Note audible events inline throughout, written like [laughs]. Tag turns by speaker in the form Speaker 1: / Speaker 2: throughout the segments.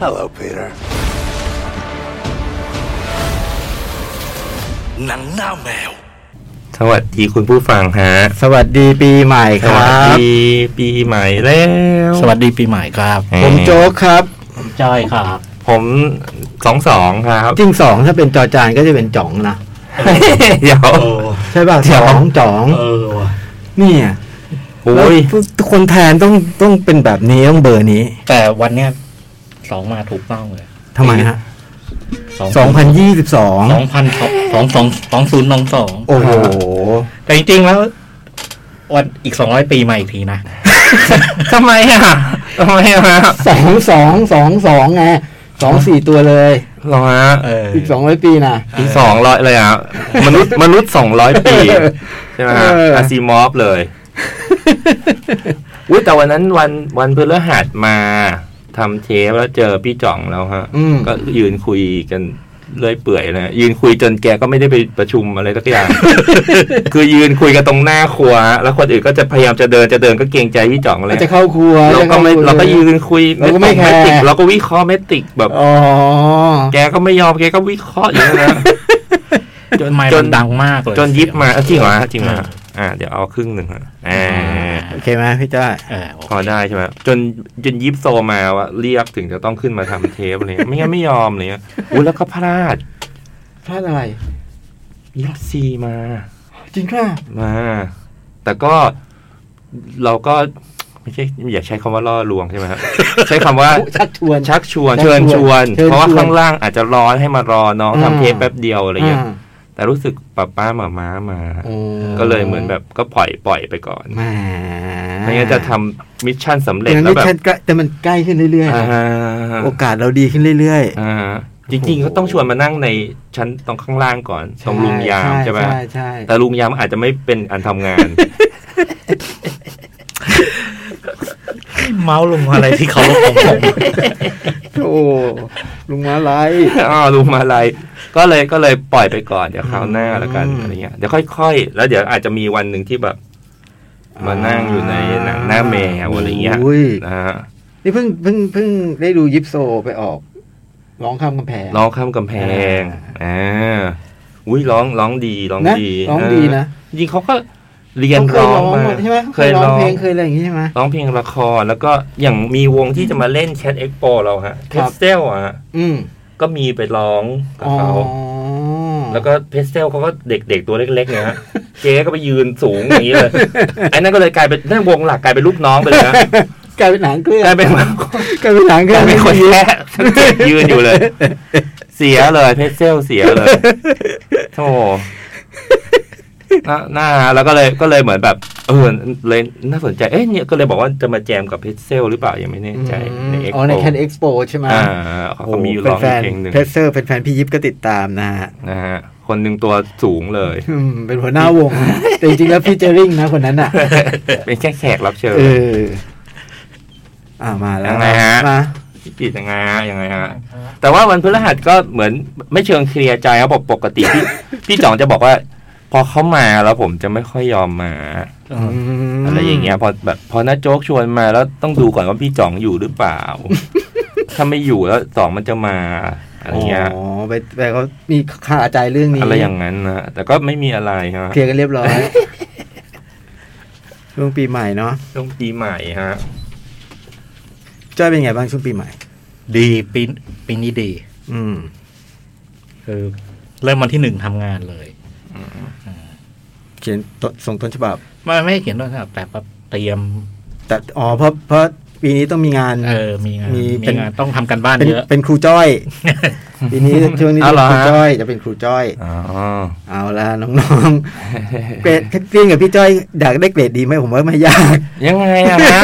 Speaker 1: Hello, Peter.
Speaker 2: หนังหน้าแมว
Speaker 3: สวัสดีคุณผู้ฟังฮะ
Speaker 4: สวัสดีปีใหม่
Speaker 3: ส
Speaker 4: ค
Speaker 3: วั
Speaker 4: รั
Speaker 3: ส
Speaker 4: บ
Speaker 3: ดีปีใหม่แล้ว
Speaker 2: สวัสดีปีใหม่ครับ
Speaker 3: เอ่อ
Speaker 4: ผมโจ๊กครับ
Speaker 2: จอยครับ
Speaker 3: ผมสองสองครับ
Speaker 4: จริงสองถ้าเป็นจอจานก็จะเป็นจ่องนะ
Speaker 3: เดี๋ยว
Speaker 4: ใช่ป่ะ
Speaker 3: เดี๋
Speaker 4: ส
Speaker 3: ยว
Speaker 4: องจ่อง
Speaker 2: เออว่ะ
Speaker 4: เนี่ย
Speaker 3: โอ้ย
Speaker 4: แล้วคนแทนต้องต้องเป็นแบบนี้ต้องเบอร์นี้
Speaker 2: แต่วันเนี้ยสองมาถูกต้องเลย
Speaker 4: ทำไมฮะ
Speaker 2: สอง
Speaker 4: สองพันยี่สิบสอง
Speaker 2: สองพันสองสองสองศูนย์สองสอง
Speaker 4: โอ้โห
Speaker 2: แต่จริงๆแล้ว วันอีกสองร้อยปีใหม่อีกทีนะ
Speaker 3: ทำไมอ่ะทำไมอ่ะ
Speaker 4: สองสองสองสองไงสองสี่ตัวเลย
Speaker 3: เหรอฮะ
Speaker 2: เออ
Speaker 4: อีกสองร้อยปีนะ
Speaker 3: อีกสองร้อยเลยอ่ะ มนุษย์ [laughs] มนุษย์สองร้อยปี ใช่ไหมฮะ
Speaker 4: เอออ
Speaker 3: อาซีมอฟ
Speaker 4: [laughs]
Speaker 3: เลย อุ้ยแต่วันนั้นวันวันพฤหัสมาทำเทปแล้วเจอพี่จ่องแล้วฮะ
Speaker 4: อืม
Speaker 3: ก็ยืนคุยกันเรื่อยเปื่อยนะยืนคุยจนแกก็ไม่ได้ไปประชุมอะไรสัก [laughs] อย่าง คือยืนคุยกันตรงหน้าครัว แล้วคนอื่นก็จะพยายามจะเดินจะเดินก็เกรงใจพี่จ่องอะไร
Speaker 4: เราจะเข้าครัว
Speaker 3: เรา
Speaker 4: จะ
Speaker 3: ก็
Speaker 4: ข้
Speaker 3: ไม่
Speaker 4: คว
Speaker 3: เราก็ยืนคุย
Speaker 4: เราก็ไม่แคร์
Speaker 3: ติกเราก็วิเคราะห์เมติกแบบ
Speaker 4: อ๋อ
Speaker 3: แกก็ไม่ยอมแกก็วิเคราะห์อย่างนั้น [laughs] นะ
Speaker 2: จนไม่
Speaker 3: จ
Speaker 2: มัน นดังมากเลย
Speaker 3: จนยิบมาเอ้าจริงเหรอฮะจริงเหรอฮะอ่าเดี๋ยวเอาครึ่งหนึ่งฮะอ่า
Speaker 4: โอเคไหมพี่จ้อย
Speaker 2: เออโอ
Speaker 3: พอได้ใช่ไหมจนจนยิบโซมาว่าเรียกถึงจะต้องขึ้นมาทำเทปอะไรเงี้ยไม่งั้นไม่ยอมอะไร [laughs] เลยอุ้ยแล้วก็พลาด
Speaker 4: พลาดอะไร
Speaker 3: ยอดซีมา
Speaker 4: จริงค่ะ
Speaker 3: มาแต่ก็เราก็ไม่ใช่อย่าใช้คำว่าล่อลวงใช่
Speaker 4: [laughs]
Speaker 3: ไหมครับ ใช้คำว่า
Speaker 4: ชักชวน
Speaker 3: ชักชวน
Speaker 4: ชักชวน
Speaker 3: เชิญชวน
Speaker 4: เชิญชวน
Speaker 3: เพราะว่าข้างล่างอาจจะร้อนให้มารอน้อง
Speaker 4: อ่า
Speaker 3: ทำเทปแป๊บเดียวอะไรอย่างเงี้ย
Speaker 4: อ่า
Speaker 3: แต่รู้สึกป้าป้าหมาม้ามา
Speaker 4: โอ้
Speaker 3: ก็เลยเหมือนแบบก็ปล่อยปล่อยไปก่อน
Speaker 4: แหม
Speaker 3: ไม่งั้นจะทำมิชชั่นสำเร็จ
Speaker 4: อย่าง
Speaker 3: แล้ว
Speaker 4: นี้
Speaker 3: แบบ
Speaker 4: ฉันก็แต่มันใกล้ขึ้นเรื่อย
Speaker 3: อ่า
Speaker 4: ๆ โอกาสเราดีขึ้นเรื่อย
Speaker 3: อ่าจริงๆก็ต้องชวนมานั่งในชั้นตรงข้างล่างก่อน
Speaker 4: ๆ
Speaker 3: ตรงลุงยามใช่ไหม
Speaker 4: ใช่ใช่
Speaker 3: แต่ลุงยามอาจจะไม่เป็นอันทำงาน
Speaker 2: ้เมาส์ลงอะไรที่เขาลงของผม
Speaker 4: โอ้ลุงมาไล
Speaker 3: [coughs] อ้าวลุงมาอะไร ก็เลยก็เลยปล่อยไปก่อนเดี๋ยวคราวหน้าละกัน
Speaker 4: อืม
Speaker 3: อะไรเงี้ยเดี๋ยวค่อยๆ แล้วเดี๋ยวอาจจะมีวันหนึ่งที่แบบ มานั่งอยู่ในหนังหน้าแมวอะไรเงี้ย
Speaker 4: อุ้ย
Speaker 3: นะฮะ
Speaker 4: นี่เพิ่งเพิ่งเพิ่งได้ดูยิปโซไปออก ร้องข้ามกำแพง
Speaker 3: ร้องข้ามกำแพงอ่าอุ้ยร้องร้องดีร้อง
Speaker 4: นะ
Speaker 3: ดี
Speaker 4: ร้องดีนะ
Speaker 3: เออจริงเขาก็เรียน
Speaker 4: เขาเคย
Speaker 3: ร้องมา
Speaker 4: ใช่ไหมเขาเคยร้องเพลงเคยอะไรอย่างงี้ใช่ไหม
Speaker 3: ร้องเพลงละครแล้วก็อย่างมีวงที่จะมาเล่นแคทเอ็กโปเราฮะเท
Speaker 4: ครับ
Speaker 3: สเซลอะฮะ
Speaker 4: อืม
Speaker 3: ก็มีไปร้องกับ
Speaker 4: อ๋อ
Speaker 3: เขา แล้วก็เพสเซลเขาก็เด็กๆตัวเล็กๆเนี่ยฮะ [laughs] เจ๊ก็ไปยืนสูงอย่างนี้เลย [laughs] ไอ้นั่นก็เลยกลายเป็นนั่นวงหลักกลายเป็นลูกน้องไปเลยนะ [laughs]
Speaker 4: กลายเป็นหนังเครื่อง
Speaker 3: กลายเป็น
Speaker 4: กลายเป็นหนังเค
Speaker 3: ก
Speaker 4: รื่
Speaker 3: ลาง
Speaker 4: อ
Speaker 3: ยเป็นคนแค่ [laughs] ยืนอยู่เลย [laughs] เสียเลยเพสเซลเสียเลย [laughs] โธ่ [laughs] น่าน่าแล้วก็เลยก็เลยเหมือนแบบเออเลยน่าสนใจเอ๊ะเนี่ยก็เลยบอกว่าจะมาแจมกับเพสเซลหรือเปล่ายังไม่แน่ใจในเอ็ก
Speaker 4: อ๋อในแคน
Speaker 3: โป
Speaker 4: เอ็กซ์โปใช่ไหม
Speaker 3: อ่าเขาก็มีร้อง
Speaker 4: แฟน
Speaker 3: เพลงหนึ่ง
Speaker 4: เพรสเซอร์เป็นแฟนพี่ยิปก็ติดตามนะฮะ
Speaker 3: นะฮะคนหนึ่งตัวสูง
Speaker 4: [laughs]
Speaker 3: เลย
Speaker 4: อืมเป็นหัวหน้าวง แต่จริงๆแล้วพี่เจอริ่งนะคนนั้นอ่ะ
Speaker 3: เป็นแค่แขกรับเชิญ
Speaker 4: เออ อ่ามาแล้ว
Speaker 3: ยังไงฮะ
Speaker 4: มา
Speaker 3: ผิดยังไงฮะยังไงฮะแต่ว่าวันพฤหัสก็เหมือนไม่เชิงเคลียร์ใจครับปกติพี่ [laughs] พี่จ่องจะบอกว่า พอเขามาแล้วผมจะไม่ค่อยยอมมา
Speaker 4: ม
Speaker 3: อะไรอย่างเงี้ยพอแบบพอน้าโจ๊กชวนมาแล้วต้องดูก่อนว่าพี่จ่องอยู่หรือเปล่า [laughs] ถ้าไม่อยู่แล้วจ่องมันจะมาอะไรเงี้ย
Speaker 4: อ๋อไปไปเขามีคาใจเรื่องนี้
Speaker 3: อะไรอย่างนั้นนะแต่ก็ไม่มีอะไรฮะ
Speaker 4: เคลียร์กันเรียบร้อย ช่วงปีใหม่เนาะ
Speaker 3: ช่วงปีใหม่ฮะ
Speaker 4: จ้อยเป็นไงบ้างช่วงปีใหม่
Speaker 2: ดีปีปีนี้ดี
Speaker 4: อืม
Speaker 2: คือ เริ่มวันที่หนึ่งทำงานเลย
Speaker 4: เขียนต้นส่งต้นฉบับ
Speaker 2: ไม่ไม่ได้เขียนด้วยนะครับแต่แบบเตรียม
Speaker 4: แต่อ๋อเพราะเพราะปีนี้ต้องมีงาน
Speaker 2: เออ มีงาน
Speaker 4: มี
Speaker 2: มี
Speaker 4: เป็น
Speaker 2: งานต้องทำกันบ้าน
Speaker 4: เป็น
Speaker 2: เยอะ
Speaker 4: เป็นครูจ้
Speaker 2: [laughs]
Speaker 4: อยปีนี้ช่วงนี้
Speaker 3: อ้าวเหรอ
Speaker 4: ครู
Speaker 3: ฮะ
Speaker 4: จ้อยจะเป็นครูจ้อย
Speaker 3: อ๋อ
Speaker 4: เอาละน้องๆ เกรดเรียนกับพี่จ้อยอยากได้เกรดดีไหมผมว่าไม่ยาก
Speaker 3: ยังไงอะ [laughs] ฮะ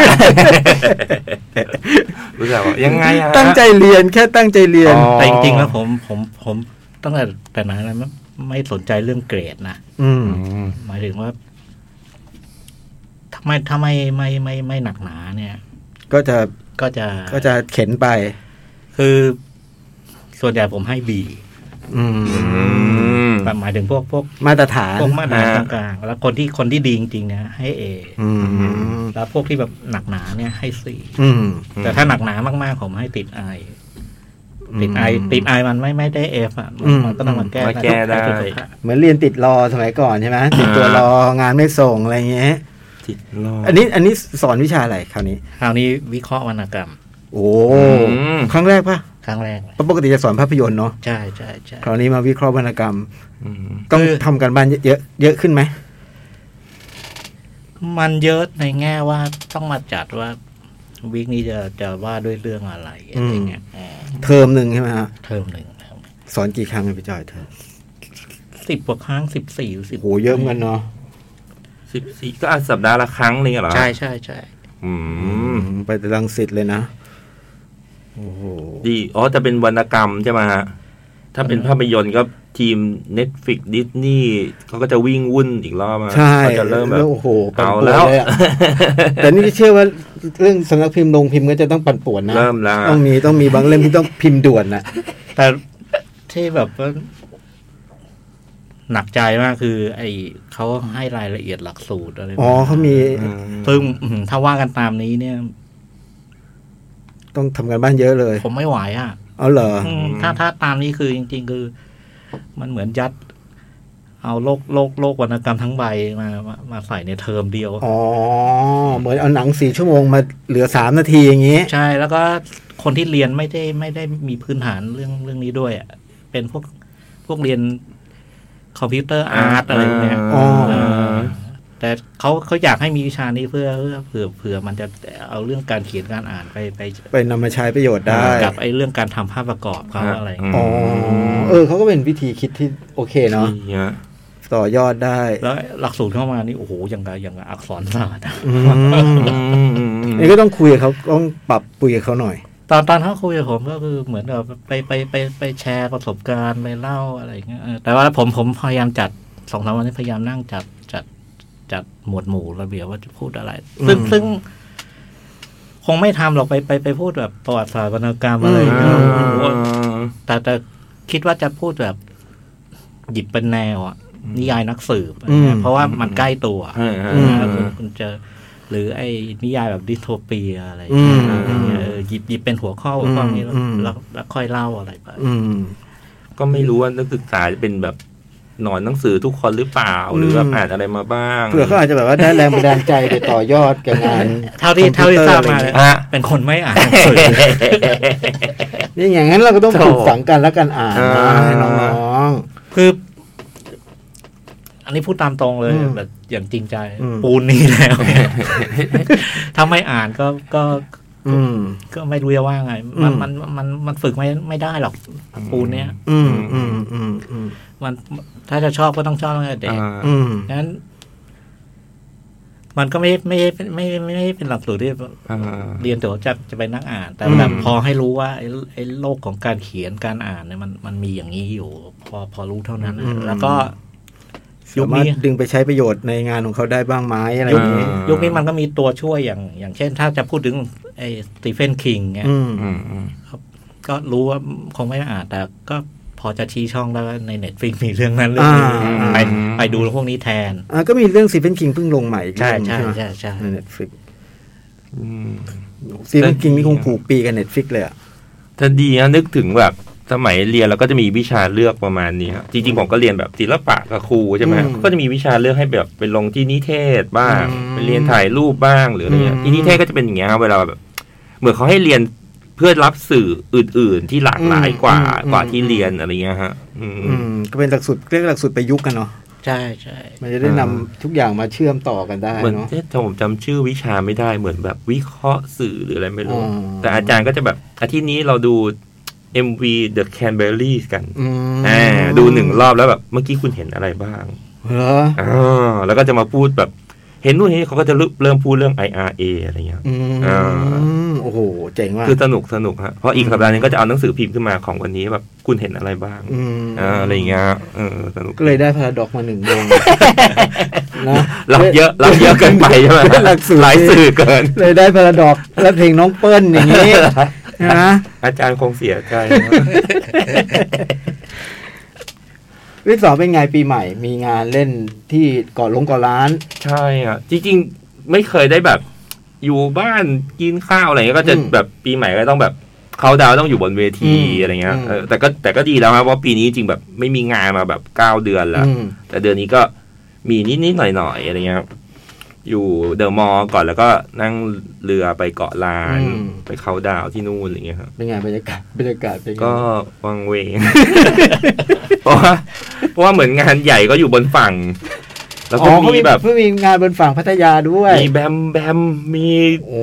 Speaker 3: รู้จักว่ายังไงอะฮะ
Speaker 4: ตั้งใจเรียนแค่ตั้งใจเรียน
Speaker 3: อ๋อ
Speaker 2: แต่จริงๆแล้วผมผมผมตั้งแต่แต่ไหนแล้วไม่ไม่สนใจเรื่องเกรดนะ
Speaker 4: อืม
Speaker 3: อืม
Speaker 2: หมายถึงว่าถ้าไม่ถ้าไม่ไม่ไม่ไม่หนักหนาเนี่ย
Speaker 4: ก็จะ
Speaker 2: ก็จะ
Speaker 4: ก็จะเข็นไป
Speaker 2: คือส่วนใหญ่ผมให้บี
Speaker 4: อืม
Speaker 2: แต่หมายถึงพวกพวก
Speaker 4: มาตรฐาน
Speaker 2: พวกมาตรฐาน
Speaker 3: อ่า
Speaker 2: กลางๆแล้วคนที่คนที่ดีจริงๆเนี่ยให้เอ
Speaker 4: อืม
Speaker 2: แล้วพวกที่แบบหนักหนาเนี่ยให้สี่
Speaker 4: อืม
Speaker 2: แต่ถ้าหนักหนามากๆผมให้ติดไอ ติดไอ
Speaker 3: อืม
Speaker 2: ติดไอมันไม่ไม่ได้เอฟอ่ะมัน
Speaker 4: อืม
Speaker 2: มันก็ต้องมาแก้
Speaker 3: มาแก้ได้
Speaker 2: ต้องใช้ตัวผ่า
Speaker 4: เหมือนเรียนติดรอสมัยก่อนใช่ไหมติดตัวรองานไม่ส่งอะไรเงี้ย
Speaker 3: ติดรอ
Speaker 4: อันนี้อันนี้สอนวิชาอะไรคราวนี้
Speaker 2: คราวนี้วิเคราะห์วรรณกรรม
Speaker 4: โอ้
Speaker 3: ม
Speaker 4: ครั้งแรกปะ
Speaker 2: ครั้งแรกเลย
Speaker 4: เพราะปกติจะสอนภาพยนตร์เนาะ
Speaker 2: ใช่ใช่ใช่
Speaker 4: คราวนี้มาวิเคราะห์วรรณกรรม
Speaker 3: อืม
Speaker 4: ต้อง
Speaker 2: คือ
Speaker 4: ทำการบ้านเยอะๆเยอะขึ้นไหม
Speaker 2: มันเยอะในแง่ว่าต้องมาจัดว่าวีคนี้จะจะว่าด้วยเรื่องอะไรอะไรเงี้ยอืม
Speaker 4: เทอมหนึ่งใช่ไหมฮะ
Speaker 2: เทอมหนึ่งนะครับ
Speaker 4: สอนกี่ครั้งอะพี่จอยเทอม
Speaker 2: สิบกว่าครั้งสิบสี่สิบ
Speaker 4: โหเยอะเหมือนกันเนาะ
Speaker 3: สิบสี่ก็อาจสัปดาห์ละครั้งนี่เหรอ
Speaker 2: ใช่ใช่ใช่
Speaker 3: อืม
Speaker 4: ไปรังสิตเลยนะโอ้โห
Speaker 3: ดีอ๋อจะเป็นวรรณกรรมใช่ไหมฮะ ถ้าเป็นภาพยนตร์ก็ทีม Netflix Disney เขาก็จะวิ่งวุ่นอีกรอบอะ
Speaker 4: ใช่
Speaker 3: เขาจะเริ่มแบบ
Speaker 4: โอ้โหปั่น
Speaker 3: เอา
Speaker 4: ป่วน
Speaker 3: แล้ว
Speaker 4: ยอะ
Speaker 3: [laughs]
Speaker 4: แต่นี่เชื่อว่าเรื่องสำนักพิมพ์ลงพิมพ์ก็จะต้องปั่นป่วนนะ
Speaker 3: เริ่มแล้ว
Speaker 4: ต้องมีต้องมีบางเล่มที่ต้องพิมพ์ด่วนนะ
Speaker 2: แต่ที่แบบว่าหนักใจมากคือ ไอเขาให้รายละเอียดหลักสูตรอะไร
Speaker 4: อ๋อเขามี
Speaker 3: อืม
Speaker 2: ซึ่งอืมถ้าว่ากันตามนี้เนี่ย
Speaker 4: ต้องทำการบ้านเยอะเลย
Speaker 2: ผมไม่ไหวอ่ะ
Speaker 4: เอาเหรอ
Speaker 2: อืมถ้าถ้าตามนี้คือจริง ๆ คือ มันเหมือนยัด เอาโลกโลกโลกวรรณกรรมทั้งใบมามามาใส่ในเทอมเดียว
Speaker 4: อ๋อ เหมือนเอาหนังสี่ชั่วโมงมาเหลือสามนาทีอย่างนี้
Speaker 2: ใช่แล้วก็คนที่เรียนไม่ได้ไม่ได้มีพื้นฐานเรื่องเรื่องนี้ด้วยอะเป็นพวกพวกเรียนคอมพิวเตอร์อาร์ตอะไรพวกเนี่ย
Speaker 4: อ๋อ
Speaker 2: เออแต่เขาเขาอยากให้มีวิชานี้เพื่อเพื่อเผื่อเผื่อมันจะเอาเรื่องการเขียนการอ่านไปไป
Speaker 4: ไปนำมาใช้ประโยชน์ได้
Speaker 2: กับไอ้เรื่องการทำภาพประกอบเขาอะไรอย่างเงี้ย
Speaker 4: อ๋อ เออเขาก็เป็นวิธีคิดที่โอเคเนาะ
Speaker 3: นี่ฮะ
Speaker 4: ต่อยอดได้
Speaker 2: แล้วหลักสูตรเข้ามานี่โอ้โหอย่างกับอย่างกับอักษรศาสตร์อะ
Speaker 4: อื
Speaker 3: [laughs]
Speaker 4: ม
Speaker 3: อืมอืมอืม
Speaker 4: นี่ก็ต้องคุยกับเขาต้องปรับปุยกับเขาหน่อย
Speaker 2: ตอนตอนเขาคุยกับผมก็คือเหมือนกับไปไปไปไปแชร์ประสบการณ์ไปเล่าอะไรอย่างเงี้ยเออแต่ว่าผมผมพยายามจัดสองสามวันนี้พยายามนั่งจัดจัดจัดหมวดหมู่ระเบียบว่าจะพูดอะไร ซึ่ง
Speaker 4: อืม
Speaker 2: ซึ่ง คงไม่ทำหรอกไปไปไปพูดแบบประวัติศาสตร์วรรณกรรมอะไรอย่างเงี้ย
Speaker 4: อืม
Speaker 2: โอ้โหแต่แต่คิดว่าจะพูดแบบ หยิบเป็นแนวอะนิยายนักสืบอะไรเงี้ยเพราะว่ามันใกล้ตัว
Speaker 3: อืมอื
Speaker 4: อื
Speaker 3: ม
Speaker 4: ม
Speaker 2: นะครับคุณคุณเจอหรือไอ้นิยายแบบดิสโทเปียอะไรอย่างเงี้ย
Speaker 4: อืม
Speaker 2: อะไรเงี้ยเออหยิบหยิบเป็นหัวข้อหัวข้อนี้แล้ว
Speaker 4: อืม
Speaker 2: แล้วแล้วค่อยเล่าอะไรไป
Speaker 4: อืม
Speaker 3: ก็ไม่รู้ว่านักศึกษาจะเป็นแบบหนอนหนังสือทุกคนหรือเปล่า หรือแบบอ่านอะไรมาบ้าง
Speaker 4: เผื่อเขาอาจจะแบบว่าได้แรงบันดาลใจไป [laughs] ต่อยอดกับงาน
Speaker 2: เท่าที่
Speaker 4: คอมพิวเตอร์
Speaker 2: เท่าที่ทราบมา
Speaker 3: ฮะ
Speaker 2: เป็นคนไม่อ่านหนังสือ
Speaker 4: นี่อย่างนั้นเราก็ต้อง
Speaker 3: โถ
Speaker 4: ปลูกฝังกันและกันอ่าน
Speaker 3: อ่
Speaker 4: นะ
Speaker 3: า
Speaker 4: ให้น้อง
Speaker 2: คือ อันนี้พูดตามตรงเลย
Speaker 4: อืม
Speaker 2: แบบอย่างจริงใจ
Speaker 4: อืม
Speaker 2: ปูนนี้แล้ว [laughs] เนี่ยถ้าไม่อ่านก็ก็
Speaker 4: ๆอืม
Speaker 2: ก็ไม่รู้จะว่าไง มัน
Speaker 4: อืม
Speaker 2: มันมันมันฝึกไม่ไม่ได้หรอกปูนเนี้ย
Speaker 4: อืมอืมอืมอืม
Speaker 2: มันถ้าจะชอบก็ต้องชอบตั้งแต่เด็ก
Speaker 3: อ่า
Speaker 4: อืม
Speaker 2: นั้น มันก็ไม่ไม่ไม่ไม่ไม่ไม่เป็นหลักสูตรที่
Speaker 3: อ่า
Speaker 2: เรียนแต่ว่าจะจะเป็นนักอ่าน แต่
Speaker 4: อืม
Speaker 2: แบบพอให้รู้ว่าไอ้ไอ้โลกของการเขียนการอ่านเนี่ยมันมันมีอย่างนี้อยู่ พอพอรู้เท่านั้นนะแล้วก็ ยุ
Speaker 4: สา
Speaker 2: ค
Speaker 4: มารถ
Speaker 2: นี้
Speaker 4: ดึงไปใช้ประโยชน์ในงานของเขาได้บ้างไหมอะไรอ
Speaker 2: ยุค
Speaker 4: ย่าง
Speaker 2: นี้
Speaker 4: นี้
Speaker 2: ยุคนี้มันก็มีตัวช่วยอย่าง อย่างเช่น ถ้าจะพูดถึงไอ้สตีเฟนคิงเนี่ย
Speaker 4: อืม
Speaker 3: อืมอืม
Speaker 2: ก็รู้ว่าคงไม่ได้อ่าน แต่ก็พอจะชี้ช่องแล้วว่าในเน็ตฟิกมีเรื่องนั้นเรื่องนี้
Speaker 4: อ่า
Speaker 2: ไปไปดูพวกนี้แทน
Speaker 4: อ่ะก็มีเรื่องซีเฟนคิงเพิ่งลงใหม่อีก
Speaker 2: ใช่
Speaker 4: เรื่อง
Speaker 2: ใช่
Speaker 4: ไหม
Speaker 2: ใช่ใช่
Speaker 4: ในเน็ตฟลิก
Speaker 3: อืม
Speaker 4: ซีเฟนคิงนี่คงผูกปีกับเน็ตฟลิกเลยอ่ะ
Speaker 3: ถ้าดีนะนึกถึงแบบสมัยเรียนเราก็จะมีวิชาเลือกประมาณนี้ครับจริงๆผมก็เรียนแบบศิลปะกับครูใช่ไหม
Speaker 4: อืม
Speaker 3: ก็จะมีวิชาเลือกให้แบบไปลงที่นิเทศบ้าง
Speaker 4: อืม
Speaker 3: ไปเรียนถ่ายรูปบ้างหรืออะไรเงี้ย
Speaker 4: อืม
Speaker 3: ที่นิเทศก็จะเป็นอย่างเงี้ยครับเวลาแบบ เหมือนเขาให้เรียนเพื่อรับสื่ออื่น ๆ ที่หลากหลายกว่ากว่าที่เรียนอะไรเงี้ยฮะ อืม
Speaker 4: อืม ก็เป็นหลักสูตรเรียกหลักสูตรประยุกต์กันเนาะ
Speaker 2: ใช่ใช่
Speaker 4: มันจะได้นำ
Speaker 3: อ่า
Speaker 4: ทุกอย่างมาเชื่อมต่อกันได้
Speaker 3: เหมือน
Speaker 4: เนาะ
Speaker 3: เอ๊ะแต่ผมจำชื่อวิชาไม่ได้เหมือนแบบวิเคราะห์สื่อหรืออะไรไม่รู้
Speaker 4: อ๋อ
Speaker 3: แต่อาจารย์ก็จะแบบอาทิตย์นี้เราดู MV The Canberries กัน
Speaker 4: อืม
Speaker 3: อ่าดูหนึ่งรอบแล้วแบบเมื่อกี้คุณเห็นอะไรบ้าง
Speaker 4: เหรอ
Speaker 3: อ่าแล้วก็จะมาพูดแบบ เห็นนู่นเห็นนี่เขาก็จะเริ่มพูดเรื่อง IRA อะไรเงี้ย
Speaker 4: อืม
Speaker 3: อ่า
Speaker 4: โอ้โห เจ๋งว่ะ
Speaker 3: คือสนุกสนุกฮะเพราะอีกสัปดาห์หนึงก็จะเอาหนังสือพิมพ์ขึ้นมาของวันนี้แบบคุณเห็นอะไรบ้าง
Speaker 4: อืม
Speaker 3: อ่าอะไรเงี้ยเออสนุก
Speaker 4: ก็เลยได้พาราดอกมาหนึ่งวงนะ
Speaker 3: รับเยอะรับเยอะเกินไปใช่ไหม
Speaker 4: เป็นหลักสูตร
Speaker 3: หลายสื่อเกิน
Speaker 4: เลยได้พาราดอกและเพลงน้องเปิ้ลอย่าง
Speaker 3: [laughs]
Speaker 4: นี้นะ
Speaker 3: อาจารย์คงเสียใจนะ
Speaker 4: วิสองเป็นไงปีใหม่ มีงานเล่นที่เกาะลงเกาะล้าน
Speaker 3: ใช่อ่ะจริงๆ ไม่เคยได้แบบ อยู่บ้านกินข้าวอะไรเงี้ยก็จะ
Speaker 4: อืม
Speaker 3: แบบปีใหม่ก็ต้องแบบ เขาดาวน์ต้องอยู่บนเวที
Speaker 4: อืม
Speaker 3: อะไรเงี้ย
Speaker 4: อืม
Speaker 3: เออแต่ก็แต่ก็ดีแล้วครับว่าปีนี้จริงแบบไม่มีงานมาแบบเก้าเดือนละ
Speaker 4: อืม
Speaker 3: แต่เดือนนี้ก็มีนิดนิดหน่อยหน่อยๆอะไรเงี้ยครับอยู่เดอะมอลล์ก่อนแล้วก็นั่งเรือไปเกาะล้าน
Speaker 4: อืม
Speaker 3: ไปเขาน์ดาวน์ที่นู่นอะไรเงี้ยครับ
Speaker 4: เป็นไงบรรยากาศบรรยากาศเป็นไง
Speaker 3: ก็วังเวง [laughs] เพราะว่าเพราะว่าเหมือนงานใหญ่ก็อยู่บนฝั่ง แล้วก็
Speaker 4: อ๋อเขา
Speaker 3: มีแบบ
Speaker 4: เพิ่งมีงานบนฝั่งพัทยาด้วย
Speaker 3: มีแบมแบมมี
Speaker 4: โอ้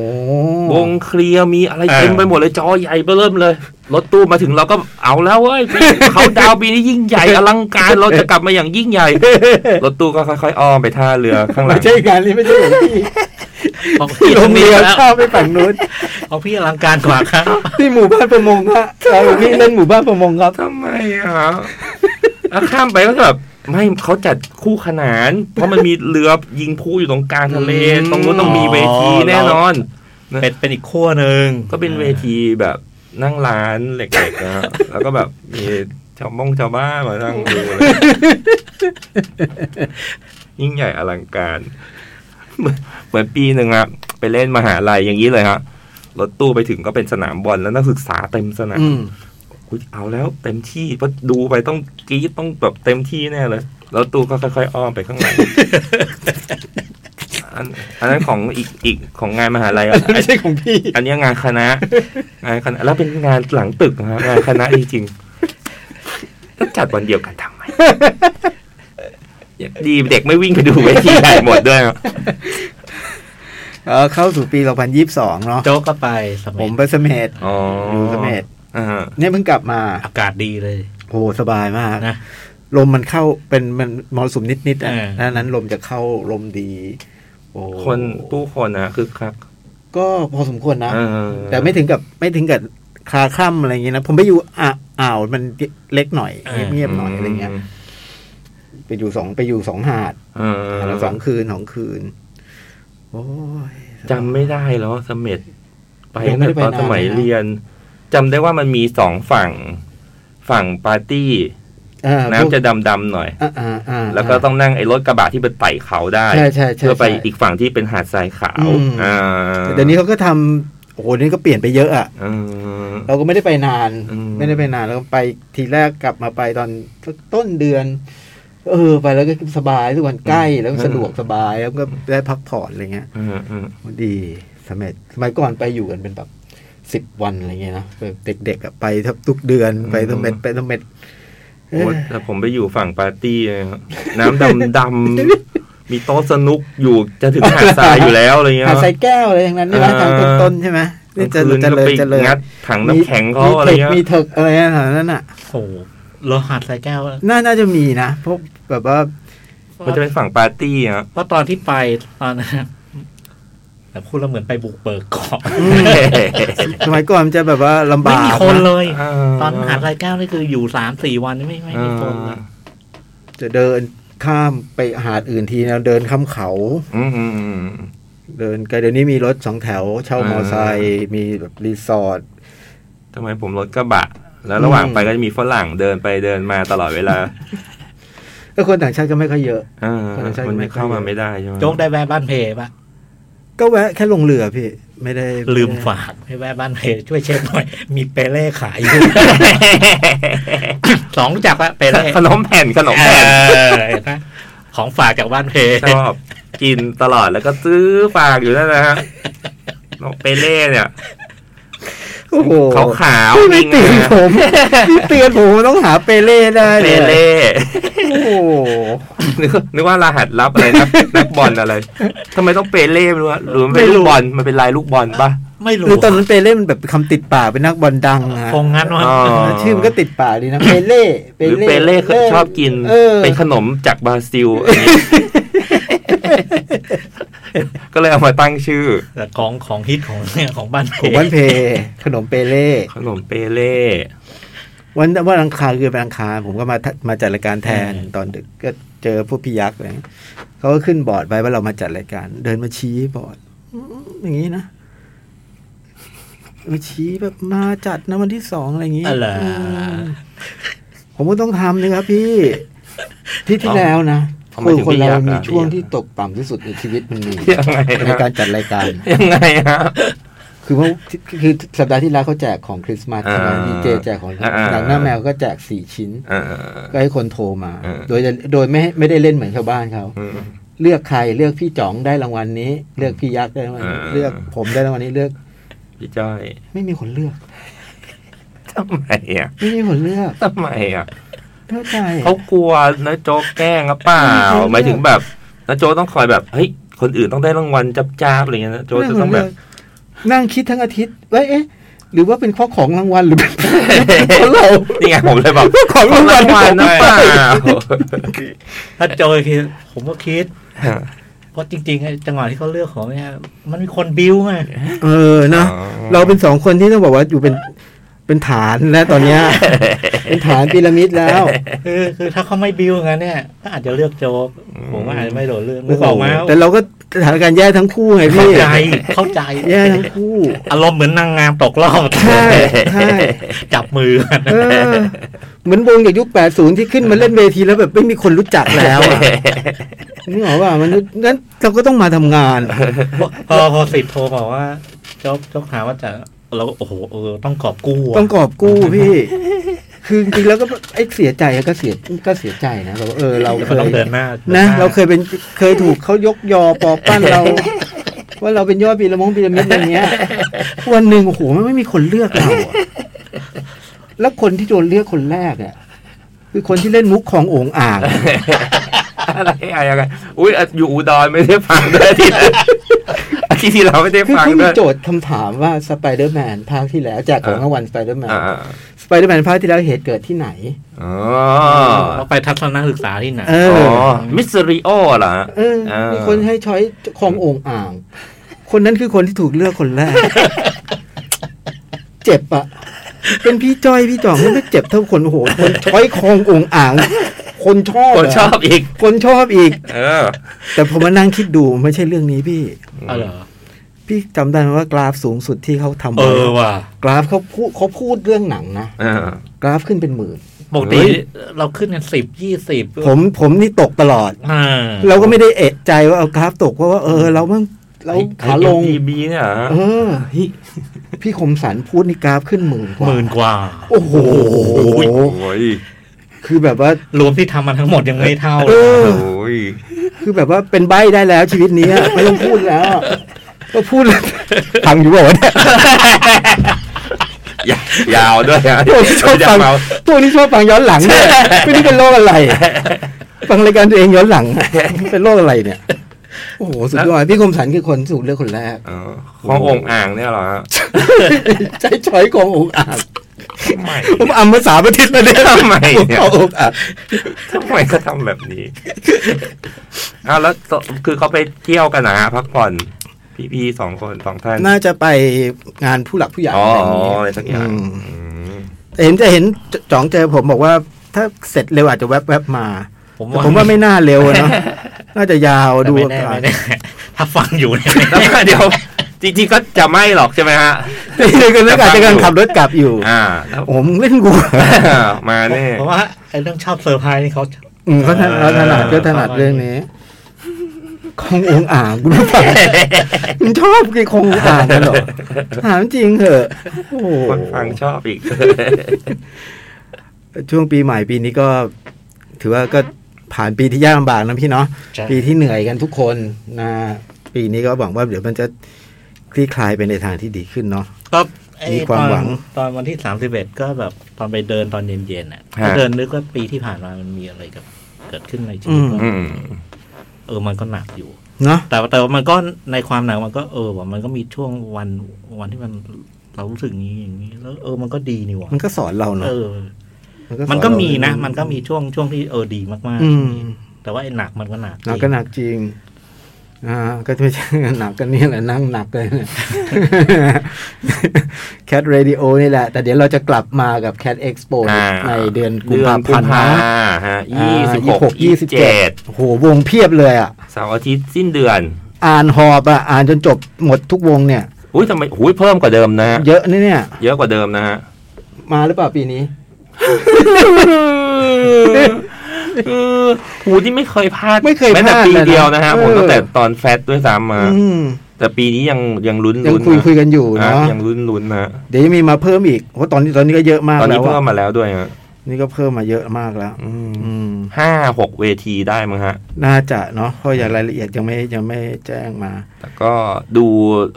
Speaker 3: วงเคลียร์มีอะไร
Speaker 4: เออ
Speaker 3: เต็มไปหมดเลยจอใหญ่เบ้อเริ่มเลย รถตู้มาถึงเราก็เอาแล้วเว้ยเขาดาวน์ปีนี้ยิ่งใหญ่อลังการเราจะกลับมาอย่างยิ่งใหญ่ รถตู้ก็ค่อยๆอ้อมไปท่าเรือข้างหลั
Speaker 4: ไม่
Speaker 3: ง
Speaker 4: ใช่งานนี้ไม่ใช่ของพี่
Speaker 2: ของ
Speaker 4: ล
Speaker 2: พี่ต้อง งมี
Speaker 4: เรือ
Speaker 2: แล้ว
Speaker 4: ข้ามไปฝั่งนู้น
Speaker 2: ของพี่อลังการกว่าครับ
Speaker 4: ที่หมู่บ้านประมงฮะเราพี่เล่นหมู่บ้านประมงครับ
Speaker 3: ทำไมอ่ะแล้วข้ามไปก็แบบไม่เขาจัดคู่ขนาน เพราะมันมีเรือยิงพูอยู่ตรงกลางทะเล
Speaker 4: อืม
Speaker 3: ตรงนู้นต้องมีเวที
Speaker 2: อ๋อ
Speaker 3: แน่นอน
Speaker 2: เป็นเป็นอีกขั้วหนึ่ง
Speaker 3: ก็เป็นเวทีแบบนั่งร้านเหล็กๆนะฮะ แล้วก็แบบมีชาวมงชาวบ้านมานั่งดูเลยยิ่งใหญ่อลังการ [laughs] เหมือนเหมือนปีหนึ่งอะไปเล่นมหาลัยอย่างนี้เลยฮะรถตู้ไปถึงก็เป็นสนามบอลแล้วนักศึกษาเต็มสนาม
Speaker 4: อืม
Speaker 3: อุ๊ยเอาแล้วเต็มที่เพราะดูไปต้องกรี๊ดต้องแบบเต็มที่แน่เลย แล้วตู้ก็ค่อยๆอ้อมไปข้างหลังอันอันนั้นของอีกอีกของงานมหาลัยอะ
Speaker 4: ไม่ใช่ของพี่
Speaker 3: อันเนี้ยงานค
Speaker 4: [laughs]
Speaker 3: ณะงานคณะ แล้วเป็นงานหลังตึกนะฮะงานคณะจริงๆแล้วจัดวันเดียวกัน
Speaker 4: [laughs]
Speaker 3: ทำไมดีเด็กไม่วิ่งไปดูเวทีใหญ่หมดด้วยอะ
Speaker 4: เออเข้าสู่ปี 2022 เนาะ
Speaker 2: โจ๊กก็ไปส
Speaker 4: ผ
Speaker 2: มัย
Speaker 4: มไปเสเมด
Speaker 3: อ๋อ
Speaker 4: อยู่เสเมด
Speaker 3: อ่าฮะ
Speaker 4: เนี่ยเพิ่งกลับมา
Speaker 2: อากาศดีเลย
Speaker 4: โอ้โหสบายมาก
Speaker 2: นะ
Speaker 4: ลมมันเข้าเป็นมันมรสุมนิดๆอ่ะ
Speaker 2: เออ
Speaker 4: ดังนั้นลมจะเข้าลมดี โอ้
Speaker 3: คนผู้คนนะคือคัก
Speaker 4: ก็พอสมควรนะ
Speaker 3: เออ
Speaker 4: แต่ไม่ถึงกับไม่ถึงกับคลาคล่ำอะไรอย่างงี้นะ ผมไปอยู่อ่ะอ่าวมันเล็กหน่อย
Speaker 2: เออ
Speaker 4: เงียบๆหน่อยอะไรเงี้ย ไปอยู่สองไปอยู่สองหาด
Speaker 3: เออ
Speaker 4: แล้วสองคืนสองคืน โอ้ย
Speaker 3: จำไม่ได้แล้วเสม็ดไป
Speaker 4: ยังไม่
Speaker 3: ตั้งแต่ต
Speaker 4: ได้ไป
Speaker 3: อน
Speaker 4: นาน
Speaker 3: สมัย
Speaker 4: เลยนะ
Speaker 3: เรียนจำได้ว่ามันมีสองฝั่ง ฝั่งปาร์ตี้
Speaker 4: อ่าพวก
Speaker 3: น้ำจะดำดำๆหน่อย
Speaker 4: อ่าอ่าอ่า
Speaker 3: แล้วก็ต้องนั่งไอ้รถกระบะที่เป็นไต่เขาได้
Speaker 4: ใช่ใช่ใช่
Speaker 3: เพื่อไป
Speaker 4: ใช่
Speaker 3: อีกฝั่งที่เป็นหาดทรายขาว
Speaker 4: อืม
Speaker 3: อ่า
Speaker 4: แต่เดี๋ยวนี้เขาก็ทำโอ้โหนี่ก็เปลี่ยนไปเยอะอะ
Speaker 3: เออ
Speaker 4: เราก็ไม่ได้ไปนาน
Speaker 3: อืม
Speaker 4: ไม่ได้ไปนานแล้วก็ไปทีแรกกลับมาไปตอนต้นเดือน เออ ไปแล้วก็สบายทุกวันใกล้แล้วก็สะดวกสบายแล้วก็ได้พักผ่อนอะไรเงี้ย
Speaker 3: เออเออ
Speaker 4: ดีสมัยสมัยก่อนไปอยู่กันเป็นแบบสิบวันอะไรเงี้ยนะแบบเด็กๆอะไปทับทุกเดือนไปต้องเม็ดไปต้องเม็ด
Speaker 3: โอ้แต่ผมไปอยู่ฝั่งปาร์ตี้นะครับน้ำดำดำๆมีโต๊ะสนุกอยู่จะถึงหาดทรายอยู่แล้วอะไรเงี้ย
Speaker 4: หาดทรายแก้วอะไรอย่างนั้นนี่นะทางต้นๆใช่ไหมนี่เจะ
Speaker 3: กลางคืนก็ไป
Speaker 4: เจริญเจริญ
Speaker 3: งัดถังน้ำแข็งเขาอะไรเงี้ย
Speaker 4: มีเถิกอะไรอย่างนั้นอ่ะ
Speaker 2: โอ้โหโลหะใส่แก้วอะ
Speaker 4: น่าน่าจะมีนะเพวกแบบว่า
Speaker 3: มันจะเป็นฝั่งปาร์ตี้อะ
Speaker 2: เพราะตอนที่ไปตอนนั้น [laughs] แต่พูดแล้วเหมือนไปบุกเบิกเกาะ
Speaker 4: สมัยก่อนมันจะแบบว่าลำบาก
Speaker 2: ไม่มีคนเลย
Speaker 3: า
Speaker 2: ตอนหาดไรแก้วนี่คืออยู่สามสี่วันนี่ไม่ไม่มีคนเลย
Speaker 4: จะเดินข้ามไปหาดอื่นทีนะเดินข้ามเขา
Speaker 3: อืมอืมอืม
Speaker 4: เดินไกลเดี๋ยวนี้มีรถสองแถว เช่ามอไซค์มีแบบรีสอร์ท
Speaker 3: ทำไมผมรถกระบะ แล้วระหว่าง
Speaker 4: อืม
Speaker 3: ไปก็จะมีฝรั่งเดินไปเดินมาตลอดเวลา
Speaker 4: ก็คนต่างชาติก็ไม่ค่อยเยอะ
Speaker 3: เออ
Speaker 4: คนใช้
Speaker 3: มัน
Speaker 4: ไม่ค่อย
Speaker 3: เข้ามาไม่ได้ใช่ไหม
Speaker 2: โจ๊ก
Speaker 3: [laughs]
Speaker 2: ได้แวะบ้านเพปะ
Speaker 4: ก็แวะแค่ลงเรือพี่ ไม่ได้
Speaker 2: ลืมฝากให้แวะบ้านเพช่วยเช็คหน่อย มีเปเล่ขายอยู่ [laughs] สองรู้จักปะเปเล่
Speaker 3: ขนมแผ่นขนมแผ่น
Speaker 2: เออเห็นปะของฝากจากบ้านเพ
Speaker 3: ชอบกินตลอดแล้วก็ซื้อฝากอยู่นั่นนะฮะน้องเปเล่เนี่ย
Speaker 4: โอ้โห
Speaker 3: ขาวขาว
Speaker 4: พี่ไม่
Speaker 3: ง
Speaker 4: เตือนผมพี่เตือนผมต้องหาเปเล่ได้
Speaker 3: เป
Speaker 4: ย
Speaker 3: เล่ [laughs]
Speaker 4: โอ้โห
Speaker 3: นึกว่านึกว่ารหัสลับอะไรนักนักบอลอะไรทำไมต้องเปเล่ไม่รู้อะหรือมันเป็นลูกบอลมันเป็นลายลูกบอลปะ
Speaker 2: ไม่
Speaker 4: หรื
Speaker 2: รู้
Speaker 4: อตอนนั้นเปเล่มันแบบคำติดปากเป็นนักบอลดังอะ
Speaker 2: คงงั้นว่า
Speaker 3: อ๋อ
Speaker 4: ชื่อมันก็ติดปากดีนะเปเล่
Speaker 3: หรือเปเล่เคยชอบกิน
Speaker 4: ออ
Speaker 3: เป็นขนมจากบราซิลอันนี้ [laughs] ก็เลยเอามาตั้งชื่อ
Speaker 2: แต่ของของฮิตของเนี่ยของบ้านเพ
Speaker 4: ผมวันเพขนมเปเล่
Speaker 3: ขนมเปเล่
Speaker 4: วันวันอังคารคือเป็นอังคารผมก็มาทมาจัดรายการแทนตอนดึกก็เจอพวกพี่ยักษ์อะไรเงี้ยเขาก็ขึ้นบอร์ดไว้ว่าเรามาจัดรายการ เดินมาชี้บอร์ดอื้ออย่างนี้นะมาชี้แบบมาจัดนะวันที่สองอะไรอย่างนี้
Speaker 2: อะไร
Speaker 4: มผมก็ต้องทำนะครับพี่ที่ที่แล้วนะ
Speaker 3: ทำไม
Speaker 4: คือ
Speaker 3: ถึง
Speaker 4: คน
Speaker 3: ไม่อยา
Speaker 4: เรา
Speaker 3: ก
Speaker 4: มี
Speaker 3: อ่ะ
Speaker 4: ช่วงที่ตกต่ำที่สุดในชีวิตมันมี
Speaker 3: ยังไง
Speaker 4: ใน
Speaker 3: ฮะ
Speaker 4: การจัดรายการ
Speaker 3: ยังไงฮะ
Speaker 4: คือว่าคือสัปดาห์ที่แล้วเขาแจกของคริสต์มาสใช่ไหม
Speaker 3: อ่า
Speaker 4: ดีเจแจกของ
Speaker 3: อ่า
Speaker 4: หนังหน้าแมวก็แจกสี่ชิ้น
Speaker 3: อ่า
Speaker 4: ก็ให้คนโทรมา
Speaker 3: เออ
Speaker 4: โดยจะโดยไม่ให้ไม่ได้เล่นเหมือนชาวบ้านเขา
Speaker 3: อืม
Speaker 4: เลือกใครเลือกพี่จ๋องได้รางวัลนี้ เลือกพี่ยักษ์ได้รางวัลนี้
Speaker 3: เออ
Speaker 4: เลือกผมได้รางวัลนี้เลือก
Speaker 3: พี่จ้อย
Speaker 4: ไม่มีคนเลือก
Speaker 3: ทำไมอ่ะ
Speaker 4: ไม่มีคนเลือก
Speaker 3: ทำไมอ่ะ
Speaker 4: เท่าใจ
Speaker 3: เขากลัวนะโจ๊กแกล้งหรือเปล่าหมายถึงแบบนะโจ๊กต้องคอยแบบเฮ้ยคนอื่นต้องได้รางวัลจับจ้าบอะไรเงี้ยนะโจ๊กจะต้องแบบ
Speaker 4: [laughs] นั่งคิดทั้งอาทิตย์ว่าเอ๊ะ หรือว่าเป็นเพราะของรางวัลหรือ
Speaker 3: [laughs]
Speaker 4: เป็นเพราะเรา
Speaker 3: นี่ไงผมเลยบอก
Speaker 4: ของรางวัล
Speaker 3: หรือเปล่า
Speaker 2: ถ้าโจยคือผมก็คิด เพราะจริงๆไอ้จังหวะที่เขาเลือกของเนี่ยมันมีคนบิ้วไง
Speaker 4: เออเนอะเราเป็นสองคนที่ต้องบอกว่าอยู่เป็นเป็นฐานแล้วตอนเนี้ย
Speaker 3: [laughs]
Speaker 4: เป็นฐานพีระมิดแล้ว
Speaker 2: คือคือถ้าเขาไม่บิ้วงั้นเนี่ยก็อาจจะเลือกโจกผมว่าอาจจะไม่โดนเลือกนึ
Speaker 4: โอ้
Speaker 2: ก
Speaker 4: โห
Speaker 2: ออกไหม
Speaker 4: แต่เราก็สถานการณ์แย่ทั้งคู่ไง
Speaker 2: เข้า
Speaker 4: พี่
Speaker 2: ใจเข้าใจ
Speaker 4: แย่ทั้ง
Speaker 3: [laughs]
Speaker 4: คู่
Speaker 2: อารมณ์เหมือนนางงามตกรอบ
Speaker 4: ใช่ใช่
Speaker 2: [laughs] จับมือกัน
Speaker 4: เออเหมือนวงอย่างยุค 80 ที่ขึ้นมาเล่นเวทีแล้วแบบไม่มีคนรู้จักแล้วอะนึกออกว่ามันนั้นเราก็ต้องมาทำงาน
Speaker 2: พอพอสิทธิ์โทรบอกว่าโจ๊กโจ๊กถามว่าจะเราก็โอ้โหเออต้องกอบกู้อะ
Speaker 4: ต้องกอบกู้พี่ คือจริงๆแล้วก็ไอ้เสียใจก็เสียก็เสียใจนะแบบว่าเออเราเค
Speaker 2: ก็ต้อง
Speaker 4: ย
Speaker 2: เดินหน้าดิ
Speaker 4: นะ
Speaker 2: ห
Speaker 4: เราเคยเป็นเคยถูกเขายกยอปอปั้นเรา ว่าเราเป็นยอดปีละมงปีละมิดอะไรเงี้ยวันหนึ่งโอ้โหมันไม่มีคนเลือกเราอะแล้วคนที่โดนเลือกคนแรกอ่ะคือคนที่เล่นมุกของโองอ่าง
Speaker 3: [laughs] อะไรอะไรอะไรอุ้ยอยู่อุดรไม่ได้ฟังด้วย [laughs] อาทิตย์อาทิตย์ที่เราไม่ได้
Speaker 4: คือ
Speaker 3: ฟัง
Speaker 4: เขา
Speaker 3: ด้
Speaker 4: มี
Speaker 3: วย
Speaker 4: โจทย์คำถามว่าสไปเดอร์แมนภาคที่แล้วแจกของรางวัลสไปเดอร์แมน
Speaker 3: อ่าอ่า
Speaker 4: สไปเดอร์แมนภาคที่แล้วเหตุเกิดที่ไหน
Speaker 3: อ๋อ
Speaker 2: เราไปทัศนศึกษาที่ไหน
Speaker 4: เอ
Speaker 3: อ๋
Speaker 4: อ
Speaker 3: อมิสริโอเหรอฮะ
Speaker 4: เออ
Speaker 3: อ่ามี
Speaker 4: มีคนให้ช้อยคลองโอ่งอ่าง คนนั้นคือคนที่ถูกเลือกคนแร
Speaker 3: [laughs]
Speaker 4: ก เจ็บอะเป็นพี่จ้อยพี่จ่องมันไม่เจ็บเท่าคนโอ้โหคนช้อยคลองโอ่งอ่าง คนชอบ
Speaker 3: คน
Speaker 4: อะ
Speaker 3: ชอบอีก
Speaker 4: คนชอบอีก
Speaker 3: เออ
Speaker 4: แต่ผมมานั่งคิดดูไม่ใช่เรื่องนี้พี่
Speaker 2: อ๋อเหรอ
Speaker 4: พี่จำได้ไหมว่ากราฟสูงสุดที่เขาทำ
Speaker 2: เอ
Speaker 4: ไว้
Speaker 2: อว่ะ
Speaker 4: กราฟเขาพูดเขาพูดเรื่องหนังนะ
Speaker 3: เออ
Speaker 4: กราฟขึ้นเป็นหมื่น
Speaker 2: ปกติ
Speaker 3: เฮ้ย
Speaker 2: เราขึ้นกันสิบยี่สิบ
Speaker 4: ผมผมนี่ตกตลอด
Speaker 2: อ่า
Speaker 4: เราก็ไม่ได้เอะใจว่าเอากราฟตกเพราะว่าเออ เรามั่งเราขาลง
Speaker 3: ดีบีเนี่ยเหรอ
Speaker 4: เออ พี่คมสันพูดนี่กราฟขึ้นหมื่นกว่า
Speaker 2: หมื่นกว่า
Speaker 4: โอ้โห
Speaker 3: โอ้ย
Speaker 4: คือแบบว่า
Speaker 2: รวมที่ทำมาทั้งหมดยังไม่เท่าเล
Speaker 4: เอย อ
Speaker 3: โอ้ย
Speaker 4: คือแบบว่าเป็นใบได้แล้วชีวิตนี้อะไม่ต้องพูดแล้วอะก็พูดแล้วฟังอยู่บ่าวะเนี่ย
Speaker 3: ยาวยาวด้วยฮะ
Speaker 4: พวกนี้ชอบฟัง
Speaker 3: ยาว
Speaker 4: พวกนี้ชอบฟังย้อนหลังเนี่ยไม่รู้เป็นโรคอะไร ฟังรายการตัวเองย้อนหลัง เป็นโรคอะไรเนี่ย โอ้โหสุดยอดพี่คมสันคือคนสูงเลือกคนแรก
Speaker 3: อ๋อขององค์อ่างเนี่ยเหรอฮะ
Speaker 4: ใช้ช้อยกององค์อาจ
Speaker 3: ไม่
Speaker 4: ผมอำมาสามอาทิตย์แล้วเนี่ย
Speaker 3: ทำไมเนี่ย
Speaker 4: เอาองค์อาจ
Speaker 3: ทำไมเขาทำแบบนี้อ้าวแล้วตคือเขาไปเที่ยวกันนะฮะพักผ่อน พี่พีสองคนสองท่าน
Speaker 4: น่าจะไปงานผู้หลักผู้ใหญ่
Speaker 3: อ๋อ
Speaker 4: อะไรอย่างเงี้ย
Speaker 3: อะไรสักอย่าง
Speaker 4: อืม
Speaker 3: อืม
Speaker 4: เห็นจะเห็นจ๋องเจอผมบอกว่า ถ้าเสร็จเร็วอาจจะแวบๆมา
Speaker 2: ผม
Speaker 4: แต่
Speaker 2: ว่า
Speaker 4: ผมว่าไม่น่าเร็วอะเนาะ น่าจะยาว
Speaker 2: แต่
Speaker 4: ดู
Speaker 2: ไม่
Speaker 4: อากาศ
Speaker 2: แน่ไม่แน่ [laughs] ถ้าฟังอยู่เนี่ย
Speaker 3: แล้วก็เดี๋ยว จริงๆก็จะไม่หรอกใช่ไหมฮะ
Speaker 4: เดี๋ยวกันแล้วอาจจะกำลังขับรถกลับอยู่
Speaker 3: อ่าแล้ว [laughs]
Speaker 4: ผมงเล่นกู
Speaker 3: มาแน่
Speaker 2: ผมว่าไอ้เรื่องชอบเซอร์ไพรส์นี่เขา
Speaker 4: อืมเขาถนัดเขาถนัดก็ถนัด
Speaker 2: เออ
Speaker 4: เรื่องนี้คงองอ่างคุณ
Speaker 3: [laughs]
Speaker 4: ผู้ฟังมันชอบกี่คงองอ่างกันเหรอถามจริงเถอะโอ้โห
Speaker 3: คนฟังชอบอีก [laughs]
Speaker 4: ช่วงปีใหม่ปีนี้ก็ ถือว่าก็ผ่านปีที่ยากลำบากนะพี่เนาะ
Speaker 2: ใช่
Speaker 4: ปีที่เหนื่อยกันทุกคนนะปีนี้ก็หวังว่าเดี๋ยวมันจะคลี่คลายไปในทางที่ดีขึ้นเนาะ
Speaker 2: ก็ไอ้
Speaker 4: มีความ
Speaker 2: ตอน
Speaker 4: หวัง
Speaker 2: ตอนวันที่สามสิบเอ็ดก็แบบตอนไปเดินตอนเย็นๆอ่ะ
Speaker 3: ฮะ
Speaker 2: ก็เดินนึกว่าปีที่ผ่านมามันมีอะไรกับ เกิดขึ้นในชีวิตว่า
Speaker 3: อืม
Speaker 2: เออมันก็หนักอยู่
Speaker 4: เนาะ
Speaker 2: แต่ว่าแต่ว่ามันก็ในความหนักมันก็เออว่ามันก็มีช่วงวันวันที่มันเรารู้สึกอย่างนี้อย่างนี้แล้วเออมันก็ดีนี่หว่า
Speaker 4: มันก็สอนเราเนาะ
Speaker 2: เออ
Speaker 4: สอ
Speaker 2: มัน
Speaker 4: เรา
Speaker 2: ก็มีนะ มันก็มีช่วงช่วงที่เออดีมาก
Speaker 4: อืม
Speaker 2: ๆ แต่ว่าไอ้หนักมันก็หนัก
Speaker 4: หนักก็หนักจริง อ่า ก็ไม่ใช่หนักก็นี่แหละนั่งหนักเลยเนี่ย [laughs] แคทเรดิโอนี่แหละ แต่เดี๋ยวเราจะกลับมากับ Cat Expo
Speaker 3: อ่า
Speaker 4: ในเดือนกุมภาพันธ์
Speaker 3: เดือกุม
Speaker 4: นะ
Speaker 3: ภาฮะยี่สิบหกยี่
Speaker 4: ยี่
Speaker 3: สิ
Speaker 4: สิ
Speaker 3: บบ เจ็
Speaker 4: เจ็
Speaker 3: ด
Speaker 4: ดโหวงเพียบเลยอ่ะ
Speaker 3: เสาร์อาทิตย์สิ้นเดือน
Speaker 4: อ่านหอบอ่ะ อ่านจนจบหมดทุกวงเนี่ย
Speaker 3: อุ้ยทำไมอุ้ยเพิ่มกว่าเดิมนะฮะ
Speaker 4: เยอะนะเนี่ย
Speaker 3: เยอะกว่าเดิมนะฮะ
Speaker 4: มาหรือเปล่าปีนี้
Speaker 3: เออหูที่ไม่เคยพลาด
Speaker 4: ไม่เคย
Speaker 3: แม้แต่
Speaker 4: พลาด
Speaker 3: ปี
Speaker 4: เลยนะ
Speaker 3: เดียวนะฮะ ผม
Speaker 4: เออ
Speaker 3: ตั้งแต่ตอนแฟตด้วยซ้ำมา
Speaker 4: อืม
Speaker 3: แต่ปีนี้ยังยังลุ้น
Speaker 4: ยัง
Speaker 3: ลุ้น
Speaker 4: คุยคุยกันอยู่
Speaker 3: นะ
Speaker 4: เนาะ
Speaker 3: ยังลุ้นลุ้นๆนะ
Speaker 4: เดี๋ยวจะมีมาเพิ่มอีกเพราะตอนนี้ตอนนี้ก็เยอะมาก
Speaker 3: ตอน
Speaker 4: แล้
Speaker 3: นี้
Speaker 4: ว
Speaker 3: เพิ่ม
Speaker 4: อะ
Speaker 3: มาแล้วด้วยฮะ
Speaker 4: นี่ก็เพิ่มมาเยอะมากแล้ว
Speaker 3: อืม
Speaker 4: อืม
Speaker 3: ห้าหกเวทีได้มั้งฮะ
Speaker 4: น่าจะเนาะเพราะอย่างรายละเอียดยังไม่ยังไม่แจ้งมา
Speaker 3: แต่ก็ดู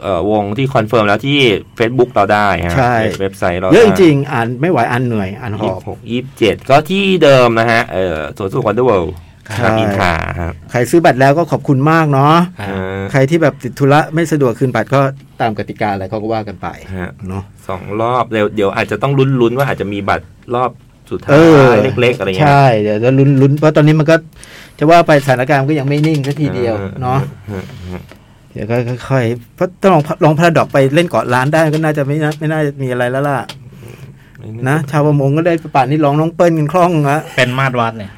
Speaker 3: เอ่อวงที่คอนเฟิร์มแล้วที่ Facebook เราได้ฮะ
Speaker 4: ใช่
Speaker 3: เว็บไซต์เรา
Speaker 4: เยอะจริงๆอ่านไม่ไหวอ่านเหนื่อยอ่านห
Speaker 3: ยี่
Speaker 4: อ
Speaker 3: สิ
Speaker 4: บ
Speaker 3: บหกยี่สิบเจ็ดก็ที่เดิมนะฮะเออสวนสุขวันเดอร์เวิลด์
Speaker 2: ครับ
Speaker 3: รามอินทราครับ
Speaker 4: ใครซื้อบัตรแล้วก็ขอบคุณมากเนาะ
Speaker 2: ครั
Speaker 3: เอบ อ
Speaker 4: ใครที่แบบติดธุระไม่สะดวกคืนบัตรก็ตามกติกาอะไรเขาก็ว่ากันไป
Speaker 3: ฮะ
Speaker 4: เนาะ
Speaker 3: สองรอบเดี๋ยวเดี๋ยวอาจจะต้องลุ้นๆว่าอาจจะมีบัตรรอบสุดท้า
Speaker 4: เอยอ
Speaker 3: เล็กๆ อะไรเงี้ย
Speaker 4: ใช่เดี๋ยวจะลุ้นลุ้นเพราะตอนนี้มันก็จะว่าไปสถานการณ์ก็ยังไม่นิ่งสักทีเดียวเนาะ
Speaker 3: ออเออ
Speaker 4: เดี๋ยวก็ค่อยๆเพราะถ้าลองลองพาราดอกไปเล่นเกาะล้านได้ก็น่าจะไม่น่าไม่น่าจะมีอะไรแล้วล่ะ
Speaker 3: เออ
Speaker 4: นะชาวประมงก็ได้ป่านนี้ร้องน้องเปิ้ลกันคล่องละ
Speaker 2: เป็นมาตรวัด
Speaker 4: [laughs]
Speaker 2: เนี่ย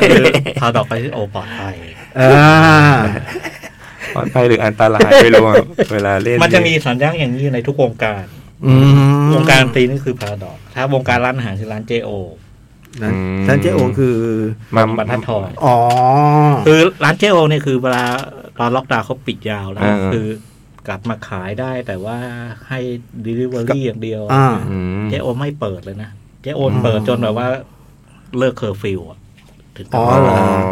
Speaker 2: คือพาดอกไปที่โอปอดไป
Speaker 4: อ่า
Speaker 3: ปลอดภัยหรืออันตรายไม่รู้อะเวลาเล่น
Speaker 2: มันจะมีสัญญาณอย่างนี้ในทุกวงการ
Speaker 4: อืม
Speaker 2: วงการดนตรีนี่คือพาดอก ถ้าวงการร้านอาหารคือร้านเจโอ
Speaker 4: นั้นนั่นเจโอคือ
Speaker 3: มา
Speaker 2: บรรทัดทอง
Speaker 4: อ๋อ
Speaker 2: คือร้านเจโอเนี่ยคือเวลาตอนล็อกดาวน์เขาปิดยาวแล้ว คือกลับมาขายได้แต่ว่าให้ delivery อย่างเดียว
Speaker 4: อ่า
Speaker 3: อืม
Speaker 2: เจโอไม่เปิดเลยนะเจโอเปิดจนแบบว่าเลิกเคอร์ฟิวอะถึงกลับ
Speaker 4: อ๋อ
Speaker 2: มา
Speaker 4: เหรอ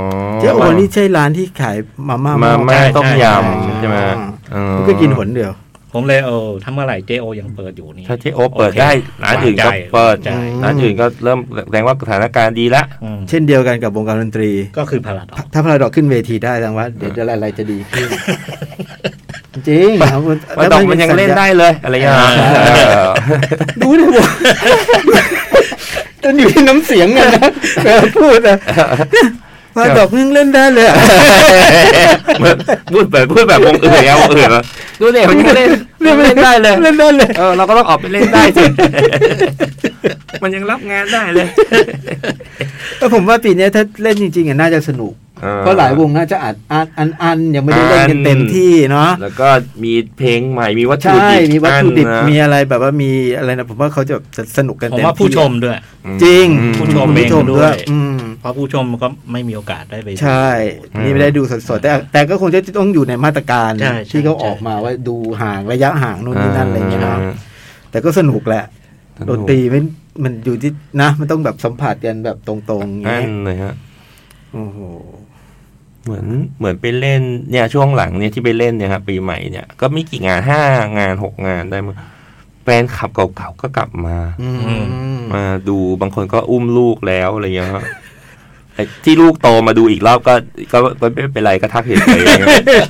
Speaker 4: เจโอนี่ใช่ร้านที่ขายมาม่า
Speaker 3: มา
Speaker 4: ห
Speaker 3: ม่า
Speaker 2: ใช่
Speaker 3: ต้มย
Speaker 2: ใช่
Speaker 3: ำใช่ไหม
Speaker 4: อ่า
Speaker 3: อ๋อ
Speaker 4: ผมก็กินหนเดียว
Speaker 2: ผมเลยเออถ้าเมื่อไหร่เจโอยังเปิดอยู่นี่
Speaker 3: ถ้าที่โอเปิดได้ร้านอื่นก็
Speaker 2: ใจ
Speaker 3: เปิด
Speaker 2: ใจ
Speaker 3: ร้านอื่นก็เริ่มแสดงว่าสถานการณ์ดีละ
Speaker 2: อืม
Speaker 4: เช่นเดียวกันกับวงการดนตรี
Speaker 2: ก็คือพาราดอก
Speaker 4: ถ้าพาราดอกขึ้นเวทีได้แสดงว่า เดี๋ยวจะอะไรๆจะดีขึ้น จริงเอา
Speaker 3: ว่าดอกมันยังเล่นได้เลยอะไรอย่างเงี้ย
Speaker 2: ใช่
Speaker 3: เออ
Speaker 4: ดู [laughs] ดิวะจนอยู่ที่น้ำเสียงไงนะเวลาพูดอะพาราดอกยังเล่นได้เลยอะ
Speaker 3: เหมือนพูดแบบพูดแบบวงอื่นเอาวงอื่นมาดูเนี่ยมันยังเล่นยังเล่นได้เลย
Speaker 4: เล่นได้เลย
Speaker 3: เออเราก็ต้องออกไปเล่นได้สิมันยังรับงานได้เลย
Speaker 4: ก็ผมว่าปีเนี้ยถ้าเล่นจริงๆอะน่าจะสนุก เพราะหลายวงน่าจะอัดอันอันอันยังไม่ได้เล่นกันเต็มที่เนาะ
Speaker 3: แล้วก็มีเพลงใหม่มีวัตถุ
Speaker 4: ใช่
Speaker 3: ดิบ
Speaker 4: มีวัตถุดิบ
Speaker 3: อันนะ
Speaker 4: มีอะไรแบบว่ามีอะไรนะ ผมว่าเขาจะแบบสนุกกัน
Speaker 2: ผม
Speaker 4: เต็ม
Speaker 2: ว่าผู้ชม
Speaker 4: ที่
Speaker 2: ด้วย
Speaker 4: จริง
Speaker 3: อื
Speaker 2: ผู้ชม เองด้วย
Speaker 4: อืม
Speaker 2: เพราะผู้ชมก็ไม่มีโอกาสได้ไป
Speaker 4: ใช่
Speaker 3: อืม
Speaker 4: นี่ไม่ได้ดูสดๆ แต่แต่ก็คงจะต้องอยู่ในมาตรการ
Speaker 2: ใช่ใช่
Speaker 4: ที่เขาออกมาว่าดูห่างระยะห่างนู่นนี่นั่นอะไรอย่างเงี้ยนะ
Speaker 3: อ่า
Speaker 4: แต่ก็สนุกแหละดนตรีมันมันอยู่ที่นะ มันต้องแบบสัมผัสกันแบบตรงๆอย่าง
Speaker 3: นั่น
Speaker 4: เงี้ย
Speaker 3: เลยฮะ
Speaker 4: โอ้โห
Speaker 3: เหมือนเหมือนไปเล่นเนี่ยช่วงหลังเนี่ยที่ไปเล่นเนี่ยฮะปีใหม่เนี่ยก็ไม่กี่งานห้างานหกงานได้มั้งแฟนขับเก่าๆก็กลับมา
Speaker 4: อืม
Speaker 3: มาดูบางคนก็อุ้มลูกแล้วอะไรเงี้ยฮะไอ้ที่ลูกโตมาดูอีกรอบก็ก็ก็ไม่เป็นไรก็ทักเห็นเลย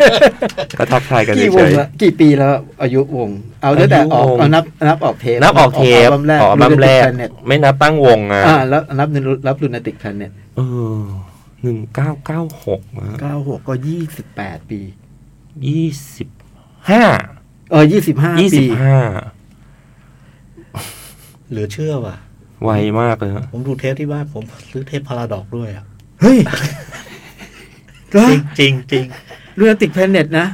Speaker 3: [laughs] ก็ทักทายกัน
Speaker 4: กี่ว
Speaker 3: เฉ
Speaker 4: ง
Speaker 3: ย
Speaker 4: ละกี่ปีแล้วอายุวง เอาตั้งแต่ออก
Speaker 3: อายุวง
Speaker 4: เอานับนับออกเทป
Speaker 3: ๆนับออกเทป
Speaker 4: อัลบั้มแรก
Speaker 3: ออกอัลบั้มแรก
Speaker 4: Lunatic Planet
Speaker 3: ไม่นับตั้งวงอ่ะ
Speaker 4: อ่าแล้วนับรับลูนาติกแพลเน็ต
Speaker 3: เออหนึ่งเก้าเก้าหก
Speaker 4: เก้าหกก็ยี่สิบแปดปี
Speaker 3: ยี่สิบห้า
Speaker 4: เออยี่สิบห้า
Speaker 3: ยี่สิ
Speaker 4: ปี
Speaker 3: บห้า
Speaker 2: หรือเชื่อว่ะ
Speaker 3: ไวมากเลยฮะ
Speaker 2: ผมดูเทปที่บ้านผมซื้อเทปพาราดอกด้วยอะ
Speaker 4: เฮ้ย
Speaker 2: จริงจริงจริง
Speaker 4: ลูนาติกแพลเน็ตนะ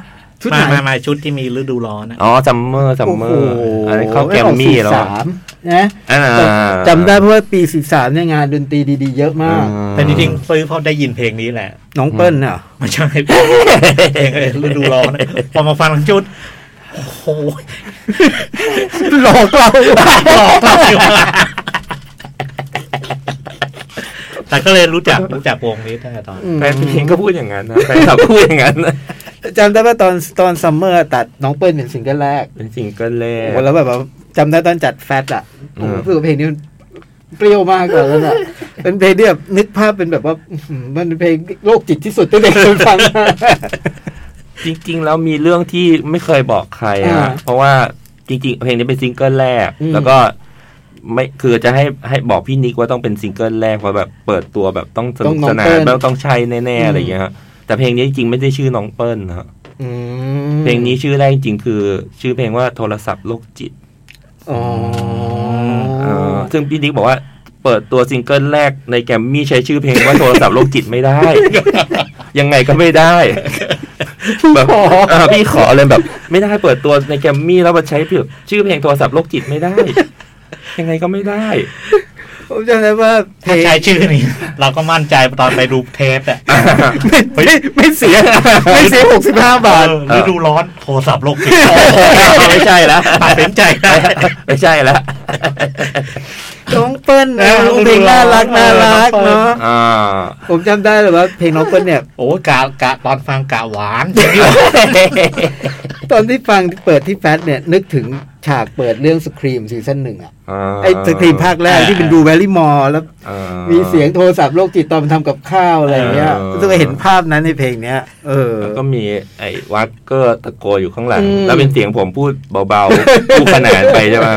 Speaker 4: ชุด
Speaker 2: มา
Speaker 4: ไหน
Speaker 2: มามาชุดที่มีฤดูร้อนอะ
Speaker 3: อ๋อซัมเมอร์ซัมเมอร์อันนี้เข้าแกมมี่แล้วอะ
Speaker 4: 43นะ
Speaker 3: อ่า
Speaker 4: จำได้เพราะว่าปี 13เนี่ยงานดนตรีดีๆ เยอะมาก
Speaker 3: อ่า
Speaker 2: แต่จริงๆซื้อเพราะได้ยินเพลงนี้แหละ
Speaker 4: น้องเปิ้ลน่ะ
Speaker 2: ไม่ใช่ เพลงเออฤดูร้อนอะพอมาฟังทั้งชุด โอ้โห
Speaker 4: หลอกเรา
Speaker 2: หลอกเราอยู่อะ [laughs] แต่ก็เลยรู้จักรู้จักวงนี้ตั้งแต่ตอน
Speaker 3: แฟนเพลงก็พูดอย่างนั้น [laughs] นะแฟนคลับพูดอย่างนั้นนะ
Speaker 4: จำได้ว่าตอนตอนซัมเมอร์ตัดน้องเปิ้ลเป็นซิงเกิลแรก
Speaker 3: เป็นสิ่งก็แรก
Speaker 4: โอ้แล้วแบบว่าจำได้ตอนจัดแฟตอ่ะ
Speaker 3: อื
Speaker 4: ผม
Speaker 3: ม
Speaker 4: รู้สึกว่าเพลงนี้มันเปรี้ยวมากเลย
Speaker 3: [laughs]
Speaker 4: แล้วน่ะ เป็นเพลงที่แบบนึกภาพเป็นแบบว่าอื้อหือมันเป็นเพลงโลกจิตที่สุดตั้งแต่เคยฟังมา
Speaker 3: จริง ๆ แล้วมีเรื่องที่ไม่เคยบอกใคร
Speaker 4: อ่า
Speaker 3: อะเพราะว่าจริง ๆ เพลงนี้เป็นซิงเกิลแรก
Speaker 4: อืม
Speaker 3: แล้วก็ไม่คือจะให้ให้บอกพี่นิกว่าต้องเป็นซิงเกิลแรกเพราะแบบเปิดตัวแบบต้องสนุกสนานแล้วต้องใช้แน่ๆอะไรอย่างเงี้ยฮะแต่เพลงนี้จริงๆไม่ได้ชื่อน้องเปิ้ลนะฮะ
Speaker 4: อืม
Speaker 3: เพลงนี้ชื่อแรกจริงๆคือ ชื่อเพลงว่าโทรศัพท์โลกจิต
Speaker 4: อ๋อ
Speaker 3: เออซึ่งพี่นิกบอกว่าเปิดตัวซิงเกิลแรกในแกรมมี่ใช้ชื่อเพลงว่า โทรศัพท์โลกจิตไม่
Speaker 4: [laughs]
Speaker 3: ได้ ยังไงก็ไม่ได้แบบเออพี่ขอเลยแบบ ไม่ได้เปิดตัวในแกรมมี่แล้วมาใช้ชื่อเพลงโทรศัพท์โลกจิตไม่ได้ ยังไงก็ไม่ได้
Speaker 4: ผมจำได้ว่าเพล
Speaker 2: ถ้าง ใช้ชื่อนี้ เราก็มั่นใจตอนไปดูเทปอะ
Speaker 3: [laughs]
Speaker 4: ไม่ไม่ไม่เสีย [laughs] ไม่เสียหกสิบห้าบาท
Speaker 2: เออฤดูร้อนโทรศัพท์โลกจิ [laughs] ต
Speaker 3: ไม่ใช่ละ
Speaker 2: ตัดสินใจได้
Speaker 3: ไม่ใช่ละ
Speaker 4: น้องเปิ้ลนะ
Speaker 2: เออ
Speaker 4: ร้องเพลงน่ารัก
Speaker 2: เอ
Speaker 4: น่า
Speaker 2: อน้อง
Speaker 4: รัก
Speaker 2: เปิ้ล
Speaker 4: เนาะ
Speaker 3: อ่า
Speaker 4: ผมจำได้เลยว่าเพลงน้องเปิ้ลเนี่ย
Speaker 2: โอ้กากะตอนฟังกะหวาน
Speaker 4: ตอนที่ฟังเปิดที่แฟชเนี่ย นึกถึงฉากเปิดเรื่องสครีมซีซั่นหนึ่งอะไอ้สครีมภาคแรก
Speaker 2: อ่า
Speaker 4: ที่เป็นดูแวลลี่มอลแล้ว
Speaker 3: อ่า
Speaker 4: มีเสียงโทรศัพท์โลกจิตตอนมันทำกับข้าวอะไรอย่างเงี้ย
Speaker 3: เออ
Speaker 4: รู้สึกว่าเห็นภาพนั้นในเพลงเนี้ย เออ
Speaker 3: แล้วก็มีไอ้วัดเก็ตะโกนอยู่ข้างหลัง
Speaker 4: อืม
Speaker 3: แล้วเป็นเสียงผมพูดเบาๆ คู่ขนานไปใช่ไหม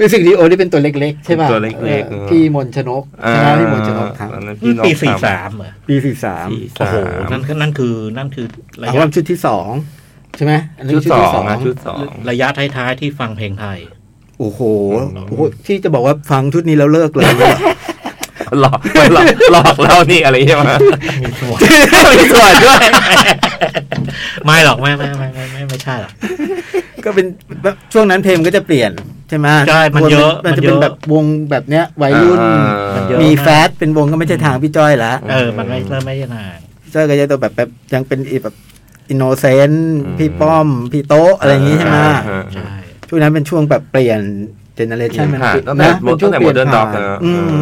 Speaker 4: รู้สึกดีโอนี่เป็นตัวเล็กๆ ใช่ป่ะ
Speaker 3: ตัวเล็กๆ
Speaker 4: ออ
Speaker 3: เออ
Speaker 4: พี่มนต์ชนกชนะพี่มนต์ชนกครับ
Speaker 3: ตอนนั้นพี่น้อง
Speaker 2: ปีสี่
Speaker 3: สา
Speaker 2: สาม มเหรอ
Speaker 4: ปีสี่สาม
Speaker 3: สี่
Speaker 2: โอ้
Speaker 3: สา
Speaker 2: โห
Speaker 3: ม
Speaker 2: นั่นคือนั่นคือนั่นคือระ
Speaker 4: อัล
Speaker 2: ยะ
Speaker 4: บั้มชุดที่สองใช่ไหมอันนี้
Speaker 3: ชุด
Speaker 4: ชุ
Speaker 3: ส
Speaker 4: ด
Speaker 3: อ
Speaker 4: ที่
Speaker 3: ง
Speaker 4: สอง
Speaker 3: นะชุดสอง
Speaker 2: ระยะท้ายๆที่ฟังเพลงไทย
Speaker 4: โอ้โห
Speaker 3: อืม
Speaker 4: โอ้โหที่จะบอกว่าฟังชุดนี้แล้วเลิกเลยเนี่ย
Speaker 3: หลอกไม่หลอกหลอกเรานี่อะไรใช่ไหม
Speaker 2: มีส่วน
Speaker 3: มีส่วนด้วย
Speaker 2: [laughs] ไม่หรอกไม่ไม่ไม่ไม่ไม่ไม่ใช่หรอก
Speaker 4: ก็เป็นแบบช่วงนั้นเพลงมันก็จะเปลี่ยนใช่ไหม
Speaker 2: ใช่มันเยอะ
Speaker 4: มันจะ
Speaker 2: มันเยอะ
Speaker 4: เป็นแบบวงแบบเนี้ยวัยรุ่น
Speaker 3: อ่า
Speaker 2: มันเยอะ
Speaker 4: มีแฟชเป็นวงก็ไม่ใช่ทางพี่จ้อยละ
Speaker 3: อื
Speaker 2: เออ มันไม่เริ่มไม่ยานาน
Speaker 4: พี่จ้อยก็จะตัวแบบแบบยังเป็นอีแบบอินโนเซนต์
Speaker 3: อืม
Speaker 4: พี่ป้อม พี่โต๊ะอะไรอย่างงี้ใช่ไหม
Speaker 3: อ่า
Speaker 2: ใช่
Speaker 4: ช่วงนั้นเป็นช่วงแบบเปลี่ยนเจเนเรชันมัน
Speaker 3: ผ่านตั้งแต่
Speaker 4: นะ
Speaker 3: โม
Speaker 4: เป็นช่
Speaker 3: ตั้
Speaker 4: ว
Speaker 3: ง
Speaker 4: ง
Speaker 3: แต่
Speaker 4: เป
Speaker 3: โม
Speaker 4: ลี่ยน
Speaker 3: เดิร์นด็อก
Speaker 4: ผ่านอืม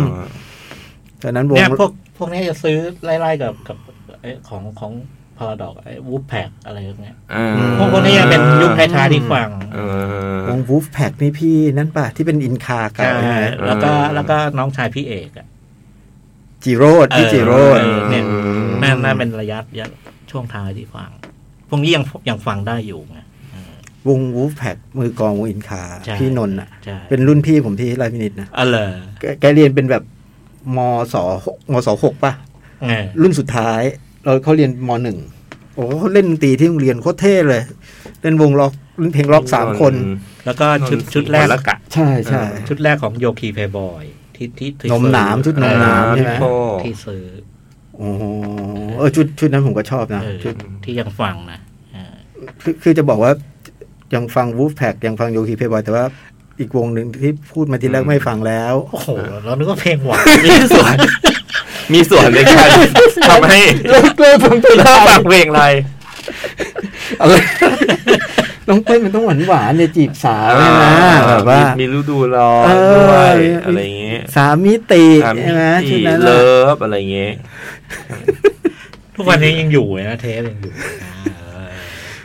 Speaker 4: ตอนนั้นวง
Speaker 2: เนี่ยพวกพวกเนี้ยจะซื้อไล่ๆกับกับไอ้ของของพาราดอกไอ้วูฟแพกอะไรพวกเนี้ยพวกพวกเนี้ยจะเป็นยุคท้ายๆที่ฟัง
Speaker 4: วงวูฟแพ็กนี่พี่นั่นป่ะ ที่เป็นอินคาเก่า
Speaker 2: ใช่
Speaker 4: ใช่ไหม
Speaker 2: แล้วก็แล้วก็น้องชายพี่เอกอะ
Speaker 4: จิโรดพี่จิโรด
Speaker 2: เออ เนี่ยนั่น
Speaker 4: อืม
Speaker 2: น่าเป็นระยะระยะช่วงท้ายที่ฟัง พวกนี้ยังยังฟังได้อยู่ไง
Speaker 4: วงวูฟแพ็กมือกลองวงอินคา
Speaker 2: ใช่
Speaker 4: พี่นนท์อ่ะ
Speaker 2: ใช่
Speaker 4: เป็นรุ่นพี่ผมที่ไรพินิดนะ
Speaker 2: อ๋อเหรอ
Speaker 4: แกแกเรียนเป็นแบบมสหกมสหกป่ะ
Speaker 2: ไง
Speaker 4: รุ่นสุดท้าย เราเขาเรียนมหนึ่งโอ้โหเขาเล่นดนตรีที่โรงเรียนโคตรเท่เลย เล่นวงล็อกเล่นเพลงล็อกสามคน
Speaker 2: แล้วก็ชุดชุดแรก
Speaker 3: ละกะ
Speaker 4: ใช่ใช่
Speaker 3: เออ
Speaker 2: ชุดแรกของโยคีเพย์บอยที่ที่ที่
Speaker 4: นมหนามชุ
Speaker 2: ซื้อ
Speaker 4: ดนมหนามใช่ไหม
Speaker 2: เออที่ซื้อ
Speaker 4: โอ้โหเออชุดชุดนั้นผมก็ชอบนะ
Speaker 2: เออ
Speaker 4: ชุด
Speaker 2: ที่ยังฟังนะเออ
Speaker 4: คือคือจะบอกว่า ยังฟังวูฟแพ็กยังฟังโยคีเพย์บอยแต่ว่าอีกวงหนึ่งที่พูดมาทีแรกไม่ฟังแล้ว
Speaker 2: โอ้โหเรานึกว่าเพลงหวาน
Speaker 3: มีส่วน มีส่วนในการทำให้
Speaker 4: เลิกเลิกฟังไป
Speaker 3: เล่าฟังเพลงอะไร
Speaker 4: อะไร [laughs] น้องเป้ยมันต้องหวานหวานๆเนี่ยจีบสาวเนี่ยนะแบบว่า
Speaker 3: มีฤดูร้อน
Speaker 4: เออ
Speaker 3: ด้วยอะไรอย่างเงี้ย
Speaker 4: สามมิติ
Speaker 3: สามมิ
Speaker 4: ใช่ไหมชุ
Speaker 3: ติ
Speaker 4: ดนั้น
Speaker 3: เลิ
Speaker 4: อะ
Speaker 3: ฟอะไรอย่างเงี้ย
Speaker 2: [laughs] ทุกวันนี้ยังอยู่เลยนะเทปยังอยู่นะเออ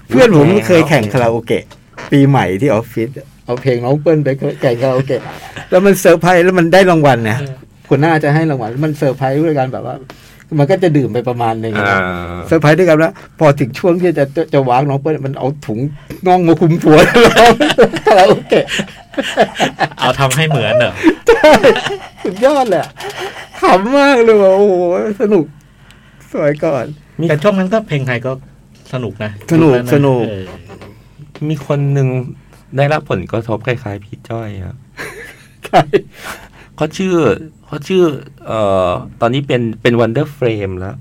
Speaker 4: เพื่อนผมเคยแข่งคาราโอเกะ ปีใหม่ที่ออฟฟิศเอาเพลงน้องเปิ้ลไปแข่งคาราโอเกะ แล้วมันเซอร์ไพรส์แล้วมันได้รางวัลนะคนหน้าจะให้รางวัลมันเซอร์ไพรส์ด้วยกันแบบว่า มันก็จะดื่มไปประมาณหนึง
Speaker 3: อ่า
Speaker 4: นะเซอร์ไพรส์ด้วยกันแล้วพอถึงช่วงที่จะจะจะวางน้องเปิ้ลมันเอาถุงน่องมาคุมหัวแล้วร้องคาราโอเกะ
Speaker 2: เอาทำให้เหมือนเหรอ
Speaker 4: สุดยอดเลยอะขำมากเลยว่ะโอ้โหสนุก สวยก่อน
Speaker 2: แต่ช่วงนั้นก็เพลงไทยก็สนุกนะ
Speaker 4: สนุก
Speaker 2: ยุคะ
Speaker 4: สนุก
Speaker 2: เออ
Speaker 3: มีคนหนึ่งได้รับผลกระทบคล้ายๆพี่จ้อยครับ
Speaker 4: ใคร
Speaker 3: เขาชื่อเขาชื่อ เอ่อ ตอนนี้เป็นเป็นวันเดอร์เฟรมแล้ว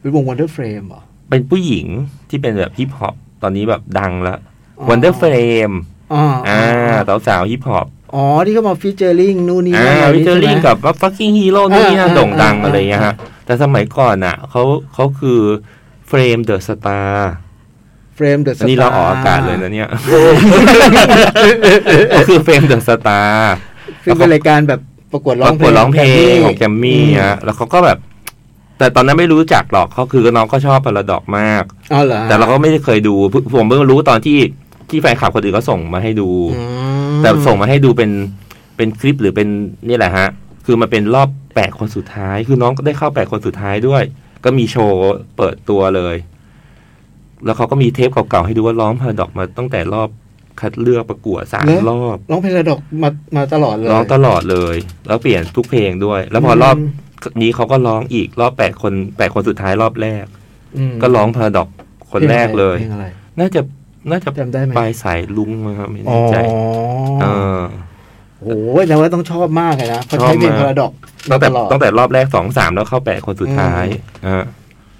Speaker 4: เป็นวงวันเดอร์เฟรมเหรอ
Speaker 3: เป็นผู้หญิงที่เป็นแบบฮิปฮอปตอนนี้แบบดังแล้ววันเดอร์เฟรม
Speaker 4: อ๋อ
Speaker 3: อ่าสาวๆฮิปฮอป
Speaker 4: อ๋อที่เขามาฟีเจอริงนู่นนี่
Speaker 3: อ่า
Speaker 4: นั่นอะไร
Speaker 3: วิ
Speaker 4: นี่
Speaker 3: เจอ
Speaker 4: ใช่ไห
Speaker 3: ริ
Speaker 4: ม
Speaker 3: งกับว่าฟักกิ้งฮีโร่นี่นนี่นั่น
Speaker 4: อ่า
Speaker 3: โด่งดัง
Speaker 4: อ่า
Speaker 3: อะไรอย่างเงี้ยฮะแต่สมัยก่อนอ่ะเขาเขาคือเฟรมเดอะสตาร์
Speaker 4: เฟรมเดอะส
Speaker 3: นี่เราออกอากาศเลยนะเนี่ยก็คือเฟรมเดอะสตาร์
Speaker 4: ซึ่งเป็นรายการแบบประกวดร้
Speaker 3: ร้
Speaker 4: อ
Speaker 3: อง ง
Speaker 4: เพ
Speaker 3: เพ
Speaker 4: ล
Speaker 3: ล
Speaker 4: ง
Speaker 3: งร้องเพลงของแกมมี่
Speaker 4: อ่ะ
Speaker 3: ฮะแล้วเขาก็แบบ แต่ตอนนั้นไม่รู้จักหรอกเขาคือน้องก็ชอบพาราดอกมาก
Speaker 4: อ๋อเหรอ
Speaker 3: แต่เราก็ไม่ได้เคยดูผมเพิ่งรู้ตอนที่ที่แฟนคลับคนอื่นเขาส่งมาให้ดู
Speaker 4: อืม
Speaker 3: แต่ส่งมาให้ดูเป็นเป็นคลิปหรือเป็นนี่แหละฮะ คือมันเป็นรอบแปดคนสุดท้าย คือน้องก็ได้เข้าแปดคนสุดท้ายด้วย ก็มีโชว์เปิดตัวเลย แล้วเขาก็มีเทปเก่าๆให้ดูว่าร้องพาราดอกมาตั้งแต่รอบคัดเลือกประกวดสามรอบ
Speaker 4: ร้องเพลงระดอกมามาตลอดเลย
Speaker 3: ร้องตลอดเลย แล้วเปลี่ยนทุกเพลงด้วย แล้วพอรอบ นี้เขาก็ร้องอีกรอบแปดคนแปดคนสุดท้ายรอบแรก
Speaker 4: อืม
Speaker 3: ก็ร้องพาราดอกคนแรกเลย
Speaker 4: พงอะไร
Speaker 3: น่าจะน่าจะ
Speaker 4: จำได้ไหม
Speaker 3: ปลายสายลุงนะครับไม่
Speaker 4: อ๋อ
Speaker 3: แน่ใจเออ
Speaker 4: โอ้โหแต่ว่าต้องชอบมากเลยนะเพราะใช้เพลง
Speaker 3: ชอบมาก
Speaker 4: พาราดอก
Speaker 3: ตั้งแต่
Speaker 4: มาตลอด
Speaker 3: ตั้งแต่รอบแรกสองสามแล้วเข้าแปดคนสุดท้ายอ่า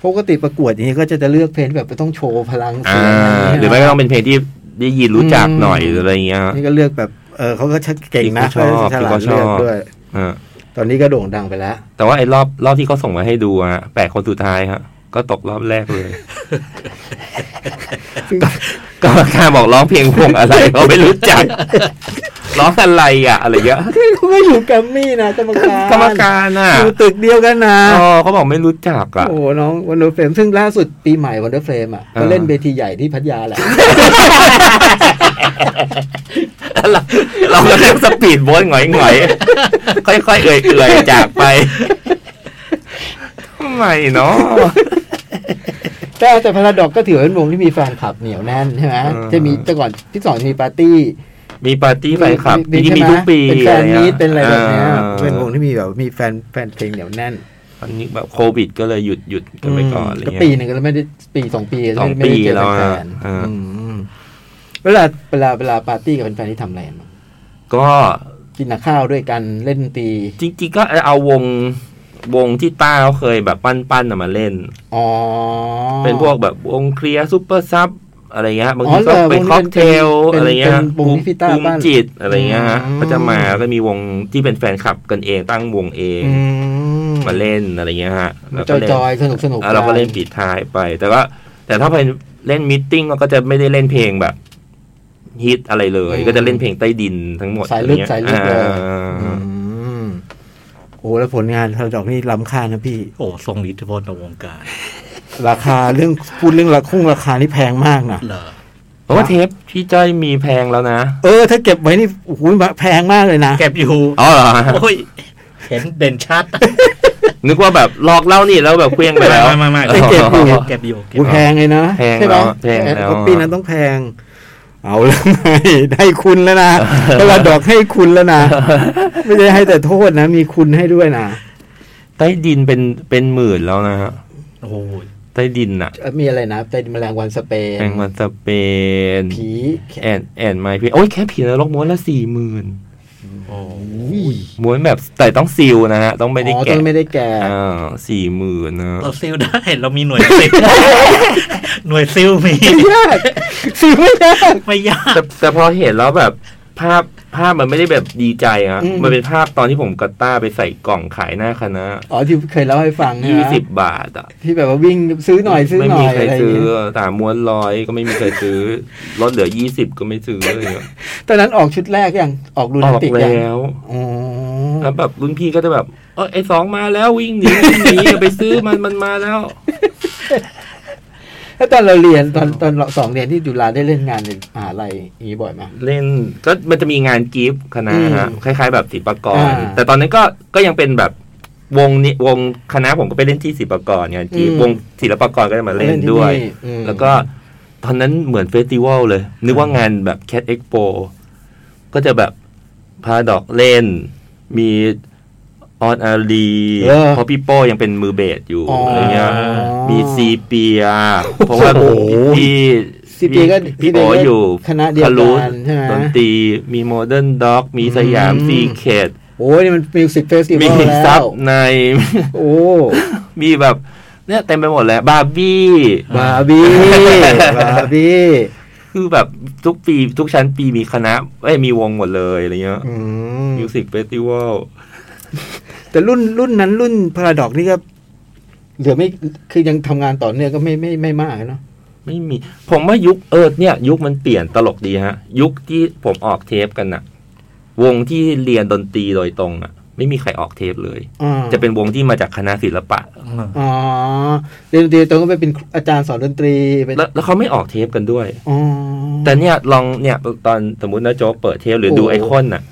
Speaker 4: ปกติประกวดอย่างนี้ก็จะจะเลือกเพลงแบบต้องโชว์พลังเสี
Speaker 3: อ่า
Speaker 4: ยงะย่า
Speaker 3: ห
Speaker 4: งเงี้ย
Speaker 3: รือไม่ก็ต้องเป็นเพลงที่ได้ยินรู้จักหน่อย
Speaker 4: อืม
Speaker 3: หรืออะไรเงี้ย
Speaker 4: นี่ก็เลือกแบบเออเขาก็ชักเก่งนะ
Speaker 3: ที่เขาชอบ
Speaker 4: ฉ
Speaker 3: ที่
Speaker 4: ลาด
Speaker 3: เขาชอบ
Speaker 4: เลือกด้วย
Speaker 3: เออ
Speaker 4: ตอนนี้ก็โด่งดังไปแล้ว
Speaker 3: แต่ว่าไอ้รอบรอบที่เขาส่งมาให้ดูอะแปดคนสุดท้ายฮะก็ตกรอบแรกเลยก็การบอกร้องเพลงวงอะไรเขาไม่รู้
Speaker 4: [laughs]
Speaker 3: จัก ร้องอะไรอ่ะ อะไรเงี้ยอะ
Speaker 4: เขาก็อยู่แกรมมี่นะกรรมการ
Speaker 3: กรรมการอ่ะ
Speaker 4: อยู่ตึกเดียวกันนะ
Speaker 3: อ๋อเขาบอกไม่รู้จักอ่ะ
Speaker 4: โอ้โหน้องวันเดอร์เฟรมซึ่งล่าสุดปีใหม่วันเดอร์เฟรมอ่ะ
Speaker 3: อ่า
Speaker 4: ก็เล่นเวทีใหญ่ที่พัทยาแหละ
Speaker 3: เราเราก็เล่นสปีดโบ๊ทหงอยหงอยๆ [laughs] ค่อยๆเอื่อยเอื่อยๆจากไปทำไมเนาะ
Speaker 4: แต่แต่พาราดอกก็ถือว่าเป็นวงที่มีแฟนคลับเหนียวแน่นใช่ไหม
Speaker 3: อ่า
Speaker 4: จะมีแต่ก่อนพี่สอนมีปาร์ตี้
Speaker 3: มีปาร์ตี้แฟนคลับ
Speaker 4: มี
Speaker 3: ที่มี
Speaker 4: ใช่ไห
Speaker 3: ทุกปี
Speaker 4: เป็นแฟนมีตเป็นอะไรแบบเนี้ย
Speaker 3: อ่า
Speaker 4: เป็นวงที่มีแบบมีแฟนแฟนเพลงเหนียวแน่น
Speaker 3: ตอนนี้แบบโควิดก็เลยหยุดหยุดกันไปก่อนอะไร
Speaker 4: ก็
Speaker 3: เงี้ย
Speaker 4: ปีหนึ่งก็ไม่ได้ปีสองปี
Speaker 3: สอง
Speaker 4: ไม่ได้เจอ
Speaker 3: ปีแล้ว
Speaker 4: แฟ
Speaker 3: อะ
Speaker 4: นๆ
Speaker 3: อ่า
Speaker 4: อืมเวลาเวลาเวลาปาร์ตี้กับแฟนๆที่ทำอะไรกันบ้าง
Speaker 3: ก็
Speaker 4: กินข้าวด้วยกันเล่นดนตรี
Speaker 3: จริงๆก็เอาวงวงที่ต้าเขาเคยแบบปั้นๆน่ะมาเล่น
Speaker 4: อ๋อ
Speaker 3: เป็นพวกแบบวงเคลียร์ซูเปอร์ซับอะไรเงี้ยบางที
Speaker 4: อ๋อเหร
Speaker 3: ก็
Speaker 4: อ
Speaker 3: เป็น
Speaker 4: วงนี้
Speaker 3: ค็อกเทล
Speaker 4: เป็น
Speaker 3: อะไรเงี้ย
Speaker 4: เป็นวงที่พี่ต้า
Speaker 3: ภูมิ
Speaker 4: ปั้น
Speaker 3: จิตอะไรเงี้ยฮะ
Speaker 4: อืม
Speaker 3: ก็จะมาก็มีวงที่เป็นแฟนคลับกันเองตั้งวงเอง
Speaker 4: อืม
Speaker 3: มาเล่นอะไรเงี้ยฮะแล้ว
Speaker 4: จ
Speaker 3: ก็
Speaker 4: อย
Speaker 3: เล่น
Speaker 4: จอยสนุกสนุก
Speaker 3: อ่ะเราก็เล่นปิดท้ายไป แต่ว่าแต่ถ้าไปเล่นมิทติ้งก็จะไม่ได้เล่นเพลงแบบฮิตอะไรเลย ก็จะเล่นเพลงใต้ดินทั้งหมด
Speaker 4: สายลึก
Speaker 3: อ
Speaker 4: สายลึก
Speaker 3: ะไร
Speaker 4: เลย
Speaker 3: เงี้ยอ่า
Speaker 4: อืมโอ้แล้วผลงานเราดอกนี่ล้ำค่านะพี่
Speaker 2: โอ้ทรงอิทธิพลต่อวงการ
Speaker 4: ราคาเรื่องพูดเรื่องราคงราคานี่แพงมากนะ
Speaker 2: เหรอ
Speaker 3: เพราะว่าเทปพี่จ้อยมีแพงแล้วนะ
Speaker 4: เออ ถ้าเก็บไว้นี่โอ้โหแพงมากเลยนะ
Speaker 2: เก็บอยู่
Speaker 3: อ๋อเหรอฮะ
Speaker 2: โอ้ยเห็นเด่นชัด
Speaker 3: นึกว่าแบบลอกเล่านี่แล้วแบบเคว้งไปแล้ว
Speaker 2: ไม่ไม่
Speaker 3: เก็บอยู่
Speaker 2: เก็บอยู่เก็บ
Speaker 4: โอ้
Speaker 2: อยู่
Speaker 4: แพงเลยนะ
Speaker 3: แพง
Speaker 4: ใช่ไหม
Speaker 3: แล้วแพงแล้ว
Speaker 4: ปีนั้นต้องแพง เอาแล้วไงได้คุณแล้วนะเราดอกให้คุณแล้ว
Speaker 3: [laughs]
Speaker 4: นะไม่ได้ให้แต่โทษนะ มีคุณให้ด้วยนะ
Speaker 3: ใต้ดินเป็นเป็นหมื่นแล้วนะฮะ
Speaker 2: โอ้ย
Speaker 3: ใต้ดินอะ
Speaker 4: เอ่อมีอะไรนะแต่แมลงวันสเปน
Speaker 3: แพงมันสเปน
Speaker 4: ผี
Speaker 3: แอนแอนไมพี่โอ้ยแค่ผีนรกม้วนละสี่หมื่น
Speaker 2: โอ้ย
Speaker 4: อุ้ย
Speaker 3: ม้วนแบบแต่ต้องซีลนะฮะต้องไม่ได้
Speaker 4: อ๋อ
Speaker 3: แกะ
Speaker 4: ต้องไม่ได้แก่
Speaker 3: อ่าสี่หมื่นนะ
Speaker 2: เราซิลได้เรามีหน่วยซิลหน่วยซิล [laughs] มี
Speaker 4: ไม่ยากซื้อไม่ยาก
Speaker 2: ไม่ยาก
Speaker 3: แต่แต่พอเห็นแล้วแบบภาพภาพมันไม่ได้แบบดีใจอะ
Speaker 4: อืม
Speaker 3: มันเป็นภาพตอนที่ผมกับต้าไปใส่กล่องขายหน้าคณะ
Speaker 4: อ๋อที่เคยเล่าให้ฟังนะ
Speaker 3: ยี่สิบบาทอะ
Speaker 4: ที่แบบว่าวิ่งซื้อหน่อยซื้อ
Speaker 3: ไม่
Speaker 4: หน่
Speaker 3: มี
Speaker 4: อย
Speaker 3: ใคร
Speaker 4: อะไรอย่าง
Speaker 3: ซื้อ
Speaker 4: เงี้ย
Speaker 3: สามม้วนร้อยก็ไม่มีใครซื้อ ลดเหลือยี่สิบก็ไม่ซื้ออะไรอย่างเลย
Speaker 4: ตอนนั้นออกชุดแรกยังออกรู
Speaker 3: อ
Speaker 4: นา
Speaker 3: อก
Speaker 4: ติกยัง
Speaker 3: แล้ว
Speaker 4: อ๋อ
Speaker 3: แล้วแบบรุ่นพี่ก็จะแบบ เออไอสองมาแล้ววิ่งหนีวิ่ง
Speaker 4: [laughs]
Speaker 3: หนีอย่าไปซื้อมันมันมาแล้ว
Speaker 4: แล้วตอนเราเรียนตอนตอนเราสองเรียนที่จุฬาได้เล่นงานในมหาลัยอย่างนี้บ่อยไหม
Speaker 3: เล่นก็มันจะมีงานกิฟต์คณะฮะ
Speaker 4: อืม
Speaker 3: คล้าย ๆ แบบศิลปากร
Speaker 4: อ่า
Speaker 3: แต่ตอนนั้นก็ก็ยังเป็นแบบวงนี้วงคณะผมก็ไปเล่นที่ศิลปากรงานกิฟต์
Speaker 4: อืม
Speaker 3: วงศิลปากรก็จะมาเล่นด้วย
Speaker 4: ที่นี่อืม
Speaker 3: แล้วก็ตอนนั้นเหมือนเฟสติวัลเลย นึกว่างานแบบแคดเอ็กโปก็จะแบบพาดอกเล่น มีออนอารีเพราะพี่โป้ยังเป็นมือเบสอยู่
Speaker 4: อ๋อ
Speaker 3: อะไรเงี้ย
Speaker 2: อ๋
Speaker 3: มีซีเปียเพราะว่า
Speaker 4: โอ้โห
Speaker 3: พี่
Speaker 4: ซีปีก็
Speaker 3: พี่โอ
Speaker 4: ก็
Speaker 3: อยู่
Speaker 4: คณะเดียว
Speaker 3: คารุ
Speaker 4: กันใช่ไหม
Speaker 3: ดนตรีมีโมเดิร์นด็อก มีสยาม
Speaker 4: อืม
Speaker 3: ซีเ e ด
Speaker 4: โอ้ยนี่มันมิวสิกเฟสติ
Speaker 3: มี
Speaker 4: วัลแล้
Speaker 3: ซับ
Speaker 4: ว
Speaker 3: ใน [laughs]
Speaker 4: โอ้
Speaker 3: มีแบบเนี่ยเต็มไปหมดแล้วบาร์บี้
Speaker 4: บาร์บี้บาร์บี้
Speaker 3: คือแบบทุกปีทุกชั้นปีมีคณะเอ้ยมีวงหมดเลยอะไรเงี้ย
Speaker 4: อืม
Speaker 3: มิวสิกเฟสติวัล
Speaker 4: แต่รุ่นรุ่นนั้นรุ่นพาราดอกนี่ก็เหลือไม่คือยังทำงานต่อเนื่องก็ไม่ไม่ไม่มากเนาะ
Speaker 3: ไม่มี ผมว่ายุคเออเนี่ย ยุคมันเปลี่ยนตลกดีฮะ ยุคที่ผมออกเทปกันน่ะ วงที่เรียนดนตรีโดยตรงอ่ะ ไม่มีใครออกเทปเลย
Speaker 4: อ่า
Speaker 3: จะเป็นวงที่มาจากคณะศิลปะ
Speaker 4: อ๋อเรียนดนตรีตรงก็ไปเป็นอาจารย์สอนดนตรีเป็น
Speaker 3: แล้วแล้วเขาไม่ออกเทปกันด้วย
Speaker 4: อ๋อ
Speaker 3: แต่เนี่ยลองเนี่ยตอนสมมตินะโจ๊กเปิดเทปหรือดู
Speaker 4: โอ้
Speaker 3: ไอคอนน่ะ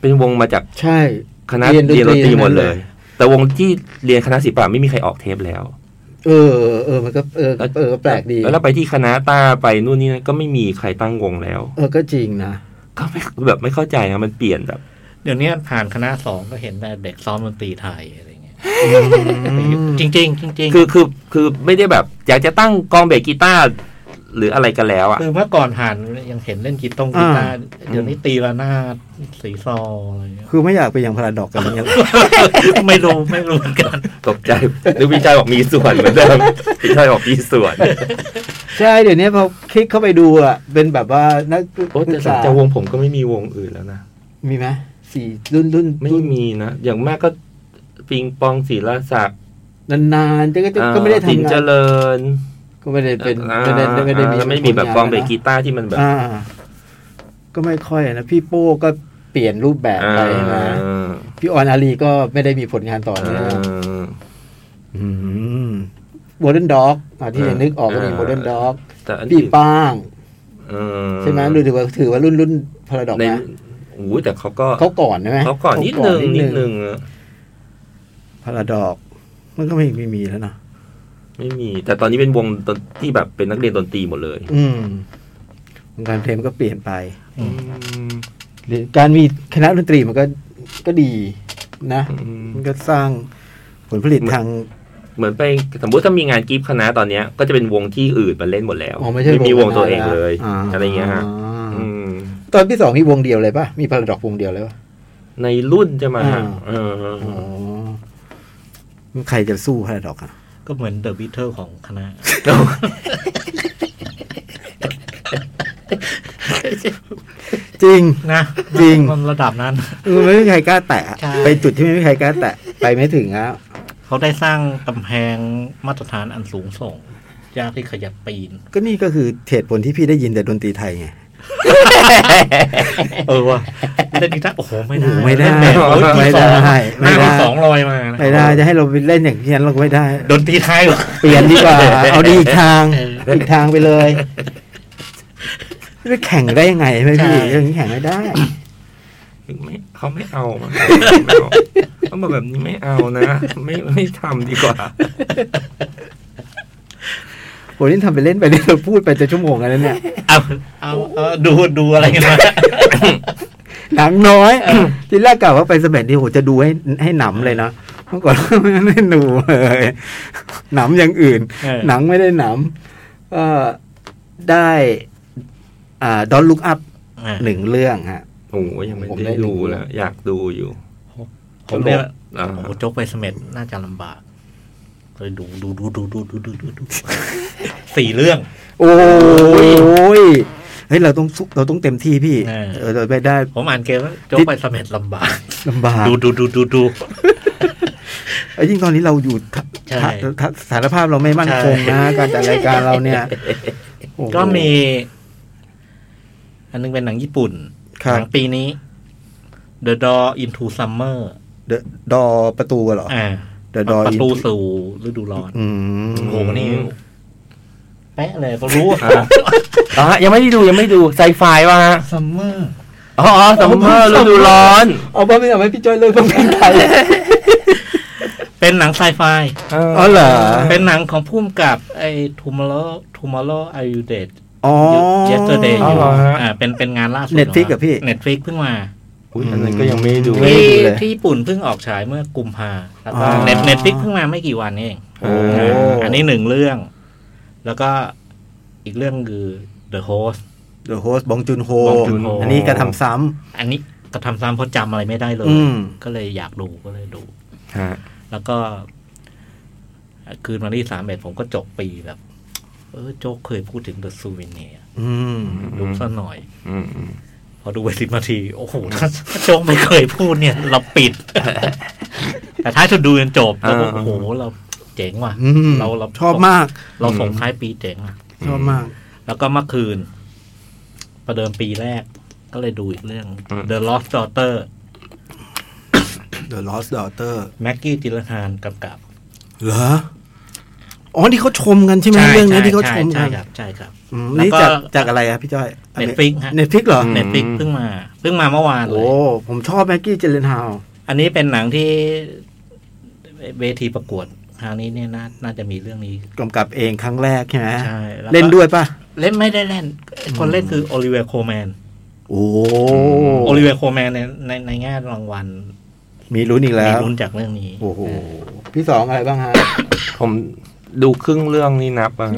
Speaker 3: เป็นวงมาจาก
Speaker 4: ใช่
Speaker 3: คณะ
Speaker 4: เรี
Speaker 3: เรี
Speaker 4: ยนดนต
Speaker 3: ยนดนต
Speaker 4: รี
Speaker 3: รีหมดเลย
Speaker 4: ทั้งนั้นเลย
Speaker 3: แต่วงที่เรียนคณะศิลปะไม่มีใครออกเทปแล้ว
Speaker 4: เออเออมันก็เออเออก็แปลกดี
Speaker 3: แล้วเราไปที่คณะต้าไปนู่นนี่นั่นก็ไม่มีใครตั้งวงแล้ว
Speaker 4: เออก็จริงนะ
Speaker 3: ก็ไม่แบบไม่เข้าใจนะมันเปลี่ยนแบบ
Speaker 2: เดี๋ยวนี้ผ่านคณะสองก็เห็นแต่เด็กซ้อมดนตรีไทยอะไรเงี้ยจ
Speaker 4: จริง
Speaker 2: ริงจริงๆจริงๆ
Speaker 3: คือคือคือไม่ได้แบบอยากจะตั้งกองเบสกีตาร์หรืออะไรกันแล้วอ่ะ
Speaker 2: คือเมื่อก่อนผ่านยังเห็นเล่นกีตงกีตาร์เดี๋ยวนี้ตีระนาดสีซออะไรเงี้ย
Speaker 4: คือไม่อยากไปอย่างพาราดอกกันอย่าง
Speaker 2: ไม่รู้ไม่รู้เหมือนกัน
Speaker 3: ตกใจนึกพี่ชายบอกมีส่วนเหมือนเดิม [laughs] พี่ชายบอกมีส่วน
Speaker 4: ใช่เดี๋ยวนี้พอคลิกเข้าไปดูอ่ะเป็นแบบว่านัก
Speaker 3: โอ้แต่
Speaker 4: ศึกษา
Speaker 3: จากวงผมก็ไม่มีวงอื่นแล้วนะ
Speaker 4: มีไหม สี่รุ่นรุ่น
Speaker 3: ไม่
Speaker 4: รุ่น
Speaker 3: มีนะ อย่างมากก็ปิงปองศิลศักดิ์
Speaker 4: นานๆจะก็จะก็ไม่ได้
Speaker 3: สิน
Speaker 4: ทำงา
Speaker 3: เจ
Speaker 4: น
Speaker 3: ริญ
Speaker 4: ก็ไม่ได้เป็น
Speaker 3: อ่า
Speaker 4: ไม่ได้ไม่ได้มี
Speaker 3: แล้วไม่มีแบบ
Speaker 4: ผลงาน
Speaker 3: กองเบส
Speaker 4: นะ
Speaker 3: กีตาร์ที่มันแบบ
Speaker 4: อ่า ก็ไม่ค่อยนะ พี่โป้ก็เปลี่ยนรูปแบบไปนะ
Speaker 3: อ่า
Speaker 4: พี่ออนอารีก็ไม่ได้มีผลงานต่อเนื่อง
Speaker 3: า
Speaker 4: โมเดิร์นด็อกที่ยังนึกออกก็มี
Speaker 3: อ่า
Speaker 4: โมเดิร์นด็อก
Speaker 3: แต่อัน
Speaker 4: พี่
Speaker 3: ที่
Speaker 4: ป้าง
Speaker 3: เอ่อ
Speaker 4: ใช่ไหมรู้ถือว่าถือว่ารุ่นรุ่นพาราดอก
Speaker 3: ใน
Speaker 4: นะ
Speaker 3: โอ้ยแต่เขาก็
Speaker 4: เขาก่อนใช่ไหม
Speaker 3: เขาก่อนนิดนึงนิดนึงอะ
Speaker 4: พาราดอกมันก็ไม่ไม่มีแล้วเนาะ
Speaker 3: ไม่มี แต่ตอนนี้เป็นวงดนที่แบบเป็นนักเรียนดนตรีหมดเลย
Speaker 4: อืมวงการเพลงก็เปลี่ยนไป
Speaker 2: อืม
Speaker 4: หรือการมีคณะดนตรีมันก็ก็ดีนะ มันก็สร้างผลผลิตทาง
Speaker 3: เหมือนไปสมมติถ้ามีงานกีฟคณะตอนเนี้ย ก็จะเป็นวงที่อื่นมาเล่นหมดแล้ว
Speaker 4: อ๋อไม่ใช่
Speaker 3: มีวงตัว
Speaker 4: ค
Speaker 3: เอ
Speaker 4: ณะ
Speaker 3: ง
Speaker 4: นะ
Speaker 3: เลยอะไรเงี้ยฮะ
Speaker 4: อ่า
Speaker 3: อืม
Speaker 4: ตอนที่สองมีวงเดียวเลยป่ะ มีพาราดอกวงเดียวเลยป่ะ
Speaker 3: ในรุ่นจะมาฮะเออ
Speaker 4: อ๋อใครจะสู้พาราดอกอ่ะ
Speaker 2: ก็เหมือนเดอะบิทเทิลของคณะ
Speaker 4: จริง
Speaker 2: นะ
Speaker 4: จริง
Speaker 2: มันระดับนั้น
Speaker 4: มันไม่มีใครกล้าแตะ
Speaker 2: ใช่
Speaker 4: ไปจุดที่ไม่มีใครกล้าแตะ ไปไม่ถึงอ่ะ
Speaker 2: เขาได้สร้างกำแพงมาตรฐานอันสูงส่ง ยากที่ขยับปีน
Speaker 4: ก็นี่ก็คือเหตุผลที่พี่ได้ยินแต่ดนตรีไทยไง
Speaker 2: เออว่ะเล่นกีตาร์โอ้โห ไม่ได้
Speaker 4: โอ้โหไม่ได้
Speaker 2: เล่นแบบโอ้ย
Speaker 4: ไม่
Speaker 2: ที่
Speaker 4: ได้
Speaker 2: สอง
Speaker 4: ไม่ได้
Speaker 2: ห้าคูณสองลอยมานะ
Speaker 4: ไม่ได้จะให้เราไปเล่นอย่างที่นั้นเราก็
Speaker 3: [laughs]
Speaker 4: ไม่ได้
Speaker 2: ดนตรีไทยเหรอ
Speaker 4: เปลี่ยนดีกว่า เอาดีอีกทาง อีกทางไปเลยจะแข่งได้ยังไงใช่ไหมพี่
Speaker 2: ใช่
Speaker 4: เรื่องนี้แข่งไม่ได้
Speaker 3: ไม่เขาไม่เอาเขาบอกแบบนี้ไม่เอานะ ไม่ไม่ทำดีกว่า
Speaker 4: ผมนี่ทำไปเล่นไปเล่นเราพูดไปจะชั่วโมงแล้วเนี่ย
Speaker 2: เอาเอาเอาดูดูอะไรกันมา
Speaker 4: หนังน้อย [coughs] ทีแรกกะว่าไปสมัยนี้โหจะดูให้ให้หนำเลยนะเมื่อก่อน ไม่ได้ดูเลยหนำอย่างอื่น
Speaker 2: เออ
Speaker 4: หนังไม่ได้หนำก็ได้อ่าดอนลุกอัพ
Speaker 2: อ่ะ
Speaker 4: หนึ่งเรื่องฮะ
Speaker 3: โอ้โหยังไม่
Speaker 4: ผมได้
Speaker 3: ได้
Speaker 4: ดู
Speaker 3: ดูแล้วอยากดูอยู่
Speaker 2: ผมเนี่ย
Speaker 3: อ่า
Speaker 2: โอ้โหโจกไปเสม็ดน่าจะลำบากเลยดูดูดูดูดูดูดูดูดูสี่เรื่อง
Speaker 4: โอ้ยเฮ้ยเราต้องสุเราต้องเต็มที่พี่
Speaker 2: เออ
Speaker 4: เออเราไปได้
Speaker 2: ผมอ่านเกมแล้วโจกไปเสม็ดลำบาก
Speaker 4: ลำบาก
Speaker 2: ดูดูดูดูดู
Speaker 4: ไอ้ยยิ่งตอนนี้เราอยู่ทะ
Speaker 2: ใช่
Speaker 4: ทะทะสถานภาพเราไม่มั่นคง
Speaker 2: ใช่
Speaker 4: นะการจัดรายการเราเนี่ยโอ้โห
Speaker 2: ก็มี อันนึงเป็นหนังญี่ปุ่น
Speaker 4: ครั
Speaker 2: ห
Speaker 4: บ
Speaker 2: นังปีนี้ The Door Into Summer
Speaker 4: เดอะดอประตูเหรอ
Speaker 2: อ่า
Speaker 4: เดอะดอ
Speaker 2: ประตูสู่ฤดูร้อน
Speaker 4: อืม
Speaker 2: โอ้โหนี่แป๊ะเลยเขารู้
Speaker 3: อ่าอ๋อยังไม่ได้ดูยังไม่ดูไซไฟวะฮะ
Speaker 2: ซัมเมอร์
Speaker 3: อ๋อซัมเมอร์ฤดูร้อน
Speaker 4: เอาบ้าไม่เอาไหมพี่จ้อยเลิกฟังเพลงไทย
Speaker 2: เป็นหนังไซไฟ
Speaker 4: อ๋อเหรอ
Speaker 2: เป็นหนังของพุ่มกับ ไอ้ Tomorrow Tomorrow I Will Dead
Speaker 4: อ๋อ
Speaker 2: Yesterday
Speaker 3: อ๋อเหรอฮะ
Speaker 2: อ่าเป็นเป็นงานล่าสุด
Speaker 4: Netflix เหรอพี่
Speaker 2: Netflix เพิ่งมา
Speaker 3: อุ้ยอันนั้นก็ยังไม่ได้ดู
Speaker 4: ไม่ได้
Speaker 2: ที่
Speaker 4: ดูเลย
Speaker 2: ที่ญี่ปุ่นเพิ่งออกฉายเมื่อกุมภาแล้วก็
Speaker 4: อ๋อ
Speaker 2: เน็ตเน็ตฟิกเพิ่งมาไม่กี่วันเอง
Speaker 3: โอ้
Speaker 2: าอันนี้หนึ่งเรื่อง แล้วก็อีกเรื่องคือ The Host
Speaker 4: The Host บองจุนโฮ
Speaker 2: บองจุนโฮ
Speaker 4: อันนี้กระทำซ้
Speaker 2: อันนี้กระทำซ้ำเพราะจำอะไรไม่ได้เล
Speaker 4: ำ
Speaker 2: ย
Speaker 4: อืม
Speaker 2: ก็เลยอยากดูก็เลยดู
Speaker 3: ฮะ
Speaker 2: แล้วก็คืนวันที่สามเอ็ดผมก็จบปีแบบ เออโจ๊กเคยพูดถึง The Souvenir
Speaker 4: อืม
Speaker 2: ดูซะหน่อย
Speaker 3: อืมอืม
Speaker 2: พอดูไปสิบนาที โอ้โหถ้าถ้าโจ๊กไม่เคยพูดเนี่ย เราปิด [laughs] แต่ท้ายสุดดูจนจบแล้วก็โอ้โห เราเจ๋งว่ะ
Speaker 4: อืม
Speaker 2: เราเรา
Speaker 4: ชอบมาก
Speaker 2: เราส่งท้ายปีเจ๋งอะ
Speaker 4: ชอบมาก
Speaker 2: แล้วก็เมื่อคืน ประเดิมปีแรก ก็เลยดูอีกเรื่อง The Lost Daughter
Speaker 4: The Lost Daughter
Speaker 2: แม็กกี้จิลฮานกำกับ
Speaker 4: เหรอ อ๋อที่เขาชมกันใช่ไหมเรื่องนี้ที่เขาชมกั
Speaker 2: ใช่
Speaker 4: น
Speaker 2: ครับใช่ครับ
Speaker 4: อืม
Speaker 2: แล้ว
Speaker 4: นี่
Speaker 2: ก็
Speaker 4: จากจากอะไรอะพี่จ้อย
Speaker 2: Netflix ฮะ
Speaker 4: เน็ตฟิกเหรอ
Speaker 2: เน็ตฟิกเพิ่งมา เพิ่งมาเมื่อวานเล
Speaker 4: โอ้
Speaker 2: ย
Speaker 4: ผมชอบแม็กกี้เจเลนฮาว
Speaker 2: อันนี้เป็นหนังที่เวทีประกวดคราวนี้เนี่ยน่าน่าจะมีเรื่องนี้
Speaker 4: กำกับเองครั้งแรกใช่ไหม
Speaker 2: ใช่แก็
Speaker 4: เล่นด้วยป่ะ
Speaker 2: เล่นไม่ได้เล่น คนเล่นคือโอลิเวียโคแมน
Speaker 4: โอ้
Speaker 2: โอลิเวียโคแมนในในในแง่รางวัล
Speaker 4: มีลุ้นอีกแล้
Speaker 2: มี
Speaker 4: ว
Speaker 2: รุ่นจากเรื่องนี้
Speaker 4: โอ้โห พี่สองอะไรบ้างฮะ
Speaker 3: ผมดูครึ่งเรื่องนี่นั [laughs] บอ่ะ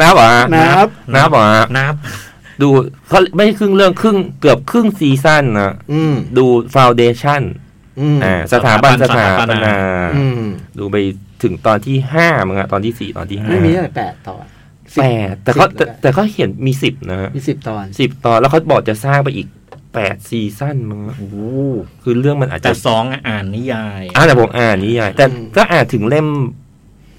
Speaker 3: นับเหรอฮะ
Speaker 4: นับ
Speaker 3: นับเหรอฮะ
Speaker 2: นับ
Speaker 3: ดูเขาไม่ใช่ครึ่งเรื่องครึ่งเกือบครึ่งซีซั่นนะ
Speaker 4: อืม
Speaker 3: ดูฟาวเดชั่น
Speaker 4: อืม
Speaker 3: อ่าสถาบันส
Speaker 2: ส
Speaker 3: ถา
Speaker 2: ถา
Speaker 3: ป
Speaker 2: ป
Speaker 3: นา
Speaker 2: นา
Speaker 4: อืม
Speaker 3: ดูไปถึงตอนที่ห้ามั้งอะตอนที่สี่ตอนที่ห้า
Speaker 4: ไม่มีอะไรแปดตอน
Speaker 3: แปดแต่เขา
Speaker 4: สิบ
Speaker 3: แต่แต่เขาเขียนมีสิบนะฮะ
Speaker 4: มีสิบตอน
Speaker 3: สิบตอนแล้วเขาบอกจะสร้างไปอีก แปดซีซั่นมึงโอ้โหคือเรื่องมันอาจ
Speaker 2: แต่
Speaker 3: จะ
Speaker 2: สองอ่ะอ่านนิยาย
Speaker 3: อ่าแต่ผมอ่านนิยายแต่
Speaker 4: อืม
Speaker 3: ก็อ่านถึงเล่ม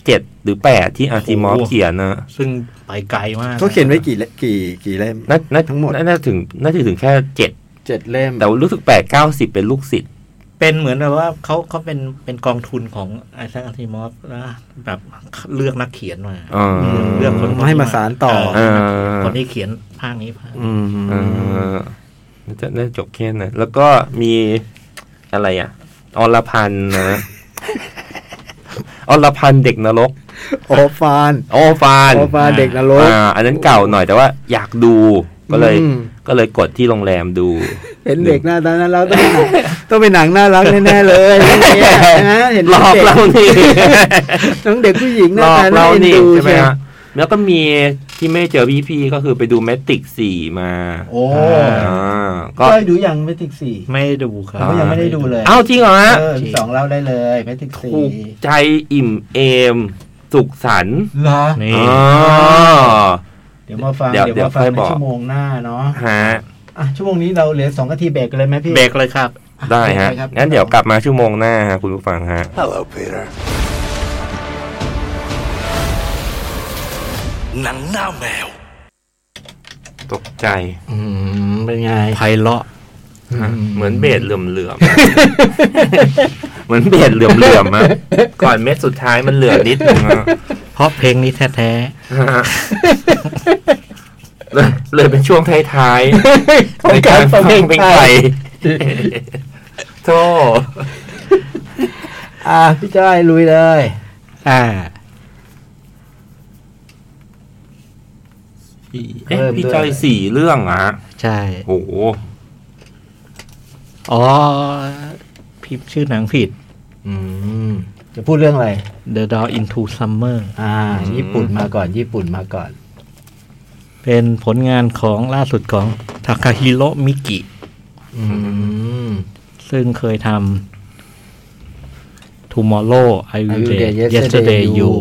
Speaker 3: เจ็ดหรือแปดที่อาร์ติมอฟเขียนนะ
Speaker 2: ซึ่งไปไกลมาก
Speaker 4: เขาเขียนไว้กี่เล่มกี่กี่เล่ม
Speaker 3: น่าน่า
Speaker 4: ทั้งหมด
Speaker 3: น่าน่าถึงน่าจะถึงแค่เจ็ด
Speaker 4: เจ็ดเล่ม
Speaker 3: แต่รู้สึกแปดเก้าสิบเป็นลูกศิษย์
Speaker 2: เป็นเหมือนแบบว่าเขาเขาเป็นเป็นกองทุนของไอแซคอาร์ติมอฟนะแบบเลือกนักเขียนมา
Speaker 3: อ่า
Speaker 2: เรื่องคน
Speaker 4: ให้มาสารต่อ
Speaker 2: เอ
Speaker 3: อ่า
Speaker 2: คนที่เขียนภาคนี้ภาค
Speaker 4: อืม
Speaker 3: อ่าน่าจะน่าจะจบแค่นั้นแล้วก็มีอะไรอ่ะอรพันธ์นะ [laughs] อรพันธ์เด็กนรก
Speaker 4: โอฟาน
Speaker 3: โอฟาน
Speaker 4: โอฟานเด็กนรก
Speaker 3: อ่าอันนั้นเก่าหน่อยแต่ว่าอยากดูก็เลย
Speaker 4: อืม
Speaker 3: ก็เลยกดที่โรงแรมดู
Speaker 4: เห็นเด็กหน้าตาน่ารักต้องเป็นหนังต้องเป็นหนังน่ารักแน่ๆเลยเนี่ยนะเห็น
Speaker 3: ร
Speaker 4: น้
Speaker 3: อ
Speaker 4: อง
Speaker 3: บ
Speaker 4: เด็ก
Speaker 3: เรานี่
Speaker 4: น้องเด็กผู้หญิงห
Speaker 3: ร [laughs]
Speaker 4: น้า
Speaker 3: อบ
Speaker 4: ตาน่า
Speaker 3: เรา
Speaker 4: เอ็น
Speaker 3: นี่
Speaker 4: ดู
Speaker 3: ใช่ไหม
Speaker 4: ม
Speaker 3: ฮะแล้วก็มีที่ไม่เจอพี่พี่ๆก็คือไปดูแมตติกสี่มา
Speaker 4: โอ้
Speaker 3: อ่าก็
Speaker 4: ก็ดูอย่างเมติกสี่
Speaker 2: ไม่ดูครับ
Speaker 4: อ๋อยังไม่ได้ดูเลย
Speaker 3: เอ้าจริงเหรอฮะ
Speaker 4: เออสองเล่าได้เลยเมติกสี่
Speaker 3: ถูกใจอิ่มเอม สุขสันต์
Speaker 4: เหรอ
Speaker 2: นี่
Speaker 3: อ๋อ
Speaker 4: เดี๋ยวมาฟัง
Speaker 3: เดี๋ยว
Speaker 4: มาฟั
Speaker 3: เดี๋ยวค่อย
Speaker 4: ใน
Speaker 3: บอก
Speaker 4: ชั่วโมงหน้าเนาะ
Speaker 3: ฮะ
Speaker 4: อ่ะชั่วโมงนี้เราเหลือสองนาทีเบรกกันเลยไหมพี่
Speaker 2: เบรกเลยครับ
Speaker 4: อ่
Speaker 3: ได้ฮะ
Speaker 4: เบรกครับ
Speaker 3: งั้นเดี๋ยวกลับมาชั่วโมงหน้าฮะคุณผู้ฟังฮะ
Speaker 1: Hello, Peter. หนังหน้าแมว
Speaker 3: ตกใจ
Speaker 4: อืมเป็นไง
Speaker 2: ไพเราะ
Speaker 3: ฮะเหมือนเบสเหลื่อมเหลื่อมๆ [laughs] เหมือนเบสเหลื่อมเหลื่อมๆอะก่อนเม็ดสุดท้ายมันเหลื่อมนิดนึงอะ
Speaker 2: เพราะเพลงนี้แท้
Speaker 3: ฮะเลยเลยเป็นช่วงท้ายๆ
Speaker 4: ของการฟังเพลงไทย
Speaker 3: เพลงไทยโธ่
Speaker 4: อ่ะพี่จ้อยลุยเลย
Speaker 2: ๆอ่า
Speaker 3: เอ๊ะพี่จอยสี่เรื่องเหรอ่ะ
Speaker 2: ใช่
Speaker 3: โอ้โห
Speaker 2: อ๋อพิมพ์ชื่อหนังผิด
Speaker 4: อืมจะพูดเรื่องอะไร
Speaker 2: The Door into Summer
Speaker 4: อ่า ญี่ปุ่นมาก่อน ญี่ปุ่นมาก่อน
Speaker 2: เป็นผลงานของล่าสุดของทาคาฮิโรมิกิ
Speaker 4: อืม
Speaker 2: ซึ่งเคยทำ Tomorrow I Will Day Yesterday You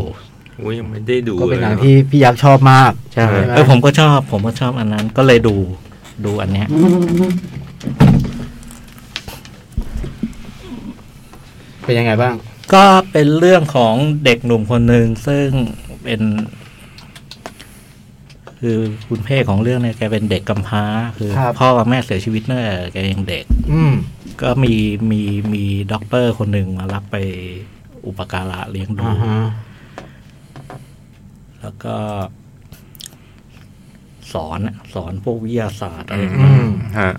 Speaker 3: โอ้ยยังไม่ได้ดู
Speaker 4: ก็เป็นหนัง
Speaker 3: ลยะ
Speaker 4: ที่พี่ยักษ์ชอบมาก
Speaker 2: ใช่
Speaker 4: ใช่ไหม
Speaker 2: เออผมก็ชอบ ผมก็ชอบอันนั้น ก็เลยดูดูอันเนี้ย
Speaker 4: เป็นยังไงบ้าง
Speaker 2: ก็เป็นเรื่องของเด็กหนุ่มคนหนึ่งซึ่งเป็น คือคุณเพ่ของเรื่องเนี่ยแกเป็นเด็กกำพร้า คือ
Speaker 4: ครับ
Speaker 2: พ่อกับแม่เสียชีวิตตั้งแต่แกยังเด็ก
Speaker 4: อืม
Speaker 2: ก็มีมีมีด็อกเตอร์คนหนึ่งมารับไปอุปการะเลี้ยงดู
Speaker 4: อ่าฮะ
Speaker 2: แล้วก็ สอนอะสอนพวกวิทยาศาสตร์อะ
Speaker 3: อื
Speaker 2: ไร
Speaker 3: ม
Speaker 4: อืม
Speaker 3: ฮะ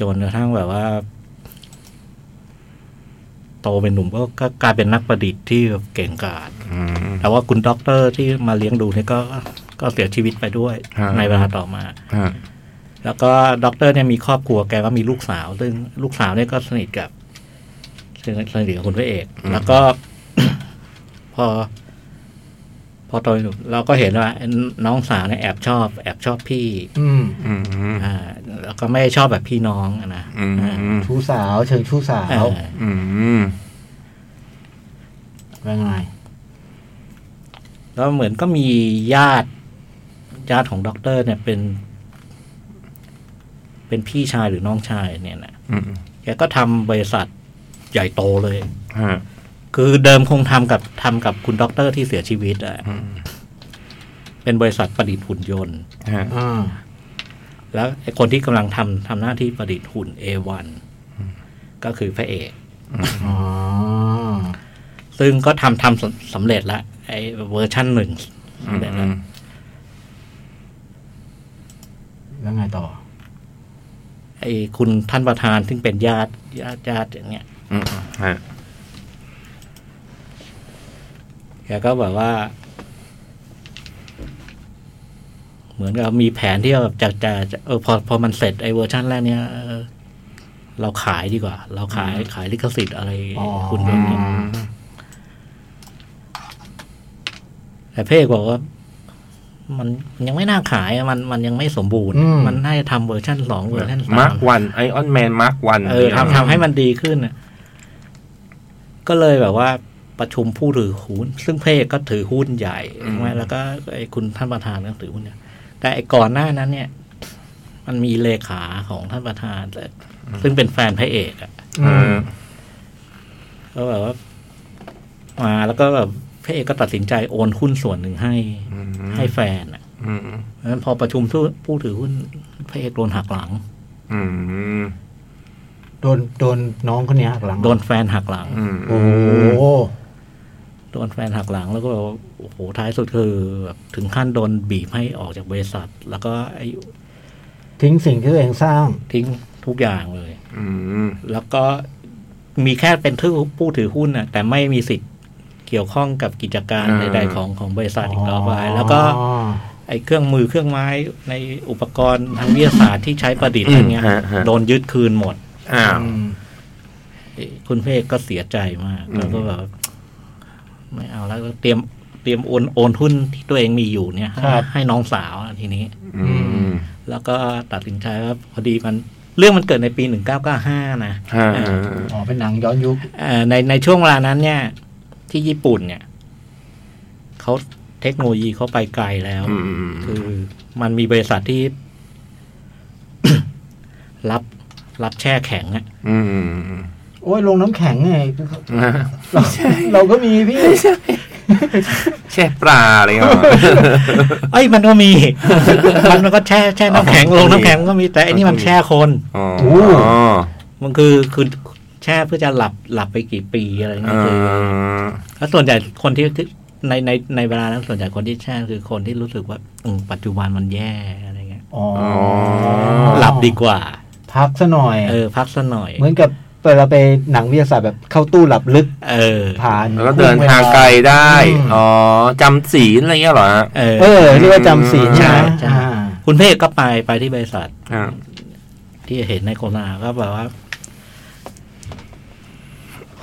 Speaker 2: จนกระทั่งแบบว่า โตเป็นหนุ่มก็ก็กลายเป็นนักประดิษฐ์ที่แบบเก่งกาจ
Speaker 3: อืม
Speaker 2: แต่ว่าคุณด็อกเตอร์ที่มาเลี้ยงดูเนี่ยก็ก็เสียชีวิตไปด้วย
Speaker 3: ฮะ
Speaker 2: ในเวลาต่อมา
Speaker 3: ฮะ
Speaker 2: แล้วก็ด็อกเตอร์เนี่ยมีครอบครัวแกก็มีลูกสาว ซึ่งลูกสาวเนี่ยก็สนิทกับสนิทกับคุณพระเอก แล้วก็ [coughs] พอ พอโตหนุ่มเราก็เห็นว่าน้องสาวเนี่ยแอบชอบแอบชอบพี่
Speaker 4: อืม
Speaker 3: อืมอืม
Speaker 2: อ่า แล้วก็ไม่ได้ชอบแบบพี่น้องอะนะ
Speaker 3: อืม
Speaker 2: อ่า
Speaker 4: ชู้สาว เชิงชู้สา
Speaker 2: เอ
Speaker 4: ว
Speaker 2: อ
Speaker 3: อืม
Speaker 4: เป็นไง
Speaker 2: แล้วเหมือนก็มีญาติ ญาติของด็อกเตอร์เนี่ยเป็น เป็นพี่ชายหรือน้องชายเนี่ยนะ
Speaker 3: อืม
Speaker 2: แกก็ทำบริษัทใหญ่โตเลย
Speaker 3: ฮะ
Speaker 2: คือเดิมคงทำกับทำกับคุณด็อกเตอร์ที่เสียชีวิตอะ
Speaker 3: อืม
Speaker 2: เป็นบริษัทประดิษฐ์หุ่นยนต์
Speaker 3: ฮะ
Speaker 4: อ่า
Speaker 2: แล้วไอ้คนที่กำลังทำทำหน้าที่ประดิษฐ์หุ่น A1 ก็คือพระเอก
Speaker 4: อ๋อ
Speaker 2: ซึ่งก็ทำทำสำสำเร็จละไอ้เวอร์ชั่นหนึ่ง
Speaker 3: อื
Speaker 2: สำ
Speaker 3: ม
Speaker 2: เร็จ
Speaker 3: อื
Speaker 2: ละ
Speaker 3: ม
Speaker 4: แล้วไงต่อ
Speaker 2: ไอ้คุณท่านประธานซึ่งเป็นญาติญาติญาติอย่างเงี้ย
Speaker 3: อืมฮะ
Speaker 2: แกก็แบบว่า เหมือนกับมีแผนที่แบบจะจะจะเออพอพอมันเสร็จไอ้เวอร์ชันแรกเนี้ยเออเราขายดีกว่า เราขายขายลิขสิทธิ์อะไร
Speaker 4: อ๋อ
Speaker 2: คุณเป็นเนี่ย
Speaker 3: อืม
Speaker 2: แต่เพ่บอกว่า มันยังไม่น่าขายอะมันมันยังไม่สมบูรณ์
Speaker 4: อืม
Speaker 2: มันน่าจะทำเวอร์ชันสองเวอร์ชันสา
Speaker 3: มาร์
Speaker 2: ม
Speaker 3: ควันไอออนแมนมาร์ควัน
Speaker 2: เออทำทำให้มันดีขึ้นน่ะก็เลยแบบว่าประชุมผู้ถือหุ้น ซึ่งเพ่ก็ถือหุ้นใหญ่ใช่ไหมแล้วก็ไอ้คุณท่านประธานก็ถือหุ้นใหญ่แต่ไอ้ก่อนหน้านั้นเนี่ย มันมีเลขาของท่านประธานแต่ซึ่งเป็นแฟนพระเอกอะ
Speaker 3: อืม
Speaker 2: ก็แบบว่ามาแล้วก็แบบพระเอกก็ตัดสินใจโอนหุ้นส่วนหนึ่งให้ให้แฟนอ่ะ
Speaker 3: อืม
Speaker 2: เพราะฉะนั้นพอประชุมผู้ผู้ถือหุ้นพระเอกโดนหักหลัง
Speaker 3: อืม
Speaker 4: โดนโดนน้องคนนี้หักหลัง
Speaker 2: โดนแฟนหักหลัง
Speaker 3: อืม
Speaker 4: โอ้โห
Speaker 2: โดนแฟนหักหลังแล้วก็แบบว่าโอ้โหท้ายสุดคือแบบถึงขั้นโดนบีบให้ออกจากบริษัท แล้วก็ไอ้
Speaker 4: ทิ้งสิ่งที่ตัวเองสร้าง
Speaker 2: ทิ้งทุกอย่างเลย
Speaker 3: อืม
Speaker 2: แล้วก็มีแค่เป็นผู้ผู้ถือหุ้นน่ะ แต่ไม่มีสิทธิ์เกี่ยวข้องกับกิจการ
Speaker 3: อ่า
Speaker 2: ใดๆของของบริษัทอีกต่อไปแล้วก็
Speaker 4: อ๋อ
Speaker 2: ไอ้เครื่องมือเครื่องไม้ในอุปกรณ์ทางวิทยาศาสตร์ที่ใช้ประดิษฐ์อะไรเงี้ย
Speaker 3: อืมฮะฮะ
Speaker 2: โดนยึดคืนหมด
Speaker 3: อ้าว
Speaker 4: อืม
Speaker 2: คุณเพกก็เสียใจมาก
Speaker 3: อืม
Speaker 2: แล้วก็แบบไม่เอาแล้วก็เตรียมเตรียมโอนโอนหุ้นที่ตัวเองมีอยู่เนี่ยให้ให้น้องสาวอะทีนี้
Speaker 3: อืม
Speaker 2: แล้วก็ตัดสินใจว่าพอดีมัน เรื่องมันเกิดในปี 1995 นะ
Speaker 3: อ่า
Speaker 2: เออ
Speaker 4: อ๋อเป็นหนังย้อนยุค
Speaker 2: เอ่อในในช่วงเวลานั้นเนี่ย ที่ญี่ปุ่นเนี่ยเขาเทคโนโลยีเขาไปไกลแล้ว
Speaker 3: อืม
Speaker 2: คือมันมีบริษัทที่ [coughs] รับรับแช่แข็งอะ
Speaker 3: อืม
Speaker 4: โอ้ยลงน้ำแข็งไงเราเราก็มีพี่
Speaker 3: แช่ปลาอะไรเงี้ย
Speaker 2: เอ้ยมันก็มี มันมันก็แช่แช่น้ำแข็งลงน้ำแข็งก็มีแต่ไอันนี้มันแช่คน
Speaker 3: อ๋อ
Speaker 2: มันคือคือแช่เพื่อจะหลับหลับไปกี่ปีอะไรเงี้ยคือแล้วส่วนใหญ่คนที่ที่ในในในเวลานั้นส่วนใหญ่คนที่แช่คือคนที่รู้สึกว่าอืมปัจจุบันมันแย่อะไรเงี้ย
Speaker 4: อ๋อ
Speaker 3: อ๋อ
Speaker 2: หลับดีกว่า
Speaker 4: พักซะหน่อย
Speaker 2: เออ พักสักหน่อย
Speaker 4: เหมือนกับเวลาไปหนังวิทยาศาสตร์แบบเข้าตู้หลับลึก
Speaker 2: เออ
Speaker 4: ผ่าน
Speaker 3: แล้วก็เดินทางไกลได้ อ๋อจำศีลอะไรเงี้ยเหรอฮะ
Speaker 2: เออ
Speaker 4: เออเรียกว่าจำศีล
Speaker 2: ใช่
Speaker 4: นะ
Speaker 2: ใช่
Speaker 4: อ่า
Speaker 2: คุณเพกก็ไปไปที่บริษัท
Speaker 3: อ่า
Speaker 2: ที่เห็นในโฆษณาก็แบบว่า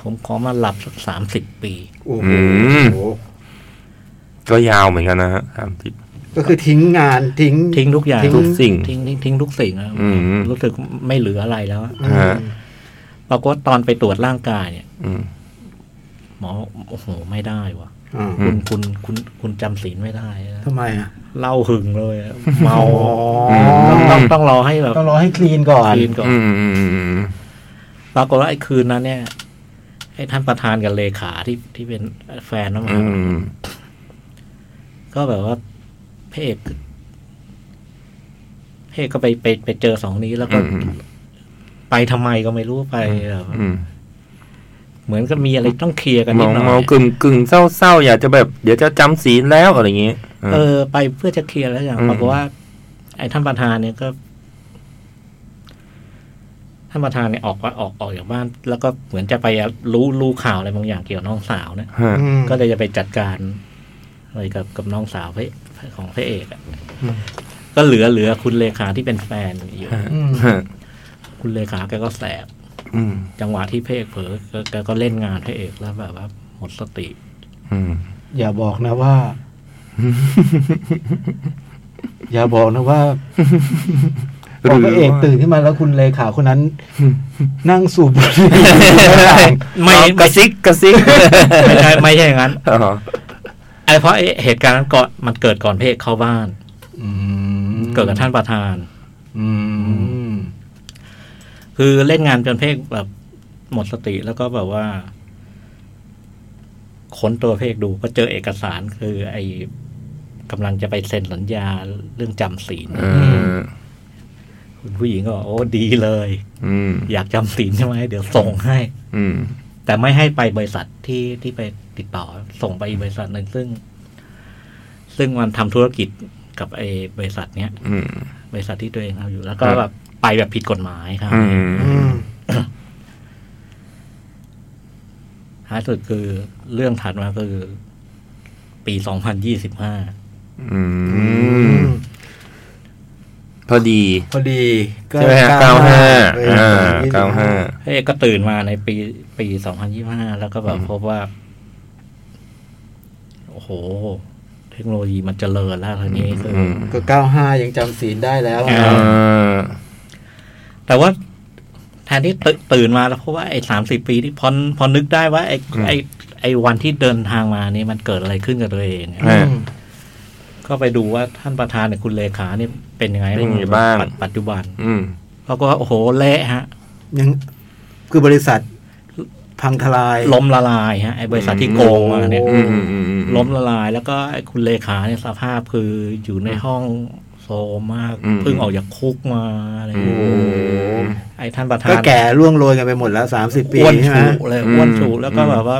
Speaker 2: ผมขอมาหลับสักสามสิบปี
Speaker 4: โอ้โห
Speaker 3: อืม ก็ยาวเหมือนกันนะฮะสามสิบ
Speaker 4: ก็คือทิ้งงานทิ้ง
Speaker 2: ทิ้งทุกอย่าง
Speaker 4: ทิ้ง
Speaker 3: ทุกสิ่ง
Speaker 2: ทิ้งทิ้งทิ้งทุกสิ่งแล้ว
Speaker 3: อืม
Speaker 2: รู้สึกไม่เหลืออะไรแล้วอะ
Speaker 4: อืม
Speaker 3: ฮะ
Speaker 2: ปรากฏตอนไปตรวจร่างกายเนี่ย
Speaker 3: อืม
Speaker 2: หมอโอ้โหไม่ได้วะ
Speaker 4: อ่า
Speaker 3: อื
Speaker 2: คุณ
Speaker 3: ม
Speaker 2: คุณคุณคุณจำศีลไม่ได้นะ
Speaker 4: ทำไมอ่ะ
Speaker 2: เหล่าหึงเลยอะเมา
Speaker 3: อืม
Speaker 2: ต้องต้องต้องรอให้แบบ
Speaker 4: ต้องรอให้คลีนก่อน
Speaker 2: คืนก่อน
Speaker 3: อืม
Speaker 2: ปรากฏว่าไอ้คืนนั้นเนี่ยไอ้ท่านประธานกับเลขาที่ที่เป็นแฟนน้องหมา
Speaker 3: อืม
Speaker 2: ก็แบบว่าพระเอกพระเอกก็ไปไปไปเจอสองนี้แล้วก็
Speaker 3: อืม
Speaker 2: ไปทำไมก็ไม่รู้ไปแบบ
Speaker 3: อืม
Speaker 2: เหมือนก็มีอะไรต้องเคลียร์กันนิ
Speaker 3: เมา
Speaker 2: ดหน่อ
Speaker 3: เมาย กึ่งกึ่งเศร้าเศร้าอยากจะแบบเดี๋ยวจะจำศีลแล้วอะไรอย่างงี้
Speaker 2: เออ ไปเพื่อจะเคลียร์แล้วอย่าง
Speaker 3: อืม
Speaker 2: ปรากฏว่า ไอ้ท่านประธานเนี่ยก็ท่านประธานเนี่ยออกว่าออกออกจากบ้าน แล้วก็เหมือนจะไปรู้รู้ข่าวอะไรบางอย่างเกี่ยวกับน้องสาวเนี่ย
Speaker 3: ฮะ
Speaker 2: ก็เลยจะไปจัดการอะไรกับกับน้องสาวพระของพระเอกอะ
Speaker 4: อืม
Speaker 2: ก็เหลือเหลือคุณเลขาที่เป็นแฟนอยู่
Speaker 4: อืม
Speaker 3: ฮะ
Speaker 2: คุณเลขาแกก็แสบ
Speaker 3: อืม
Speaker 2: จังหวะที่พระเอกเผลอแกแกก็เล่นงานพระเอกแล้วแบบว่าหมดสติ
Speaker 3: อืม
Speaker 4: อย่าบอกนะว่า [laughs] อย่าบอกนะว่าพอพระเอกตื่นขึ้นมาแล้วคุณเลขาคน
Speaker 3: [laughs]
Speaker 4: นั้น นั่งสูบบุหรี่
Speaker 2: ไม่
Speaker 3: เอาก
Speaker 2: ไม่
Speaker 3: ระซิกกระซิก
Speaker 2: ไม่ใช่ไม่ใช่อย่างนั้น
Speaker 3: อ๋อ
Speaker 2: ไอ้เพราะไอ้เหตุการณ์นั้นก่อนมันเกิดก่อนพระเอกเข้าบ้าน
Speaker 4: อืม
Speaker 2: เกิดกับท่านประธาน
Speaker 4: อืม
Speaker 2: คือเล่นงานจนพระเอกแบบหมดสติแล้วก็แบบว่าค้นตัวพระเอกดูก็เจอเอกสารคือ ไอ้กำลังจะไปเซ็นสัญญาเรื่องจำศีล
Speaker 3: เออ
Speaker 2: คุณผู้หญิงก็บอกโอ้ดีเลย
Speaker 3: อืม
Speaker 2: อยากจำศีลใช่ไหมเดี๋ยวส่งให้
Speaker 3: อืม
Speaker 2: แต่ไม่ให้ไปบริษัทที่ที่ไปติดต่อส่งไปอีกบริษัทหนึ่งซึ่ง ซึ่งมันทำธุรกิจกับไอ้บริษัทเนี้ย
Speaker 3: อืม
Speaker 2: บริษัทที่ตัวเองทำอยู่ แล้วก็
Speaker 3: ครับ
Speaker 2: แบบไปแบบผิดกฎหมายครับ
Speaker 3: อื
Speaker 4: อื
Speaker 3: ม
Speaker 4: ม
Speaker 2: ท้ายสุดคือเรื่องถัดมาคือ ปีสองพันยี่สิบห้า
Speaker 3: อืมพอดี
Speaker 4: พอดี
Speaker 3: ใช่ไหมฮะเก้าห้าอ่าเก้าห้า
Speaker 2: เฮ้ยก็ตื่นมาในปีปีสองพันยี่ห้าแล้วก็แบบ
Speaker 3: อืม
Speaker 2: พบว่า โอ้โห เทคโนโลยีมันเจริญแล้วทีนี้คืออ
Speaker 3: อืม
Speaker 4: ก็เก้าห้ายังจำศีลได้แล้ว
Speaker 2: อ่
Speaker 3: เออ
Speaker 2: แต่ว่าแทนที่ตตื่นมาแล้วเพราะว่าไอ้สามสิบปีที่พอพอนึกได้ว่าไอ้ไอ้ไอ้วันที่เดินทางมานี่มันเกิดอะไรขึ้นกับตัวเองเนี่ย
Speaker 4: อืม
Speaker 2: ก็ไปดูว่าท่านประธานเนี่ยคุณเลขาเนี่ยเป็นยังไง
Speaker 3: เป็นยังไงบ้าง
Speaker 2: ปัจปัจจุบัน
Speaker 3: อืม
Speaker 2: เขาก็โอ้โหเละฮะ
Speaker 4: ยังคือบริษัทพังทลาย
Speaker 2: ล้มละลายฮะไอ้บริษัทที่โกงมาเนี่ย
Speaker 4: โอ้
Speaker 3: อืมอืมอืมอืม
Speaker 2: ล้มละลาย แล้วก็ไอ้คุณเลขาเนี่ยสภาพคืออยู่ในห้องโซมมากเพิ่งออกจากคุกมาอะไรอย่าง
Speaker 3: โอ้
Speaker 2: เงี้ย
Speaker 3: โห
Speaker 2: ไอ้ท่านประธาน
Speaker 4: ก็แก่ล่วงโรยกันไปหมดแล้วสามสิบปี
Speaker 2: อ้วน
Speaker 4: ใช่ไหม
Speaker 2: ฉุเลย
Speaker 3: อืม
Speaker 2: อ้วนฉุแล้วก็
Speaker 3: อืม
Speaker 2: แบบว่า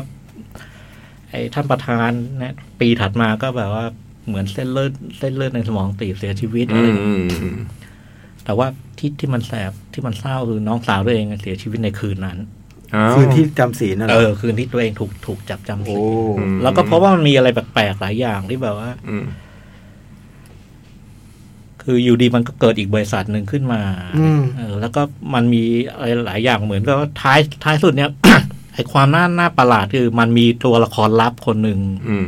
Speaker 2: ไอ้ท่านประธานเนี่ยปีถัดมาก็แบบว่าเหมือนเส้นเลือดเส้นเลือดในสมองตีบเสียชีวิตอะ
Speaker 3: อื
Speaker 2: ไรอ
Speaker 3: ม
Speaker 2: ย่างเงี้ย
Speaker 3: อืมอืม
Speaker 2: แต่ว่าที่ที่มันแสบที่มันเศร้าคือน้องสาวตัวเองเสียชีวิตในคืนนั้น
Speaker 3: อ้าว
Speaker 4: คืนที่จำศีลนั่นแห
Speaker 2: เอ
Speaker 4: ละ
Speaker 2: อ คืนที่ตัวเองถูกถูกจับจำ
Speaker 4: โอ้
Speaker 2: ศีล
Speaker 3: ม
Speaker 2: แล้วก็เพราะว่ามันมีอะไรแปลกๆหลายอย่างที่แบบว่า
Speaker 3: อืม
Speaker 2: คืออยู่ดีมันก็เกิดอีกบริษัทหนึ่งขึ้นมา
Speaker 4: อืม
Speaker 2: เออแล้วก็มันมีอะไรหลายอย่างเหมือนกับว่าท้ายท้ายสุดเนี่ย [coughs] ไอความน่าน่าประหลาดคือมันมีตัวละครลับคนหนึ่ง
Speaker 3: อืม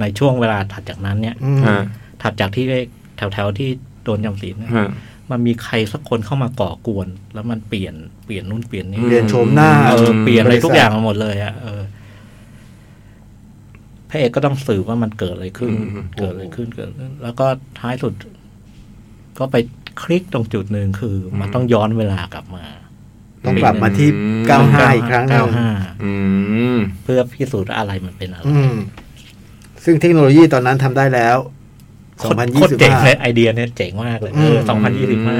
Speaker 2: ในช่วงเวลาถัดจากนั้นเนี่ย
Speaker 4: อืม
Speaker 3: ฮะ
Speaker 2: ถัดจากที่ได้แถวแถวๆที่โดนจำศีลเนี่ย
Speaker 3: ฮะ
Speaker 2: มันมีใครสักคนเข้ามาก่อกวน แล้วมันเปลี่ยนเปลี่ยนนู่นเปลี่ยนนี่
Speaker 3: อื
Speaker 4: เรียนโฉมหน้า
Speaker 2: เออเปลี่ยนอะไร
Speaker 4: บษั
Speaker 2: ทุกอย่างมาหมดเลยอะเออพระเอกก็ต้องสืบว่ามันเกิดอะไรขึ้น
Speaker 3: อืม
Speaker 2: เกิดอะไรขึ้นเกิดอะไรขึ้น แล้วก็ท้ายสุด ก็ไปคลิกตรงจุดหนึ่งคือ มันต้องย้อนเวลากลับมา
Speaker 4: ต้องกลับมาที่
Speaker 3: อืม
Speaker 4: เก้าห้าอีกครั้งหนึ่ง
Speaker 2: 95
Speaker 3: อืม
Speaker 2: เพื่อพิสูจน์ว่าอะไรมันเป็นอะไร
Speaker 4: อืมซึ่งเทคโนโลยีตอนนั้นทำได้แล้ว
Speaker 2: โคตรโคตรเจ๋งเลย
Speaker 4: 2025
Speaker 2: ไอเดียเนี่ยเจ๋งมากเลยเออสองพันยี่สิบห้า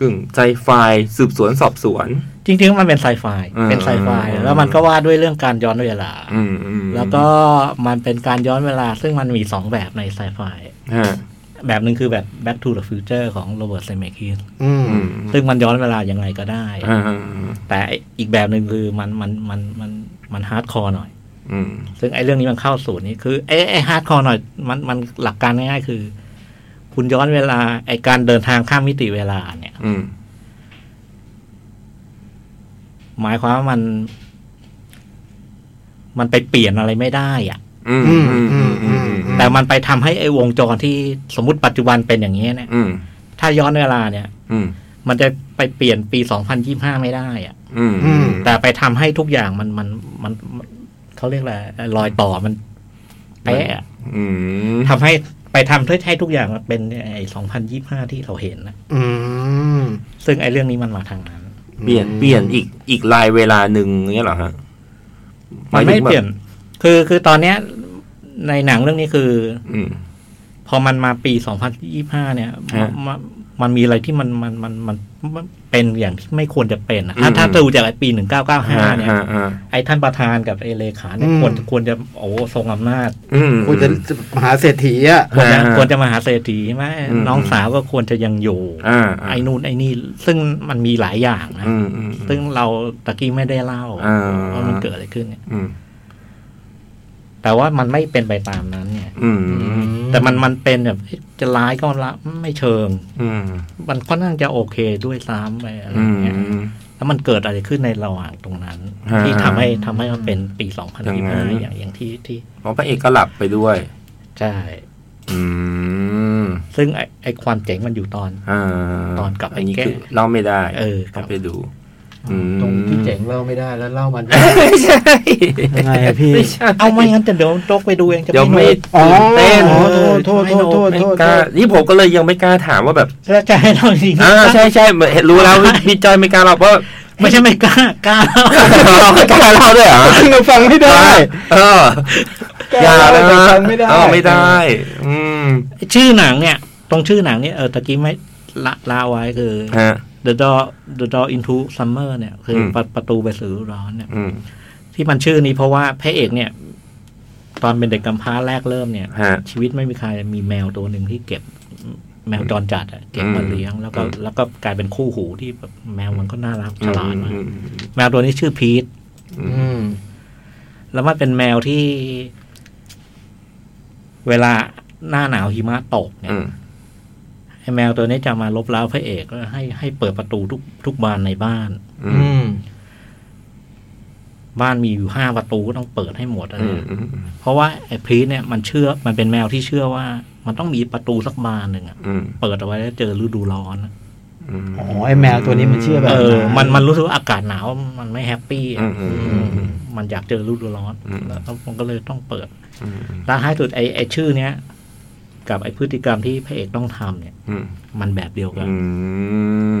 Speaker 3: กึ่งใจไฟสืบสวนสอบสวน
Speaker 2: จริงๆมันเป็นไซไฟ
Speaker 3: อืม
Speaker 2: เป็นไซไฟ
Speaker 3: อืม
Speaker 2: แล้วมันก็ว่าด้วยเรื่องการย้อนเวลา
Speaker 3: อืมอืม
Speaker 2: แล้วก็มันเป็นการย้อนเวลา ซึ่งมันมีสองแบบในไซไฟ
Speaker 3: ฮะ
Speaker 2: แบบหนึ่งคือแบบ Back to the Future ของโรเบิร์ตเซเมคิส
Speaker 4: อืม
Speaker 3: อืม
Speaker 2: ซึ่งมันย้อนเวลายังไงก็ได้
Speaker 3: อ่า
Speaker 2: แต่อีกแบบหนึ่งคือมันมันมันมันมันฮาร์ดคอร์หน่อย
Speaker 3: อืม
Speaker 2: ซึ่งไอ้เรื่องนี้มันเข้าสูตรนี้คือไอ้ไอ้ฮาร์ดคอร์หน่อยมันมันหลักการง่ายๆคือ คุณย้อนเวลา ไอ้การเดินทางข้ามมิติเวลาเนี่ย
Speaker 3: อืม
Speaker 2: หมายความว่ามัน มันไปเปลี่ยนอะไรไม่ได้อะ
Speaker 3: อืมอืมอืมอืมอืม
Speaker 2: แต่มันไปทำให้ไอ้วงจรที่สมมติปัจจุบันเป็นอย่างนี้ยเนี่ย
Speaker 3: อืม
Speaker 2: ถ้าย้อนเวลาเนี่ย
Speaker 3: อืม
Speaker 2: มันจะไปเปลี่ยนปี2025ไม่ได้อะ
Speaker 3: อืม
Speaker 2: แต่ไปทำให้ทุกอย่างมันมันมันมันเขาเรียกอะไรรอยต่อมันเป๊ะอะ
Speaker 3: อืม
Speaker 2: ทำให้ไปทำเพื่อให้ทุกอย่างมันเป็นไอ้สองพันยี่ห้าที่เราเห็นนะ
Speaker 4: อืม
Speaker 2: ซึ่งไอ้เรื่องนี้มันมาทางนั้น
Speaker 3: เปลี่ยนเปลี่ยนอีกอีกลายเวลาหนึ่งเงี้ยเหรอฮะ
Speaker 2: มัน
Speaker 3: หา
Speaker 2: ไม่
Speaker 3: ถึงแบบ
Speaker 2: เปลี่ยน คือคือตอนเนี้ย ในหนังเรื่องนี้คือ
Speaker 3: อืม
Speaker 2: พอมันมาปีสองพันยี่ห้าเนี่ย
Speaker 3: ฮะ
Speaker 2: มันมันมีอะไรที่มันมันมันมันมันเป็นอย่างที่ไม่ควรจะเป็นอะถ้า
Speaker 3: อืม
Speaker 2: ถ้าดูจากไอ้ปีหนึ่งเก้าเก้าห้าเนี่ย
Speaker 3: ฮะฮะ
Speaker 2: ไอ้ท่านประธานกับไอ้เลขาเนี่ยควรจะควรจะโอ้โหทรงอำนาจ
Speaker 3: อืม
Speaker 4: ควรจะมหาเศรษฐีอ่ะ
Speaker 2: ควรจะ
Speaker 3: อ่า
Speaker 2: ควรจะมาหาเศรษฐีใช่ไหม
Speaker 3: อืม
Speaker 2: น้องสาวก็ควรจะยังอยู่
Speaker 3: อ่า
Speaker 2: ไอ้นู่นไอ้นี่ ซึ่งมันมีหลายอย่างนะ
Speaker 3: อืมอืม
Speaker 2: ซึ่งเราตะกี้ไม่ได้เล่า
Speaker 3: อ่า
Speaker 2: ว่ามันเกิดอะไรขึ้นเนี่ย
Speaker 3: อืม
Speaker 2: แต่ว่ามันไม่เป็นไปตามนั้นเนี่ย
Speaker 3: อืม
Speaker 2: แต่มันมันเป็นแบบเอ๊ะจะร้ายก็ละไม่เชิง
Speaker 3: อืม
Speaker 2: มันค่อนข้างจะโอเคด้วยซ้ำไปอะไร
Speaker 3: อืม
Speaker 2: อย่างเงี้ย
Speaker 3: อืม
Speaker 2: แล้วมันเกิดอะไรขึ้นในระหว่างตรงนั้น
Speaker 3: อ่า
Speaker 2: ที่ทำให้ทำให้มันเป็นปีสองพัน
Speaker 3: อย่าง
Speaker 2: ยี่
Speaker 3: นั้
Speaker 2: ห้าน อย่างอย่างที่ที่
Speaker 3: เพราะพระเอกก็หลับไปด้วย
Speaker 2: ใช่
Speaker 3: อืม
Speaker 2: ซึ่งไอ้ไอ้ความเจ๋งมันอยู่ตอน
Speaker 3: อ่า
Speaker 2: ตอนกลับไป
Speaker 3: นี้
Speaker 2: แก้
Speaker 3: คือเล่าไม่ได้
Speaker 2: เออครั
Speaker 3: ต้อบ งไปดู อืม
Speaker 4: ตรงที่เจ๋งเล่าไม่ได้แล้วเล่ามัน
Speaker 3: ไม่ใช่
Speaker 4: ยังไงอะพี่
Speaker 3: ไม่ใช่
Speaker 2: เอาไม่งั้นจะเดี๋ยวตกไปดูเองจะ
Speaker 3: เดี๋ยว
Speaker 2: ไม่
Speaker 3: ไม่
Speaker 2: รู้
Speaker 4: อ๋อ
Speaker 3: ตื่นเต้น
Speaker 4: อ๋อโทษโทษโทษ
Speaker 3: ไม่
Speaker 4: โทษ
Speaker 3: ก
Speaker 4: โท
Speaker 3: ล้า
Speaker 4: ษ
Speaker 3: นี่ผมก็เลยยังไม่กล้าถามว่าแบบ
Speaker 2: แล้วจะให้เราจริงๆ
Speaker 3: อ่าใช่ใช่เห็นรู้แล้วพี่จอยไม่กล้าเรา [laughs] เพราะ
Speaker 2: ไม่ใช่ไม่กล้ากล้า
Speaker 3: เราไม่กล้าเราด้วยเหรอ
Speaker 4: เราฟังไม่ได้
Speaker 3: เอออย่าเลยนะ
Speaker 4: ไม่ได้
Speaker 3: เออไม่ได้ อืม
Speaker 2: ชื่อหนังเนี่ย ตรงชื่อหนังเนี่ยเออตะกี้ไม่ละลาไว้คือ
Speaker 3: ฮะ
Speaker 2: The Door The Door into Summer เนี่ย คืออ
Speaker 3: ม
Speaker 2: ประประตูไปสู่ร้อนเนี่ย
Speaker 3: อืม
Speaker 2: ที่มันชื่อนี้เพราะว่าพระเอกเนี่ย ตอนเป็นเด็กกำพร้าแรกเริ่มเนี่ย
Speaker 3: ฮะ
Speaker 2: ชีวิตไม่มีใครมีแมวตัวหนึ่งที่เก็บ แมวจรจัดอะเก็บมาเลี้ยง แล้วก็
Speaker 3: อืม
Speaker 2: แล้วก็กลายเป็นคู่หูที่แบบแมวมันก็น่ารักฉลาดมาก
Speaker 3: อืม
Speaker 2: แมวตัวนี้ชื่อพีท
Speaker 3: อืม
Speaker 4: อืม
Speaker 2: แล้วมันเป็นแมวที่ เวลาหน้าหนาวหิมะตกเนี่ย
Speaker 3: อืม
Speaker 2: ไอ้แมวตัวนี้จะมาลบเล้าพระเอกก็ให้ให้เปิดประตูทุกทุกบานในบ้าน
Speaker 3: อื
Speaker 4: อื
Speaker 3: ม
Speaker 4: ม
Speaker 2: บ้านมีอยู่ห้าประตูก็ต้องเปิดให้หมดอะไร
Speaker 3: อืม
Speaker 2: เงี้ย
Speaker 3: อืม
Speaker 2: เพราะว่าไอ้พรีทเนี่ยมันเชื่อมันเป็นแมวที่เชื่อว่า มันต้องมีประตูสักบานหนึ่งอะ
Speaker 3: อืม
Speaker 2: เปิดเอาไว้แล้วเจอฤดูร้อนอะ
Speaker 4: อ๋อไอ้แมวตัวนี้มันเชื่อแบบ
Speaker 2: เออ มันมันรู้สึกว่าอากาศหนาวมันไม่แฮปปี้
Speaker 3: อื
Speaker 2: อะ
Speaker 3: มอืมอืม
Speaker 2: มันอยากเจอฤดูร้อน
Speaker 3: อืม
Speaker 2: แล้วมันก็เลยต้องเปิด
Speaker 3: อืม
Speaker 2: แล้วท้ายสุดไอ้ไอ้ชื่อเนี้ย กับไอ้พฤติกรรมที่พระเอกต้องทำเนี่ย
Speaker 3: อืม
Speaker 2: มันแบบเดียวกัน
Speaker 3: อืม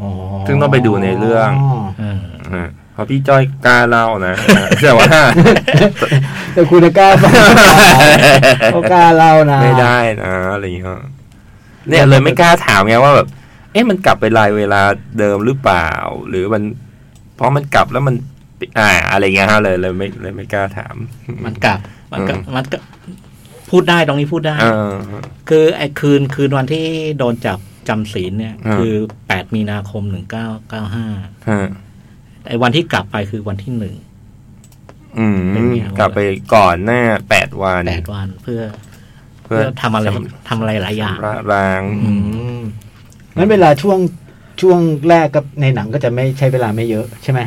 Speaker 4: อ๋อ
Speaker 3: ซึ่งต้องไปดูในเรื่อง
Speaker 2: เออ
Speaker 3: อ่ะเพราะพี่จ้อยกล้าเล่านะ แต่ว่า
Speaker 4: แต่คุณกล้า
Speaker 2: [laughs]
Speaker 4: ไปโอกล้าเรานะ
Speaker 3: ไม่ได้นะอะไรอย่างเงี้ยเนี่ยเลยไม่กล้าถามไงว่าแบบ เอ๊ะมันกลับไปรายเวลาเดิมหรือเปล่า หรือมันเพราะมันกลับแล้วมันอ่า อะไรเงี้ยฮะเลยเลยไม่เลยไม่กล้าถาม
Speaker 2: มันกลับ มันกลับ
Speaker 3: อืม
Speaker 2: มันก็พูดได้ตรงนี้พูดได้
Speaker 3: เออ
Speaker 2: คือไอ้คืนคืนวันที่โดนจับจำศีลเนี่ย
Speaker 3: อ่า
Speaker 2: คือแปดมีนาคมหนึ่งเก้าเก้าห้า
Speaker 3: ฮะ
Speaker 2: ไอ้วันที่กลับไปคือวันที่หนึ่ง
Speaker 3: อืม
Speaker 2: เป็นไงวะ
Speaker 3: กลับไปก่อนหน้าแปดวัน
Speaker 2: แปดวันเพื่อ เพื่อทำอะไรทำอะไรหลายอย่าง
Speaker 3: ระราง
Speaker 2: อื
Speaker 4: งั้นเวลาช่วงช่วงแรกกับในหนังก็จะไม่ใช้เวลาไม่เยอะใช่ไหม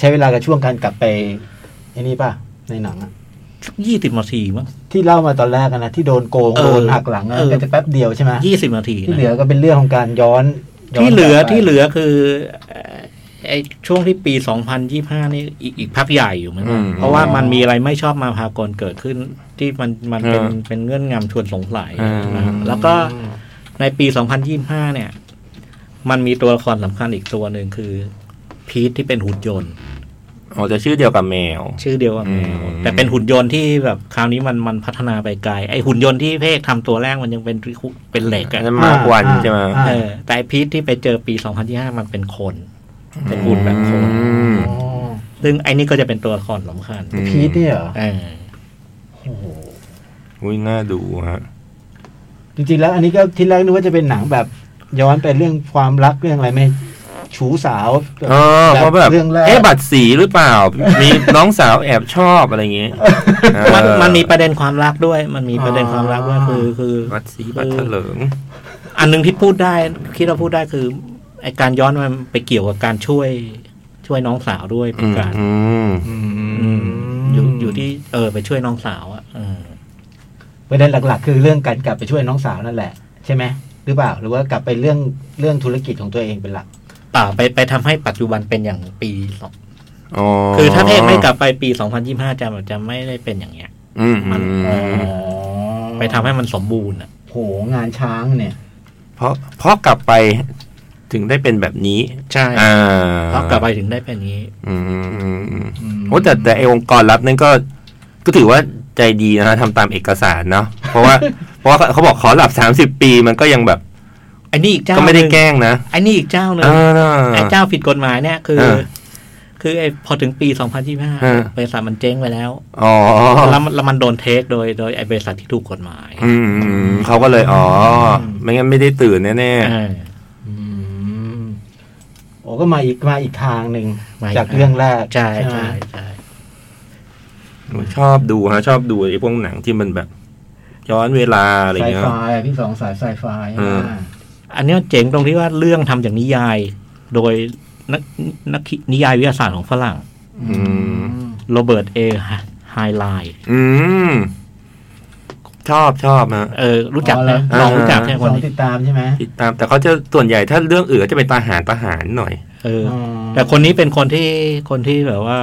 Speaker 4: ใช้เวลากับช่วงการกลับไปไอ้นี่ป่ะในหนังอะ
Speaker 2: ยี่สิบนาทีมั้ง
Speaker 4: ที่เล่ามาตอนแรกอะนะที่โดนโกง
Speaker 2: เออ
Speaker 4: โดนหักหลังอะ
Speaker 2: เออ
Speaker 4: ก็จะแป๊บเดียวใช่ไหม
Speaker 2: ยี่สิบนาที
Speaker 4: ที่
Speaker 2: นะ
Speaker 4: เหลือก็เป็นเรื่องของการย้อนย้น
Speaker 2: ที่เหลือก
Speaker 4: บไป
Speaker 2: ที่เหลือคือเอ่อไอ้ช่วงที่ปีสองพันยี่ห้านี่อีกอีกพักใหญ่อยู่เหมือนกันเพราะว่ามันมีอะไรไม่ชอบมาพากลเกิดขึ้น ที่มันมันเป็นเป็นเงื่อนงำชวนสงสัยนะแล้วก็ ในปี 2025 เนี่ย มันมีตัวละครสำคัญอีกตัวหนึ่งคือ พีทที่เป็นหุ่นยนต์
Speaker 3: อ๋อจะชื่อเดียวกับแมว
Speaker 2: ชื่อเดียวกับแมว
Speaker 3: อืม
Speaker 2: แต่เป็นหุ่นยนต์ที่แบบคราวนี้มันมันพัฒนาไปไกล ไอหุ่นยนต์ที่เพกทำตัวแรกมันยังเป็นเป็นเหล็ก
Speaker 3: อัน
Speaker 2: อะ
Speaker 3: นั้นมากวันใช่ไหม
Speaker 4: า
Speaker 2: เออแต่ไอ้พีทที่ไปเจอปี 2025 มันเป็นคน เป็นหุ่นแบบคน
Speaker 3: อืม
Speaker 4: อ๋อ
Speaker 2: ซึ่งไอนี่ก็จะเป็นตัวละครสำคัญ
Speaker 4: พีทเนี่ยเหรอ
Speaker 2: เออ
Speaker 4: โอ้โห
Speaker 3: อุ้ยน่าดูฮะ
Speaker 4: จริงๆแล้วอันนี้ก็ที่แรกนึกว่าจะเป็นหนังแบบ ย้อนไปเรื่องความรักเรื่องอะไรไม่ชูสาว
Speaker 3: เออเพราะแบบ
Speaker 4: เรื่องแรก
Speaker 3: เอ๊ะบัตรสีหรือเปล่า มีน้องสาวแอบชอบอะไรอย่างเงี้ย
Speaker 2: มัน
Speaker 3: เออ
Speaker 2: มันมีประเด็นความรักด้วย มันมีประเด็นความรักด้วยคือคือ
Speaker 3: บัตรสีบัตรเถลิง
Speaker 2: อันหนึ่งที่พูดได้คิดว่าพูดได้คือไอการย้อนมันไปเกี่ยวกับการช่วยช่วยน้องสาวด้วยเป็นการ
Speaker 3: อืม
Speaker 2: อืมอยู่อยู่ที่เออไปช่วยน้องสาวอ่ะเออ
Speaker 4: ประเด็นหลักๆ คือเรื่องการกลับไปช่วยน้องสาวนั่นแหละ ใช่ไหมหรือเปล่า หรือว่ากลับไปเรื่องเรื่องธุรกิจของตัวเองเป็นหลัก
Speaker 2: เปล่าไปไปทำให้ปัจจุบันเป็นอย่างปีสอง
Speaker 3: อ๋อ
Speaker 2: คือถ้าเพศไม่กลับไปปีสองพันยี่ห้าจะจะไม่ได้เป็นอย่างเงี้ย
Speaker 3: อืม
Speaker 2: มัน
Speaker 3: อื
Speaker 4: อ๋อ
Speaker 3: ม
Speaker 2: ไปทำให้มันสมบูรณ์อ่ะ
Speaker 4: โหงานช้างเนี่ย
Speaker 3: เพราะเพราะกลับไปถึงได้เป็นแบบนี้
Speaker 2: ใช่
Speaker 3: อ่า
Speaker 2: เพราะกลับไปถึงได้เป็นอย่างนี้
Speaker 3: อืมอืมอืมอืมโอ้แต่แต่ไอองค์กรรัฐนั่นก็ ก็ถือว่าใจดีนะฮะทำตามเอกสารเนาะเพราะว่า [laughs] เพราะว่าเขาบอกขอหลับสามสิบปีมันก็ยังแบบ
Speaker 2: ไอ้นี่อีกเจ้า
Speaker 3: ก็ไม่ได้แก
Speaker 2: หนึ่
Speaker 3: ล้งนะ
Speaker 2: ไอ้นี่อีกเจ้าหนึ่ง
Speaker 3: อ่า
Speaker 2: ไอ้เจ้าผิดกฎหมายเนี่ยคือ
Speaker 3: เออ
Speaker 2: คือไอ้พอถึงปีสองพันยี่ห้า
Speaker 3: เออ
Speaker 2: บริษัทมันเจ๊งไปแล้ว
Speaker 3: อ๋อ
Speaker 2: แล้วมันแล้วมันโดนเทคโดยโดยไอ้บริษัทที่ถูกกฎหมาย
Speaker 3: อืมเขาก็เลย อ๋อ ไม่งั้นไม่ได้ตื่นแน่
Speaker 2: เออ
Speaker 4: อืมโอ้ก็มาอีกมาอีกทางหนึ่ง
Speaker 2: มาอีก
Speaker 4: จากเรื่องแรก
Speaker 2: ใช่
Speaker 4: ไหม
Speaker 2: ใช่ใช่
Speaker 3: ๆ ชอบดูฮะ ชอบดูไอ้พวกหนังที่มันแบบ ย้อนเวลาอะไรอ
Speaker 4: ไซ
Speaker 3: ย่างเงี้ย
Speaker 4: ไฟพี่สองสายไซไฟ
Speaker 3: เออ
Speaker 2: อันเนี้ยเจ๋งตรงที่ว่าเรื่องทำจากนิยาย โดยนักนักนิยายวิทยาศาสตร์ของฝรั่ง
Speaker 3: อืม
Speaker 2: โรเบิร์ตเอไฮไลน์
Speaker 3: อืม ชอบชอบฮะ
Speaker 2: เออรู้จักไหม
Speaker 3: อ๋อเหรอ
Speaker 2: น้องรู้จักใช่
Speaker 4: พี่
Speaker 2: ไห
Speaker 4: สอง
Speaker 2: มคนนี้
Speaker 4: ติดตามใช่ไหม
Speaker 3: ติดตาม แต่เขาจะส่วนใหญ่ถ้าเรื่องอื่นก็จะเป็นทหารทหารหน่อย
Speaker 2: เอออ
Speaker 4: อ๋อ
Speaker 2: แต่คนนี้เป็นคนที่คนที่แบบว่า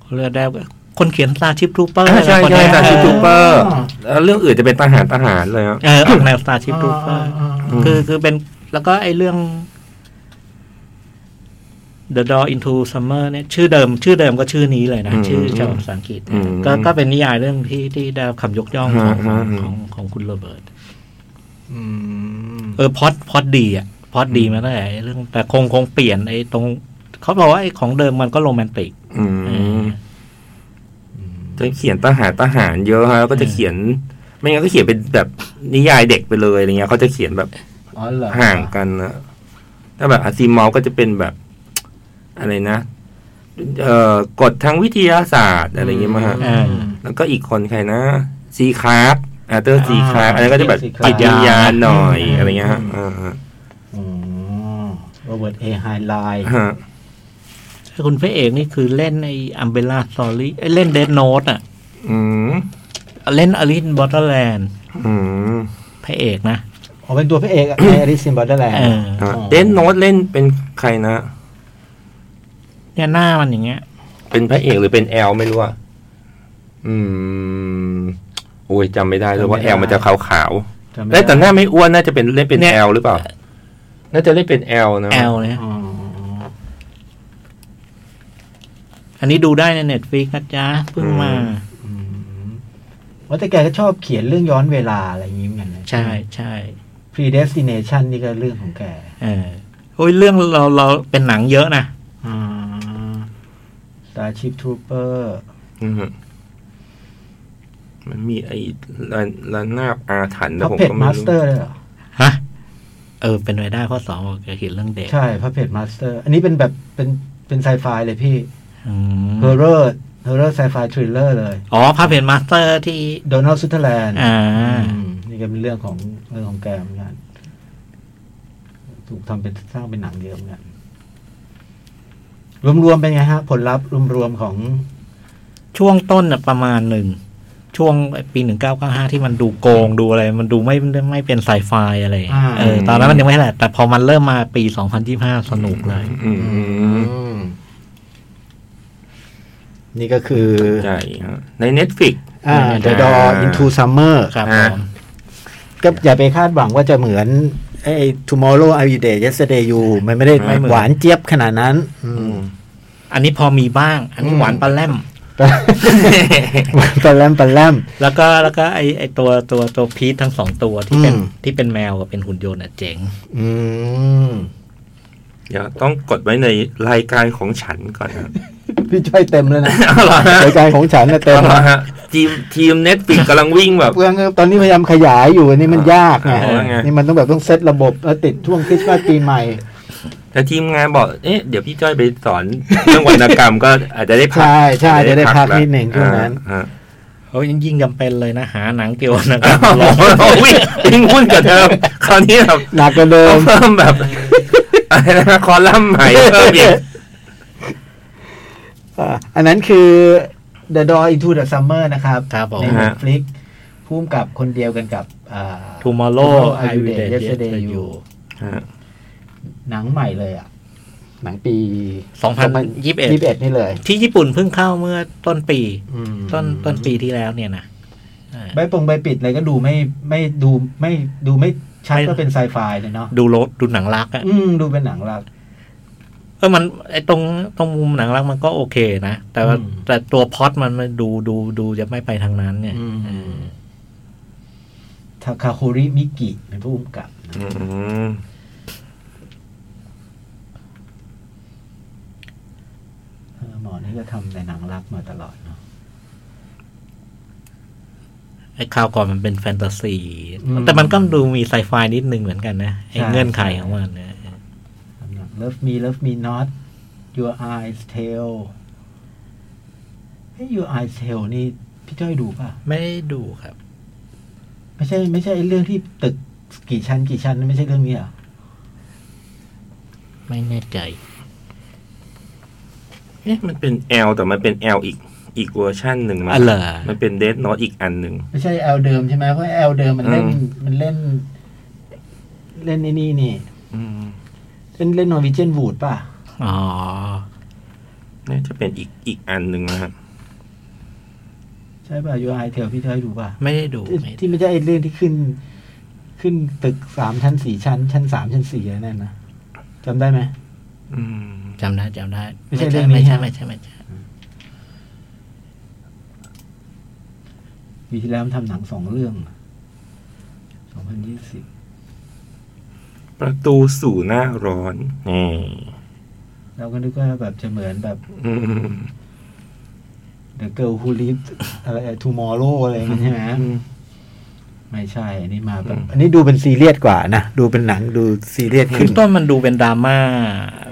Speaker 2: เขาเรียกได้ว่าคนเขียนซาชิปทูเปอร์
Speaker 3: ใช่ใช่
Speaker 2: คน
Speaker 3: ใช่
Speaker 2: เนี้ย
Speaker 3: จาก
Speaker 2: เอ
Speaker 3: ชิป
Speaker 2: อ
Speaker 3: ทูเปอร์แล้วเรื่องอื่นจะเป็นทหารทหารเลยฮะ
Speaker 2: เออออกแนวซาชิปทูเปอร์
Speaker 4: าๆๆ
Speaker 3: อืม
Speaker 2: คือคือเป็นแล้วก็ไอ้เรื่อง The Door into Summer เนี่ย ชื่อเดิม ชื่อเดิมก็ชื่อนี้เลยนะ
Speaker 3: อืม
Speaker 2: ชื่อฉบับภาษาอังกฤษ
Speaker 3: อืม
Speaker 2: ก็ก็เป็นนิยายเรื่องที่ที่ได้รับคำยกย่องของข
Speaker 3: ฮะฮะ
Speaker 2: อง
Speaker 3: ฮะ
Speaker 2: ของของคุณโรเบิร์ต
Speaker 4: อืม
Speaker 2: เออพอดพอดดีอ่ะพอดดีมาตั้งแต่ไอ้เรื่อง แต่คงคงเปลี่ยนไอ้ตรง เขาบอกว่าไอ้ของเดิมมันก็โรแมนติก
Speaker 3: อืม จะเขียนทหารทหารเยอะฮะแล้วก็จะเขียน ไม่งั้นก็เขียนเป็นแบบนิยายเด็กไปเลยอะไรเงี้ยเขาจะเขียนแบบ
Speaker 4: อ๋อเหรอ
Speaker 3: ห่างกันนะถ้าแบบอาซีมอลก็จะเป็นแบบ อะไรนะ เอ่อกฎทางวิทยาศาสตร์อะไรอย่างเงี้ยมาฮะ
Speaker 4: อืม
Speaker 3: แล้วก็อีกคนใครนะซีคาร์ฟอาเตอร์ซีคาร์ฟ
Speaker 4: อ่า
Speaker 3: อันนั้นก็จะแบบ
Speaker 4: Steve Clark
Speaker 3: จิตวิญญาณหน่อย
Speaker 4: อืม
Speaker 3: อะไรเงี้ยฮะอ่าฮะ
Speaker 4: อ๋อโรเบิร์ตเอไฮไลน์
Speaker 3: ฮะ
Speaker 2: คุณพระเอกนี่คือเล่นไอ้อัมเบล่าสตอรี่เล่นเดนโนตอ่ะ
Speaker 3: อืม
Speaker 2: เล่นอลินบอตเตอร์แลนด์
Speaker 3: อืม
Speaker 2: พระเอกนะ
Speaker 4: อ๋อเป็นตัวพระเอกอะในอริซินบอร์เดอร์แลน
Speaker 2: เอ
Speaker 4: ด์
Speaker 2: อ
Speaker 3: ฮะ
Speaker 4: อ๋อ
Speaker 3: เดนโนตเล่นเป็นใครนะ
Speaker 2: เนี่ยหน้ามันอย่างเงี้ย
Speaker 3: เป็นพระเอกหรือเป็นแอลไม่รู้อ่ะ อืมโอ้ยจำไม่ได้เลยว่า
Speaker 2: จำ
Speaker 3: แอล
Speaker 2: ไม่ได้
Speaker 3: มันจะขาวขาว
Speaker 2: จำ
Speaker 3: ๆ
Speaker 2: ไม่
Speaker 3: แต่แต่ห
Speaker 2: ได้
Speaker 3: น้าไม่อ้วนน่าจะเป็นเล่นเป็น
Speaker 2: เนี่ย
Speaker 3: แอลหรือเปล่า น่าจะเล่นเป็นแอลนะ
Speaker 2: แอลเนี่ย
Speaker 4: อ๋อ
Speaker 2: อันนี้ดูได้ในเน็ตฟ i ิกนะจ๊ะเพิ่งมา
Speaker 4: อืมว่าแต่แกก็ชอบเขียนเรื่องย้อนเวลาอะไรอย่างนี้เหมือนกันนะ
Speaker 2: ใช่ใช่
Speaker 4: predestination นี่ก็เรื่องของแก
Speaker 2: เออโอ้ยเรื่องเราเราเป็นหนังเยอะนะ
Speaker 4: อืม starship trooper
Speaker 3: อืมมันมีไอ้ระระนาบอาถรรพ์นะผม
Speaker 4: puppet
Speaker 3: ก็ไม่รู้
Speaker 4: master เลยเหรอ
Speaker 2: ฮะ เออ เป็นไปได้ข้อสองบอกจะเห็นเรื่องเด็ก
Speaker 4: ใช่ puppet master อันนี้เป็นแบบเป็นเป็นไซไฟเลยพี่
Speaker 2: อืม
Speaker 4: horror horror sci-fi thriller เลย
Speaker 2: อ๋อพาเพนมาสเตอร์ที่
Speaker 4: โดนัลด์ซุตเทอร์แลนด์
Speaker 2: อ่า
Speaker 4: อืมนี่ก็เป็นเรื่องของเรื่องของแกเหมือนกันถูกทำเป็นสร้างเป็นหนังเยอะเหมือนกันรวมๆเป็นไงฮะ ผลลัพธ์รวมๆของ
Speaker 2: ช่วงต้นน่ะประมาณหนึ่ง ช่วงปีหนึ่งเก้าเก้าห้าที่มันดูโกงดูอะไร มันดูไม่ไม่ไม่เป็นไซไฟอะไร
Speaker 4: อ่า
Speaker 2: เออ ตอนนั้นมันยังไม่เท่าไหร่แต่พอมันเริ่มมาปีสองพันยี่ห้าสนุกเลย
Speaker 3: อืม
Speaker 4: นี่ก็คือ
Speaker 3: ใช่ฮะในเน็ตฟิก
Speaker 4: อ่า The Door Into Summer
Speaker 2: ครับผ
Speaker 3: อ่า
Speaker 2: ม
Speaker 4: ก็อย่าไปคาดหวังว่าจะเหมือนไอ้ Tomorrow I Will Day Yesterday You มันไม่ได้
Speaker 3: ไม่เหมือน
Speaker 4: หวานเจี๊ยบขนาดนั้น อืม
Speaker 2: อันนี้พอมีบ้าง อันนี้หวานปลาแลม
Speaker 4: ปลาแลมปลาแลม
Speaker 2: แล้วก็แล้วก็ไอไอตัวตัวตัวพีททั้งสองตัวที่เป็น
Speaker 4: อืม
Speaker 2: ที่เป็นแมวกับเป็นหุ่นยนต์อ่ะเจ๋ง
Speaker 4: อืม
Speaker 3: เดี๋ยวต้องกดไว้ในรายการของฉันก่อนนะ
Speaker 4: พี่ช่วยเต็มแล้วนะ
Speaker 3: เอาเหรอฮะ
Speaker 4: รายการของฉันนะเต็ม
Speaker 3: เอาละฮะทีมทีมเน็ตฟิกกำลังวิ่งแบบ
Speaker 4: เปลืองเงินตอนนี้พยายามขยายอยู่อันนี้มันยากไง
Speaker 3: เอาแล้วไง
Speaker 4: นี่มันต้องแบบต้องเซตระบบแล้วติดช่วงคริสต์มาสปีใหม่
Speaker 3: แต่ทีมงานบอก เอ๊ะ เดี๋ยวพี่จ้อยไปสอนเรื่องวรรณกรรมก็อาจจะได้พัก
Speaker 4: ใช่ใช่จะได้พัก
Speaker 3: ละ
Speaker 4: นิดหนึ่งช่วงนั้น
Speaker 3: อ่า
Speaker 2: เฮ้ยยิ่งจำเป็นเลยนะ หาหนังเกี่ยวกับ
Speaker 4: [laughs]
Speaker 2: หนัง
Speaker 3: อ่า
Speaker 2: ลอง
Speaker 3: โอ้โหวิ่งวิ่งหุ้นกว่าเดิมคราวนี้แบบ
Speaker 4: หนักกว่าเดิ
Speaker 3: ต้อ
Speaker 4: ม
Speaker 3: งเพิ่มแบบอะไรนะคอลัมน์ใหม่เพิ่มอีก
Speaker 4: อ่ะอันนั้นคือ The Door Into the Summer นะครับ
Speaker 2: ครับผม
Speaker 4: ใน Netflix พุ่มกับคนเดียวกันกับอ่า
Speaker 2: Tomorrow I
Speaker 4: Will
Speaker 2: Will
Speaker 4: Day
Speaker 2: Day
Speaker 4: Yesterday
Speaker 2: Yesterday
Speaker 4: You
Speaker 2: You
Speaker 3: อ่า
Speaker 4: หนังใหม่เลยอ่ะ หนังปี
Speaker 2: 2021
Speaker 4: 21นี่เลย
Speaker 2: ที่ญี่ปุ่นเพิ่งเข้าเมื่อต้นปี
Speaker 4: อืม
Speaker 2: ต้นต้นปีที่แล้วเนี่ยนะเออ
Speaker 4: ใบปงใบปิดอะไรก็ดูไม่ไม่ดูไม่ดูไม่ชัด
Speaker 2: ไม่
Speaker 4: ว่าเป็นไซไฟเลยเนาะ
Speaker 2: ดูรถดูหนังรักอะ
Speaker 4: อืมดูเป็นหนังรัก
Speaker 2: เออมันไอตรงตรงมุมหนังรักมันก็โอเคนะ แต่ว่า
Speaker 4: อืม
Speaker 2: แต่ตัวพล็อตมันมันดูดูดูจะไม่ไปทางนั้นเนี่ย
Speaker 4: ทาคาโฮริมิกิเป็นผู้กำกับนะ
Speaker 3: อืม
Speaker 4: เออหมอนี่ก็ทำแต่หนังรักมาตลอดเนาะ
Speaker 2: ไอ้ข่าวก่อนมันเป็นแฟนตาซี
Speaker 4: อืม
Speaker 2: แต่มันก็ดูมีไซไฟนิดนึงเหมือนกันนะ ไอ้
Speaker 4: ใช่
Speaker 2: เงื่อนไขของมันเนี่ย
Speaker 4: ทำหนัง Love Me Love Me Not Your Eyes Tell เฮ้ย Your Eyes Tell นี่พี่จ้อยดูป่ะ
Speaker 2: ไม่ได้ดูครับ
Speaker 4: ไม่ใช่ไม่ใช่ไอ้เรื่องที่ตึกกี่ชั้นกี่ชั้นไม่ใช่เรื่องนี้เหรอ
Speaker 2: ไม่แน่ใจ
Speaker 3: เอ๊ะมันเป็น L แต่มันเป็น L อีกอีกเวอร์ชันหนึ่งมั้ง
Speaker 2: อ๋อเหรอ
Speaker 3: มันเป็นเดสโนตอีกอันหนึ่ง
Speaker 4: ไม่ใช่แอลเดิมใช่ไหมเพราะแอลเดิมมันเล่น
Speaker 3: อืม
Speaker 4: มันเล่น เล่นไอ้นี่นี่
Speaker 3: อืม
Speaker 4: เล่นเล่นนอร์วิเจนวูดป่ะ
Speaker 2: อ๋อ
Speaker 3: น่าจะเป็นอีกอีกอันหนึ่งนะฮะ
Speaker 4: ใช่ป่ะ Your Eyes Tell พี่จ้อยดูป่ะ
Speaker 2: ไม่ได้ดู
Speaker 4: ที่
Speaker 2: ไม่ได้
Speaker 4: ที่ไม่ใช่ไอ้เรื่องที่ขึ้น ขึ้นตึกสามชั้นสี่ชั้น ชั้นสามชั้นสี่อะไรนั่นนะจำได้ไหม
Speaker 3: อืม
Speaker 2: จำได้จำได้
Speaker 4: ไม่ใช่เรื่องนี้
Speaker 2: ไม่ใช่
Speaker 4: ใช่ไหม
Speaker 2: ไม่ใช่ไม่ใช่ไม่ใช่
Speaker 4: ปีที่แล้วมันทำหนังสองเรื่องสองพันยี่สิบ
Speaker 3: ประตูสู่หน้าร้อนนี่
Speaker 4: เราก็นึกว่าแบบจะเหมือนแบบ
Speaker 3: อืม
Speaker 4: The Girl Who Lived อะไร Tomorrow อะไรอย่างเงี้ยใช่ไหมไม่ใช่ อันนี้มาแบบ
Speaker 3: อืม
Speaker 4: อันนี้ดูเป็นซีเรียสกว่านะ ดูเป็นหนังดูซีเรียส
Speaker 2: คื
Speaker 4: ขึ้
Speaker 2: อน ต้นมันดูเป็นดราม่า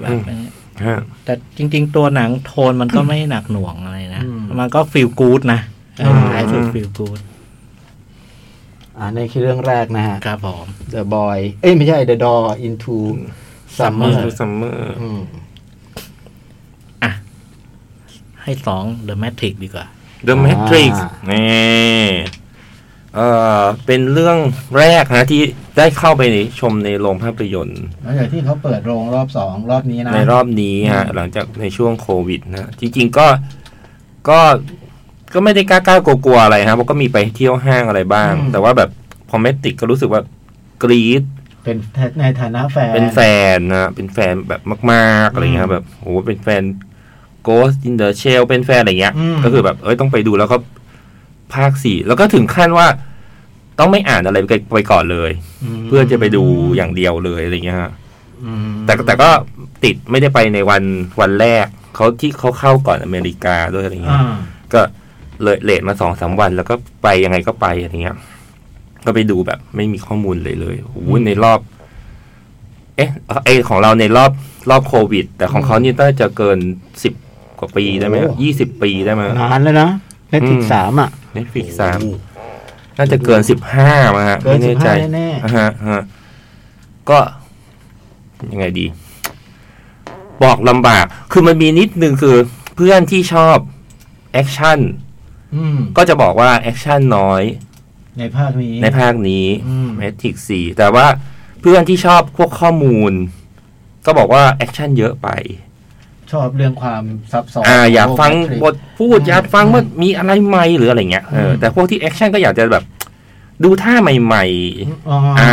Speaker 2: แบบนี้
Speaker 3: ฮะ
Speaker 2: แต่จริง ๆ ตัวหนังโทนมันก็ไม่หนักหน่วงอะไรนะ
Speaker 3: อืม
Speaker 2: มันก็ฟีลกู๊ดนะ
Speaker 3: อืม
Speaker 2: ท้ายสุดฟีลกู๊ด
Speaker 4: อันนี้คือเรื่องแรกนะฮะ
Speaker 2: ครับผม
Speaker 4: The Boy เอ้ยไม่ใช่ The Door Into Summer
Speaker 3: ซัมเมอร์
Speaker 4: อืม
Speaker 2: ให้สอง The Matrix ดีกว่า
Speaker 3: เดอะแมทริกซ์นี่ เอ่อเป็นเรื่องแรกนะที่ได้เข้าไปชมในโรงภาพยนตร์
Speaker 5: หลังจากที่เขาเปิดโรงรอบสองรอบนี้นะ
Speaker 3: ในรอบนี้ฮะหลังจากในช่วงโควิดนะจริงๆก็ก็ก็ไม่ได้กล้ากล้ากลัวๆอะไรฮะเพราะก็มีไปเที่ยวห้างอะไรบ้าง
Speaker 5: อืม
Speaker 3: แต่ว่าแบบพอไม่ติดก็รู้สึกว่ากรีด
Speaker 5: เป็นในฐานะแฟน
Speaker 3: เป็นแฟนนะเป็นแฟนแบบมากๆอะไรเงี้ยครับแบบโอ้โหเป็นแฟน Ghost in the Shell เป็นแฟนอะไรเงี้ย
Speaker 5: อืม
Speaker 3: ก็คือแบบเอ้ยต้องไปดูแล้วก็ภาคสี่แล้วก็ถึงขั้นว่าต้องไม่อ่านอะไรไปไปก่อนเลย
Speaker 5: ม
Speaker 3: เพื่อจะไปดูอย่างเดียวเลยอะไรเงี้ยฮะ
Speaker 5: อืม
Speaker 3: แต่แต่ก็ติดไม่ได้ไปในวันวันแรกเขาที่เขาเข้าก่อนอเมริกาด้วยอะไรเงี้
Speaker 5: อ่าย
Speaker 3: ก็เลยเลทมาสองสามวัน แล้วก็ไปยังไงก็ไปอะไรเงี้ย ก็ไปดูแบบไม่มีข้อมูลเลยเลยโอ้โหในรอบ เอ๊ะไอของเราในรอบรอบโควิด แต่ของเขานี่น่าจะเกินสิบกว่าปีได้ไหม
Speaker 4: โอ้โห
Speaker 3: ยี่สิบปีได้ไหม
Speaker 4: นานแล้วนะเน็ตฟิก
Speaker 3: อืม
Speaker 4: สามอ่ะ
Speaker 3: เน็ตฟิกสามน่าจะเกินสิบห้ามาฮะ
Speaker 5: เกิน
Speaker 3: ไม่
Speaker 5: สิ
Speaker 3: แน่
Speaker 5: บ
Speaker 3: ใจ
Speaker 5: ห้าแน่
Speaker 3: อ่าฮะฮะก็ยังไงดี บอกลำบาก คือมันมีนิดนึงคือ เพื่อนที่ชอบแอคชั่น
Speaker 5: ๆอืม
Speaker 3: ก็จะบอกว่าแอคชั่นน้อย
Speaker 5: ในภาคนี้
Speaker 3: ในภาคนี้
Speaker 5: อืม
Speaker 3: แมทริกสี่แต่ว่าเพื่อนที่ชอบพวกข้อมูล ก็บอกว่าแอคชั่นเยอะไป
Speaker 5: ชอบเรื่องความซับซ้อน
Speaker 3: อ่า อยาก
Speaker 5: ขโลก
Speaker 3: ฟัง
Speaker 5: แมทริกซ์
Speaker 3: บทพูด
Speaker 5: อืม
Speaker 3: อยากฟังว่ามีอะไรใหม่หรืออะไรเงี้ยเออ
Speaker 5: ม
Speaker 3: แต่พวกที่แอคชั่นก็อยากจะแบบ ดูท่าใหม่ ๆ
Speaker 5: อ๋อ
Speaker 3: อ่า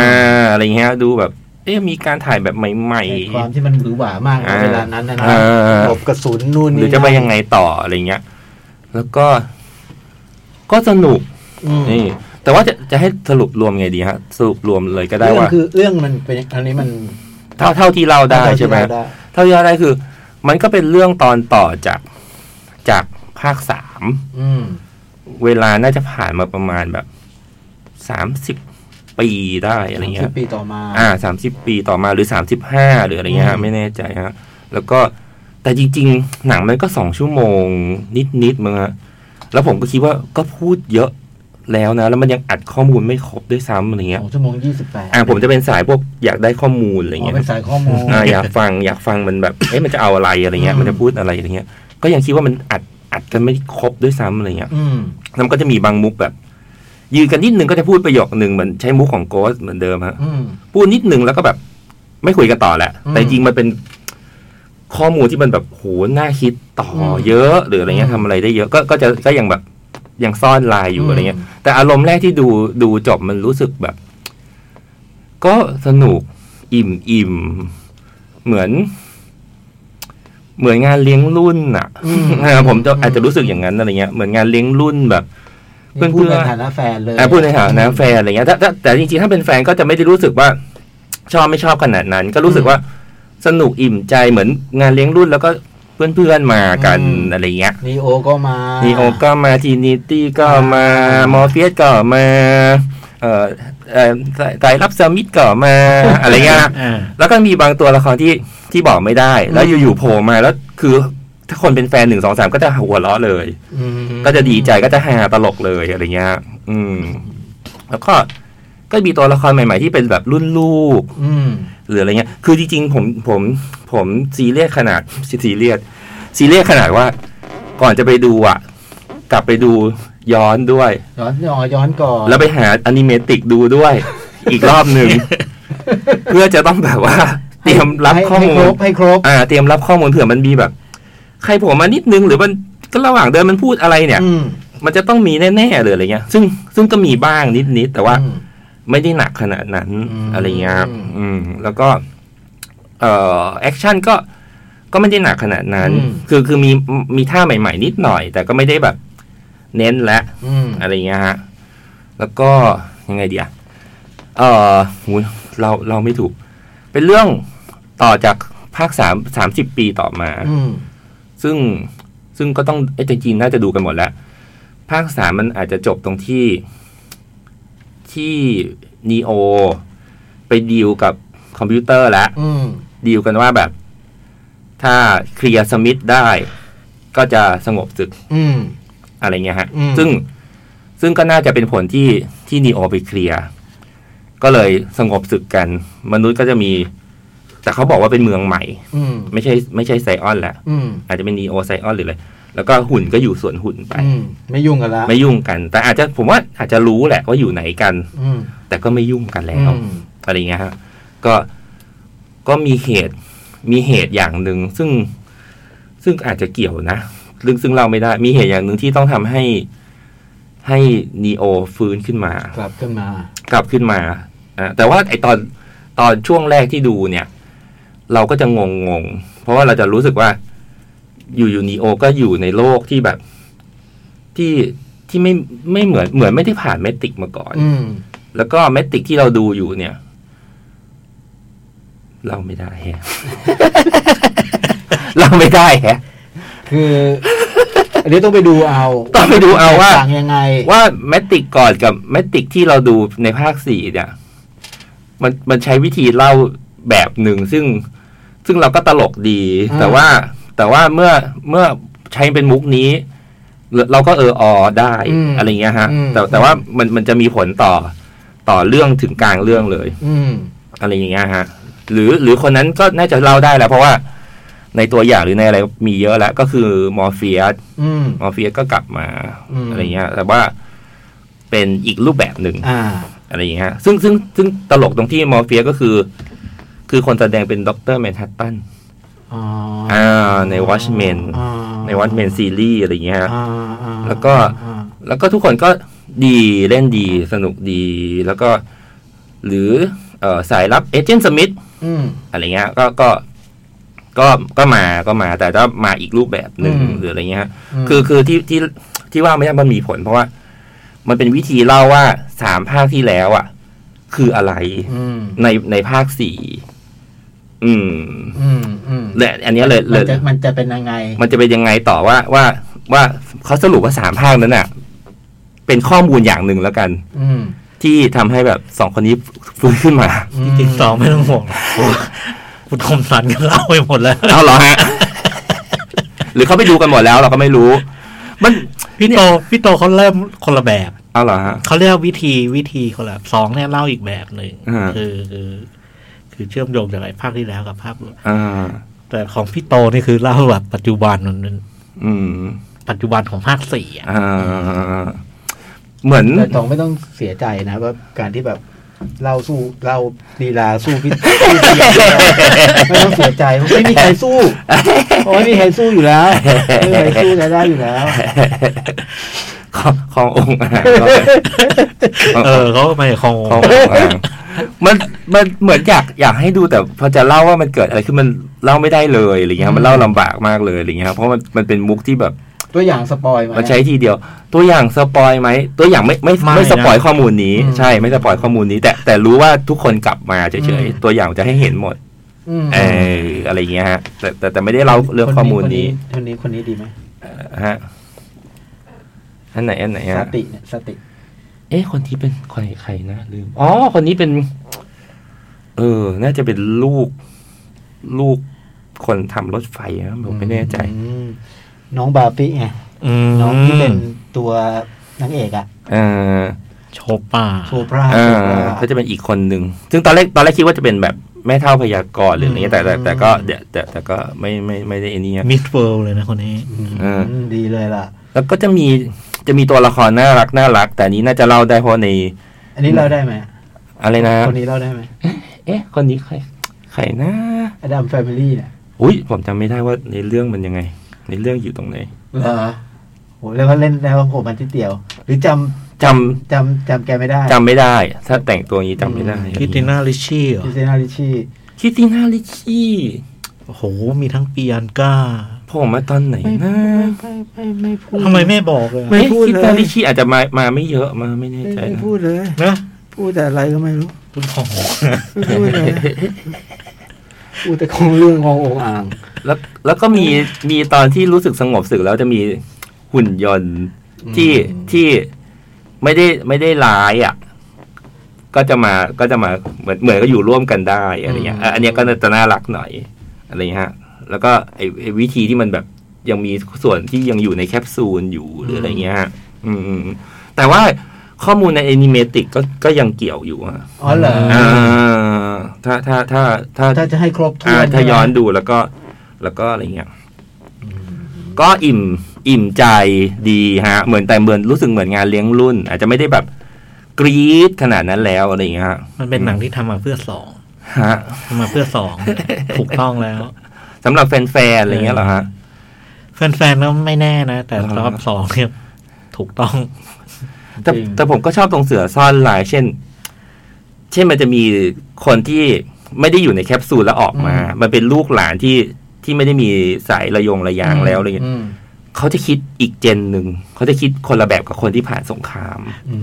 Speaker 3: อะไรเงี้ยดูแบบ เอ๊ะมีการถ่ายแบบใหม่
Speaker 5: ในความที่มันหวือหวามากใน
Speaker 3: อ่า
Speaker 5: เวลานั้นนะ
Speaker 3: ๆ
Speaker 5: นะ
Speaker 3: เออ
Speaker 4: หลบกระสุนนู่น
Speaker 3: ห
Speaker 4: นี่
Speaker 3: รือจะไปยังไงต่ออะไรเงี้ย แล้วก็ ก็สนุก
Speaker 5: อืม
Speaker 3: นี่แต่ว่าจะจะให้สรุปรวมไงดีฮะ สรุปรวมเลยก็ได้
Speaker 4: เรื่อง
Speaker 3: ว่า
Speaker 4: คือเรื่องมันเป็นอันนี้มัน
Speaker 3: เท่าเท่าที่เราได้ใช่ไหม
Speaker 4: ด้
Speaker 3: เท่าที่เราได้คือ มันก็เป็นเรื่องตอนต่อจากจากภาคสาม
Speaker 5: อืม
Speaker 3: เวลาน่าจะผ่านมาประมาณแบบสามสิบปีได้อะไรเงี้
Speaker 5: สิ
Speaker 3: ย
Speaker 5: บปีต่อมา
Speaker 3: อ่าสามสิบปีต่อมาหรือสามสิบห้าหรืออะไรเงี้ย
Speaker 5: อื
Speaker 3: ฮะ
Speaker 5: ม
Speaker 3: ไม่แน่ใจฮะแล้วก็แต่จริง ๆ หนังมันก็สองชั่วโมงนิดนิดๆมั้งฮะแล้วผมก็คิดว่าก็พูดเยอะแล้วนะ แล้วมันยังอัดข้อมูลไม่ครบด้วยซ้ำอะไรเงี้ย
Speaker 5: สองชั่วโมงยี่สิบแปด
Speaker 3: อ่าผมจะเป็นสายพวกอยากได้ข้อมูลอะไร
Speaker 5: อ๋อ
Speaker 3: เงี้ย
Speaker 5: เป็นสายข้อมูล
Speaker 3: อ่าอยากฟังอยากฟังมันแบบเอ๊ะมันจะเอาอะไรอะไรเงี้ย
Speaker 5: อืม
Speaker 3: มันจะพูดอะไรอะไรเงี้ย ก็ยังคิดว่ามันอัดอัดกันไม่ครบด้วยซ้ำอะไรเงี้ย
Speaker 5: อืม
Speaker 3: แล้วมันก็จะมีบางมุกแบบ ยืนกันนิดนึงก็จะพูดประโยคนึงเหมือนใช้มุกของโกสเหมือนเดิมฮะ
Speaker 5: อืม
Speaker 3: พูดนิดนึงแล้วก็แบบไม่คุยกันต่อแล้ว
Speaker 5: อืม
Speaker 3: แต่จริงมันเป็นข้อมูลที่มันแบบโหน่าคิดต่ออ
Speaker 5: ม
Speaker 3: เยอะหรืออะไรเงี้ย
Speaker 5: อืม
Speaker 3: ทำอะไรได้เยอะก็ก็จะก็ยังแบบยังซ่อนลายอยู่
Speaker 5: อืม
Speaker 3: อะไรเงี้ย แต่อารมณ์แรกที่ดูดูจบมันรู้สึกแบบ ก็สนุกอิ่มอิ่มเหมือน เหมือนงานเลี้ยงรุ่นอ่ะ
Speaker 5: อืม
Speaker 3: เออผมจะอาจจะรู้สึกอย่างนั้นอะไรเงี้ยเหมือนงานเลี้ยงรุ่นแบบ เพื่อนๆ
Speaker 5: พูดในฐานะแฟนเลย
Speaker 3: อ่ะพูดในฐานะแฟนอะไรเงี้ยถ้าถ้าแต่จริงๆ ถ้าเป็นแฟนก็จะไม่ได้รู้สึกว่า ชอบไม่ชอบขนาดนั้น ก็รู้สึกว่าสนุกอิ่มใจเหมือนงานเลี้ยงรุ่นแล้วก็เพื่อนๆ มากัน
Speaker 5: อืม
Speaker 3: อะไรเงี้ย
Speaker 5: นีโอก็มา
Speaker 3: นีโอก็มาทีนิตี้ก็มา มอร์เฟียสก็มา เอ่อเอ่อสายรับสมิธก็
Speaker 5: [laughs]
Speaker 3: มาอะไรเงี้ยนะ
Speaker 2: อ่า
Speaker 3: แล้วก็มีบางตัวละครที่ที่บอกไม่ได้ แล้วอยู่ๆโผล่มาแล้วคือ ถ้าคนเป็นแฟนหนึ่งสองสามก็จะหัวเราะเลย
Speaker 5: อืม
Speaker 3: ก็จะดีใจก็จะฮาตลกเลยอะไรเงี้ย อืม แล้วก็ก็มีตัวละครใหม่ ๆ ที่เป็นแบบรุ่นลูก
Speaker 5: อืม
Speaker 3: หรืออะไรเงี้ย คือจริงๆผมผมผมซีเรียสขนาดซีเรียสซีเรียสขนาดว่า ก่อนจะไปดูอ่ะ กลับไปดูย้อนด้วย
Speaker 5: ย้อนย้อนย้อนก่อน
Speaker 3: แล้วไปหาอนิเมติกดูด้วย อีกรอบหนึ่ง เพื่อจะต้องแบบว่า เตรียมรับ
Speaker 5: ให้
Speaker 3: ข้อมู
Speaker 5: ให้คร
Speaker 3: ล
Speaker 5: บให้ครบ
Speaker 3: อ่าเตรียมรับข้อมูลเผื่อมันมีแบบ ใครโผล่มานิดนึงหรือมันก็ระหว่างเดินมันพูดอะไรเนี่ย
Speaker 5: อืม
Speaker 3: มันจะต้องมีแน่ๆเลยอะไรเงี้ย ซึ่งซึ่งก็มีบ้างนิดๆแต่ว่า
Speaker 5: อืม
Speaker 3: ไม่ได้หนักขนาดนั้น
Speaker 5: อืม
Speaker 3: อะไรเงี้ยครับอืม แล้วก็ เอ่อแอคชั่นก็ก็ไม่ได้หนักขนาดนั้น คือคือมีมีท่าใหม่ๆนิดหน่อย แต่ก็ไม่ได้แบบ เน้นและ
Speaker 5: อืม
Speaker 3: อะไรเงี้ยฮะ แล้วก็ยังไงดีอะเออหูยเราเราไม่ถูก เป็นเรื่องต่อจากภาคสามสามสิบปีต่อมา
Speaker 5: อืม
Speaker 3: ซึ่งซึ่งก็ต้องเอ้ยจริงๆน่าจะดูกันหมดแล้ว ภาคสามมันอาจจะจบตรงที่ที่นีโอไปดีลกับคอมพิวเตอร์แล้ว
Speaker 5: อืม
Speaker 3: ดีลกันว่าแบบ ถ้าเคลียร์สมิธได้ ก็จะสงบศึก
Speaker 5: อืม
Speaker 3: อะไรเงี้ยฮะ
Speaker 5: อืม
Speaker 3: ซึ่งซึ่งก็น่าจะเป็นผลที่ที่นีโอไปเคลียร์ก็เลยสงบศึกกัน มนุษย์ก็จะมี แต่เขาบอกว่าเป็นเมืองใหม่
Speaker 5: อืม
Speaker 3: ไม่ใช่ไม่ใช่ไซออนแหละ
Speaker 5: อืม
Speaker 3: อาจจะเป็นนีโอไซออนหรืออะไร แล้วก็หุ่นก็อยู่ส่วนหุ่นไป
Speaker 4: อืมไม่ยุ่งกันละ
Speaker 3: ไม่ยุ่งกัน แต่อาจจะผมว่าอาจจะรู้แหละว่าอยู่ไหนกัน
Speaker 4: อืม
Speaker 3: แต่ก็ไม่ยุ่งกันแล้ว
Speaker 4: อืม
Speaker 3: อะไรเงี้ยฮะก็ก็มีเหตุมีเหตุอย่างหนึ่งซึ่งซึ่งอาจจะเกี่ยวนะซึ่งซึ่งเราไม่ได้ มีเหตุอย่างหนึ่งที่ต้องทำให้ให้นีโอฟื้นขึ้นมา
Speaker 4: กลับขึ้นมา
Speaker 3: กลับขึ้นมาอ่ะแต่ว่าไอตอนตอนช่วงแรกที่ดูเนี่ย เราก็จะงงงงๆเพราะว่าเราจะรู้สึกว่า อยู่อยู่นีโอก็อยู่ในโลกที่แบบที่ที่ไม่ไม่เหมือนเหมือนไม่ได้ผ่านเมติกมาก่อน
Speaker 4: อืม
Speaker 3: แล้วก็เมติกที่เราดูอยู่เนี่ย เราไม่ได้แฮะ
Speaker 4: [laughs]
Speaker 3: เราไม่ได้แฮะ
Speaker 4: คือ อันนี้ต้องไปดูเอา
Speaker 3: ต้องไปดูเอาว่า
Speaker 4: แตกต่างยังไง
Speaker 3: ว่าเมติกก่อนกับเมติกที่เราดูในภาคสี่เนี่ย มันมันใช้วิธีเล่าแบบหนึ่งซึ่งซึ่งเราก็ตลกดี
Speaker 4: อ่า
Speaker 3: แต่ว่าแต่ว่าเมื่อเมื่อใช้เป็นมุกนี้ เราเราก็เออออได้อะไรเงี้ยฮะ แต่แต่ว่ามันมันจะมีผลต่อต่อเรื่องถึงกลางเรื่องเลย
Speaker 4: อืม
Speaker 3: อะไรอย่างเงี้ยฮะ หรือหรือคนนั้นก็น่าจะเล่าได้แหละเพราะว่าในตัวอย่างหรือในอะไรมีเยอะแล้ว ก็คือมอร์เฟียส
Speaker 4: อืม
Speaker 3: มอร์เฟียสก็กลับมา
Speaker 4: อืม
Speaker 3: อะไรเงี้ย แต่ว่าเป็นอีกรูปแบบหนึ่ง
Speaker 4: อ่า
Speaker 3: อะไรอย่างเงี้ยซึ่งซึ่งซึ่งตลกตรงที่มอร์เฟียสก็คือ คือคนแสดงเป็นด็อกเตอร์แมนฮัตตัน
Speaker 4: อ๋ออ่า
Speaker 3: อ่าในวอชแมนในวอชแมนซีรีส์อะไรอย่างเงี้ยฮะ
Speaker 4: อ่าอ่า
Speaker 3: แล้วก็
Speaker 4: อ่า
Speaker 3: แล้วก็ทุกคนก็ดีเล่นดีสนุกดีแล้วก็ หรือเอ่อสายลับเอเจนต์สมิธ
Speaker 4: อืม
Speaker 3: อะไรเงี้ยก็ก็ก็ก็มาก็มาแต่ก็มาอีกรูปแบบหนึ่ง
Speaker 4: อืม
Speaker 3: หรืออะไรเงี้ย
Speaker 4: ม
Speaker 3: คือคือที่ที่ที่ว่าไม่ได้มันมีผล เพราะว่า มันเป็นวิธีเล่าว่าสามภาคที่แล้วอ่ะ คืออะไร
Speaker 4: ม
Speaker 3: ในในภาคสี่อืม
Speaker 4: อืมอืม
Speaker 3: และอันเนี้ยเลยเล
Speaker 4: มัน
Speaker 3: ย
Speaker 4: จะมันจะเป็นยังไง
Speaker 3: มันจะเป็นยังไงต่อว่าว่าว่าเขาสรุปว่าสามภาคนั้นอ่ะ เป็นข้อมูลอย่างหนึ่งแล้วกัน
Speaker 4: อืม
Speaker 3: ที่ทำให้แบบสองคนนี้ฟื้นขึ้นมา
Speaker 2: จริงๆสองไม่ต้องห่วงคุณคมสันก็เล่าไปหมดแล้ว
Speaker 3: เอาเหรอฮะ [laughs] หรือเขาไปดูกันหมดแล้วเราก็ไม่รู้ มัน
Speaker 2: พี่โตพี่โตเขาเริ่มคนละแบบ
Speaker 3: เอาเหรอฮะ
Speaker 2: เขาเรียกว่าวิธีวิธีคนละแบบสองเนี่ยเล่าอีกแบบหนึ่ง
Speaker 3: อ่า
Speaker 2: คือคือคือเชื่อมโยงจากไอ้ภาคที่แล้วกับภาค
Speaker 3: อ่า
Speaker 2: แต่ของพี่โตนี่คือเล่าแบบปัจจุบันมันเป็น
Speaker 3: อืม
Speaker 2: ปัจจุบันของภาคสี่อะ
Speaker 3: อ่า เหมือน [laughs]
Speaker 4: แต่ตองไม่ต้องเสียใจนะว่าการที่แบบเล่าสู้เล่าลีลาสู้พี่ สู้พี่อย่างเดียวไม่ต้องเสียใจเพราะไม่มีใครสู้เพราะไม่มีใครสู้อยู่แล้วไม่มีใครสู้ใครได้อยู่แล้ว
Speaker 3: ของขององค์อ่างของ
Speaker 2: เอ
Speaker 3: อง
Speaker 2: อ
Speaker 3: ค์
Speaker 2: เขาก็ไปของ
Speaker 3: ขององค์อ่าง [laughs] มันมันเหมือนอยากอยากให้ดูแต่พอจะเล่าว่ามันเกิดอะไรขึ้นมันเล่าไม่ได้เลยอะไรเงี้ย มันเล่าลำบากมากเลยอะไรเงี้ย เพราะมันมันเป็นมุกที่แบบ
Speaker 4: ตัวอย่างสปอยล์มา
Speaker 3: มันใช้ทีเดียว ตัวอย่างสปอยไหมตัวอย่างไม่ไม่ไม่สปอยข้อมูลนี้
Speaker 4: อืม
Speaker 3: ใช่ไม่สปอยข้อมูลนี้ แต่แต่รู้ว่าทุกคนกลับมาเฉยๆตัวอย่างจะให้เห็นหมด
Speaker 4: อืม
Speaker 3: เอออะไรอย่างเงี้ยฮะแต่แต่แต่ไม่ได้เล่าเรื่องข้อมูลนี้
Speaker 4: คนนี้คนนี้คนนี้ดีไหม
Speaker 3: ฮะอันไหนอันไหน
Speaker 4: ส
Speaker 3: ฮะ
Speaker 4: ติเนี่ยสติ
Speaker 3: เอ๊ะคนที่เป็นใครใครนะลืมอ๋อคนนี้เป็น เออ น่าจะเป็นลูก ลูกคนทำรถไฟนะผมไม่แน่ใจ
Speaker 4: อืมน้องบาฟิไง
Speaker 2: อืม
Speaker 4: น้องที่เป็นตัวนางเอกอะ
Speaker 3: เออ
Speaker 2: โชป่า
Speaker 4: โชปรา
Speaker 3: เอ
Speaker 4: โช
Speaker 3: อ
Speaker 4: ปรา
Speaker 3: เขาจะเป็นอีกคนหนึ่งซึ่งตอนแรกตอนแรกคิดว่าจะเป็นแบบแม่เท่าพยากรณ์หรืออะไรเงี้ยแต่แต่แต่ก็เดี๋ยวแต่แต่ก็ไม่ไม่ไม่ได้ไอันนี้
Speaker 2: มิสเวิลด์เลยนะคนนี้
Speaker 3: เออ
Speaker 4: ดีเลยล่ะ
Speaker 3: แล้วก็จะมีจะมีตัวละครน่ารักน่ารัก แต่อันนี้น่าจะเล่าได้เพราะใน
Speaker 4: อันนี้เล่าได้ไหม
Speaker 3: อะไรนะ
Speaker 4: คนนี้เล่าได้ไหม
Speaker 3: เอ๊ะ คนนี้ใคร ใครนะ
Speaker 4: อดัมแฟมิลี่เนี่ย
Speaker 3: อุ้ย ผมจำไม่ได้ว่าในเรื่องมันยังไง ในเรื่องอยู่ตรงไหน
Speaker 4: เหรอโหแล้วก็เล่นแล้วโผล่มาที่เดียว หรือจำ
Speaker 3: จ
Speaker 4: จำจำแกไม่ได้
Speaker 3: ำจำไม่ได้ ถ้าแต่งตัวอย่างนี้จำไม่ได้
Speaker 2: คิตติน่าริชชี่เหรอ
Speaker 4: พิเซนาริชี
Speaker 3: คิตติน่าลิชชี่
Speaker 2: โอ้โห มีทั้งปีอันก้า
Speaker 3: ผมมาตอนไหนนะ
Speaker 6: ไม่ไม่ไม่พูด
Speaker 2: ทำไมไม่บอกเลย
Speaker 6: ไม่
Speaker 2: อะ
Speaker 3: เอ๊ะ
Speaker 6: พูดเลย
Speaker 3: คิตติน่าลิชชี่อาจจะมามาไม่เยอะมาไม่แน่
Speaker 6: ไม่
Speaker 3: ใจ
Speaker 6: ไม่
Speaker 3: นะ
Speaker 6: พูดเลย
Speaker 2: นะ
Speaker 6: พูดแต่อะไรก็ไม่รู้
Speaker 2: คุณของ
Speaker 6: ไม่พูดเลย
Speaker 4: อูแต่ของเรื่องขององค์อ่าง
Speaker 3: แล้วแล้วก็มีมีตอนที่รู้สึกสงบสึกแล้วจะมีหุ่นยนต์ที่
Speaker 4: อืม
Speaker 3: ที่ไม่ได้ไม่ได้ร้ายอ่ะ ก็จะมาก็จะมาเหมือนเหมือนก็อยู่ร่วมกันได้อะไรเงี้ยอ่ะอันเนี้ยก็จะน่ารักหน่อยอะไรเงี้ยฮะ แล้วก็ไอ้ไอ้วิธีที่มันแบบยังมีส่วนที่ยังอยู่ในแคปซูลอยู่หรืออะไรเงี้ยฮะอืมอืมแต่ว่าข้อมูลในแอนิเมติกก็ก็ยังเกี่ยวอยู่อะ
Speaker 4: อ๋อเหรอ
Speaker 3: อ่าถ้าถ้าถ้าถ้า
Speaker 4: ถ้าจะให้ครบถ้ว
Speaker 3: อ่าน ถ้าย้อนดูแล้วก็แล้วก็อะไรเงี้ยก็อิ่ม อิ่มใจดีฮะ เหมือนแต่เหมือนรู้สึกเหมือนงานเลี้ยงรุ่น อาจจะไม่ได้แบบกรี๊ดขนาดนั้นแล้วอะไรอย่างเงี้ยฮะ
Speaker 2: มันเป็นหนังที่ทำมาเพื่อสอง
Speaker 3: ฮะ
Speaker 2: ทำมาเพื่อสอง [laughs] ถูกต้องแล้ว
Speaker 3: สำหรับแฟนๆอะไรอย่างเงี้ยเหรอฮะ
Speaker 2: แฟนๆแล้วไม่แน่นะ แต่
Speaker 3: อ่าฮะ
Speaker 2: รอบสองเนี่ยถูกต้อง
Speaker 3: แต่
Speaker 4: จริง
Speaker 3: แต่ผมก็ชอบตรงเสือซ่อนลาย เช่น เช่นมันจะมีคนที่ไม่ได้อยู่ในแคปซูลแล้วออกมา มันเป็นลูกหลานที่ที่ไม่ได้มีสายระยงระยางแล้วอะไรอย่างเงี้ย
Speaker 4: อืม
Speaker 3: เขาจะคิดอีกเจนหนึ่งเขาจะคิดคนละแบบกับคนที่ผ่านสงคราม
Speaker 4: อื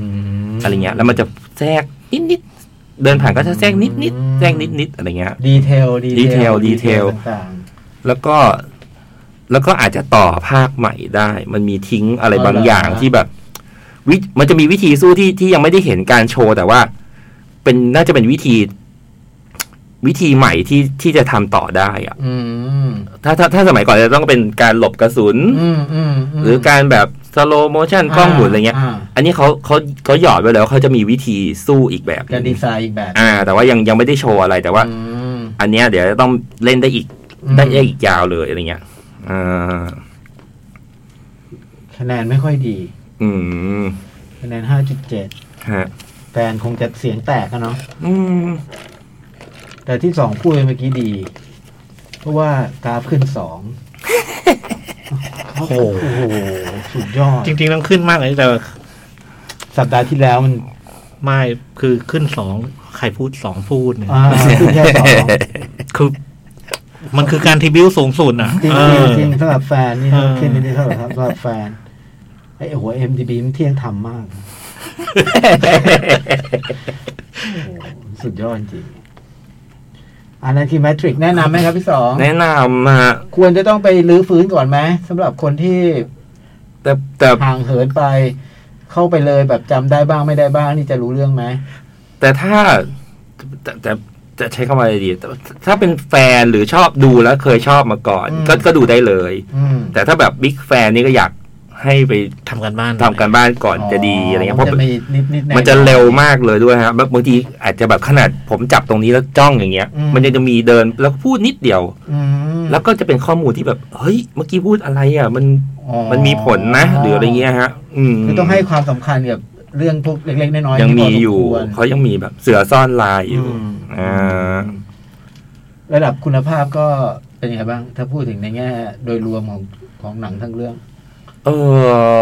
Speaker 4: ม
Speaker 3: อะไรเงี้ยแล้วมันจะแทรกนิดนิดๆเดินผ่านก็จะแทรกนิดนิด
Speaker 4: อืม
Speaker 3: แทรกนิดนิดอะไรเงี้ย
Speaker 4: ดีเทลดีเทล
Speaker 3: detail detail
Speaker 4: ต่าง
Speaker 3: แล้วก็แล้วก็อาจจะต่อภาคใหม่ได้ มันมีทิ้งอะไรบางอย่างที่แบบวิมันจะมีวิธีสู้ที่ที่ยังไม่ได้เห็นการโชว์แต่ว่า เป็นน่าจะเป็นวิธี วิธีใหม่ที่ที่จะทำต่อได้อะ
Speaker 4: ๆอืม
Speaker 3: ถ้าถ้าถ้าสมัยก่อนจะต้องเป็นการหลบกระสุน
Speaker 4: อืมอืมม
Speaker 3: หรือการแบบสโลโมชันกล้องหมุนอะไรเงี้ย
Speaker 4: า
Speaker 3: อันนี้เขาเขาเขาหยอดไว้แล้วเขาจะมีวิธีสู้อีกแบบห
Speaker 4: การ
Speaker 3: นึ่
Speaker 4: ดี
Speaker 3: ง
Speaker 4: ไซน์อีกแบบ
Speaker 3: อ่า แต่ว่ายังยังไม่ได้โชว์อะไรแต่ว่า
Speaker 4: อืม
Speaker 3: อันเนี้ยเดี๋ยวจะต้องเล่นได้อีก
Speaker 4: อืม
Speaker 3: ได้อีกยาวเลยอะไรเงี้ยอ่า
Speaker 4: คะแนนไม่ค่อยดี
Speaker 3: อืม
Speaker 4: คะแนนห้าจุดเจ็ด
Speaker 3: ฮะ
Speaker 4: แฟนคงจะเสียงแตกอะเนาะ
Speaker 3: อืม
Speaker 4: แต่ที่สองพูดไปเมื่อกี้ดี เพราะว่ากราฟขึ้นสอง โอ้โห สุดยอด
Speaker 2: จริงๆต้องขึ้นมากเลยแต่
Speaker 4: สัปดาห์ที่แล้วมัน
Speaker 2: ไม่คือขึ้นสองใครพูดสองพูดเนี่ย
Speaker 4: อ่าขึ้นแค่สอง
Speaker 2: คือมันคือการทีบิวสูงสุดอ่ะ
Speaker 4: จริง
Speaker 2: เออ
Speaker 4: ๆจริงๆสำหรับแฟนนี่
Speaker 2: เออ
Speaker 4: ขึ้นไม่ได้เท่าไหร่ครับสำหรับแฟนไอ้หัว MDB มันเที่ยงทำมากโอ้โหสุดยอดจริง อันนั้นคือแมทริกแนะนำไหมครับพี่สอง
Speaker 3: แนะนำฮะ
Speaker 4: ควรจะต้องไปรื้อฟื้นก่อนไหมสำหรับคนที่
Speaker 3: แต่แต่
Speaker 4: ห่างเหินไป เข้าไปเลยแบบจำได้บ้างไม่ได้บ้างนี่จะรู้เรื่องไหม
Speaker 3: แต่ถ้าแต่แต่จะใช้คำว่าอะไรดีแต่ถ้าเป็นแฟนหรือชอบดูแล้วเคยชอบมาก่อน ก็ก็ดูได้เลย
Speaker 4: อืม
Speaker 3: แต่ถ้าแบบบิ๊กแฟนนี่ก็อยากให้ไป
Speaker 2: ทำกันบ้าน
Speaker 3: ทำกันบ้านก่อนจะดีอะไรเงี้ยเพ
Speaker 4: มั
Speaker 3: ราะ
Speaker 4: นจะมีนิดนิดๆ
Speaker 3: มันจะ
Speaker 4: แๆ
Speaker 3: เร็วมากเลยด้วยฮะแบบบางทีอาจจะแบบขนาดผมจับตรงนี้แล้วจ้องอย่างเงี้ย
Speaker 4: อืม
Speaker 3: มันยังจะมีเดินแล้วก็พูดนิดเดียว
Speaker 4: อืม
Speaker 3: แล้วก็จะเป็นข้อมูลที่แบบ เฮ้ย เมื่อกี้พูดอะไรอ่ะ มัน
Speaker 4: อ๋อ
Speaker 3: มันมีผลนะ หรืออะไรเงี้ยฮะ อืม
Speaker 4: คือต้องให้ความสำคัญกับเรื่องพวกเล็กๆน้อยๆ
Speaker 3: ยังมี
Speaker 4: ที่พสควร
Speaker 3: อยู่เขายังมีแบบเสือซ่อนลายอยู่
Speaker 4: ม
Speaker 3: อ่า
Speaker 4: ระดับคุณภาพก็เป็นยังไงบ้าง ถ้าพูดถึงในแง่โดยรวมของของหนังทั้งเรื่อง
Speaker 3: เอ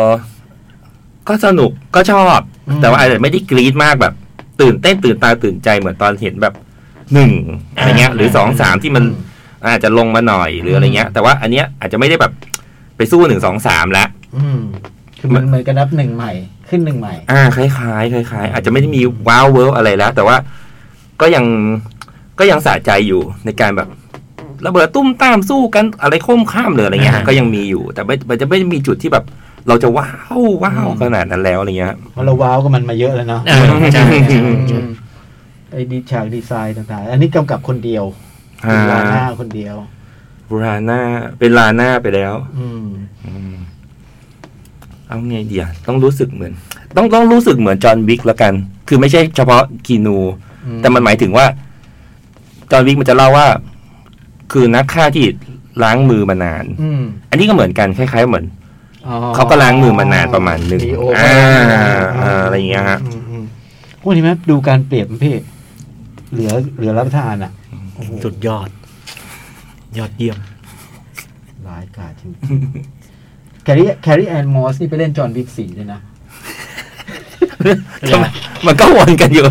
Speaker 3: อก็สนุกก็ชอบ
Speaker 4: อืม
Speaker 3: แต่ว่าอาจจะไม่ได้กรี๊ดมากแบบ ตื่นเต้นตื่นตาตื่นใจเหมือนตอนเห็นแบบหนึ่งอะไรเงี้ย หรือสองสามที่มัน อาจจะลงมาหน่อยหรืออะไรเงี้ย แต่ว่าอันเนี้ยอาจจะไม่ได้แบบไปสู้หนึ่งสองสามละ
Speaker 4: อืมคือมันเหมือนกับนับหนึ่งใหม่ขึ้นหนึ่งใหม่
Speaker 3: อ่าคล้ายๆคล้ายๆ อาจจะไม่ได้มีว้าวเวิร์อะไรแล้ว แต่ว่าก็ยังก็ยังสะใจอยู่ในการแบบระเบิดตุ้มตามสู้กันอะไรโค้มข้ามหรืออะไรเงี้ย ก็ยังมีอยู่ แต่ไม่มันจะไม่มีจุดที่แบบ เราจะว้าวว้าวขนาดนั้นแล้วอะไรเงี้ย
Speaker 4: มันเราว้าวกับมันมาเยอะแล้วเนาะ
Speaker 2: เออใช่ใช่ใช่
Speaker 4: ไอ้ดีฉากดีไซน์ต่างๆ อันนี้กำกับคนเดียว
Speaker 3: อ่า
Speaker 4: ลาหน้าคนเดียว
Speaker 3: ลาน่าเป็นลาน่าไปแล้ว
Speaker 4: อืม
Speaker 3: อืมเอาไงเดียต้องรู้สึกเหมือน ต้องต้องรู้สึกเหมือนจอห์นวิกแล้วกัน คือไม่ใช่เฉพาะกีนู
Speaker 4: อืม
Speaker 3: แต่มันหมายถึงว่า จอห์นวิกมันจะเล่าว่า คือนักฆ่าที่ล้างมือมานาน
Speaker 4: อืม
Speaker 3: อันนี้ก็เหมือนกันคล้าย ๆ เห [laughs] มือน
Speaker 4: อ๋อ
Speaker 3: เขาก็ล้างมือมานานประมาณหนึ่ง
Speaker 4: ดีโ
Speaker 3: อ่าอ่าอะไรอย่างเงี้ยฮะ
Speaker 4: มอืมโอ้ยนี่ไหมดูการเปรียบมันพี่ เหลือเหลือรับประทานอ่ะ
Speaker 2: สุดยอด ยอดเยี่ยม
Speaker 4: ร้ายกาจจริง [laughs] แครีแครีแอนมอสนี่ไปเล่นจอห์นวิกสี่ด้วยนะ
Speaker 2: ยังไง
Speaker 3: มันก็วนกันอยู่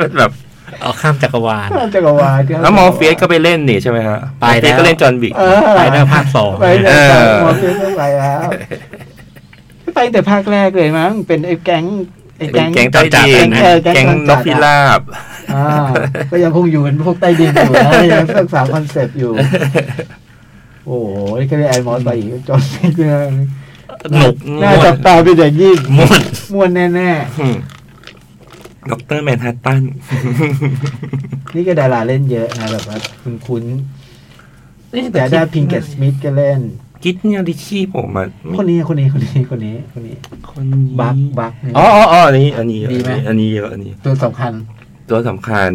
Speaker 3: มันแบบ
Speaker 2: เอาข้ามจักรวาล
Speaker 4: จักรวาล
Speaker 3: แล้วมอร์เฟียสก็ไปเล่นนี่ใช่ไหมฮะ
Speaker 2: ไป
Speaker 3: มอร์เฟียส
Speaker 2: แล้ว
Speaker 3: ก็เล่นจอห์นวิก
Speaker 4: เออ
Speaker 2: ไปหน้าภาคสอง
Speaker 4: ไปเล่น
Speaker 3: เออ
Speaker 4: จอห์นมอร์เฟียสก็ไปแล้วไปแต่ภาคแรกเลยมั้งเป็นไอ้แก๊งไอ้
Speaker 3: เป็น
Speaker 4: แก๊ง
Speaker 3: แก๊งใต้ดิน
Speaker 4: เออแก๊
Speaker 3: แก๊
Speaker 4: ง
Speaker 3: ง
Speaker 4: จอห์
Speaker 3: น
Speaker 4: นจัดอะ
Speaker 3: กพิราบ
Speaker 4: อ่าก็ยังคงอยู่เป็นพวกใต้ดินอยู่
Speaker 3: [laughs]
Speaker 4: นะยังรักษาคอนเซปต์อยู่ โอ้โหนี่ก็ได้ไอมอสไปอีกจอห์น [laughs] วิกเนี่ย
Speaker 2: หนุก
Speaker 4: น่า
Speaker 2: ม่ว
Speaker 4: จั
Speaker 2: น
Speaker 4: บตาเป็นอย่างยิ่ง
Speaker 2: ม่วน
Speaker 4: ม่วนแน่
Speaker 3: ด็อกเตอร์แมนฮัตตัน
Speaker 4: ๆ นี่ก็ดาราเล่นเยอะนะแบบว่าคุณคุ้นๆแต่ได้พิงเกตสมิธก็เล่น
Speaker 3: คิดเนี่ยดิชี่ผมอ่ะ
Speaker 4: คนนี้คนนี้คนนี้คนนี้คนนี้
Speaker 3: คน
Speaker 4: บักบักเนี่ย
Speaker 3: อ๋ออ๋ออ๋ออันนี้ อันนี้
Speaker 4: ดีไหม
Speaker 3: อันนี้เยอะอันนี้
Speaker 4: ตัวสำคัญ
Speaker 3: ตัวสำคัญ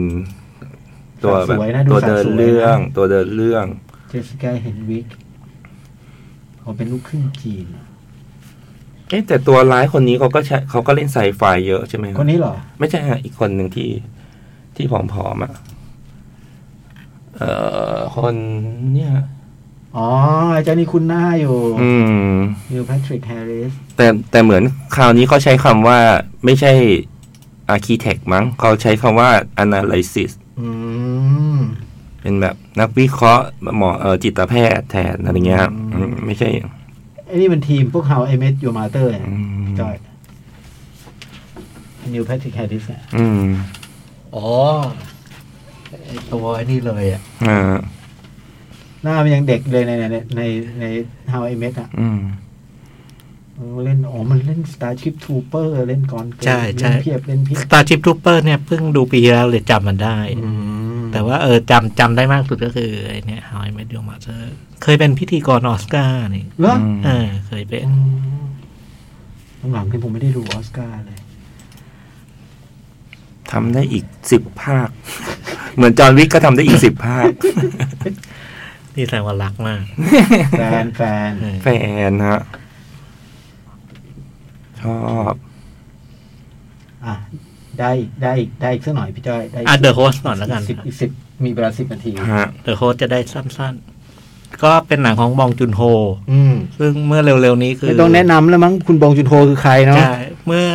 Speaker 3: ตัวแบบ
Speaker 4: สวยนะดู
Speaker 3: ตัว
Speaker 4: สาว
Speaker 3: เดิน
Speaker 4: สวยนะ
Speaker 3: เรื่อง ตัวเดินเรื่อง
Speaker 4: เจสสิก้าเฮนวิก
Speaker 5: ผมเป็นลูกครึ่งจีน
Speaker 3: เอ๊ะแต่ตัวร้ายคนนี้เขาก็ใช้เขาก็เล่นไซไฟเยอะใช่ไหม
Speaker 5: คนนี้เหรอ
Speaker 3: ไม่ใช่ฮะอีกคนหนึ่งที่ที่ผอมๆอ่ะเอ่อคนเนี่ย
Speaker 5: อ๋อไอ้เจ้านี่คุณหน้าอยู่
Speaker 3: อืม
Speaker 5: นิวแพทริกแฮร์ริส
Speaker 3: แต่แต่เหมือนคราวนี้เขาใช้คำว่าไม่ใช่ architect มั้งเขาใช้คำว่า analysis
Speaker 5: อืม
Speaker 3: เป็นแบบนักวิเคราะห์หมอเอ่อจิตแพทย์แทนอะไรเงี้ยครับอืมไม่ใช่
Speaker 5: ไอ้นี่มันทีมพวกเขาเอเมสยูมาเตอร์เนี่ย
Speaker 3: อืม
Speaker 5: จอยนิวแพทริกแฮร์ริสเนี่ย
Speaker 3: อืม
Speaker 2: อ๋อไอ้ตัวไอ้นี่เลยอ่ะ
Speaker 3: อ่า
Speaker 5: หน้ามันยังเด็กเลยในในในในใน How I Met อ่ะ
Speaker 3: อืม
Speaker 5: เออเล่นอ๋อมันเล่น Starship Trooper เล่นก่อน
Speaker 2: ใช่ใช่
Speaker 5: เล่นเพียบเล่นเพียบ
Speaker 2: สตาร์ชิพทูเปอร์เนี่ยเพิ่งดูปีแล้วเลยจำมันได้
Speaker 5: อืม
Speaker 2: แต่ว่าเออจำจำได้มากสุดก็คือไอ้เนี่ย How I Met Your Mother เคยเป็นพิธีกรออสการ์นี่
Speaker 5: เหรอ
Speaker 3: อืม
Speaker 2: เออเคยเป็น
Speaker 5: อืมหลังๆที่ผมไม่ได้ดูออสการ์เลย
Speaker 3: ทำได้อีกสิบภาค [laughs] เหมือนจอห์นวิกก็ทำได้อีกสิบภาค
Speaker 2: นี่แสดงว่ารักมาก
Speaker 5: แฟนแฟน
Speaker 2: เออ
Speaker 3: แฟนฮะ ชอบ
Speaker 5: อ่ะ ได้ได้ได้อีกสักหน่อยพี่จ้อยได้
Speaker 2: อ่ะเดอะโฮสก่อนแล้วกัน
Speaker 5: สิบอีกสิบมีเวลาสิบนาที
Speaker 3: ฮะ
Speaker 2: เดอะโฮสจะได้สั้นๆ ก็เป็นหนังของบองจุนโฮ
Speaker 5: อืม
Speaker 2: ซึ่งเมื่อเร็วๆนี้คือ
Speaker 4: ไม่ต้องแนะนำแล้วมั้งคุณบองจุนโฮคือใครเนาะ
Speaker 2: ใช่เมื่อ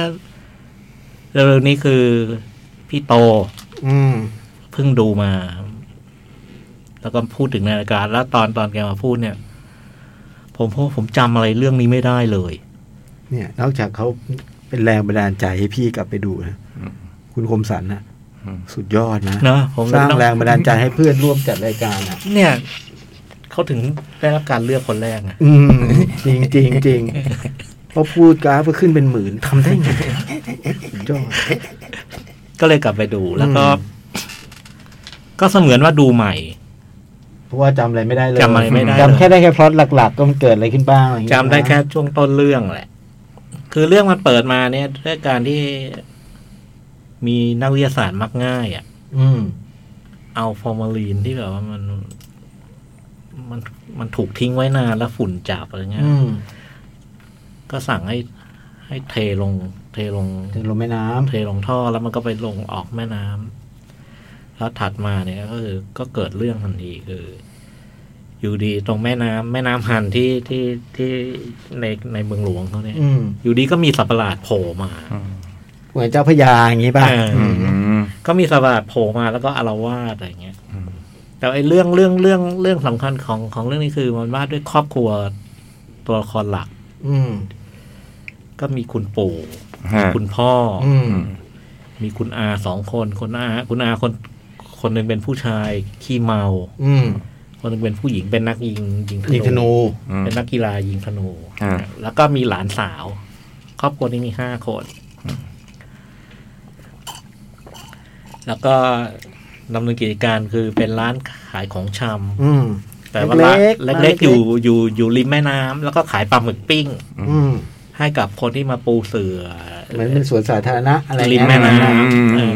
Speaker 2: เร็วๆนี้คือพี่โต
Speaker 4: อืม
Speaker 2: เพิ่งดูมา แล้วก็พูดถึงในรายการ แล้วตอนตอนแกมาพูดเนี่ย ผมผมผมจำอะไรเรื่องนี้ไม่ได้เลย
Speaker 4: เนี่ยนอกจากเขาเป็นแรงบันดาลใจให้พี่กลับไปดูนะ
Speaker 3: อืม
Speaker 4: คุณคมสันนะ
Speaker 3: อืม
Speaker 4: สุดยอดนะ
Speaker 2: เนอะผม
Speaker 4: สร้าง
Speaker 2: ต้อง
Speaker 4: แรงบันดาลใจให้เพื่อนร่วมจัดรายการอ่ะ
Speaker 2: เนี่ยเขาถึงได้รับการเลือกคนแรกไง
Speaker 4: อืม จริงจริงจริงพอพูดกราฟก็ขึ้นเป็นหมื่นทำได้ไงสุดยอด
Speaker 2: ก็เลยกลับไปดูแล้วก็
Speaker 4: อืม
Speaker 2: ก็เสมือนว่าดูใหม่
Speaker 5: เพราะว่าจำอะไรไม่ได้เลย
Speaker 2: จำอะไรไม่ได้เลย
Speaker 5: จำแค่ได้แค่พล็อตหลัก ๆ ก็มันเกิดอะไรขึ้นบ้างอะไรอย่างเงี้ย
Speaker 2: จำได้แค่ช่วงต้นเรื่องแหละ คือเรื่องมันเปิดมาเนี่ยด้วยการที่มีนักวิทยาศาสตร์มักง่ายอ่ะ
Speaker 5: อืม
Speaker 2: เอาฟอร์มาลีนที่แบบว่ามัน มันมันถูกทิ้งไว้นานแล้วฝุ่นจับอะไรเงี้ย
Speaker 5: อืม
Speaker 2: ก็สั่งให้ให้เทลง เทลง
Speaker 5: ถึงลงแม่น้ำ
Speaker 2: เทลงท่อแล้วมันก็ไปลงออกแม่น้ำแล้วถัดมาเนี่ยก็คือก็เกิดเรื่องทันทีคือ อยู่ดีตรงแม่น้ำแม่น้ำหันที่ที่ที่ในในเมืองหลวงเขาเนี่ย
Speaker 5: อืม
Speaker 2: อยู่ดีก็มีสัตว์ประหลาดโผล่มา
Speaker 3: อืม
Speaker 4: เหมือนเจ้าพระยาอย่างนี้ป่ะ
Speaker 2: เอออ
Speaker 3: อืม
Speaker 2: ก็มีสัตว์ประหลาดโผล่มาแล้วก็อารวาสอะไรเงี้ย
Speaker 3: อืม
Speaker 2: แต่ไอ้เรื่องเรื่องเรื่องเรื่องสำคัญของของเรื่องนี้คือมันว่าด้วยครอบครัวตัวละครหลัก
Speaker 5: อืม
Speaker 2: ก็มีคุณปู่
Speaker 3: ฮะ
Speaker 2: คุณพ่ออ
Speaker 5: อืม
Speaker 2: มีคุณอาสองคนคุณอาคุณอาคนคนหนึ่งเป็นผู้ชายขี้เมา
Speaker 5: อืม
Speaker 2: คนหนึงเป็นผู้หญิงเป็นนักยิงยิง
Speaker 4: ยิงธนู
Speaker 3: อืม
Speaker 2: เป็นนักกีฬายิงธนู
Speaker 3: อ่า
Speaker 2: แล้วก็มีหลานสาว ครอบครัวนี้มีห้าคน แล้วก็ดำเนินกิจการคือเป็นร้านขายของช
Speaker 5: อืม
Speaker 2: ำแต่ว่าร้าน
Speaker 4: เล็กๆ
Speaker 2: เล็ก
Speaker 4: ร้านเล็กๆ
Speaker 2: ๆอยู่อยู่อยู่ริมแม่น้ำแล้วก็ขายปลาหมึกปิ้ง
Speaker 5: อืม
Speaker 2: ให้กับคนที่มาปูเสือ
Speaker 5: เหมือนเป็นสวนสาธารณะอะไร
Speaker 2: ริ
Speaker 5: เงี้
Speaker 2: ม
Speaker 5: ย
Speaker 2: แม่น้
Speaker 3: อืมอืม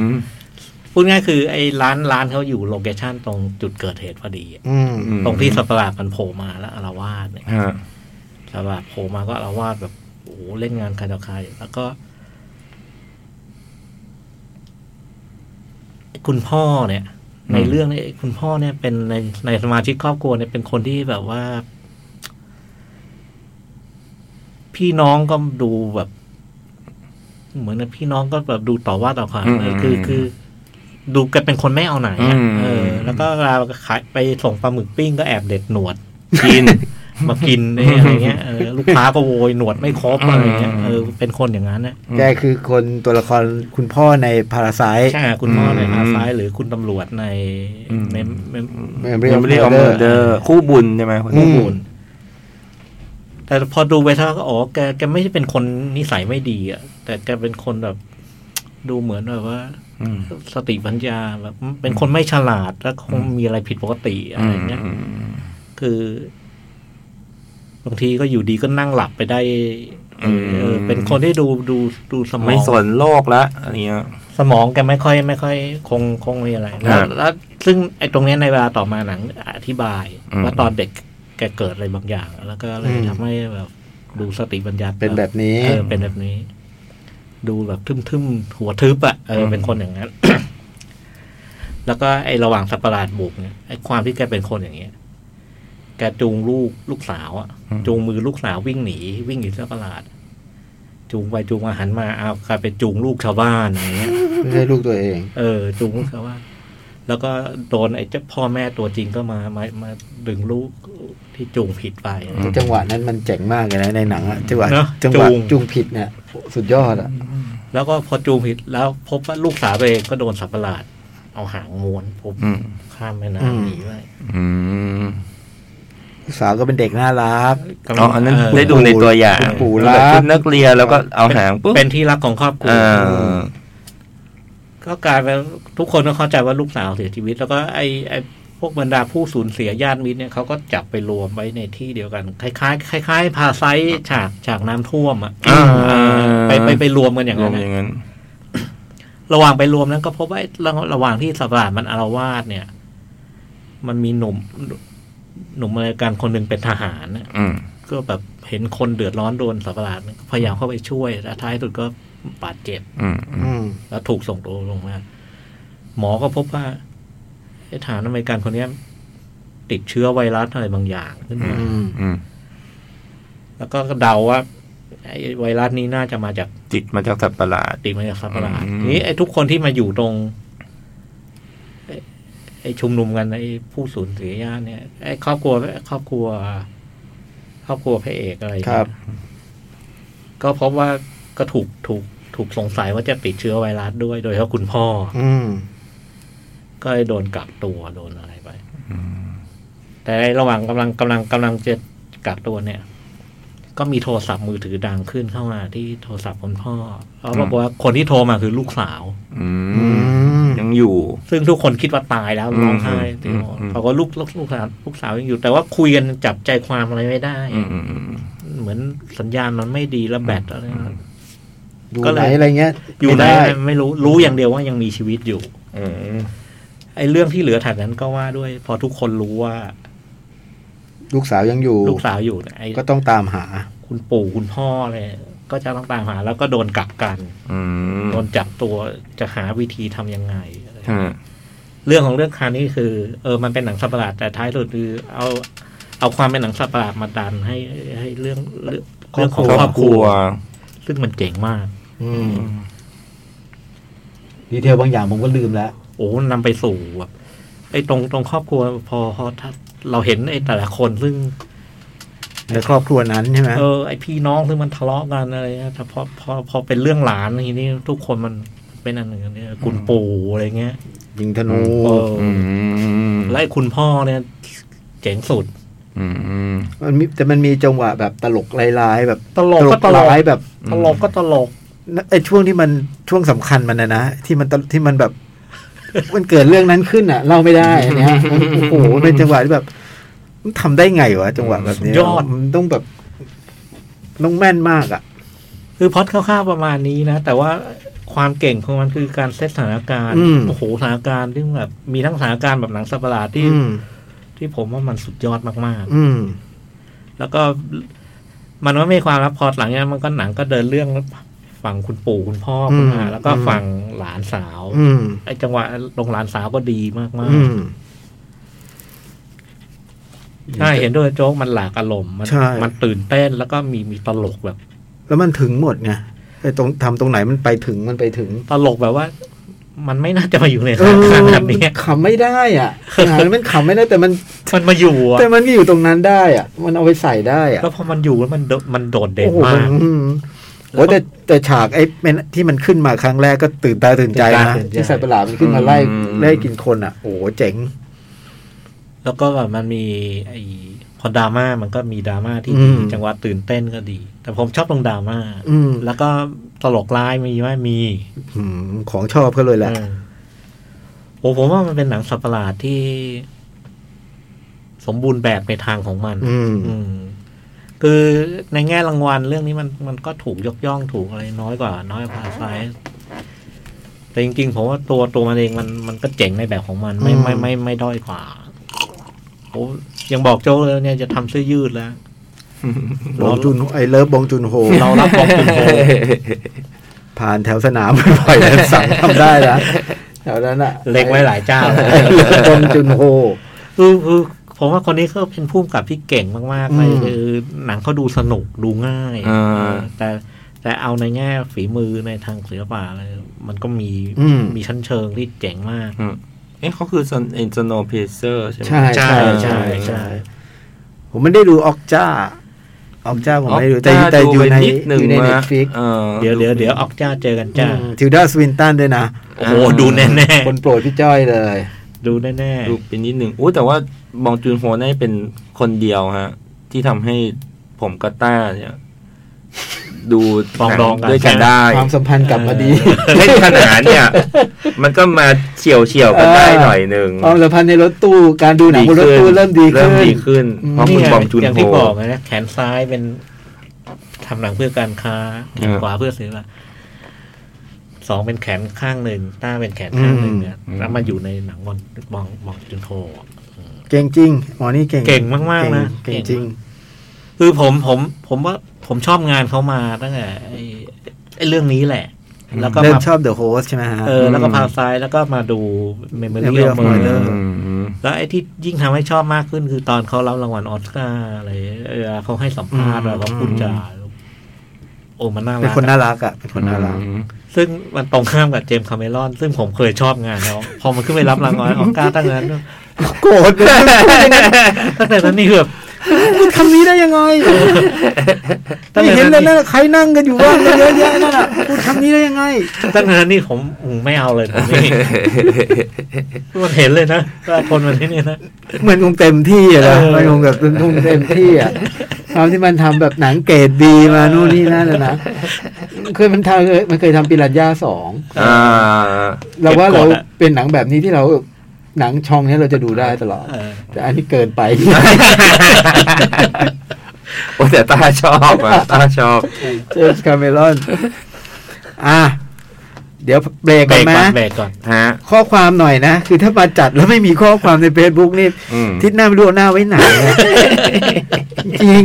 Speaker 2: พูดง่ายคือไอ้ร้านร้านเขาอยู่โลเคชั่นตรงจุดเกิดเหตุพอดีอะ
Speaker 5: อืม
Speaker 3: อืม
Speaker 2: ตรงที่สัตว์ประหลาดมันโผล่มาแล้วอาละวาดเนี่ย
Speaker 3: ฮะ
Speaker 2: สลาดโผล่มาก็อาละวาดแบบโอ้โหเล่นงานใครต่อใครแล้วก็ คุณพ่อเนี่ย ในเรื่องนี้คุณพ่อเนี่ยเป็นในในสมาชิกครอบครัวเนี่ยเป็นคนที่แบบว่า พี่น้องก็ดูแบบ เหมือนนะพี่น้องก็แบบดูต่อว่าต่อขวานเลยคือคือ ดูกันเป็นคนไม่เอาไหนอ่ะเออ แล้วก็เวลาขายไปส่งปลาหมึกปิ้งก็แอบเด็ดหนวด
Speaker 3: กิน
Speaker 2: มากิ
Speaker 3: [laughs]
Speaker 2: นเนี่ยอะไรเงี้ยเออลูกค้าก็โวยหนวดไม่ครบอะไรเงี้ยเออเป็นคนอย่างนั้นนะ
Speaker 4: แกคือคนตัวละครคุณพ่อในพาราไซ
Speaker 2: ใช่คุณพ่อใน
Speaker 3: อืม
Speaker 2: อาซ้ายหรือคุณตำรวจใน
Speaker 3: อืม
Speaker 2: ในใน
Speaker 4: เมม
Speaker 3: เมม
Speaker 4: เรียล
Speaker 3: เรียล
Speaker 4: เม
Speaker 3: เมอ
Speaker 4: อ
Speaker 3: ร์
Speaker 4: ร์
Speaker 3: เดอร์คู่บุญใช่ไหมคนนี้
Speaker 2: บุญแต่พอดูไปท่าก็อ๋อแกแกไม่ได้เป็นคนนิสัยไม่ดีอ่ะแต่แกเป็นคนแบบ ดูเหมือนแบบว่า
Speaker 3: อืม
Speaker 2: สติปัญญาแบบเป็นคนไม่ฉลาดแล้วคงมีอะไรผิดปกติอะไรเงี้ย
Speaker 3: อืม
Speaker 2: คือ บางทีก็อยู่ดีก็นั่งหลับไปได้เออเออเป็นคนที่ดูดูดูสมอง
Speaker 3: ไม่สนโลกละอะไรเงี้ย
Speaker 2: สมองแกไม่ค่อยไม่ค่อย คงคงมีอะไร
Speaker 3: ครั
Speaker 2: แล้ว
Speaker 3: บ
Speaker 2: แล้วซึ่งไอ้ตรงเนี้ยในเวลาต่อมาหนังอธิบาย
Speaker 3: อืม
Speaker 2: ว่าตอนเด็ก แกเกิดอะไรบางอย่าง แล้วก็เล
Speaker 4: อืม
Speaker 2: ยทำให้แบบดูสติปัญญา
Speaker 4: เป็นแบบนี้
Speaker 2: เออเป็นแบบนี้ ดูแบบทึมๆหัวทึบอ่ะเอออ
Speaker 4: ม
Speaker 2: เป็นคนอย่างนั้น [coughs] แล้วก็ไอ้ระหว่างสัตว์ประหลาดบุกเนี่ยไอ้ความที่แกเป็นคนอย่างเงี้ย แกจูงลูกลูกสาวอ่ะ จูงมือลูกสาววิ่งหนี วิ่งหนีสัตว์ประหลาด จูงไปจูงมาหันมาเอากลายเป็นจูงลูกชาวบ้านอย่างเงี้ย
Speaker 4: ไม่ใช่ลูกตัวเอง
Speaker 2: เออจูงลูกเขาว่า แล้วก็โดนไอ้เจ้าพ่อแม่ตัวจริงก็มามามาดึงลูกที่จูงผิดไป
Speaker 4: แต่จังหวะนั้นมันเจ๋งมากเลยนะในหนังอะจังหวะ
Speaker 2: เนอะ
Speaker 4: จังหวะ
Speaker 2: จูง
Speaker 4: จูงผิดเนี่ยสุดยอดอะ
Speaker 2: แล้วก็พอจูงผิดแล้วพบว่าลูกสาวตัวเองก็โดนสัตว์ประหลาด เอาหางม้วนผม
Speaker 5: อืม
Speaker 2: ข้ามแม่น้ำหนีไป
Speaker 5: อืม
Speaker 4: ลูกสาวก็เป็นเด็กน่ารัก
Speaker 5: อ๋ออันนั้น
Speaker 2: เ
Speaker 5: ได้ดูในตัวอย่าง
Speaker 4: คุณปู่รั
Speaker 5: แล้
Speaker 4: ก
Speaker 5: วชุดนักเรียนแล้วก็เอาหางปุ๊บ
Speaker 2: เป็นที่รักของครอบครัว
Speaker 5: อ่า
Speaker 2: ก็กลายเป็นทุกคนก็เข้าใจว่าลูกสาวเสียชีวิต แล้วก็ไอ้ไอ้พวกบรรดาผู้สูญเสียญาติมิตรเนี่ยเขาก็จับไปรวมไว้ในที่เดียวกัน คล้ายๆคล้ายๆพาไซส์ฉากฉากน้ำท่วมอ่ะ
Speaker 5: อ่า
Speaker 2: เออไปไปไปรวมกันอย่าง
Speaker 5: รว
Speaker 2: นั้
Speaker 5: ม
Speaker 2: นอะ
Speaker 5: อย่างนั้น
Speaker 2: ระหว่างไปรวมนั้นก็พบว่าไอ้ระระหว่างที่สัตว์ประหลาดมันอารวาสเนี่ย มันมีหนุ่มหนุ่มอเมริกันคนหนึ่งเป็นทหารน่ะ
Speaker 5: อืม
Speaker 2: ก็แบบเห็นคนเดือดร้อนโดนสัตว์ประหลาดพยายามเข้าไปช่วยแล้วท้ายสุดก็บาดเจ็บ
Speaker 5: อืมอืม
Speaker 4: อืม
Speaker 2: แล้วถูกส่งตัวลงมาหมอก็พบว่าไอ้ทหารอเมริกันคนเนี้ย ติดเชื้อไวรัสอะไรบางอย่างขึ้นมา
Speaker 4: อืม
Speaker 5: อืม
Speaker 2: แล้วก็เดาว่าไอ้ไวรัสนี้น่าจะมาจาก
Speaker 5: จิตมาจากสัตว์ประหลาด
Speaker 2: ติดมาจากสัตว์ประหลาด
Speaker 5: อืม
Speaker 2: ทีนี้ไอ้ทุกคนที่มาอยู่ตรงไอ้ไอ้ชุมนุมกันไอ้ผู้สูญเสียญาติเนี่ยไอ้ครอบครัวครอบครัว ครอบครัวพระเอกอะไรเนี่ย
Speaker 4: ครับ
Speaker 2: ก็พบว่าก็ถูกถูกถูกสงสัยว่าจะติดเชื้อไวรัสด้วย โดยเฉพาะคุณพ่อ
Speaker 4: อืม
Speaker 2: ก็เลยโดนกักตัวโดนอะไรไป แต่ในระหว่างกำลังกำลังกำลังจะกักตัวเนี่ย ก็มีโทรศัพท์มือถือดังขึ้นเข้ามาที่โทรศัพท์คุณพ่อเขาบอกว่าคนที่โทรมาคือลูกสาว
Speaker 5: อื
Speaker 4: อื
Speaker 5: ม
Speaker 4: ม
Speaker 5: ยังอยู่
Speaker 2: ซึ่งทุกคนคิดว่าตายแล้ว
Speaker 5: อืม
Speaker 2: ร้องไห้
Speaker 5: อื
Speaker 2: ตี
Speaker 5: ม
Speaker 2: หมอน
Speaker 5: อืม
Speaker 2: เขาก็ลูกลูกลูกสาวลูกสาวยังอยู่ แต่ว่าคุยกันจับใจความอะไรไม่ได้
Speaker 5: อืมอืมอืม
Speaker 2: เหมือนสัญญาณมันไม่ดีแล้วแบตอะไรนะ
Speaker 4: อยู่
Speaker 2: ก็เลย
Speaker 4: ไหนอะไรเงี้ย
Speaker 2: อยู่ไหน
Speaker 4: ม่ด้
Speaker 2: ไม่รู้รู้อย่างเดียวว่ายังมีชีวิตอยู่
Speaker 5: อืม
Speaker 2: ไอ้เรื่องที่เหลือถัดนั้นก็ว่าด้วย พอทุกคนรู้ว่า
Speaker 4: ลูกสาวยังอยู่
Speaker 2: ลูกสาวอยู่เนี่ยไอ้
Speaker 4: ก็ต้องตามหา
Speaker 2: คุณปู่คุณพ่ออะไรก็จะต้องตามหาแล้วก็โดนกักกัน
Speaker 5: อืม
Speaker 2: โดนจับตัวจะหาวิธีทำยังไง
Speaker 5: ฮะ
Speaker 2: เรื่องของเรื่องคราวนี้คือ เออมันเป็นหนังสัตว์ประหลาดแต่ท้ายสุดคือเอาเอาความเป็นหนังสัตว์ประหลาดมาดันให้ให้เรื่องเรื่องเรื่องของครอบครัว ซึ่งมันเจ๋งมาก
Speaker 4: อืม
Speaker 7: ดีเทลบางอย่างผมก็ลืมแล้ว
Speaker 2: โอ้นำไปสู่แบบไอ้ตรงตรงครอบครัวพอพอถ้าเราเห็นไอ้แต่ละคนซึ่ง
Speaker 4: ในครอบครัวนั้นใช่ไหม
Speaker 2: เออไอ้พี่น้องซึ่งมันทะเลาะกันอะไรเงี้ยแต่พอพอพอเป็นเรื่องหลานทีนี้ทุกคนมันเป็นอันหนึ่งอันเนี่ยคุณปู่อะไรเงี้ย
Speaker 4: ยิงธนู
Speaker 2: เออ
Speaker 5: อืม
Speaker 2: และไอ้คุณพ่อเนี่ยเจ๋งสุด
Speaker 5: อืมอืม
Speaker 4: มันมีแต่มันมีจังหวะแบบตลกร้ายๆแบบ
Speaker 2: ตลกก็ตลก
Speaker 4: ร้ายแบบ
Speaker 2: ตลกก็ตลก
Speaker 4: ไอ้ช่วงที่มันช่วงสำคัญมันนะนะที่มันตลที่มันแบบ มันเกิดเรื่องนั้นขึ้นอ่ะเล่าไม่ได้อันเนี้ยมันโอ้โหเป็นจังหวะที่แบบมันทำได้ไงวะจังหวะแบบเนี้
Speaker 2: สุดยอด
Speaker 4: มันต้องแบบต้องแม่นมากอ่ะ
Speaker 2: คือพล็อดคร่าวๆประมาณนี้นะ แต่ว่าความเก่งของมันคือการเซตสถานการณ์
Speaker 4: อืม
Speaker 2: โอ้โหสถานการณ์ที่แบบมีทั้งสถานการณ์แบบหนังสัตว์ประหลาดที่
Speaker 4: อืม
Speaker 2: ที่ผมว่ามันสุดยอดมาก
Speaker 4: อืม
Speaker 2: ๆ แล้วก็มันว่ามีความรับพอหลังจากนั้นมันก็หนังก็เดินเรื่องฝั่งคุณปู่คุณพ่อคุณอา
Speaker 4: อืม
Speaker 2: แล้วก็
Speaker 4: อืม
Speaker 2: ฝั่งหลานสาว
Speaker 4: อืม
Speaker 2: ไอ้จังหวะลงหลานสาวก็ดีมาก
Speaker 4: อืม
Speaker 2: ๆใช่เห็นด้วยโจ๊กมันหลากอารมณ์มั
Speaker 4: ใช่
Speaker 2: มันตื่นเต้นแล้วก็มีมีตลกแบบ
Speaker 4: แล้วมันถึงหมดไงไอ้ตรงทำตรงไหนมันไปถึงมันไปถึง
Speaker 2: ตลกแบบว่า มันไม่น่าจะมาอยู่ในส
Speaker 4: เอ
Speaker 2: ถา
Speaker 4: อน
Speaker 2: การณ์แบ
Speaker 4: มั
Speaker 2: บเนี้
Speaker 4: น
Speaker 2: ย
Speaker 4: ขำไม่ได้อ่ะหามันขำไม่ได้แต่มัน
Speaker 2: มันมาอยู่อะ
Speaker 4: แต่มันก็อยู่ตรงนั้นได้อ่ะ มันเอาไปใส่ได้อ่ะ
Speaker 2: แล้วพอมันอยู่แล้วมันโดมันโดดเด่น
Speaker 4: โอ้โห
Speaker 2: มาก
Speaker 4: อืม
Speaker 2: แล้ว
Speaker 4: โอ้แต่แต่ฉากไอ้เมนที่มันขึ้นมาครั้งแรกก็ตื่นตาตื่นใจนะ
Speaker 2: ตื่นตาตื่นใจ
Speaker 4: ที่สัตว์ประหลาดมันขึ้นมาไล่
Speaker 5: อืม
Speaker 4: ไล่กินคนอ่ะโอ้โหเจ๋ง
Speaker 2: แล้วก็แบบมันมีไอ้พอดราม่ามันก็มีดราม่าที่
Speaker 4: อื
Speaker 2: ดี
Speaker 4: ม
Speaker 2: จังหวะตื่นเต้นก็ดี แต่ผมชอบตรงดราม่า
Speaker 4: อืม
Speaker 2: แล้วก็ตลกร้ายมีไหมมี
Speaker 4: อืมของชอบก็เลยแหละ
Speaker 2: เออโอ้ผมว่ามันเป็นหนังสัตว์ประหลาดที่ สมบูรณ์แบบในทางของมัน
Speaker 4: อืม
Speaker 2: อืม คือในแง่รางวัลเรื่องนี้มันมันก็ถูกยกย่องถูกอะไรน้อยกว่า น้อยกว่าไซส์แต่จริงๆผมว่าตัวตัวมันเองมันมันก็เจ๋งในแบบของมัน ไม่
Speaker 4: อืม
Speaker 2: ไม่ไม่ไม่ด้อยกว่าโอ้ ยังบอกโจ้เลยเนี่ยจะทำเสื้อยืดแล้ว
Speaker 4: บองจุนไอเลิฟบองจุนโฮ
Speaker 2: เรารับบองจุนโฮ
Speaker 4: ผ่านแถวสนามบ่อยๆแล้วสั่งทำได้
Speaker 2: [laughs]
Speaker 4: นะแถวนั้นอะ
Speaker 2: เล็งไว้หลาย
Speaker 4: [laughs]
Speaker 2: เจ้า
Speaker 4: บองจุนโฮ
Speaker 2: คือคือผมว่าคนนี้ก็เป็นผู้กำกับที่เก่งมากๆเลย
Speaker 4: อืม
Speaker 2: คือหนังเขาดูสนุกดูง่าย
Speaker 3: อ่า
Speaker 2: เออแต่แต่เอาในแง่ฝีมือในทางศิลปะอะไรมันก็มี
Speaker 4: อืม
Speaker 2: มีชั้นเชิงที่เจ๋งมาก
Speaker 3: เอ๊ะเขาคือซนเอ็นโนเพเซอร์ใช่ไหม
Speaker 4: ใช่ใช่
Speaker 2: ใช่
Speaker 4: ใช่
Speaker 2: ใช่
Speaker 4: ใช่ผมไม่ได้ดูออกจ้า ออกจ้าผมไม่ได้ดูแต่
Speaker 3: ออกจ้า
Speaker 4: แต่อยู่ใน
Speaker 3: ดูไปนิดหนึ่ง
Speaker 4: อยู่ในเน็ต
Speaker 3: นะ
Speaker 4: ฟลิก
Speaker 3: ออ
Speaker 2: เดี๋ยวเดี๋ยวเดี๋ยวออกจ้าเจอกันจ้า
Speaker 4: ทิวดาสวินตันด้วยนะ
Speaker 2: โอ้โหดูแน่
Speaker 4: คนโปรดพี่จ้อยเลย
Speaker 2: ๆดูแน่
Speaker 3: ดูเป็นนิดหนึ่งอู้แต่ว่าบองจุนโฮนี่เป็นคนเดียวฮะ ที่ทำให้ผมกับต้าเนี่ย ดูหนัด้วยกันได้
Speaker 4: ความสัมพันธ์กลับมาดี
Speaker 3: เล่นขนาดเนี่ย มันก็มาเฉียวเฉียวๆกันได้หน่อยหนึ่ง
Speaker 4: [laughs] ความสัมพันธ์ในรถตู้การดูหนังบนรถตู้เริ่มดี
Speaker 3: เริ่ม
Speaker 4: ขึ้น
Speaker 3: ดีขึ้น
Speaker 4: อืม
Speaker 3: เพ
Speaker 2: ๆ
Speaker 3: ราะคุณบองจุน
Speaker 2: ย่าง
Speaker 3: โฮ
Speaker 2: ที่บอกไงนะแขนซ้ายเป็นทำหนังเพื่อการค้าแขน
Speaker 3: เออ
Speaker 2: ขวาเพื่อศิลปะสองเป็นแขนข้างหนึ่งต้าเป็นแขนข้างหนึ่งเนี่ย
Speaker 3: อืม
Speaker 2: แล้วมาอยู่ในหนังบอลบองบองจุนโท
Speaker 4: เก่งจริงหมอนี่เก่ง
Speaker 2: เก่งมากๆนะ
Speaker 4: เก่งเก่งจริง
Speaker 2: คือผมผมผมว่าผมชอบงานเขามาตั้งแต่ไอ้ไอ้เรื่องนี้แหละ แล้วก็
Speaker 4: เริ่ม
Speaker 2: มา
Speaker 4: ชอบเดอะโฮสใช่ไหมฮะ
Speaker 2: เออแล้วก็พาซ้ายแล้วก็มาดูเมมโม
Speaker 4: Memory
Speaker 2: รี่
Speaker 4: of
Speaker 2: เมอ
Speaker 4: Murder
Speaker 2: ร์
Speaker 3: อืม
Speaker 2: แล้วไอ้ที่ยิ่งทำให้ชอบมากขึ้นคือตอนเขารับรางวัลออสการ์อะไรเออเขาให้สัมภาษ
Speaker 4: อื
Speaker 2: ณ์
Speaker 4: ม
Speaker 2: แล้วก็พูดจาโอ้มันน่า
Speaker 4: เป็น
Speaker 2: รัก
Speaker 4: คนน่ารักอ่ะเป็นคนน่ารัก
Speaker 2: ซึ่งมันตรงข้ามกับเจมส์คาเมรอน ซึ่งผมเคยชอบงานเขาพอมันขึ้นไปรับรางวัลออสการ์ตั้งแต่นั้น
Speaker 4: โกรธเลย
Speaker 2: ตั้งแต่นั้นนี่คือแบบ
Speaker 4: พูดคำนี้ได้ยังไง
Speaker 2: ตั้ง
Speaker 4: ไม่
Speaker 2: แต่
Speaker 4: เห็น
Speaker 2: นั้น
Speaker 4: เลย
Speaker 2: นี่
Speaker 4: นะใครนั่งกันอยู่บ้างเยอะแยะนั่นน่ะพูดคำนี้ได้ยังไง
Speaker 2: ตั้งแต่นั้นนี่ผมอืมไม่เอาเลยผมนี่ มันเห็นเลยนะว่าคนมันที่นี่นะ
Speaker 4: มันคงเต็มที่อะนะ
Speaker 2: เออ
Speaker 4: มันคงแบบมันคงเต็มที่อ่ะความที่มันทำแบบหนังเกรดดีมานู่นนี่นั่นอะนะเคยมันทำเคยมันเคยทำปิรันย่าสอง
Speaker 3: อ่า
Speaker 4: เราว่าเรา
Speaker 2: เก็บกดอะ
Speaker 4: เป็นหนังแบบนี้ที่เราหนังช่องเนี้ยเราจะดูได้ตลอด
Speaker 2: เออ
Speaker 4: แต่อันนี้เกินไป [laughs]
Speaker 3: โอ้แต่ต้าชอบ
Speaker 4: [laughs]
Speaker 3: อ่ะต้าชอบ
Speaker 4: เจมส์คาเมรอน อ่ะ เดี๋ยวเบรก
Speaker 2: เบร
Speaker 4: กัน
Speaker 2: ก
Speaker 4: ไหม
Speaker 2: ก่อนเบรกก่อน
Speaker 3: ฮะ
Speaker 4: ข้อความหน่อยนะ คือถ้ามาจัดแล้วไม่มีข้อความใน Facebook นี่
Speaker 3: อืม
Speaker 4: ทิศหน้าไม่รู้เอาหน้าไว้ไหนนะ [laughs] จริง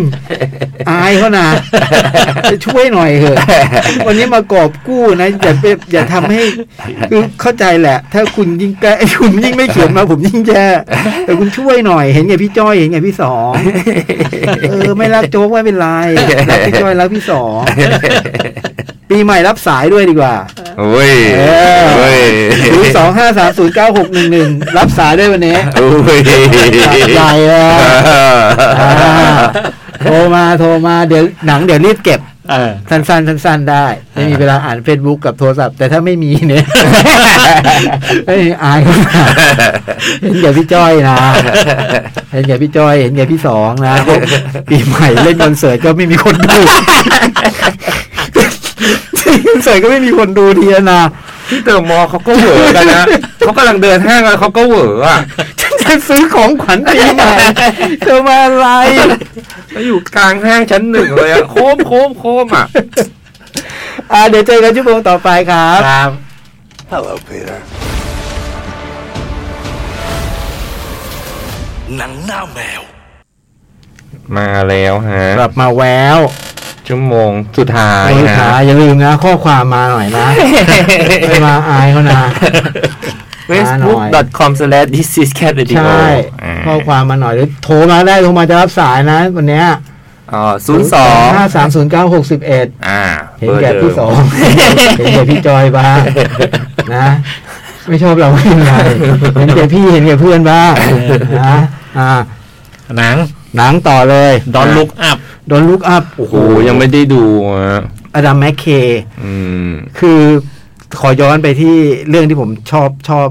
Speaker 4: อายเขานะจะช่วยหน่อยเถอะ วันนี้มากอบกู้นะ อย่าไปอย่าทำให้ คือเข้าใจแหละ ถ้าคุณยิ่งแกล้คุณยิ่งไม่เขียนมา ผมยิ่งแย่แต่คุณช่วยหน่อยเห็นไงพี่จ้อยเห็นไงพี่สองเออไม่รักโจ๊กไม่เป็นไรรักพี่จ้อยรักพี่สองปีใหม่รับสายด้วยดีกว่า
Speaker 3: โอ้ย
Speaker 4: เออ
Speaker 3: โอ้ย
Speaker 4: ศูนย์สองห้าสามศูนย์เก้าหกหนึ่งหนึ่งรับสายด้วยวันนี้
Speaker 3: โอ้ย
Speaker 4: ใหญ่เลย อ่าโทรมาโทรมาเดี๋ยวหนังเดี๋ยวรีบเก็บ
Speaker 2: เออ
Speaker 4: สั้นๆสั้นๆได้ ไม่มีเวลาอ่าน Facebook กับโทรศัพท์ แต่ถ้าไม่มีเนี่ย [laughs] ไม่มีอายเขานะเห็นแก่พี่จ้อยนะเห็นแก่พี่จ้อยเห็นแก่พี่สองนะปีใหม่เล่นคอนเสิร์ตก็ไม่มีคนดู [laughs] คอนเสิร์ตก็ไม่มีคนดูทีละนะ
Speaker 3: ที่เติมมอเขาก็เหวอกันนะเขากำลังเดินห้างแล้วเขาก็เหวออ่ะ
Speaker 4: ฉันจะซื้อของขวัญปีใหม่ [laughs] เธอมาอะไร
Speaker 3: แล้วอยู่กลางห้างชั้นหนึ่งเลยอ่ะ [laughs] โคมโคมโคมอ่ะ
Speaker 4: อ่าเดี๋ยวเจอกันชั่วโมงต่อไปครับ
Speaker 5: Hello, Peter. Nắng nao mèo.
Speaker 3: มาแล้วฮะ
Speaker 4: กลับมาแวว
Speaker 3: ชั่วโมงสุดท้าย
Speaker 4: ลูก
Speaker 3: นะ
Speaker 4: ค้าอย่าลืมนะ ข้อความมาหน่อย
Speaker 3: [laughs]
Speaker 4: นะ ไม่มาอายเขานะ
Speaker 3: เฟซบุ๊ก com slash this is cat radio
Speaker 4: ใช่ ข้อความมาหน่อยหรือโทรมาได้โทรมาจะรับสายนะ วันเนี้ย
Speaker 3: อ๋อศูนย์สอง
Speaker 4: ห้าสามศูนย์เก้าหกสิบเอ็ด
Speaker 3: อ่า
Speaker 4: เห็นแก่พี่สอง เห็นแก่พี่จอย
Speaker 3: [laughs]
Speaker 4: บ้างนะ ไม่ชอบเราไม่เป็นไรเห็นแก่พี่เห็นแก่เพื่อนบ้างนะอ่า
Speaker 2: หนัง
Speaker 4: หนังต่อเลย
Speaker 2: ดอนลุกอัพ
Speaker 4: โดนลุกอัพโอ้
Speaker 3: โอ้
Speaker 4: โห
Speaker 3: โหยังไม่ได้ดูอ่ะ
Speaker 4: อดัมแมคเค
Speaker 3: อืม
Speaker 4: คือขอย้อนไปที่เรื่องที่ผมชอบชอบ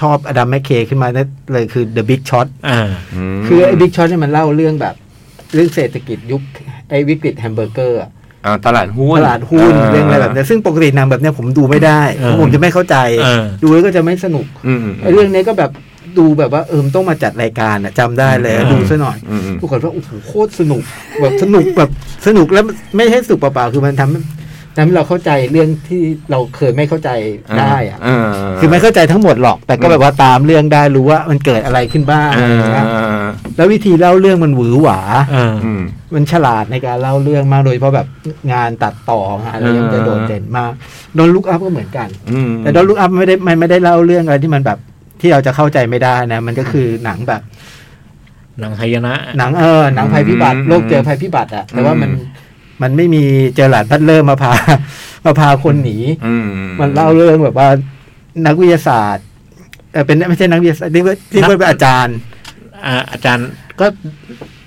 Speaker 4: ชอบอดัมแมคเคขึ้นมานั่นเลยคือ The Big Short
Speaker 2: อ่า
Speaker 4: คือไอ้ Big Short เนี่ยมันเล่าเรื่องแบบเรื่องเศรษฐกิจยุคไอ้วิกฤตแฮมเบอร์เกอร์อะ
Speaker 3: อ่าตลาดหุ้น
Speaker 4: ตลาดหุ้น
Speaker 3: า
Speaker 4: เรื่องอะไรแบบเนี้ยซึ่งปกติหนังแบบเนี้ยผมดูไม่ได้
Speaker 2: เออ
Speaker 4: เพราะผมจะไม่เข้าใจ
Speaker 2: เออ
Speaker 4: ดูแล้วก็จะไม่สนุก
Speaker 3: อืม
Speaker 4: ไอ้เรื่องเนี้ยก็แบบดูแบบว่าเออมนต้องมาจัดรายการอะจำได้เลยดูซะหน่อย
Speaker 3: อืมอืม
Speaker 4: ปรากฏว่าโอ้โหโคตรสนุก แบบสนุกแบบสนุกแล้วไม่ใช่สนุกเปล่าๆคือมันทำให้ทำให้เราเข้าใจเรื่องที่เราเคยไม่เข้าใจได้อะ
Speaker 3: อ่า
Speaker 4: คือไม่เข้าใจทั้งหมดหรอก แต่ก็แบบว่าตามเรื่องได้รู้ว่ามันเกิดอะไรขึ้นบ้าง
Speaker 3: อ่า
Speaker 4: อะไรอย่างเงี้ย แล้ววิธีเล่าเรื่องมันหวือหวา
Speaker 2: เออ
Speaker 3: อืม
Speaker 4: มันฉลาดในการเล่าเรื่องมากโดยเฉพาะแบบงานตัดต่องานอะไรเนี่ยมันจะ
Speaker 3: เออ
Speaker 4: โดดเด่นมากดนลุกอัพก็เหมือนกัน
Speaker 3: อืม
Speaker 4: แต่ดนลุกอัพไม่ได้มันไม่ได้เล่าเรื่องอะไรที่มันแบบที่เราจะเข้าใจไม่ได้นะ มันก็คือหนังแบบ
Speaker 2: หนังไทยนะ
Speaker 4: หนังเออหนังภัยพิบัติโลกเจอภัยพิบัติอะแต่ว่ามันมันไม่มีเจอหลาดพัดเลอร์มาพ [laughs] า มาพาคนหนี
Speaker 3: อื
Speaker 4: มันเล่าเรื่องแบบว่านักวิทยาศาสตร์เออเป็นไม่ใช่นักวิทยาศาสตร์ที่ว่าที่ว่าเป็นอาจารย์
Speaker 2: อ่าอาจารย์ก็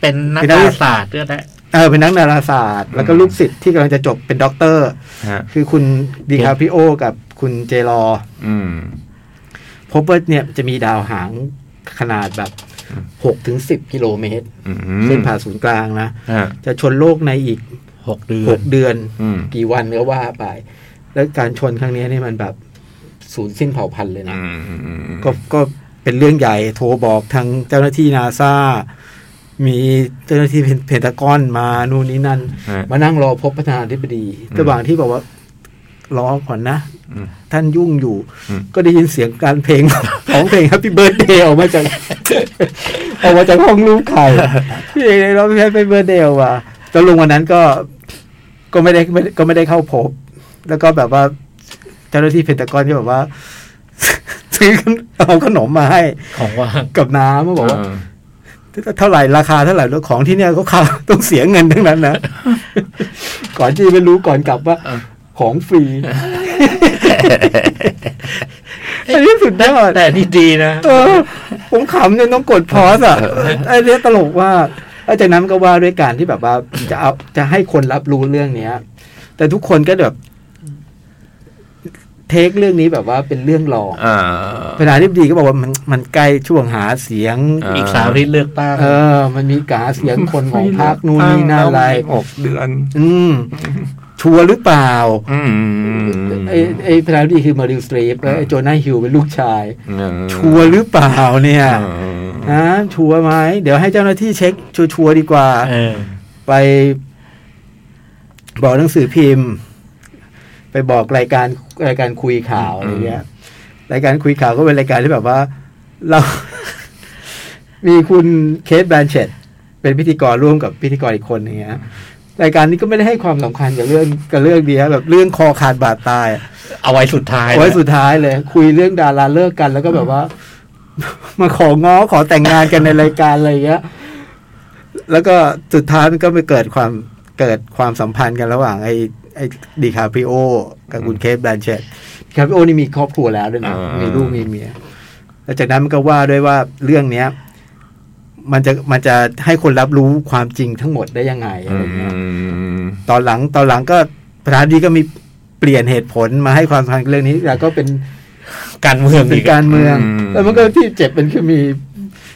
Speaker 2: เป็นนัก
Speaker 4: เป็นนั
Speaker 2: ดาก ราศาสตร์ด้วยแหละ
Speaker 4: เออเป็นนักดาราศาสตร์ แล้วก็ลูกศิษย์ที่กำลังจะจบเป็นด็อกเตอร์
Speaker 3: ฮะ
Speaker 4: คือคุณดีคาพิโอกับคุณเจรอ
Speaker 3: อืม
Speaker 4: พบว่าเนี่ยจะมีดาวหางขนาดแบบหกถึงสิบกิโลเมตร
Speaker 3: อืม
Speaker 4: เส้นผ่าศูนย์กลางนะ
Speaker 3: ฮะ
Speaker 4: จะชนโลกในอีก
Speaker 2: หกเดือ
Speaker 4: ห
Speaker 2: น
Speaker 4: กเดือน
Speaker 3: อืม
Speaker 4: กี่วันก็ว่าไป แล้วการชนครั้งนี้นี่มันแบบศูนย์สิ้นเผ่าพันธุ์เลยนะ
Speaker 3: อืมอืมอืม
Speaker 4: ก็ก็เป็นเรื่องใหญ่โทรบอกทางเจ้าหน้าที่นาซามีเจ้าหน้าที่เพนเพนตากอนมานู่นนี่นั่น
Speaker 3: ฮะ
Speaker 4: มานั่งรอพบประธานาธิบดี
Speaker 3: อืม
Speaker 4: ระหว่างที่บอกว่า รอก่อนนะ
Speaker 3: อืม
Speaker 4: ท่านยุ่งอยู่
Speaker 3: อืม
Speaker 4: ก็ได้ยินเสียงการเพลง [laughs] ของเพลง Happy Birthday ออกมาจาก [laughs] ออกมาจากห้องรูป
Speaker 3: [laughs]
Speaker 4: ไข่พี่เอกเลยร้องแฮปปี้เบิร์ดเดย์ว่ะจนลุงวันนั้นก็ก็ไม่ได้ไม่ได้ก็ไม่ได้เข้าพบ แล้วก็แบบว่าเจ้าหน้าที่เพนตากอนก็แบบว่า [laughs] ซื้อขนเอาขนมมาให้
Speaker 2: ของว่าง
Speaker 4: กับน้ำมาบอกว่า
Speaker 3: เ
Speaker 4: เท่าไหร่ราคาเท่าไหร่แล้วของที่เนี่ยเขาเขา [laughs] ต้องเสียเงินทั้งนั้นนะ [laughs] ก่อนที่จะไปรู้ก่อนกลับว่า ของฟรี [laughs] อันนี้สุดยอด
Speaker 2: แต่นี่ดีนะ
Speaker 4: เออผมขำจนต้องกดพอสอ่ะไอ้เนี้ยตลกว่าอาจากนั้นก็ว่าด้วยการที่แบบว่า จะเอาจะให้คนรับรู้เรื่องเนี้ย แต่ทุกคนก็แบบเทคเรื่องนี้แบบว่าเป็นเรื่องรอง
Speaker 3: เอ่า
Speaker 4: ประธานาธิบดีก็บอกว่ามันมันใกล้ช่วงหาเสียง
Speaker 3: อ่า
Speaker 2: อีกสามอาที่เลือกตั้ง
Speaker 4: เออ มันมีกาเสียงคนของพรรคนู่นนี่นั่นอะไร
Speaker 3: หกเดือน
Speaker 4: อืม ชัวร์หรือเปล่า
Speaker 3: อืม
Speaker 4: ไอ้ไอ้พระนาธิบดีคือมาริลสตรีฟแล้วไอ้โจนาห์ฮิลเป็นลูกชาย ชัว
Speaker 3: ร์
Speaker 4: ร์หรือเปล่าเนี่ยนะชัวร์ไหม เดี๋ยวให้เจ้าหน้าที่เช็ค ชัวร์ๆดีกว่า
Speaker 2: เออ
Speaker 4: ไป บอกหนังสือพิมพ์ ไปบอกรายการรายการคุยข่าวอะไรเงี้ย รายการคุยข่าวก็เป็นรายการที่แบบว่า เรา [laughs] มีคุณเคทแบนเชตเป็นพิธีกรร่วมกับพิธีกรอีกคนอย่างเงี้ยรายการนี้ก็ไม่ได้ให้ความสำคัญกับเรื่องกับเรื่องเนี้ยแบบเรื่องคอขาดบาดตายอะ
Speaker 2: เอาไว้สุดท้าย
Speaker 4: เอาไว้สุดท้ายเลย คุยเรื่องดาราเลิกกัน แล้วก็แบบว่า [laughs] มาของ้อขอแต่งงานกันในรายการอะไรอย่างเงี้ย แล้วก็สุดท้ายมันก็ไปเกิดความเกิดความสัมพันธ์กันระหว่างไอ้ไอ้ดีคาปริโอ กับคุณเคทแบนเชตดีคาปริโอนี่มีครอบครัวแล้วด้วยนะมีลูกมีเมีย แล้วจากนั้นมันก็ว่าด้วยว่าเรื่องเนี้ย มันจะมันจะให้คนรับรู้ความจริงทั้งหมดได้ยังไงอะไรเงี้ยตอนหลังตอนหลังก็ประธานดีก็มีเปลี่ยนเหตุผลมาให้ความสำคัญกับเรื่องนี้ แล้วก็เป็น
Speaker 2: การเมือง
Speaker 4: เป็น
Speaker 2: อีกอะ
Speaker 4: การเมือง แล้วมันก็ที่เจ็บมันคือมี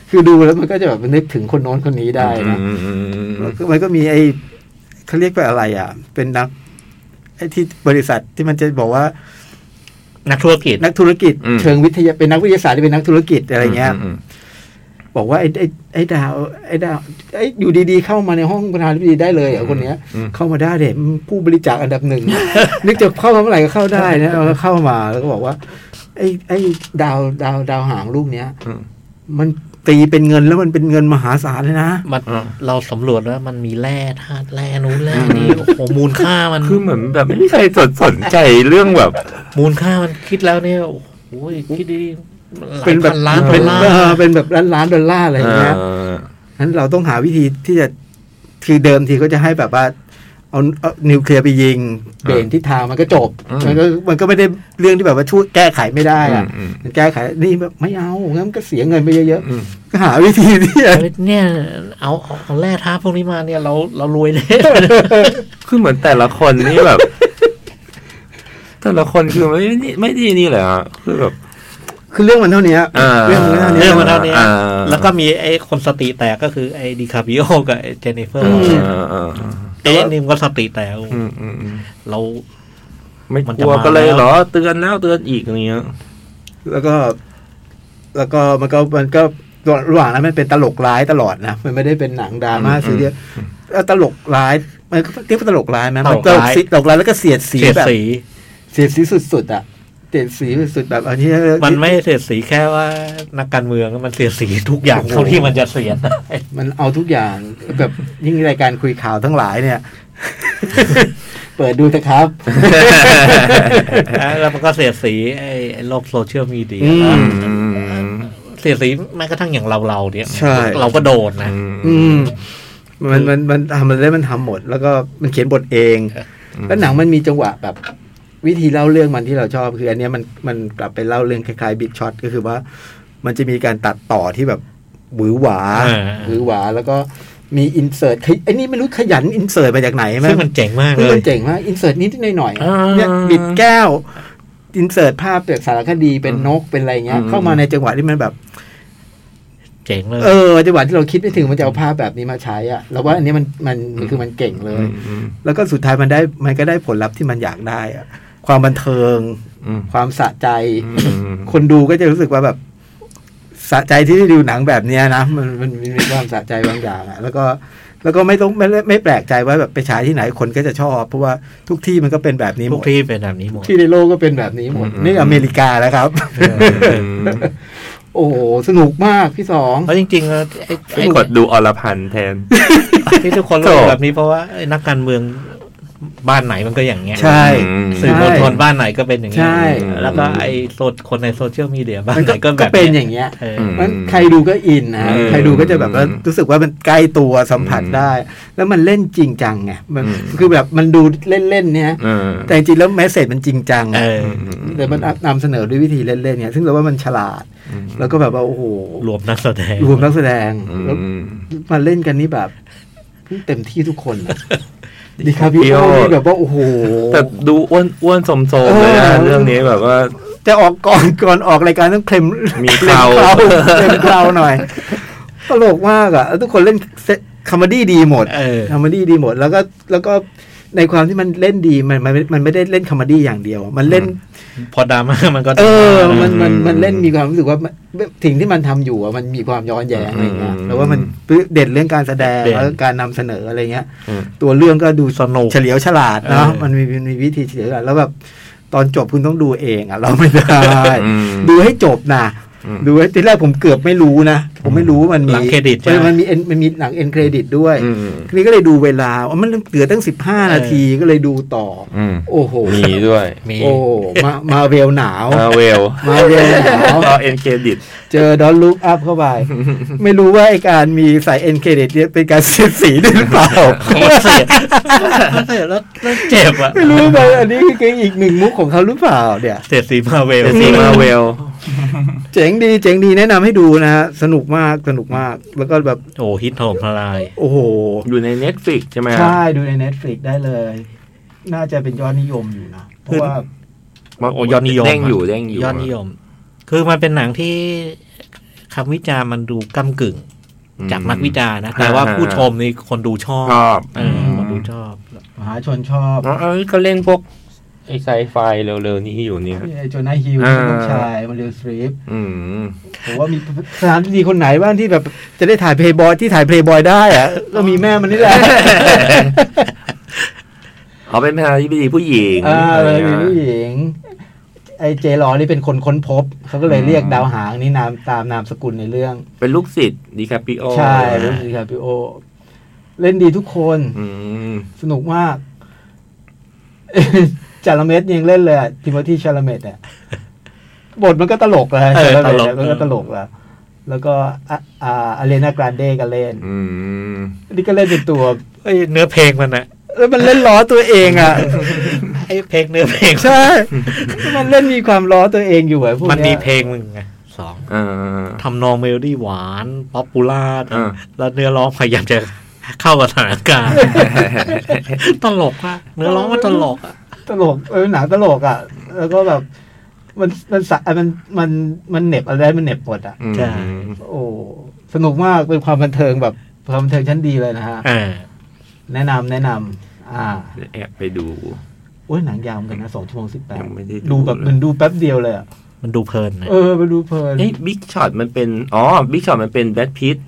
Speaker 4: คือดูแล้วมันก็จะแบบนึกถึงคนโน้นคนนี้ได้นะ มันก็มีไอ้เขาเรียกว่าอะไรอ่ะ เป็นนักไอ้ที่บริษัทที่มันจะบอกว่า
Speaker 2: นักธุรกิจ
Speaker 4: นักธุรกิจ
Speaker 3: อืม
Speaker 4: เชิงวิทยาเป็นนักวิทยาศาสตร์ที่เป็นนักธุรกิจอะไรเงี้ย บอกว่าไอ้ไอ้ไอ้ดาวไอ้ดาวไอ้อยู่ดีๆเข้ามาในห้องประธานาธิบดีได้เลยเหรอคนเนี้ย เข้ามาได้เด็ผู้บริจาคอันดับหนึ่ง นึกจะเข้ามาเมื่อไหร่ก็เข้าได้นะเราก็เข้ามาแล้วก็บอกว่า ไอ้ไอ้ดาวดาวดาวหางลูกเนี้ย
Speaker 3: อืม
Speaker 4: มันตีเป็นเงินแล้วมันเป็นเงินมหาศาลเลยนะ
Speaker 2: มัน
Speaker 3: อ่า
Speaker 2: เราสำรวจแล้วมันมีแร่ธาตุแร่นู้นแร่นี้โอ้โหมูลค่ามัน
Speaker 3: คือเหมือนแบบไม่มีใครสนสนใจเรื่องแบบ
Speaker 2: มูลค่ามันคิดแล้วเนี่ยโอ้โหคิดดีๆหลาย
Speaker 4: เป็นแบ
Speaker 2: พั
Speaker 4: บ
Speaker 2: นล้านดอ
Speaker 4: เป็น
Speaker 2: ลลา
Speaker 4: เออ
Speaker 2: ร์
Speaker 4: เป็นแบบล้านล้านดอลลาร์อะไรอย่างเงี้ยนั้นเราต้องหาวิธีที่จะคือเดิมทีก็จะให้แบบว่าเอาเอานิวเคลียร์ไปยิงเบนทิศทางมันก็จบ
Speaker 3: อืม
Speaker 4: มันก็มันก็ไม่ได้เรื่องที่แบบว่าช่วยแก้ไขไม่ได้อะ
Speaker 3: อืม
Speaker 4: มันแก้ไขนี่แบบไม่เอางั้นมันก็เสียเงินไปเยอะ
Speaker 3: อืม
Speaker 4: ๆก็หาวิธีที่จะ
Speaker 2: เนี่ยเอาเอาเอาแร่ธาตุพวกนี้มาเนี่ยเราเรารวยเลย
Speaker 3: คือเหมือนแต่ละคนนี่
Speaker 4: [laughs]
Speaker 3: แบบ แต่ละคนคือไม่ไม่ไม่ดีนี่เลยฮะคือแบบ
Speaker 4: คือเรื่องมันเท่านี้
Speaker 3: อ่า
Speaker 4: เรื่องมันเท่านี้
Speaker 2: เรื่องมันเท่านี้
Speaker 3: อ่า
Speaker 2: แล้วก็มีไอ้คนสติแตกก็คือไอ้ดีคาบิโอกับไอ้เจนนิเฟอร์
Speaker 4: อืม
Speaker 3: อ่าอ่าอ่า
Speaker 2: เอ๊ะนิมก็สติแตก
Speaker 3: อืมอืมอืม
Speaker 2: เรา
Speaker 3: ไม่
Speaker 2: มัน
Speaker 3: ก
Speaker 2: จะ
Speaker 3: ลัว
Speaker 2: มา
Speaker 3: ก็เลยเหรอ เตือนแล้วเตือนอีกอะไร
Speaker 4: [laughs]
Speaker 3: เงี้ย
Speaker 4: แล้วก็ แล้วก็มันก็มันก็ระหว่างนั้นมันเป็นตลกร้ายตลอดนะมันไม่ได้เป็นหนังดราม่า
Speaker 3: อืม
Speaker 4: ซีเรียสแล้วตลกร้ายมันก็เรียกว่าตลกร้ายไหมมัน
Speaker 2: ต
Speaker 4: ตล
Speaker 2: ลก
Speaker 4: ก
Speaker 2: ร้าย
Speaker 4: สิตลกร้ายแล้วก็เสียดสี
Speaker 2: เสียด
Speaker 4: แบบ
Speaker 2: สี
Speaker 4: เสียดสีสุดๆอ่ะเจ เจ็ดสีสุดแบบอันนี้
Speaker 2: มันไม่เสียดสีแค่ว่านักการเมืองมันเสียดสีทุกอย่างเท่าที่มันจะเสียด
Speaker 4: [laughs]
Speaker 2: ได้
Speaker 4: มันเอาทุกอย่างแบบยิ่งรายการคุยข่าวทั้งหลายเนี่ย
Speaker 2: [laughs]
Speaker 4: เปิดดูเถอะครับ
Speaker 2: แล้วมันก็เสียดสีไอ้ไอ้โลกโซเชียลมีเดีย
Speaker 4: อืม
Speaker 2: เสียดสีแม้กระทั่งอย่างเราเราๆเนี่ย
Speaker 4: ใช่
Speaker 2: เราก็โดนนะ
Speaker 4: อืม มันมันมันทำมันได้มันทำหมด แล้วก็มันเขียนบทเอง แล้วหนังมันมีจังหวะแบบ วิธีเล่าเรื่องมันที่เราชอบ คือ อันเนี้ยมันมันกลับไปเล่าเรื่องคล้ายๆบิ๊กช็อตก็คือว่า มันจะมีการตัดต่อที่แบบหวือหวา
Speaker 2: เออ
Speaker 4: หวือหวาแล้วก็มีอินเสิร์ตไอ้นี่ไม่รู้ขยันอินเสิร์ตมาจากไหนไหม
Speaker 2: ซึ่งมันเจ๋งมากเล
Speaker 4: ซึ่งมั
Speaker 2: ย
Speaker 4: นเจ๋งมากอินเสิร์ตนิดหน่อย
Speaker 2: อ่า
Speaker 4: ๆเนี่ยบิดแก้วอินเสิร์ตภาพจากสารคดีเป็นนกเป็นอะไรเงี้ย
Speaker 3: อืม
Speaker 4: เข้ามาในจังหวะที่มันแบบ
Speaker 2: เจ๋งเลย
Speaker 4: เออจังหวะที่เราคิดไม่ถึงมันจะเอาภาพแบบนี้มาใช้อะเราว่าอันนี้มันมันมันคือมันเก่งเลย แล้วก็สุดท้ายมันได้มันก็ได้ผลลัพธ์ที่มันอยากได้อะความบันเทิง ความสะใจ คนดูก็จะรู้สึกว่าแบบ สะใจที่ได้ดูหนังแบบเนี้ยนะมันมันมันมีความสะใจบางอย่างอะแล้วก็ แล้วก็ไม่ต้องไม่ไม่ไม่แปลกใจว่าแบบไปฉายที่ไหนคนก็จะชอบ เพราะว่าทุกที่มันก็เป็นแบบนี้ห
Speaker 2: ทุ
Speaker 4: ม
Speaker 2: ก
Speaker 4: ด
Speaker 2: ที่เป็นแบบนี้หมด
Speaker 4: ที่ในโลกก็เป็นแบบนี้หมด
Speaker 3: อืม
Speaker 4: นี่อเมริกาแล้วครับ โอ้โหสนุกมากพี่สอง
Speaker 2: เพราะจริงๆแล้วไอ้ไอ้
Speaker 3: กดดูอรพันธ์แทน
Speaker 2: ที่ทุกคนรู้สึกแบบนี้เพราะว่าไอ้นักการเมืองบ้านไหนมันก็อย่างเงี้ย
Speaker 4: ใช่
Speaker 2: สื่อมวลชน
Speaker 4: ใช่
Speaker 2: บ้านไหนก็เป็นอย่างเงี้ย
Speaker 4: ใช่
Speaker 2: แล้วก็ไอ้โซคนในโซเชียลมีเดียบ้าน
Speaker 4: มัน
Speaker 2: ไหน
Speaker 4: ก็
Speaker 2: ก็แบ
Speaker 4: ก็
Speaker 2: บ
Speaker 4: เป็นอย่างเงี้ย
Speaker 2: เออ
Speaker 3: ม
Speaker 4: มันใครดูก็อินนะ
Speaker 3: อืม
Speaker 4: ใครดูก็จะแบบว่า
Speaker 3: อืม
Speaker 4: รู้สึกว่ามันใกล้ตัวสัมผัสได้ แล้วมันเล่นจริงจังไงมัน
Speaker 3: อืม
Speaker 4: คือแบบมันดูเล่นๆเนี่ย แต่จริงๆแล้วแมสเซจมันจริงจัง
Speaker 2: เออ
Speaker 4: แต่มันนำเสนอด้วยวิธีเล่นๆเนี่ย ซึ่งเราว่ามันฉลาด แล้วก็แบบว่าโอ้โห
Speaker 2: รวมนักแสดง
Speaker 4: รวมนักแสดงแล้วมาเล่นกันนี่แบบเต็มที่ทุกคนอะ [laughs] ดีครับพี่โอ้นี่แบบว่าโอ้โห
Speaker 3: แต่ดูอ้วนอ้วนสมโซมเลยนะเรื่องนี้แบบว่า
Speaker 4: จะออกก่อน [laughs] ก่อนออกรายการต้องเคลม
Speaker 3: มีเคลา
Speaker 4: เคลมเคลาหน่อยตลกมากอ่ะแล้วทุกคนเล่นคอมเมดี้ดีหมด
Speaker 2: เออ
Speaker 4: คอมเมดี้ดีหมด แล้วก็แล้วก็ในความที่มันเล่นดีมันมันมันไม่ได้เล่นคอมเมดี้อย่างเดียว มันเล่น
Speaker 2: พอดราม่า [laughs] มันก็
Speaker 4: เออ
Speaker 2: ดราม่า
Speaker 4: มันมันมันเล่นมีความรู้สึกว่ามันสิ่งที่มันทำอยู่อ่ะมันมีความย้อนแย้งอะไรเงี้ย
Speaker 3: อืม
Speaker 4: แล้วว่ามันเด่นเรื่องการแสดง
Speaker 2: เด่น
Speaker 4: แล้วก็การนำเสนออะไรเงี้ย ตัวเรื่องก็ดู
Speaker 2: สนุก
Speaker 4: เฉลียวฉลาดเนาะ
Speaker 2: เออ
Speaker 4: มันมีมีวิธีเฉลียวฉลาดแล้วแบบตอนจบคุณต้องดูเองอ่ะ เราไม่ได้ ดูให้จบนะ ดูให้ทีแรกผมเกือบไม่รู้นะ ผมไม่รู้ว่ามันมี
Speaker 2: หลังเครดิตใช่
Speaker 4: อ
Speaker 2: ไห
Speaker 4: อ
Speaker 2: ม
Speaker 4: มันมี end- มันมีหนังเอ็นเครดิตด้วยทีนี้ก็เลยดูเวลาอ๋อมันเหลือตั้งสิบห้านาทีก็เลยดูต่อ โอ้โห
Speaker 3: มีด้วย
Speaker 2: มี
Speaker 4: โอ้โหมามาเวลหนาว
Speaker 3: มาเวล
Speaker 4: มาเวลหนาว
Speaker 3: รอเอ็นเครดิต
Speaker 4: เจอดอนลุกอัพเข้าไปไม่รู้ว่าไอการมีสายเอ็นเครดิตเนี่ยเป็นการเสียดสีด้วยหรือเปล่า
Speaker 2: มันเสีย [laughs] มันเสียแล้วแล้วเจ็บอ่ะ
Speaker 4: ไม่รู้ไปอันนี้คืออีกหนึ่งมุกของเขาหรือเปล่าเนี่ย
Speaker 2: เสียดสีมาเวล
Speaker 3: เอซีมาเวล
Speaker 4: เจ๋งดีเจ๋งดีแนะนำให้ดูนะฮะสนุกมากสนุกมาก แล้วก็แบบ
Speaker 2: โอ้ฮิตโหมทลาย
Speaker 4: โอ้โห
Speaker 3: อยู่ในเน็ตฟลิกใช่ไหมครับ
Speaker 5: ใช่ ดูใน Netflix ได้เลย น่าจะเป็นยอดนิยมอยู่นะ เพราะว่า
Speaker 2: โอ้ยอดนิยม
Speaker 3: เด้งอยู่เด้งอยู่
Speaker 2: ยอดนิยม คือมันเป็นหนังที่คำวิจารณ์มันดูก้ากึ่ง จากนักวิจารณ์นะ แต่ว่า
Speaker 3: ฮะ
Speaker 2: ผู้ชมนี่คนดูชอบ
Speaker 3: ชอบ
Speaker 2: เออ
Speaker 5: ม
Speaker 2: คนดูชอบ
Speaker 5: มหาชนชอบ
Speaker 3: อ๋อเอ้ยก็เล่นพวก ไอไซไฟเร็วๆนี้อยู่เนี่ย
Speaker 5: ไอ้โจนาฮิล
Speaker 3: อ่า
Speaker 5: ลูกชายมาเรียลสตรีฟ
Speaker 3: อืม
Speaker 5: ผมว่ามี
Speaker 4: สถานที่ดีคนไหนบ้างที่แบบจะได้ถ่ายเพลย์บอยที่ถ่ายเพลย์บอยได้อะก็มีแม่มันนี่แหละ
Speaker 3: เอาเป็นประธานาธิบดีผู้หญิง
Speaker 5: อ่าเลยมีผู้หญิง ไอ้เจรอนี่เป็นคนค้นพบ เขาก็เลยเรียกดาวหางนี่นามตามนามสกุลในเรื่อง
Speaker 3: เป็นลูกศิษย์ดีคาปิโอ
Speaker 5: ใช่รู้สิครับพี่โอ เล่นดีทุกคน
Speaker 3: อืม
Speaker 5: สนุกมาก [laughs] จาราเมตยังเล่นเลยทิโมธีชาราเมตเนี่ยบทมันก็ตลกเลย
Speaker 2: เออ
Speaker 5: ตลกมันก็ตลกแล้ว แล้วก็อ่ะอ่าอเลนากรานเดก็เล่น
Speaker 3: อืม
Speaker 5: นี่ก็เล่นเป็นตัว
Speaker 2: เอ้ยเนื้อเพลงมันอะ
Speaker 4: แล้วมันเล่นล้อตัวเอง
Speaker 5: [laughs]
Speaker 4: อ่ะ
Speaker 2: ไอ้เพลงเนื้อเพลง
Speaker 4: ใช่มันเล่นมีความล้อตัวเองอยู่ไอ้พวก
Speaker 2: มันมี
Speaker 4: เนี้ย
Speaker 2: เพลงมึงไงสอง
Speaker 3: อ่า
Speaker 2: ทำนองเมโลดี้หวานป๊อปปูล่า
Speaker 3: เออ
Speaker 2: แล้วเนื้อร้องพยายามจะ [laughs] เข้ากับสถานการณ์ [laughs] ตลกมากเนื้อร้องมันตลกอะ
Speaker 5: ตลกเออหนังตลกอ่ะ แล้วก็แบบ มันมันสะมันมันมันเหน็บอะไรได้มันเหน็บหมดอ่ะ
Speaker 3: อืม
Speaker 2: ใช่
Speaker 5: โอ้สนุกมากเป็นความบันเทิงแบบความบันเทิงชั้นดีเลยนะฮะ
Speaker 2: เออ
Speaker 5: แนะนำแนะนำอ่า
Speaker 3: เดี๋ยวแอบไปดู
Speaker 5: โอ้ยหนังยาวเหมือนกันนะสองชั่วโมงสิบแปด
Speaker 3: ยังไม่ได้ดู
Speaker 5: ดูแบบ
Speaker 3: เลย
Speaker 5: มันดูแป๊บเดียวเลยอะ
Speaker 2: มันดูเพลินนะ
Speaker 5: เออไปดูเพลิน
Speaker 3: เอ้บิ๊กช็อตมันเป็น อ๋อ บิ๊กช็อตมันเป็นแบทพิท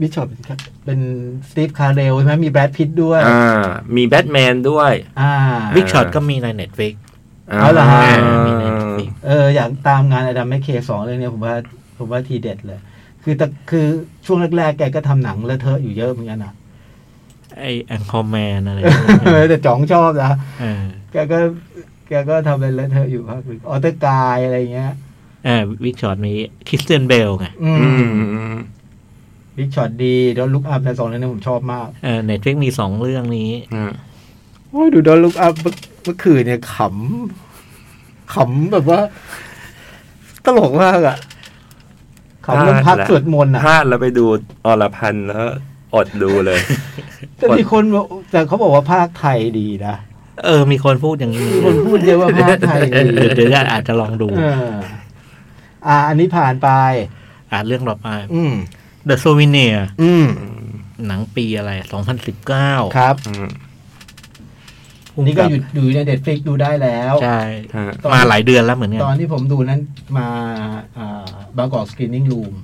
Speaker 5: บิชอปเป็นสตีฟคาร์เรลใช่ไหมมีแบรดพิตต์ด้วย
Speaker 3: อ่า มีแบทแมนด้วย
Speaker 5: อ่า
Speaker 2: บิ๊กช็อตก็มีในเน็ตฟิก
Speaker 3: เอา
Speaker 5: เหรอฮะ
Speaker 2: มีใน Netflix
Speaker 5: เอออยากตามงานอดัมแมคเคสองเรื่องเนี้ยผมว่าผมว่าทีเด็ดเลย คือแต่คือช่วงแรกๆ แกก็ทำหนังเลอะเทอะอยู่เยอะเหมือนกันนะ
Speaker 2: ไอแองคอแมนอะไร
Speaker 5: [laughs] แต่จ๋องชอบนะ
Speaker 2: เออ
Speaker 5: แกก็แกก็ทำเป็นเลอะเทอะอยู่พักหนึ่งออเตอร์กายอะไรเงี้ย
Speaker 2: เออวิกช็อตมีคริสเตียนเบลไง
Speaker 5: อื
Speaker 3: อื
Speaker 5: ม
Speaker 3: มอืม
Speaker 5: บิ๊กช็อตดีดอนลุกอัพแต่สองเรื่องนี้ผมชอบมาก
Speaker 2: เออเน็ตฟลิกมีสองเรื่องนี้
Speaker 3: อืม
Speaker 4: โอ้ยดูดอนลุกอัพเมื่อคืนเนี่ยขำขำแบบว่า ตลกมากอ่ะ
Speaker 5: เขาเรื่องพักสวดมนต์นะ
Speaker 3: พลาดแล้วไปดูอรพันธ์แล้วอดดูเลย
Speaker 5: แต่มีคนบอกแต่เขาบอกว่าภาคไทยดีนะ
Speaker 2: เออ มีคนพูดอย่างนี้
Speaker 5: มีคนพูดเยอะว่าภาคไทย
Speaker 4: [laughs]
Speaker 5: ดี
Speaker 2: เดี๋ยวเดี๋ยวอาจจะลองดู
Speaker 5: เอออ่า อันนี้ผ่านไป
Speaker 2: อ่านเรื่องต่อไป
Speaker 4: อืม
Speaker 2: The Souvenir
Speaker 4: อืม
Speaker 2: หนังปีอะไร 2019
Speaker 5: ครับ
Speaker 3: อืม
Speaker 2: ภูมิบ
Speaker 5: นี่ก็อยู่อยู่ในเด็ดฟิกดูได้แล้ว
Speaker 2: ใช่
Speaker 3: ฮะ
Speaker 5: ตอน
Speaker 2: มาหลายเดือนแล้วเหมือนกัน
Speaker 5: ตอนที่ผมดูนั้นมาอ่าบางกอกสกรีนนิ่งรูม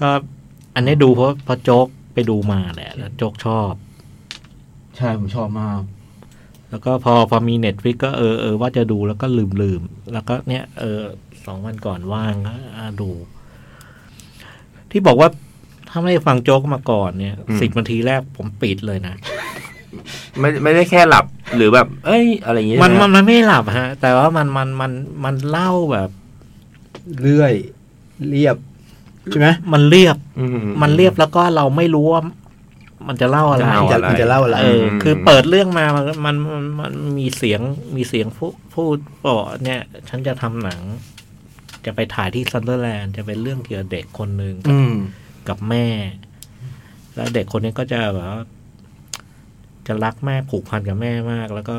Speaker 2: ก็อันนี้ดูเพราะเพราะโจ๊กไปดูมาแหละ แล้วโจ๊กชอบ
Speaker 5: ใช่ผมชอบมาก
Speaker 2: แล้วก็พอพอมีเน็ตฟลิกก็เออเออว่าจะดูแล้วก็ลืมลืมแล้วก็เนี่ย เออสองวันก่อนว่างก็อ่าดู ที่บอกว่าถ้าไม่ได้ฟังโจ๊กมาก่อนเนี่ยสิบนาทีแรกผมปิดเลยนะ
Speaker 3: ไม่ไม่ได้แค่หลับหรือแบบ เอ้ย อะไรอย่างเงี้ย
Speaker 2: มันมันมันไม่หลับฮะ แต่ว่ามันมันมันมันเล่าแบบ
Speaker 4: เรื่อย เรียบ ใช่ไหม
Speaker 2: มันเรียบ
Speaker 3: อื
Speaker 2: มันเรียบแล้วก็เราไม่รู้ว่ามันจะเล่าอะไร
Speaker 3: เล่าอไร
Speaker 4: มันจะเล่าอะไร
Speaker 2: เออคือเปิดเรื่องมามันมันมันมันมีเสียงมีเสียงพูดพูดบอกเนี่ย ฉันจะทำหนัง จะไปถ่ายที่ซันเดอร์แลนด์จะเป็นเรื่องเกี่ยวกับเด็กคนหนึ่งกับ
Speaker 4: อืม
Speaker 2: กับแม่ แล้วเด็กคนนี้ก็จะแบบว่าจะรักแม่ผูกพันกับแม่มาก แล้วก็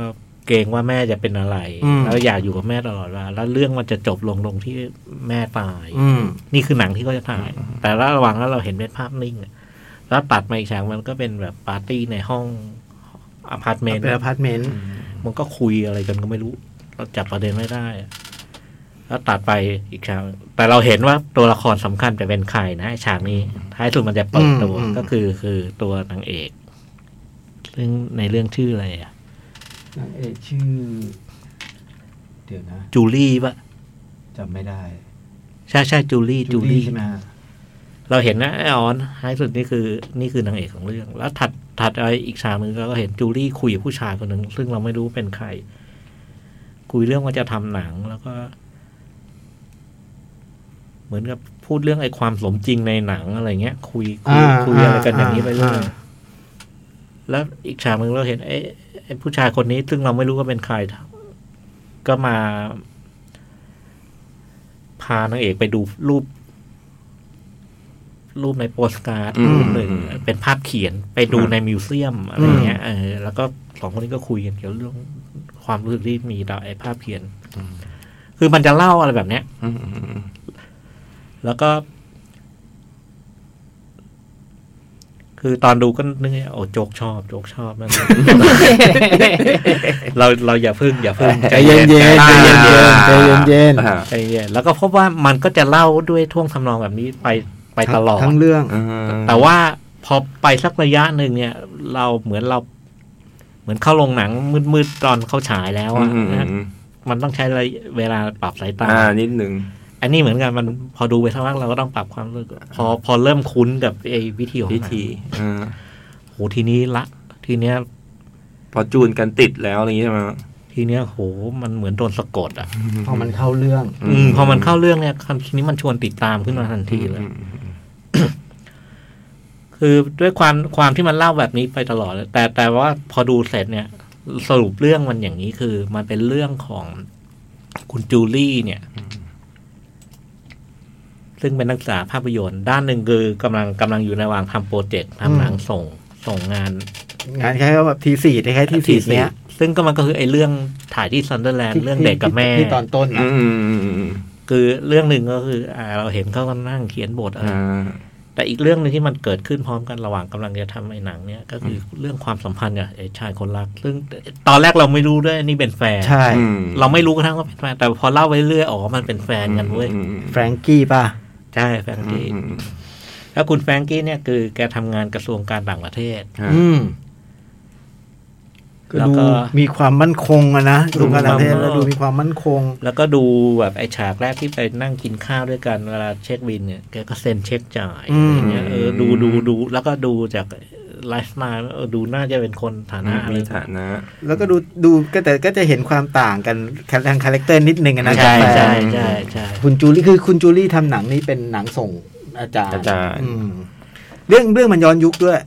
Speaker 2: เกรงว่าแม่จะเป็นอะไร
Speaker 4: อืม
Speaker 2: แล้วอยากอยู่กับแม่ตลอดเวลาแล้วเรื่องมันจะจบลงลงที่แม่ตาย
Speaker 4: อืม
Speaker 2: นี่คือหนังที่เขาจะถ่าย แต่ละระหว่างนั้นเราเห็นเป็นภาพนิ่งอะแล้วตัดมาอีกฉากมันก็เป็นแบบปาร์ตี้ในห้องอพาร์ตเมนต์
Speaker 4: เป็นอพาร์ตเมนต์
Speaker 2: มันก็คุยอะไรกันก็ไม่รู้ เราจับประเด็นไม่ได้อะแล้วตัดไปอีกฉาก แต่เราเห็นว่าตัวละครสำคัญจะเป็นใครนะฉากนี้ ท้ายสุดมันจะเปิดตัว
Speaker 4: อืมอืม
Speaker 2: ก็คือคือตัวนางเอก ซึ่งในเรื่องชื่ออะไรอะ
Speaker 5: นางเอกชื่อ เดี๋ยวนะ
Speaker 2: จูลี่ปะ
Speaker 5: จำไม่ได้
Speaker 2: ใช่ใช่จูลี่จูลี่
Speaker 5: ใช่ไหมฮะ
Speaker 2: เราเห็นนะไอออนท้ายสุดนี่คือนี่คือนางเอกของเรื่อง แล้วถัดถัดไปอีกฉากหนึ่งเราก็เห็นจูลี่คุยกับผู้ชายคนหนึ่งซึ่งเราไม่รู้เป็นใคร คุยเรื่องว่าจะทำหนังแล้วก็ เหมือนกับพูดเรื่องไอ้ความสมจริงในหนังอะไรเงี้ย คุยคุย
Speaker 4: อ่า
Speaker 2: คุยอะไรกันอย่างนี้ไปเรื่อย
Speaker 4: อ่า
Speaker 2: แล้วอีกฉากหนึ่งเราเห็นไอ้ไอ้ผู้ชายคนนี้ ซึ่งเราไม่รู้ว่าเป็นใคร ก็มา พานางเอกไปดูรูป รูปในโปสการ์ด
Speaker 3: อืม
Speaker 2: รูปหนึ่ง
Speaker 3: อืม
Speaker 2: เป็นภาพเขียนไปดู
Speaker 3: ครับ
Speaker 2: ในมิวเซียมอะไรเงี้ยเออแล้วก็สองคนนี้ก็คุยกันเกี่ยวเรื่องความรู้สึกที่มีต่อไอ้ภาพเขียน คือมันจะเล่าอะไรแบบเนี้ย
Speaker 3: อืมอืมอืม
Speaker 2: แล้วก็ คือตอนดูก็นึกว่าโอ้โจกชอบโจกชอบนั่น เราเราอย่าพึ่ง อย่าพึ่งใจ
Speaker 4: ใจเย็
Speaker 2: เย็
Speaker 4: น
Speaker 2: น
Speaker 4: เย็นใจเย็นเย็นใจเย็นเย็น
Speaker 3: อ่า
Speaker 2: ใจเย็นแล้วก็พบว่ามันก็จะเล่าด้วยท่วงทำนองแบบนี้ไปไปตลอด
Speaker 4: ทั้งเรื่อง
Speaker 3: อ่า
Speaker 2: แต่ว่าพอไปสักระยะหนึ่งเนี่ย เราเหมือนเรา เหมือนเข้าโรงหนังมืดๆตอนเขาฉายแล้วอะ
Speaker 3: อืมอืมอืม
Speaker 2: มันต้องใช้ระยะเวลาปรับสายตา
Speaker 3: อ่านิดหนึ่ง
Speaker 2: อันนี้เหมือนกันมันพอดูไปสักพักเราก็ต้องปรับความรู้สึกพอพอเริ่มคุ้นกับไอ้วิธีของ
Speaker 3: [laughs] พิ
Speaker 2: หนัง
Speaker 3: ธีอ่า
Speaker 2: โหทีนี้ละ ทีเนี้ย
Speaker 3: พอจูนกันติดแล้วอะไรอย่างงี้ใช่ไหม
Speaker 2: ทีเนี้ยโหมันเหมือนโดนสะกดอ่ะ
Speaker 5: พอมันเข้าเรื่อง
Speaker 2: อืมพอมันเข้าเรื่องเนี่ยคำทีนี้มันชวนติดตามขึ้นมาทันทีเลย
Speaker 3: อืมอืมอืม
Speaker 2: คือด้วยความความที่มันเล่าแบบนี้ไปตลอดเลยแต่แต่ว่าพอดูเสร็จเนี่ย สรุปเรื่องมันอย่างนี้คือ มันเป็นเรื่องของคุณจูลี่เนี่ย ซึ่งเป็นนักศึกษาภาพยนตร์ ด้านหนึ่งคือกำลังกำลังอยู่ในระหว่างทำโปรเจกต์ทำหนังส่งส่งงาน
Speaker 4: งานแค่แบบทีสี่แค่ทีสี่เนี้ย
Speaker 2: ซึ่งก็มันก็คือไอ้เรื่องถ่ายที่ซันเดอร์แลนด์เรื่องเด็กกับแม่
Speaker 5: ที่ตอนต้น
Speaker 3: อื
Speaker 5: นะ
Speaker 3: มอืมอืมอืม
Speaker 2: คือเรื่องหนึ่งก็คือ อ่า เราเห็นเขาก็นั่งเขียนบทอะไร
Speaker 3: อ่า
Speaker 2: แต่อีกเรื่องหนึงที่มันเกิดขึ้นพร้อมกันระหว่างกำลังจะทำไอ้หนังเนี่ยก็คือเรื่องความสัมพันธ์กับไอ้ชายคนรัก ซึ่งตอนแรกเราไม่รู้ด้วยนี่เป็นแฟน
Speaker 4: ใช่
Speaker 3: อืม
Speaker 2: เราไม่รู้กระทั่งว่าเป็นแฟนแต่พอเล่าไปเรื่อยอ๋อมันเป็นแฟนกันเว้ย
Speaker 3: อืมอืม
Speaker 4: แฟรงกี้ป่ะ
Speaker 2: ใช่แฟรงกี้
Speaker 3: อืม
Speaker 2: แล้วคุณแฟรงกี้เนี่ยคือแกทำงานกระทรวงการต่างประเทศ
Speaker 3: อืม
Speaker 4: อืม ก็
Speaker 2: แล้ว
Speaker 4: ดู
Speaker 2: ก็
Speaker 4: มีความมั่นคงอะนะดูการต่างประเทศแล้วดูมีความมั่นคง
Speaker 2: แล้วก็ดูแบบไอ้ฉากแรกที่ไปนั่งกินข้าวด้วยกันเวลาเช็คบินเนี่ยแกก็เซ็นเช็คจ่าย
Speaker 4: อืม
Speaker 2: อะไรเงี้ยเออดูดูดูแล้วก็ดูจากไลฟ์สไตล์เออดูน่าจะเป็นคนฐานะอะไร
Speaker 3: มีฐานะ
Speaker 4: แล้วก็ดูดูก็แต่ก็จะเห็นความต่างกันทางคาแรคเตอร์นิดนึงอะนะ
Speaker 2: ใช่
Speaker 4: แต่
Speaker 2: ใช่ใช่ใช่
Speaker 4: คุณจูลี่คือคุณจูลี่ทำหนังนี่เป็นหนังส่งอาจารย์
Speaker 3: อาจารย์
Speaker 4: อืมเรื่องเรื่องมันย้อนยุคด้วย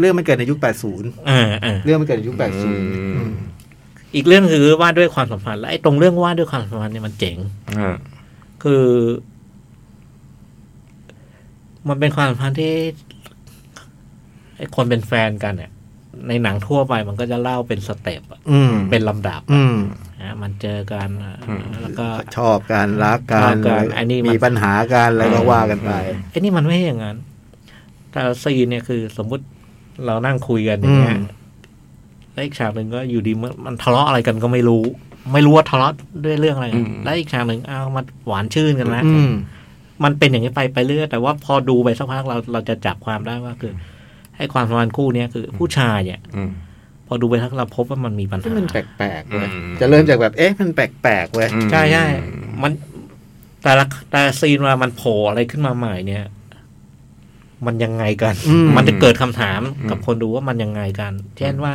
Speaker 4: เรื่องมันเกิดในยุค 80
Speaker 2: เออเออ
Speaker 4: เรื่องมันเกิดในยุค 80อืม
Speaker 2: อีกเรื่องคือว่าด้วยความสัมพันธ์และไอ้ตรงเรื่องว่าด้วยความสัมพันธ์เนี่ยมันเจ๋ง
Speaker 3: อ่า
Speaker 2: คือ มันเป็นความสัมพันธ์ที่ไอ้คนเป็นแฟนกันเนี่ย ในหนังทั่วไปมันก็จะเล่าเป็นสเต็ปอะ
Speaker 4: อืม
Speaker 2: เป็นลำดับ
Speaker 4: อืม
Speaker 2: อ่ะมันเจอกันอ่ะแล้วก็
Speaker 4: ชอบการรักการ
Speaker 2: ชอบกันอันนี้มัน
Speaker 4: มีปัญหาการอะไรก็ว่ากันไป
Speaker 2: ไอ้นี่มันไม่ใช่อย่างนั้น แต่ละซีนเนี่ยคือ สมมุติเรานั่งคุยกันอย่างเงี้ย
Speaker 4: อืม
Speaker 2: แล้วอีกฉากหนึ่งก็อยู่ดีมันมันทะเลาะอะไรกันก็ไม่รู้ ไม่รู้ว่าทะเลาะด้วยเรื่องอะไรกันแล้วอีกฉากหนึ่งเอามาหวานชื่นกันแล้ว
Speaker 4: อืม
Speaker 2: มันเป็นอย่างนี้ไปไปเรื่อยแต่ว่าพอดูไปสักพักเราเราจะจับความได้ว่าคือให้ความสัมพันธ์คู่เนี้ยคือ ผู้ชายเนี่ย
Speaker 3: อืม
Speaker 2: พอดูไปสักเราพบว่ามันมีปัญหา
Speaker 4: มันแปลกๆเว้ย
Speaker 3: อืม
Speaker 4: จะเริ่มจากแบบเอ๊ะมันแปลกๆเว้ย
Speaker 3: อืม
Speaker 2: ใช่ใช่ มันแต่ละแต่ละซีนว่ามันโผล่อะไรขึ้นมาใหม่เนี่ย มันยังไงกัน มันจะเกิดคำถามกับคนดูว่ามันยังไงกัน เช่นว่า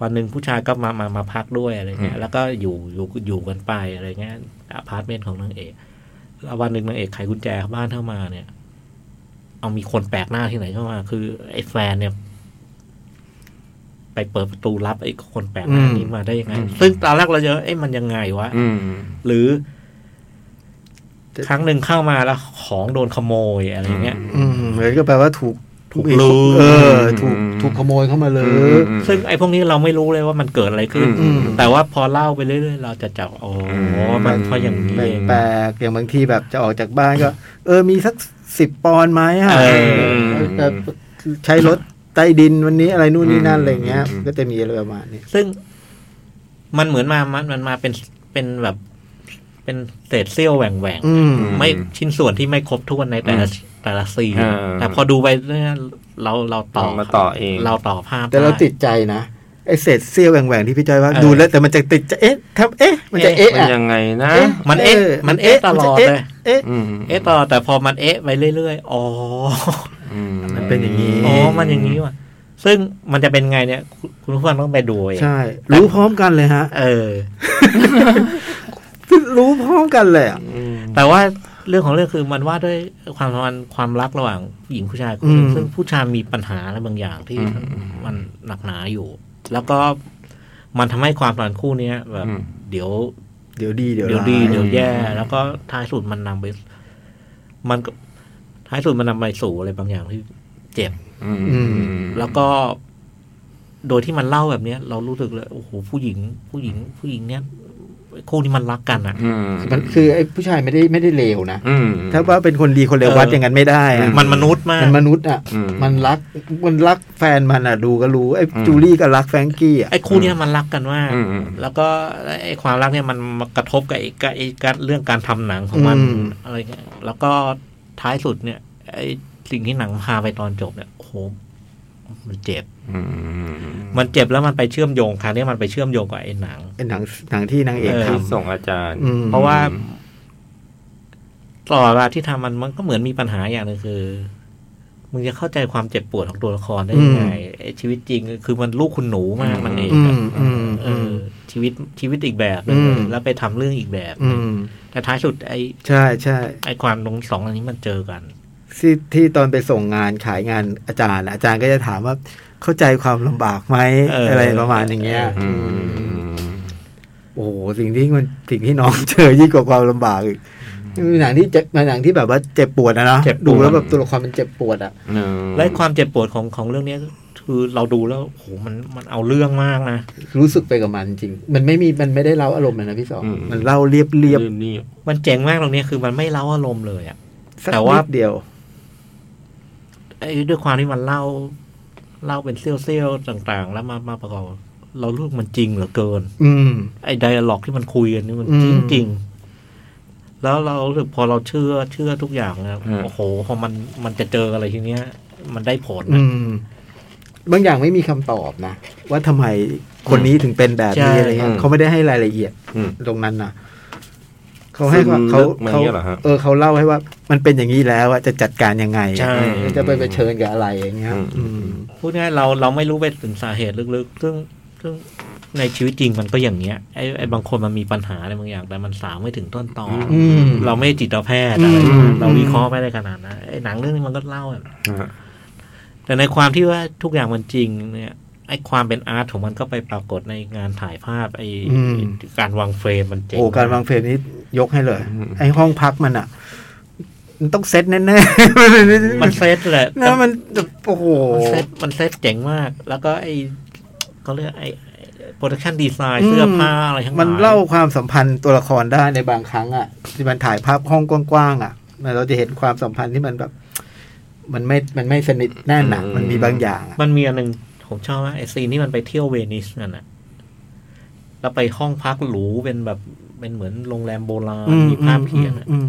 Speaker 2: วันหนึ่งผู้ชายก็มามามาพักด้วยอะไรเงี้ย แล้วก็อยู่อยู่อยู่กันไปอะไรเงี้ยอพาร์ตเมนต์ของนางเอกแล้ววันหนึ่งนางเอกไขกุญแจบ้านเข้ามาเนี่ย เอามีคนแปลกหน้าที่ไหนเข้ามา คือ ไอ้แฟนเนี่ย ไปเปิดประตูรับไอ้คนแปลกหน้านี้มาได้ยังไง ซึ่งตอนแรกเราจะเอ้มันยังไงวะ
Speaker 3: อืม
Speaker 2: หรือครั้งหนึ่งเข้ามาแล้วของโดนขโมยอะไรเงี้ย
Speaker 4: อืมเลยก็แปลว่าถูก
Speaker 2: ถูกลืม
Speaker 4: เออ ถูกถูกขโมยเข้ามาเล
Speaker 3: อื
Speaker 4: ย
Speaker 3: ม
Speaker 2: ซึ่งไอ้พวกนี้เราไม่รู้เลยว่ามันเกิดอะไรขึ้น
Speaker 3: อืม
Speaker 2: แต่ว่าพอเล่าไปเรื่อยๆ เราจะจับอ๋ออ
Speaker 3: ม
Speaker 2: มันเพราะอย่างนี้
Speaker 4: แปล
Speaker 2: เอก ง
Speaker 4: แปลกๆอย่างบางทีแบบจะออกจากบ้านก็ เออมีสักสิบปอนด์ไหมอ่ะ
Speaker 2: เอ
Speaker 3: อ
Speaker 4: แต่ใช้รถใต้ดินวันนี้อะไรนู่นนี่นั่น
Speaker 3: อืม
Speaker 4: อะไรเงี้ย
Speaker 3: อืม
Speaker 4: ก็จะมีอะไรประมาณนี้
Speaker 2: ซึ่งมันเหมือนมามันมันมาเป็นเป็นแบบ เป็นเศษเสี้ยวแหว่งแหว่งๆ
Speaker 4: อืม
Speaker 2: ไม่ชิ้นส่วนที่ไม่ครบถ้วนในแต่ละแต่ละซีน
Speaker 3: อ่า
Speaker 2: แต่พอดูไปเรื่อยๆเราเราต่อ
Speaker 3: มาต่อเอง
Speaker 2: เราต่อภาพ
Speaker 4: แต่เรา
Speaker 2: ได้
Speaker 4: ติดใจนะไอเศษเสี้ยวแหว่งๆที่พี่จอยว่า
Speaker 2: เออ
Speaker 4: ดูแล้ว แต่มันจะติดใจเอ๊ะทับเอ๊ะ มันจะเอ๊ะ
Speaker 3: มัน
Speaker 4: อะ
Speaker 3: ยังไงนะ
Speaker 4: เอ๊ะ
Speaker 2: มันเอ๊ะมันเอ๊ะตลอดเลย
Speaker 4: เอ๊ะ
Speaker 3: ม
Speaker 2: เอ๊ะต่อแต่พอมันเอ๊ะไปเรื่อยๆ อ๋อ
Speaker 3: ม
Speaker 4: มันเป็นอย่างนี้
Speaker 2: อ๋อ มันอย่างนี้ว่ะ ซึ่งมันจะเป็นไงเนี่ย คุณคุณผู้ฟังต้องไปดูเอง
Speaker 4: ใช่ รู้พร้อมกันเลยฮะ
Speaker 2: เออ
Speaker 4: รู้พร้อมกันเลยอะ
Speaker 3: อืม
Speaker 2: แต่ว่าเรื่องของเรื่องคือมันว่าด้วยความสัมพันธ์ความรักระหว่างหญิงผู้ชายคนหนึ่ง
Speaker 4: อืม
Speaker 2: ซึ่งผู้ชายมีปัญหาอะไรบางอย่างที่
Speaker 3: อืม
Speaker 2: มันหนักหนาอยู่ แล้วก็มันทำให้ความสัมพันธ์คู่เนี้ยแบบเดี๋ยว
Speaker 4: เดี๋ยวดีเดี๋ยว
Speaker 2: เดี๋ยว
Speaker 4: ร้า
Speaker 2: ดี
Speaker 4: ย
Speaker 2: เดี๋ยวแย่ แล้วก็ท้ายสุดมันนำไป มันก็ท้ายสุดมันนำไปสู่อะไรบางอย่างที่เจ็บ
Speaker 3: อืม
Speaker 4: อืม
Speaker 2: แล้วก็ โดยที่มันเล่าแบบเนี้ย เรารู้สึกเลยโอ้โหผู้หญิง ผู้หญิง ผู้หญิงเนี้ยคู่นี้มันรักกันอ่ะ
Speaker 3: อืม
Speaker 4: มันคือไอ้ผู้ชายไม่ได้ไม่ได้เลวนะ
Speaker 3: อืม
Speaker 4: ถ้าว่าเป็นคนดีคนเลว
Speaker 2: เออ
Speaker 4: วัดอย่างนั้นไม่ได้อะ
Speaker 2: มันมนุษย์มาก
Speaker 4: มันมนุษย์อ่ะ
Speaker 3: อืม
Speaker 4: มันรักมันรักแฟนมันอ่ะ ดูก็รู้ไอ้
Speaker 3: อืม
Speaker 4: จูลี่ก็รักแฟรงกี้อ่ะ
Speaker 2: ไอ้คู่เนี้ยมันรักกันมาก
Speaker 3: อืมอืม
Speaker 2: แล้วก็ไอ้ความรักเนี่ยมันมากระทบกับไอ้กับไอ้การเรื่องการทำหนังของมัน
Speaker 4: อืม
Speaker 2: อะไรเงี้ยแล้วก็ท้ายสุดเนี่ย ไอ้สิ่งที่หนังพาไปตอนจบเนี่ยโอ้โหมันเจ็บ
Speaker 3: อืมอืมอืม
Speaker 2: มันเจ็บแล้วมันไปเชื่อมโยงคราวนี้มันไปเชื่อมโยงกับไอ้หนัง
Speaker 4: เป็นหนังหนังที่นางเอก
Speaker 2: เออ
Speaker 4: ท
Speaker 3: ที่ส่งอาจารย์
Speaker 4: อืม
Speaker 2: เพราะว่า ตลอดเวลาที่ทำมันมันก็เหมือนมีปัญหาอย่างหนึงคือมึงจะเข้าใจความเจ็บปวดของตัวละครได้ยังไงไอ้ชีวิตจริง คือมันลูกคุณหนูมากมันเอง
Speaker 4: ำอื
Speaker 2: อะ
Speaker 4: มอืม
Speaker 2: เอ
Speaker 4: อื
Speaker 2: อ
Speaker 4: ม
Speaker 2: ชีวิตชีวิตอีกแบบหนึ่ง
Speaker 4: อืม
Speaker 2: แล้วไปทำเรื่องอีกแบบ
Speaker 4: อืม
Speaker 2: แต่ท้ายสุดไอ้
Speaker 4: ใช่ใช่
Speaker 2: ไอ้ความตรงสองอันนี้มันเจอกัน
Speaker 4: ที่ที่ตอนไปส่งงานขายงานอาจารย์อะอาจารย์ก็จะถามว่าเข้าใจความลำบากไหม
Speaker 2: เอออ
Speaker 4: อะไรประมาณอย่างเงี้ย
Speaker 3: อืมอื
Speaker 4: อืม
Speaker 3: ม
Speaker 4: โอ้โหสิ่งที่มันสิ่งที่น้องเจอยิ่งกว่าความลำบากอีกมันเป็นหนังที่เจ็บมันเป็นหนังที่แบบว่าเจ็บปวดนะเนาะ
Speaker 2: เจ็บปวด
Speaker 4: ดูแล้วแบบตัวละครมันเจ็บปวดอ่ะ
Speaker 3: อืม
Speaker 2: และไอ้ความเจ็บปวดของของเรื่องเนี้ยคือเราดูแล้วโอ้โหมันมันเอาเรื่องมากนะ
Speaker 4: รู้สึกไปกับมันจริง มันไม่มี มันไม่ได้เล่าอารมณ์เลยนะพี่สอง มันเล่าเรียบเรียบ
Speaker 3: นี่
Speaker 2: มันเจ๋งมากตรงเนี้ยคือมันไม่เล้าอารมณ์เลยอะ
Speaker 4: ๆสัก
Speaker 2: แต่ว่า
Speaker 4: นิดเดียว
Speaker 2: ไอ้ด้วยความที่มันเล่า เล่าเป็นเซี่ยวๆต่างๆ แล้วมามาประกอบเรารู้สึกมันจริงเหลือเกิน
Speaker 4: อืม
Speaker 2: ไอ้ไดอะล็อกที่มันคุยกันนี่มัน
Speaker 4: อืม
Speaker 2: จริงจริงๆแล้วเรารู้สึกพอเราเชื่อเชื่อทุกอย่างนะครับโอ้โหพอมันมันจะเจออะไรทีเนี้ย มันได้ผล
Speaker 4: อื
Speaker 2: นะ
Speaker 4: ม บางอย่างไม่มีคำตอบนะ ว่าทำไมคนนี้ถึงเป็นแบบนี้
Speaker 2: ใช่
Speaker 4: อะไรเงี้ย
Speaker 3: อืม
Speaker 4: เขาไม่ได้ให้รายละเอียด
Speaker 3: อืม
Speaker 4: ตรงนั้นนะเขาให้ว่าเขา
Speaker 3: ซึมลึกมาอย่างเงี้ยเหรอฮะ
Speaker 4: เออเขาเล่าให้ว่า มันเป็นอย่างนี้แล้วอะจะจัดการยังไง
Speaker 2: ใช่
Speaker 4: จะไปเผชิญกับอะไรอย่างเงี้ย
Speaker 3: อืม
Speaker 4: อืม
Speaker 2: พูดง่ายๆเราเราไม่รู้ไปถึงสาเหตุลึกๆ ซึ่งซึ่งในชีวิตจริงมันก็อย่างเนี้ยไอ้ไอ้บางคนมันมีปัญหาอะไรบางอย่าง แต่มันสาวไม่ถึงต้นตออ
Speaker 4: ม
Speaker 2: เราไม่จิตแพทย์อะไรอย่างเงี้ย
Speaker 4: อืม
Speaker 2: เราวิเคราะห์ไม่ได้ขนาดนั้นไอ้หนังเรื่องนี้มันก็เล่าแบบ
Speaker 3: นะฮะ
Speaker 2: แต่ในความที่ว่าทุกอย่างมันจริงเนี่ยไอ้ความเป็นอาร์ตของมันก็ไปปรากฏในงานถ่ายภาพไอ้
Speaker 4: อืม
Speaker 2: การวางเฟรมมันเจ๋ง
Speaker 4: โอ้การวางเฟรมนี้ยกให้เลย ไอ้ห้องพักมันอะมันต้องเซ็ตแน่ๆ
Speaker 2: มันเซตแหละ
Speaker 4: นะ [laughs] มันโอ้โห
Speaker 2: มันเซตมันเซตเจ๋งมาก แล้วก็ไอ้เขาเรียกไอ้โปรดักชันดีไซน์เสื้อผ้าอะไรทั้งหลย
Speaker 4: มันเล่าความสัมพันธ์ตัวละครได้ในบางครั้งอ่ะที่มันถ่ายภาพห้องกว้างๆอ่ะมันเราจะเห็นความสัมพันธ์ที่มันแบบ มันไม่มันไม่สนิทแน่นหนักมันมีบางอย่างอะ
Speaker 2: มันมีอันหนึ่งผมชอบมากไอ้ซีนที่มันไปเที่ยวเวนิสนั่นน่ะ แล้วไปห้องพักหรูเป็นแบบเป็นเหมือนโรงแรมโบราณมีภาพเขียนอะ
Speaker 4: อืม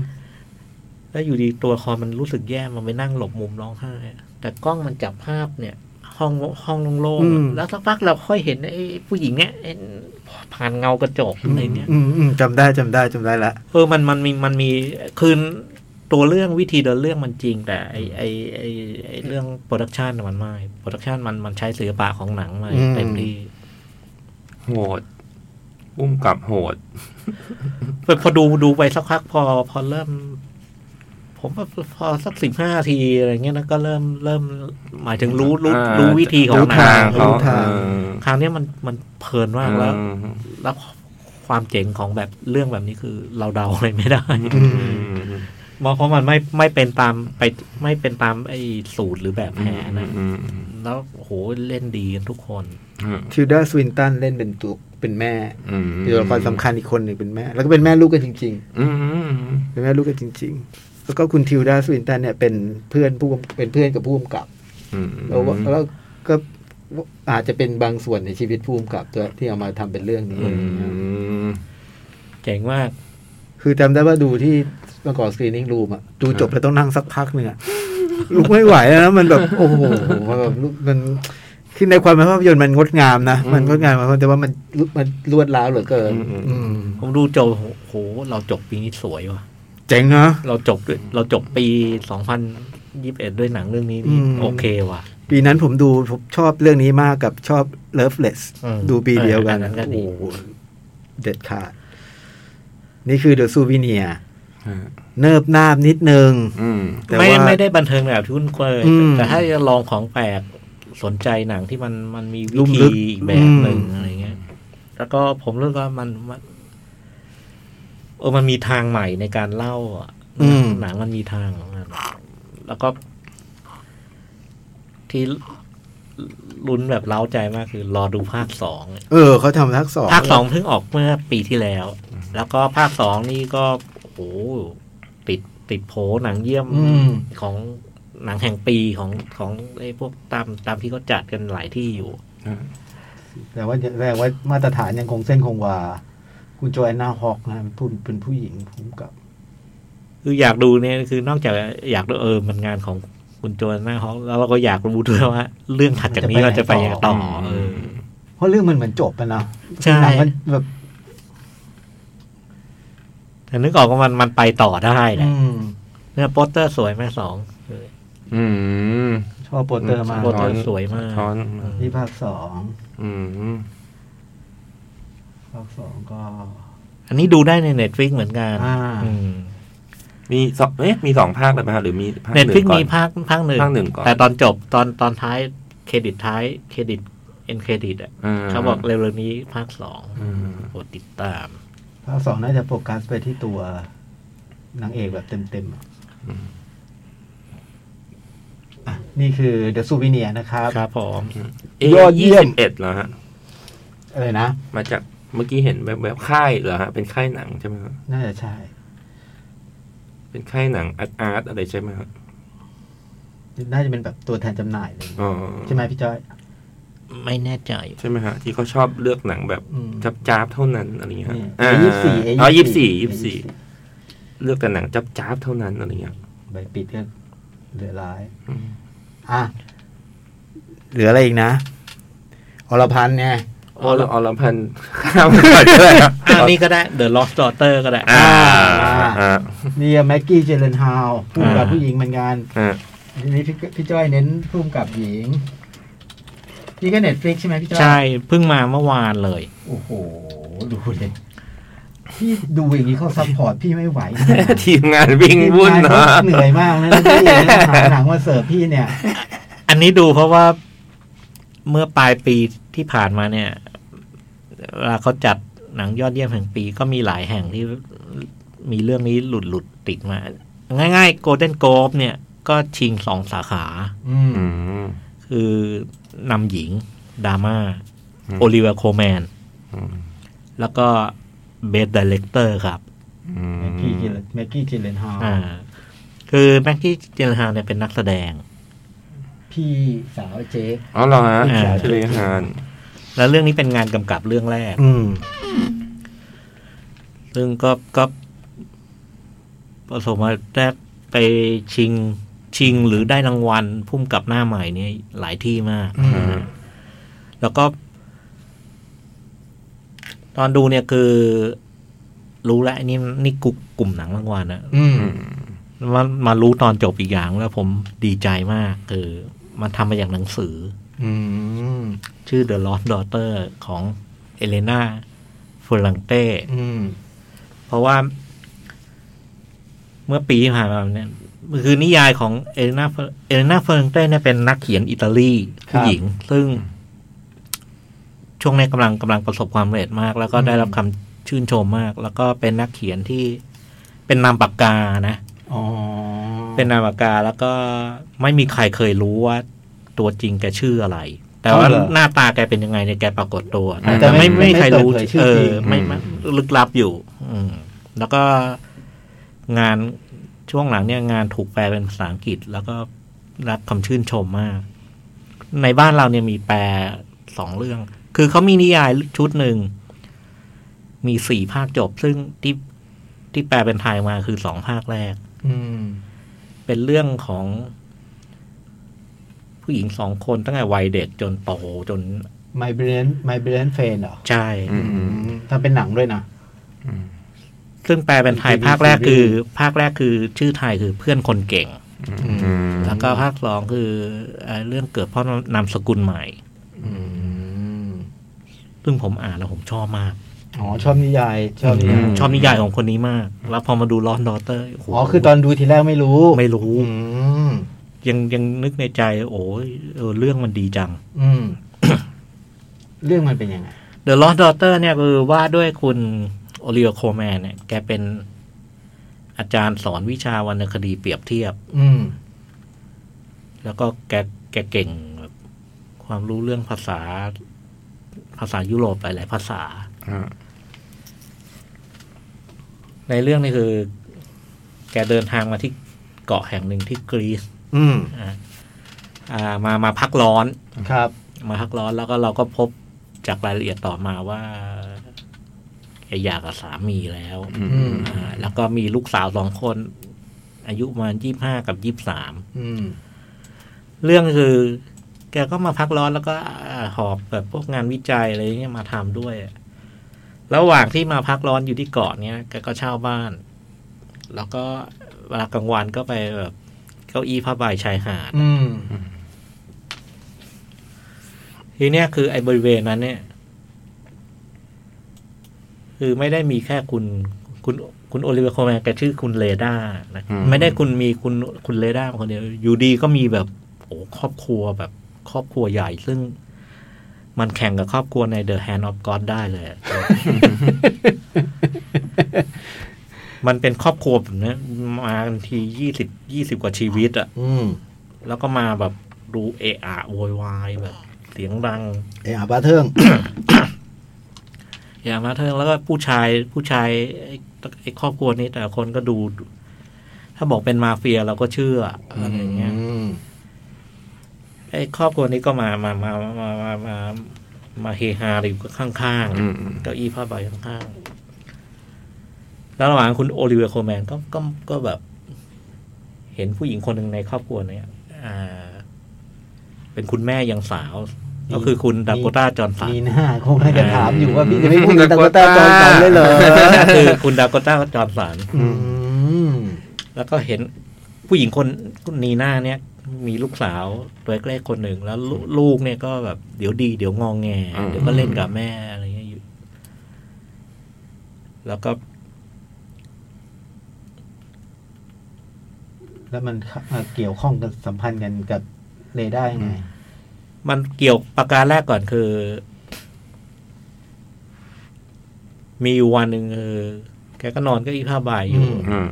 Speaker 2: แล้วอยู่ดีตัวละคอมันรู้สึกแย่มันไปนั่งหลบมุมร้องไห้อะแต่กล้องมันจับภาพเนี่ย ห้องห้องโล่งๆอะแล้วสักพักเราค่อยเห็นไอ้ผู้หญิงเนี่ยไอ้ผ่านเงากระจกอะไรเนี่ย
Speaker 4: อืมอืมจำได้จำได้จำได้ละ
Speaker 2: เออ มัน มันมี มันมี คือตัวเรื่องวิธีเดินเรื่องมันจริง แต่ไอไอไอไอเรื่องโปรดักชันน่ะมันไม่ โปรดักชันมัน มันใช้ศิลปะของหนังมา
Speaker 4: อืม
Speaker 2: เต็มที่
Speaker 3: โหดอุ้มกลับโหด
Speaker 2: พอพอดู ดูไปสักพัก พอ พอเริ่ม ผมว่าพอสักสิบห้าทีอะไรเงี้ยนะก็เริ่ม เริ่ม หมายถึงรู้ รู้
Speaker 3: อ่า
Speaker 2: รู้วิธีของ
Speaker 3: รู้
Speaker 2: หนั
Speaker 3: ทาง งเขา
Speaker 2: รู้
Speaker 4: ทาง
Speaker 3: เออ
Speaker 2: คราวเนี้ยมัน มันเพลินมากแล้ว
Speaker 3: อืม
Speaker 2: แล้วความเจ๋งของแบบเรื่องแบบนี้คือเราเดาอะไรไม่ได้
Speaker 3: อืม
Speaker 2: เพราะเพราะมันไม่ไม่เป็นตามไปไม่เป็นตามไอ้สูตรหรือแบบแผนนะ
Speaker 3: อืม
Speaker 2: แล้วโอ้โหเล่นดีกันทุกคน
Speaker 3: อืม
Speaker 4: ทิวดาสวินตันเล่นเป็นตัวเป็นแม่
Speaker 3: อืม
Speaker 4: ตัวละครสำคัญอีกคนหนึ่งเป็นแม่ แล้วก็เป็นแม่ลูกกันจริง
Speaker 3: อืมอืม
Speaker 4: ๆ เป็นแม่ลูกกันจริง ๆ แล้วก็คุณทิวดาสวินตันเนี่ยเป็นเพื่อนผู้กำเป็นเพื่อนกับผู้กำกับ
Speaker 3: อืม
Speaker 4: แล้วก็แล้วก็อาจจะเป็นบางส่วนในชีวิตภูมิกับด้วยที่เอามาทำเป็นเรื่องนี้
Speaker 3: อื
Speaker 4: อะไรเงี้ย
Speaker 3: ม
Speaker 2: เจ๋งมาก
Speaker 4: คือจำได้ว่าดูที่เมื่อก่อนสกรีนิ่งรูมอะดูจบแล้วต้องนั่งสักพักหนึ่งอะลุกไม่ไหวแล้วนะมันแบบ โอ้โหมันแบบลุกมันคือในความเป็นภาพยนตร์มันงดงามนะมันงดงามมากแต่ว่ามันมันลวดล้าวเหลือเกิน
Speaker 3: อืม
Speaker 4: อืม
Speaker 2: ผมดูจบโอ้โห เราจบปีนี้สวยว่ะ
Speaker 4: เจ๋งนะ
Speaker 2: เราจบด้วยเราจบปีสองพันยี่สิบเอ็ดด้วยหนังเรื่องนี้
Speaker 4: อืม
Speaker 2: โอเคว่ะ
Speaker 4: ปีนั้นผมดูผมชอบเรื่องนี้มากกับชอบ Loveless
Speaker 2: อืม
Speaker 4: ดูปีเดียวกัน
Speaker 2: เอออันนั้นก็ดี
Speaker 4: โอ้โหเด็ดขาด นี่คือ The Souvenir
Speaker 3: อืม
Speaker 4: เนิบนาบนิดนึง
Speaker 3: อืม
Speaker 4: แต่
Speaker 2: ไม่
Speaker 4: ว่า
Speaker 2: ไม่ได้บันเทิงแบบทุ่นเคย
Speaker 4: อืม
Speaker 2: แต่ถ้าจะลองของแปลกสนใจหนังที่มันมันมี
Speaker 4: ลุ่
Speaker 2: วิ
Speaker 4: มลึ
Speaker 2: ธี
Speaker 4: ก
Speaker 2: อีกแบบหนึ่ง
Speaker 4: อืม
Speaker 2: อะไรเงี้ย แล้วก็ผมรู้สึกว่ามันมันเออมันมีทางใหม่ในการเล่าอะ
Speaker 4: อืม
Speaker 2: หนังมันมีทางของมันแล้วก็ ที่ลุ้นแบบเล้าใจมากคือ รอดูภาคสอง
Speaker 4: เออ เขาทำทักสอง
Speaker 2: ภาคสองเพิ่งออกเมื่อปีที่แล้ว แล้วก็ภาคสองนี่ก็โอ้โหติดติดโผหนังเยี่ยม
Speaker 4: อืม
Speaker 2: ของหนังแห่งปีของของไอ้พวกตามตามที่เขาจัดกันหลายที่อยู่
Speaker 5: แต่ว่าแสดงว่ามาตรฐานยังคงเส้นคงวา คุณโจแอนนาฮอกนะเป็นผู้เป็นผู้หญิงภูมิกับ
Speaker 2: คืออยากดูเนี่ยคือนอกจากอยากดูเออมันงานของคุณโจนหน้าฮอกแล้วเราก็อยากรู้ด้วยว่า เรื่องถัดจากนี้เราจะไปยังไงต่อเออ
Speaker 5: เพราะเรื่องมันเหมือนจบไปนะ
Speaker 2: ใช่
Speaker 5: หนังมันแบบ
Speaker 2: แต่นึกออกว่ามันมันไปต่อได้แหละ
Speaker 5: อืม
Speaker 2: เนี่ยโปสเตอร์สวยไหมสองเออ
Speaker 3: อืม
Speaker 5: ชอบโปสเตอร์มาก
Speaker 2: โปสเตอร์
Speaker 3: ท้อน
Speaker 2: สวยมาก
Speaker 3: ช้อน
Speaker 2: เออ
Speaker 5: ที่ภาคสอง
Speaker 3: อืม
Speaker 5: ภาคสองก็
Speaker 2: อันนี้ดูได้ในเน็ตฟิกเหมือนกัน
Speaker 5: อ่า
Speaker 3: มีสองเอ๊ะมีสองภาคเลยไหมฮะหรือมีภาคห
Speaker 2: เน็
Speaker 3: นึ่
Speaker 2: ต
Speaker 3: ง
Speaker 2: ฟิก
Speaker 3: ก่อน
Speaker 2: มีภาคภาคหนึ่ง
Speaker 3: ภาคหนึ่งก่อน
Speaker 2: แต่ตอนจบตอนตอนท้ายเครดิตท้ายเครดิตเอ็นเครดิตอ่ะเขาบอกเร็วๆนี้ภาคสอง
Speaker 3: อืม
Speaker 2: โปรดติดตาม
Speaker 5: ภาคสองน่าจะโฟกัสไปที่ตัวนางเอกแบบเต็มๆอะอ่ะนี่คือ The Souvenir นะครับ
Speaker 2: ครับผม
Speaker 3: เอ๊ะ
Speaker 5: ยอดเยี่ยม
Speaker 3: สิบเอ็ดเหรอฮะ
Speaker 5: อะไรนะ
Speaker 3: มาจากเมื่อกี้เห็นแบบแบบค่ายเหรอฮะ เป็นค่ายหนังใช่ไหมฮะ
Speaker 5: น่าจะใช่
Speaker 3: เป็นค่ายหนังอาร์ตอาร์ตอะไรใช่ไหมฮะ
Speaker 5: น่าจะเป็นแบบตัวแทนจำหน่ายเลย
Speaker 3: อ๋อ
Speaker 5: ใช่ไหมพี่จ้อย
Speaker 2: ไม่แน่ใจ
Speaker 3: ใช่ไหมฮะที่เขาชอบเลือกหนังแบบ
Speaker 5: อืม
Speaker 3: จับจ้าบเท่านั้นอะไรเงี้ย
Speaker 5: นี่
Speaker 3: อ่า
Speaker 5: ยี่สิบสี่
Speaker 3: อ๋อ
Speaker 5: เอ้ย
Speaker 3: ยี่สิบสี่
Speaker 5: ยี่
Speaker 3: ยี่
Speaker 5: สิบ
Speaker 3: สิ
Speaker 5: บ สี่
Speaker 3: สี่เลือกแต่หนังจับจ้าบเท่านั้นอะไรเงี้ย
Speaker 5: ใบปิดก็เหลือร้าย
Speaker 3: อืม
Speaker 5: อ่ะ
Speaker 4: เหลืออะไรอีกนะอรพันธ์เนี่ย
Speaker 5: อ๋อแล้วอ๋อลำพันธ์ข้ามไปก่อนก็ได้ครับ
Speaker 2: อันนี้ก็ได้ The Lost Daughter ก็ได้
Speaker 5: อ่า
Speaker 4: อ่า
Speaker 5: อ่า
Speaker 4: นี่แม็กกี้เจเลนฮาวผู้กำกับ
Speaker 2: อ่า
Speaker 4: ผู้หญิงเหมือนกัน
Speaker 5: อ่า
Speaker 4: ทีนี้พี่พี่จ้อยเน้นผู้กำกับหญิงนี่ก็เน็ตฟลิกใช่ไหมพี่จ้อย
Speaker 2: ใช่ เพิ่งมาเมื่อวานเลย
Speaker 4: โอ้โหดูเลยพี่ดูอย่างนี้เขาซัพพอร์ตพี่ไม่ไหว
Speaker 5: ทีมงานวิ่งวุ่น
Speaker 4: ทีมงา
Speaker 5: นะ
Speaker 4: เขาเหนื่อยมากนะพี่นะหาหนังมาเสิร์ฟพี่เนี่ย
Speaker 2: อันนี้ดูเพราะว่าเมื่อปลายปีที่ผ่านมาเนี่ยเวลาเขาจัดหนังยอดเยี่ยมแห่งปีก็มีหลายแห่งที่มีเรื่องนี้หลุดหลุดๆติดมา ง่ายๆโกลเด้นโกลบเนี่ย ก็ชิงสองสาขา
Speaker 4: อืม
Speaker 5: อืม
Speaker 2: คือนำหญิงดราม่า
Speaker 5: อืม
Speaker 2: โอลิเวอร์โคแมน
Speaker 5: อืม
Speaker 2: แล้วก็เบสดีเลกเตอร์ครับ
Speaker 5: อืม
Speaker 4: แม็กกี้เจเลแม็กกี้เจเลนฮาว
Speaker 2: อ่า คือแม็กกี้เจนฮาวเนี่ยเป็นนักแสดง
Speaker 4: พี่สาวเจ๊
Speaker 5: อ๋อเหรอฮะ
Speaker 2: อ่า
Speaker 5: ทะเลหาน
Speaker 2: แล้วเรื่องนี้เป็นงานกำกับเรื่องแรก
Speaker 4: อืม
Speaker 2: ซึ่งก็ก็ประสบมาได้ไปชิงชิงหรือได้รางวัลพุ่มกับหน้าใหม่เนี่ยหลายที่มาก
Speaker 4: อื
Speaker 5: อ่าม
Speaker 2: แล้วก็ ตอนดูเนี่ยคือ รู้แล้วนี่นี่กลุ่มกลุ่มหนังรางวัลนะ
Speaker 4: อืม
Speaker 5: อืม
Speaker 2: มามารู้ตอนจบอีกอย่างแล้วผมดีใจมาก คือมันทำมาอย่างหนังสือ
Speaker 4: อืม
Speaker 2: ชื่อ The Lost Daughter ของเอเลนาฟูลังเต้
Speaker 4: อืม
Speaker 2: เพราะว่า เมื่อปีที่ผ่านมาเนี่ยคือนิยายของเอเลนาเอเลนาเฟอร์เรนเต้เนี่ยเป็นนักเขียนอิตาลี
Speaker 4: ครั
Speaker 2: ผู้
Speaker 4: บ
Speaker 2: หญิง ซึ่ง ช่วงนี้กำลังกำลังประสบความสำเร็จมาก แล้วก็ได้
Speaker 4: อืม
Speaker 2: รับคำชื่นชมมาก แล้วก็เป็นนักเขียนที่เป็นนามปากกานะ
Speaker 4: อ๋อ
Speaker 2: เป็นนามปากกาแล้วก็ไม่มีใครเคยรู้ว่า ตัวจริงแกชื่ออะไร แต่
Speaker 4: อ๋
Speaker 2: ว่า
Speaker 4: อเหรอ
Speaker 2: หน้าตาแกเป็นยังไงเนี่ยแกปรากฏตัวแต่
Speaker 4: แต่ไม่
Speaker 2: ไม่ไม่มีใครรู้
Speaker 4: ไม่เปิดเผยชื่อ
Speaker 2: เอ
Speaker 4: จริ
Speaker 2: อง ไม่ไม่ลึกลับอยู่ อืม แล้วก็งานช่วงหลังเนี่ยงานถูกแปลเป็นภาษาอังกฤษ แล้วก็รับคำชื่นชมมาก ในบ้านเราเนี่ยมีแปลสองเรื่อง คือเขามีนิยายชุดหนึ่ง มีสี่ภาคจบ ซึ่งที่ที่แปลเป็นไทยมาคือสองภาคแรก
Speaker 4: อืม
Speaker 2: เป็นเรื่องของ ผู้หญิงสองคนตั้งแต่วัยเด็กจนโตจน
Speaker 4: My Brilliant My Brilliant Friend เหรอ
Speaker 2: ใช่
Speaker 5: อืมอืม
Speaker 4: ทำเป็นหนังด้วยนะ
Speaker 5: อืม
Speaker 2: ซึ่งแปลเป็นไทย
Speaker 4: เป็น
Speaker 2: ภาคแรกคือ
Speaker 4: ซีรีส์
Speaker 2: ภาคแรกคือชื่อไทยคือเพื่อนคนเก่ง
Speaker 5: อืม
Speaker 2: แล้วก็ภาคสองคือเอ่อเรื่องเกิดพ่อนามสกุลใหม่
Speaker 4: อืม
Speaker 2: ซึ่งผมอ่านแล้วผมชอบมาก
Speaker 4: อ๋อ ชอบนิยาย ชอบนิยาย
Speaker 2: ชอบนิยายของคนนี้มาก แล้วพอมาดูลอนดอเตอร์
Speaker 4: อ๋อ คือตอนดูทีแรกไม่รู้
Speaker 2: ไม่รู้
Speaker 4: อืม
Speaker 2: ยังยังนึกในใจ โอ้ยเออเรื่องมันดีจัง
Speaker 4: อืม เรื่องมันเป็นยังไง
Speaker 2: The Lost Daughter เนี่ยคือว่าด้วยคุณโอริโอโคแมนเนี่ย แกเป็นอาจารย์สอนวิชาวรรณคดีเปรียบเทียบ
Speaker 4: อืม
Speaker 2: แล้วก็แกแกเก่งแบบความรู้เรื่องภาษา ภาษายุโรปหลายๆภาษา
Speaker 5: อ่า
Speaker 2: ในเรื่องนี้คือ แกเดินทางมาที่เกาะแห่งหนึ่งที่กรีซ
Speaker 4: อืม
Speaker 2: อ่ะอ่ามามาพักร้อน
Speaker 4: ครับ
Speaker 2: มาพักร้อนแล้วก็เราก็พบจากรายละเอียดต่อมาว่าแกหย่ากับสามีแล้ว
Speaker 5: อื
Speaker 4: อื
Speaker 5: ม
Speaker 4: ม
Speaker 2: อ่าแล้วก็มีลูกสาวสองคน อายุประมาณยี่ห้ากับยี่สาม
Speaker 4: อืม
Speaker 2: เรื่องคือ แกก็มาพักร้อนแล้วก็อ่าหอบแบบพวกงานวิจัยอะไรเงี้ยมาทำด้วย ระหว่างที่มาพักร้อนอยู่ที่เกาะเนี้ยแกก็เช่าบ้าน แล้วก็เวลากลางวันก็ไปแบบเก้าอี้ผ้าใบชายหาด
Speaker 4: อืม
Speaker 2: ทีเนี้ยคือไอ้บริเวณนั้นเนี่ย คือไม่ได้มีแค่คุณ คุณคุณโอลิเวอร์โคแมนแกชื่อคุณเรดานะไม่ได้คุณมีคุณคุณเรดาคนเดียวอยู่ดีก็มีแบบโอ้ครอบครัวแบบ ครอบครัวใหญ่ ซึ่งมันแข่งกับครอบครัวใน The Hand of God ได้เลยอะ [laughs] มันเป็นครอบครัวแบบเนี้ยมากันทียี่สิบยี่สิบกว่าชีวิตอะ
Speaker 4: อืม
Speaker 2: แล้วก็มาแบบดูเอะอะโวยวายแบบ เสียงดัง
Speaker 4: เอ๋อาปลาเทิง
Speaker 2: อย่ามาเทิงแล้วก็ผู้ชายผู้ชายไอ้ไอ้ครอบครัวนี้แต่ละคนก็ดู ถ้าบอกเป็นมาเฟียเราก็เชื่ออะไรอย่างเงี้ย
Speaker 4: อืม
Speaker 2: ไอ้ครอบครัวนี้ก็มามามามามามามาเฮฮาอยู่ข้าง
Speaker 5: อืม
Speaker 2: ๆเก้าอี้ผ้าใบข้างๆแล้วระหว่างคุณโอลิเวียโคแมนก็ก็ก็แบบ เห็นผู้หญิงคนหนึ่งในครอบครัวเนี้ยอ่า เป็นคุณแม่ยังสาว ก็คือคุณดาโกต้าจอห์นสัน
Speaker 5: มีหน้าคงให้จะถามอยู่ว่าพี่จะไม่พูดกับตะ
Speaker 3: Dakota
Speaker 5: กะตาจอนสันเลยเหรอ
Speaker 2: คือคุณดาโกต้าจอห์นสัน
Speaker 5: อืม
Speaker 2: แล้วก็เห็นผู้หญิงคนคุณนีน่าเนี่ย มีลูกสาวตัวเล็กๆคนหนึ่ง แล้วลูลูกเนี่ยก็แบบเดี๋ยวดีเดี๋ยวงองแง
Speaker 3: อืม
Speaker 2: เดี๋ยวก็เล่นกับแม่อะไรเงี้ยอยู่ แล้วก็
Speaker 5: แล้วมันเข้าอ่ะเกี่ยวข้องกันสัมพันธ์กันกับเรได้ายังไง
Speaker 2: มันเกี่ยวประการแรกก่อนคือ มีอยู่วันหนึ่งคือแกก็นอนเก็อีผ้าใบอยู่
Speaker 5: อืม
Speaker 3: อืม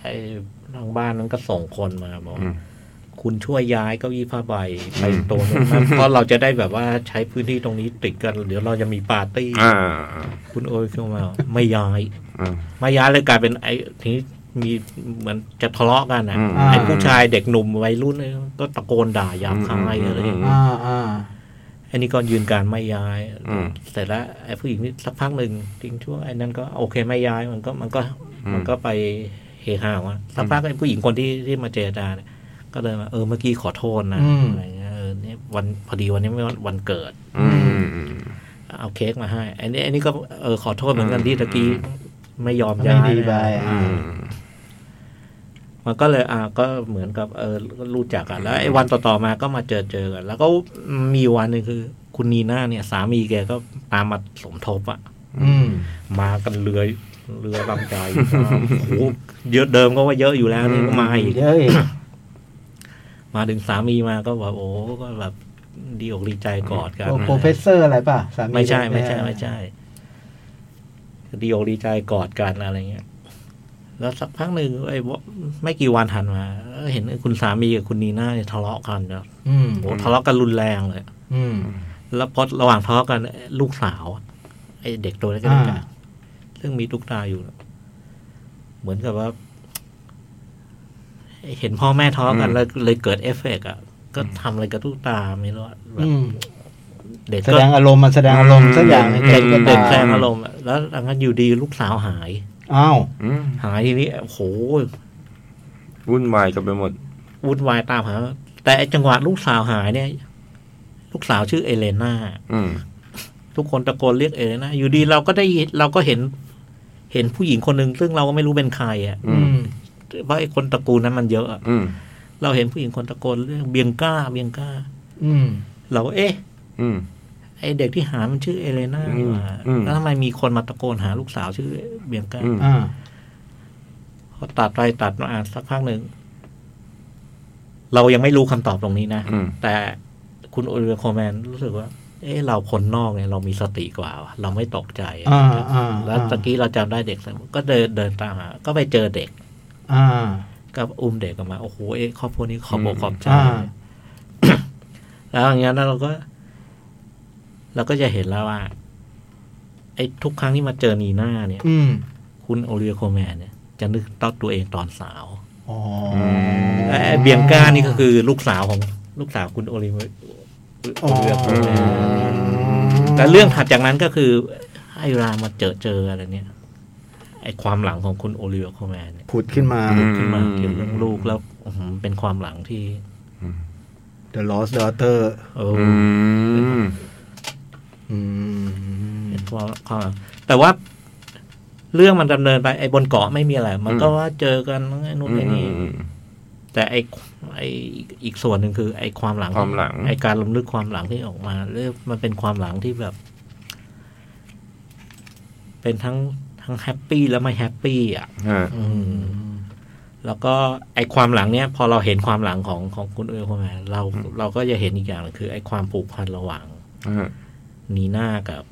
Speaker 2: ไอ้ทางบ้านนั้นก็ส่งคนมาบอก
Speaker 3: อืม
Speaker 2: คุณช่วยย้ายเก้าอี้ผ้าใบไป
Speaker 3: อืม
Speaker 2: ตรงนู้น
Speaker 3: [laughs]
Speaker 2: ครับเพราะเราจะได้แบบว่าใช้พื้นที่ตรงนี้ติดกัน เดี๋ยวเราจะมีปาร์ตี้
Speaker 3: อ่า
Speaker 2: คุณโอ้ยเข้ามาไม่ย้าย
Speaker 3: อืม
Speaker 2: ไม่ย้ายเลยกลายเป็นไอ้ทีนี้มีเหมือนจะทะเลาะกันนะ
Speaker 3: อืม
Speaker 2: ไอ้ผู้ชายเด็กหนุ่มวัยรุ่นเนี่ยก็ตะโกนด่าหยาบคายอะไรอย่างเงี้ย
Speaker 5: อ่าอ่า
Speaker 2: ไอันนี้ก็ยืนการไม่ย้าย
Speaker 3: อืม
Speaker 2: เสร็จแล้วไอ้ผู้หญิงนี่สักพักหนึ่งทิ้งช่วงไอ้นั่นก็โอเคไม่ย้ายมันก็มันก็
Speaker 3: อืม
Speaker 2: มันก็ไปเฮฮาว่าสักพักไอ้ผู้หญิงคนที่ที่มาเจรจาเนี่ยก็เลยมาเออเมื่อกี้ขอโทษนะอะไรเงี้ยเออเนี่ยวันพอดีวันนี้ไม่วันวันเกิด
Speaker 3: อืมอืมอืม
Speaker 2: เอาเค้กมาให้ไอ้นี่ไอ้นี่ก็เออขอโทษเหมือนกันที่ตะกี้ไม่ยอม
Speaker 5: ไม่
Speaker 2: ย้าย
Speaker 5: ดีไป
Speaker 2: นะ
Speaker 5: อ่ะ
Speaker 3: อืม
Speaker 2: มันก็เลยอ่ะก็เหมือนกับเออรู้จักกันแล้วไอ้วันต่อๆมาก็มาเจอเจอกันแล้วก็มีวันหนึ่งคือ คุณนีน่าเนี่ย สามีแกก็ตามมาสมทบอ่ะ
Speaker 5: อืม
Speaker 2: มากันเรือเรือลำใจ [laughs] โอ้โหเยอะเดิมก็ว่าเยอะอยู่แล้วนี่ก็มาอีก
Speaker 5: เยอะอีก
Speaker 2: มาถึงสามีมาก็แบบโอ้ก็แบบดีอกดีใจกอดกัน
Speaker 5: โอ้โปรเฟสเซอร์อะไรป่ะสา
Speaker 2: ไม่ใช่ไม่ใช่ไม่ใช่ดีอกดีใจกอดกันอะไรเงี้ย แล้วสักพักหนึ่งไอ้วะไม่กี่วันหันมาเอ้ยเห็นไอ้คุณสามีกับคุณนีน่าเนี่ยทะเลาะกันเนาะ
Speaker 5: อืม
Speaker 2: โหทะเลาะกันรุนแรงเลย
Speaker 5: อืม
Speaker 2: แล้วพอระหว่างทะเลาะกันลูกสาวอะไอ้เด็กตัวเล็กๆ
Speaker 5: อ่า
Speaker 2: อะซึ่งมีลูกตาอยู่ เหมือนกับว่า เห็นพ่อแม่ทะเลาะกัน
Speaker 3: อืม
Speaker 2: แล้วเลยเกิดเอฟเฟกต์อ่ะ ก็ทำอะไรกับลูกตาไม่รู้อะแบบ
Speaker 5: อืม
Speaker 2: เด็ก
Speaker 5: แส
Speaker 2: ก็
Speaker 5: ดงอารมณ์มันแสดงอารมณ์สักอย่างใน
Speaker 3: เด็
Speaker 5: เด็
Speaker 3: ก
Speaker 5: ก
Speaker 2: เด็กแสด
Speaker 5: แด
Speaker 2: งอารมณ์อะแล้วหลังนั้นอยู่ดีลูกสาวหาย
Speaker 5: อ้าว
Speaker 3: อืม
Speaker 2: หายทีนี้โอ้โห
Speaker 3: วุ่นวายกันไปหมด
Speaker 2: วุ่นวายตามหา แต่ไอ้จังหวะลูกสาวหายเนี่ย ลูกสาวชื่อเอเลนา
Speaker 3: อืม
Speaker 2: ทุกคนตะโกนเรียกเอเลนาอยู่ดีเราก็ได้ยินเราก็เห็น เห็นผู้หญิงคนหนึ่งซึ่งเราก็ไม่รู้เป็นใครอ่ะ
Speaker 3: อืม
Speaker 2: เพราะไอ้คนตระกูลนั้นมันเยอะอะ
Speaker 3: อืม
Speaker 2: เราเห็นผู้หญิงคนตะโกนเรียกเบียงก้าเบียงก้า
Speaker 5: อืม
Speaker 2: เราก็เอ๊ะ
Speaker 3: อืม
Speaker 2: ไอเด็กที่หามันชื่อเอเลนานี่หว่า
Speaker 3: อืม
Speaker 2: แล้วทำไมมีคนมาตะโกนหาลูกสาวชื่อเบียงก้า
Speaker 3: อืม
Speaker 5: อ่า
Speaker 2: พอตัดไปตัดมาอ่านสักพักหนึ่ง เรายังไม่รู้คำตอบตรงนี้นะ
Speaker 3: อืม
Speaker 2: แต่คุณโอลิเวียโคลแมนรู้สึกว่า เอะเราคนนอกเนี่ย เรามีสติกว่าวะเราไม่ตกใจอะ
Speaker 5: อ่าอ่า
Speaker 2: แล้วตะกี้เราจำได้เด็กเสมอก็เดินเดินตามหาก็ไปเจอเด็ก
Speaker 5: อ่า
Speaker 2: ก็อุ้มเด็กออกมา โอ้โหเอ๊ะครอบครัวนี้ขอบอก
Speaker 3: อืม
Speaker 2: ขอบใจ
Speaker 5: อ่า
Speaker 2: [coughs] แล้วอย่างนั้นเราก็ เราก็จะเห็นแล้วว่า ไอ้ทุกครั้งที่มาเจอนีน่าเนี่ย
Speaker 5: อืม
Speaker 2: คุณโอลิเวียโคลแมนเนี่ย จะนึกตอนตัวเองตอนสาว
Speaker 5: อ๋อ
Speaker 2: ไอ้ไอ้เบียงก้านี่ก็คือลูกสาวของลูกสาวคุณโอลิเวอร์โอ
Speaker 5: อ๋อ
Speaker 2: ลิเวอร์โคลแมนแต่เรื่องถัดจากนั้นก็คือไอ้เวลามาเจอเจออะไรเนี่ย ไอ้ความหลังของคุณโอลิเวอร์โคลแมนเนี่ย
Speaker 5: ผุดขึ้นมา
Speaker 2: ขึ้นมาเกี่ยวกับเรื่องลูกแล้วอื้อหือเป็นความหลังที่
Speaker 5: The Lost Daughter
Speaker 2: เออ
Speaker 3: อื
Speaker 2: อ
Speaker 3: ม
Speaker 5: อืม
Speaker 2: เป็นความความหลังแต่ว่าเรื่องมันดำเนินไปไอ้บนเกาะไม่มีอะไร มันก็ว่าเจอกันไอ้นู่นไอ้นี่ แต่ไอไออีกส่วนหนึ่งคือ ไอความหลัง
Speaker 3: ความหลัง
Speaker 2: ไอการลํำลึกความหลังที่ออกมาเรื่องมันเป็นความหลังที่แบบ เป็นทั้งทั้งแฮปปี้และไม่แฮปปี้อ่ะ
Speaker 3: ฮะ
Speaker 2: อืม แล้วก็ไอความหลังเนี้ยพอเราเห็นความหลังของของคุณเอ๋คนนั้นเราเราก็จะเห็นอีกอย่างหนึ่งคือ ไอความผูกพันระหว่าง
Speaker 3: ฮะ
Speaker 2: นีน่ากับ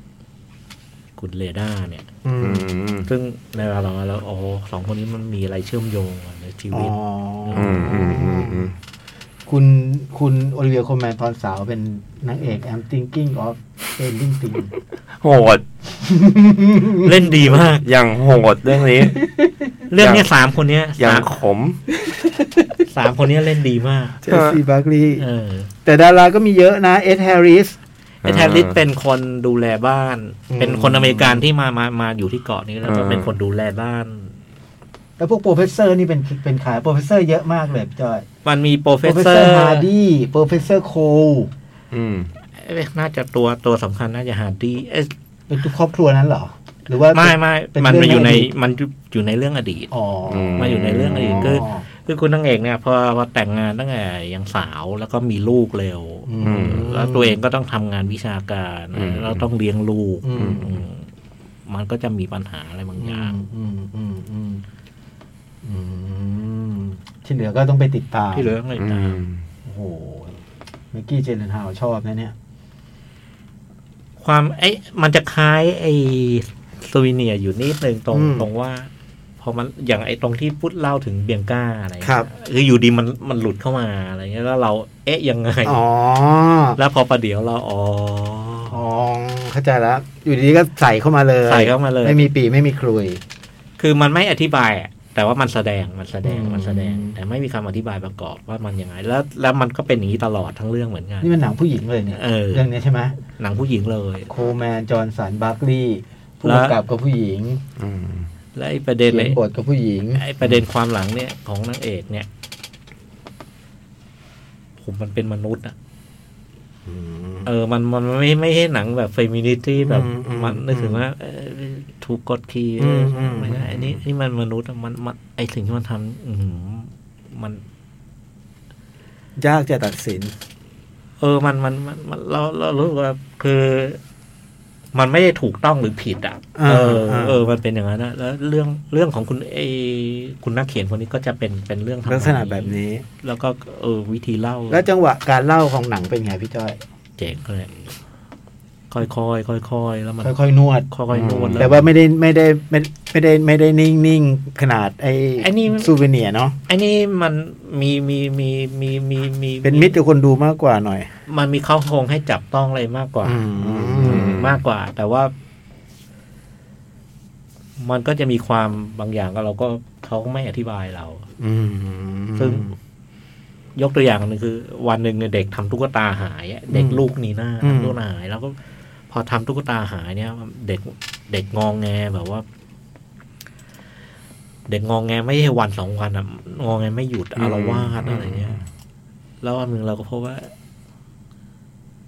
Speaker 2: คุณเรด้าเนี่ย
Speaker 5: อื
Speaker 3: อื
Speaker 5: ม
Speaker 3: ม
Speaker 2: ซึ่งในเวลาเราแล้วโอ้สองคนนี้มันมีอะไรเชื่อมโยงกันในชี
Speaker 5: อ๋
Speaker 2: วิต
Speaker 5: อ
Speaker 3: อืมอืมอืมอืม
Speaker 5: คุณ คุณโอลิเวียโคลแมนตอนสาวเป็นนางเอก I'm thinking of ending thing
Speaker 3: โหด
Speaker 2: เล่นดีมาก
Speaker 3: อย่างโหดเรื่องนี้
Speaker 2: เรื่องเนี้ยสามคนเนี้ย
Speaker 3: อย่า
Speaker 2: สาง ม
Speaker 3: ขม
Speaker 2: สามคนนี้เล่นดีมาก
Speaker 5: เจสซี่บาร์กลีย์
Speaker 2: เออ
Speaker 5: แต่ดาราก็มีเยอะนะเอ็ดแฮร์ริส
Speaker 2: ไอ้แทนลิสเป็นคนดูแลบ้าน
Speaker 5: อืม
Speaker 2: เป็นคนอเมริกันที่มามามาอยู่ที่เกาะนี้แล้วก็
Speaker 3: อ่า
Speaker 2: เป็นคนดูแลบ้าน
Speaker 5: ป
Speaker 4: แล้วพวกโปรเฟสเซอร์นี่เป็นเป็นขายโปรเฟสเซอร์เยอะมากเลยพี่จอย
Speaker 2: มันมีโปร
Speaker 4: โป
Speaker 2: เฟ
Speaker 4: ร
Speaker 2: ส
Speaker 4: เฟส
Speaker 2: เซอ
Speaker 4: เซอ
Speaker 2: ร์
Speaker 4: ร์ฮาร์ดี้โปรเฟสเซอร์โค
Speaker 3: อืม
Speaker 2: น่าจะตัวตัวสำคัญน่าจะหาดีเอ๊ะ
Speaker 4: เป็นทุกครอบครัวนั้นเหรอ หรือว่า
Speaker 2: ไม่ไม่
Speaker 4: เป็น
Speaker 2: มันมาอยู่ใน
Speaker 4: เรื่องอดีต
Speaker 2: มันอยู่ในเรื่องอดีต
Speaker 4: อ๋ออ
Speaker 3: ม
Speaker 2: มาอยู่ในเรื่องอดีตคือ คือคุณนางเอกเนี่ยพอพอแต่งงานตั้งแต่ยังสาวแล้วก็มีลูกเร็ว
Speaker 4: อืม
Speaker 2: แล้วตัวเองก็ต้องทำงานวิชาการ
Speaker 3: อืม
Speaker 2: แล้วต้องเลี้ยงลูก
Speaker 4: อืม
Speaker 2: อืมมันก็จะมีปัญหาอะไรบางอย่าง
Speaker 4: อืมอืมอืมอืมที่เหลือก็ต้องไปติดตาม
Speaker 2: ที่เหลือต้องไป
Speaker 3: อื
Speaker 2: ตาม
Speaker 3: ม
Speaker 4: โอ้โหเมกกี้เจนฮาวชอบนะเนี่ย
Speaker 2: ความไอ้มันจะคล้ายไอ้สวีเนียอยู่นิดนึงตรง
Speaker 4: อืม
Speaker 2: ตรงว่า พอมันอย่างไอ้ตรงที่พูดเล่าถึงเบียงก้าอะไร
Speaker 4: ครับ
Speaker 2: คืออยู่ดีมันมันหลุดเข้ามาอะไรเงี้ยแล้วเราเอ๊ะยังไง
Speaker 4: อ๋อ
Speaker 2: แล้วพอประเดี๋ยวเราอ๋ออ
Speaker 4: อ๋อ เข้าใจแล้ว อยู่ดีๆก็ใส่เข้ามาเลย
Speaker 2: ใส่เข้ามาเลย
Speaker 4: ไม่มีปีไม่มีครุย
Speaker 2: คือมันไม่อธิบายอะแต่ว่ามันแสดงมันแสดง
Speaker 4: อืม
Speaker 2: มันแสดง แต่ไม่มีคำอธิบายประกอบว่ามันยังไง แล้วแล้วมันก็เป็นอย่างนี้ตลอดทั้งเรื่องเหมือนกัน
Speaker 4: นี่มันหนังผู้หญิงเลยเนี่ย
Speaker 2: เออ
Speaker 4: องนี้ใช่ไหม
Speaker 2: หนังผู้หญิงเลย
Speaker 4: โคแมน จอห์นสัน บาร์คลีย์ผู้
Speaker 2: แล้ว
Speaker 4: กำกับกับผู้หญิง
Speaker 3: อืม
Speaker 2: และไอ้ประเด็น
Speaker 4: เขี
Speaker 2: ไอ้
Speaker 4: ยนบทกับผู้หญิง
Speaker 2: ไอ้ประเด็นความหลังเนี่ยของนางเอกเนี่ย ผมมันเป็นมนุษย์อะเออ มันมันไม่ไม่ใช่หนังแบบเฟมินิตี้แบบ
Speaker 4: อืมอืม
Speaker 2: มันนึกถึงว่าเออถูกกดขี่
Speaker 4: อืมอืม
Speaker 2: ไม่ได้อันนี้อันนี่มันมนุษย์อะมันมันไอสิ่งที่มันทำอืมมัน
Speaker 4: ยากจะตัดสิน
Speaker 2: เออ มัน มัน มันมันเรา เรารู้สึกว่า คือ มันไม่ได้ถูกต้องหรือผิดอ่ะ
Speaker 4: อ่า
Speaker 2: เออ
Speaker 4: อ่า
Speaker 2: เออ มันเป็นอย่างนั้นนะแล้วเรื่อง เรื่องของคุณไอคุณนักเขียนคนนี้ก็จะเป็น เป็นเรื่องทำ
Speaker 4: ลักษณะแบบนี้
Speaker 2: แล้วก็ เออ วิธีเล่า
Speaker 4: แล้วจังหวะการเล่าของหนังเป็นไงพี่จ้อย
Speaker 2: เจ๋งเลยค่อยค่อยค่อยค่อยๆ แล้วมัน
Speaker 4: ค่อยๆนวด
Speaker 2: ค่อยค่อยๆนวด
Speaker 4: แต่
Speaker 2: ล้
Speaker 4: ว่าไม่ได้ไม่ได้ไม่ไม่ได้ไม่ได้นิ่งนิ่งๆขนาดไอ้
Speaker 2: ไอ้นี่มัน
Speaker 4: ซูเวเนียร์เนาะ
Speaker 2: ไอ้นี่มันมี มี มี มี มี มี
Speaker 4: เป็นมิตรกับคนดูมากกว่าหน่อย
Speaker 2: มันมีเข้าโครงให้จับต้องอะไรมากกว่า
Speaker 4: อืม
Speaker 2: มากกว่า แต่ว่า มันก็จะมีความบางอย่างก็เราก็เขาก็ไม่อธิบายเรา
Speaker 4: อืม
Speaker 2: ซึ่ง ยกตัวอย่างหนึงคือ วันหนึ่งเนี่ยเด็กทำตุ๊กตาหายอะเด็ก
Speaker 4: อืม
Speaker 2: ลูกนีน่า
Speaker 4: อืม
Speaker 2: ทำตุ๊กตาหาย แล้วก็ พอทำตุ๊กตาหายเนี่ย เด็กเด็กงองแงแบบว่า เด็กงองแงไม่ใช่วันสองวันอะงองแงไม่หยุดอารวาสอะไรเงี้ย แล้ววันหนึ่งเราก็พบว่า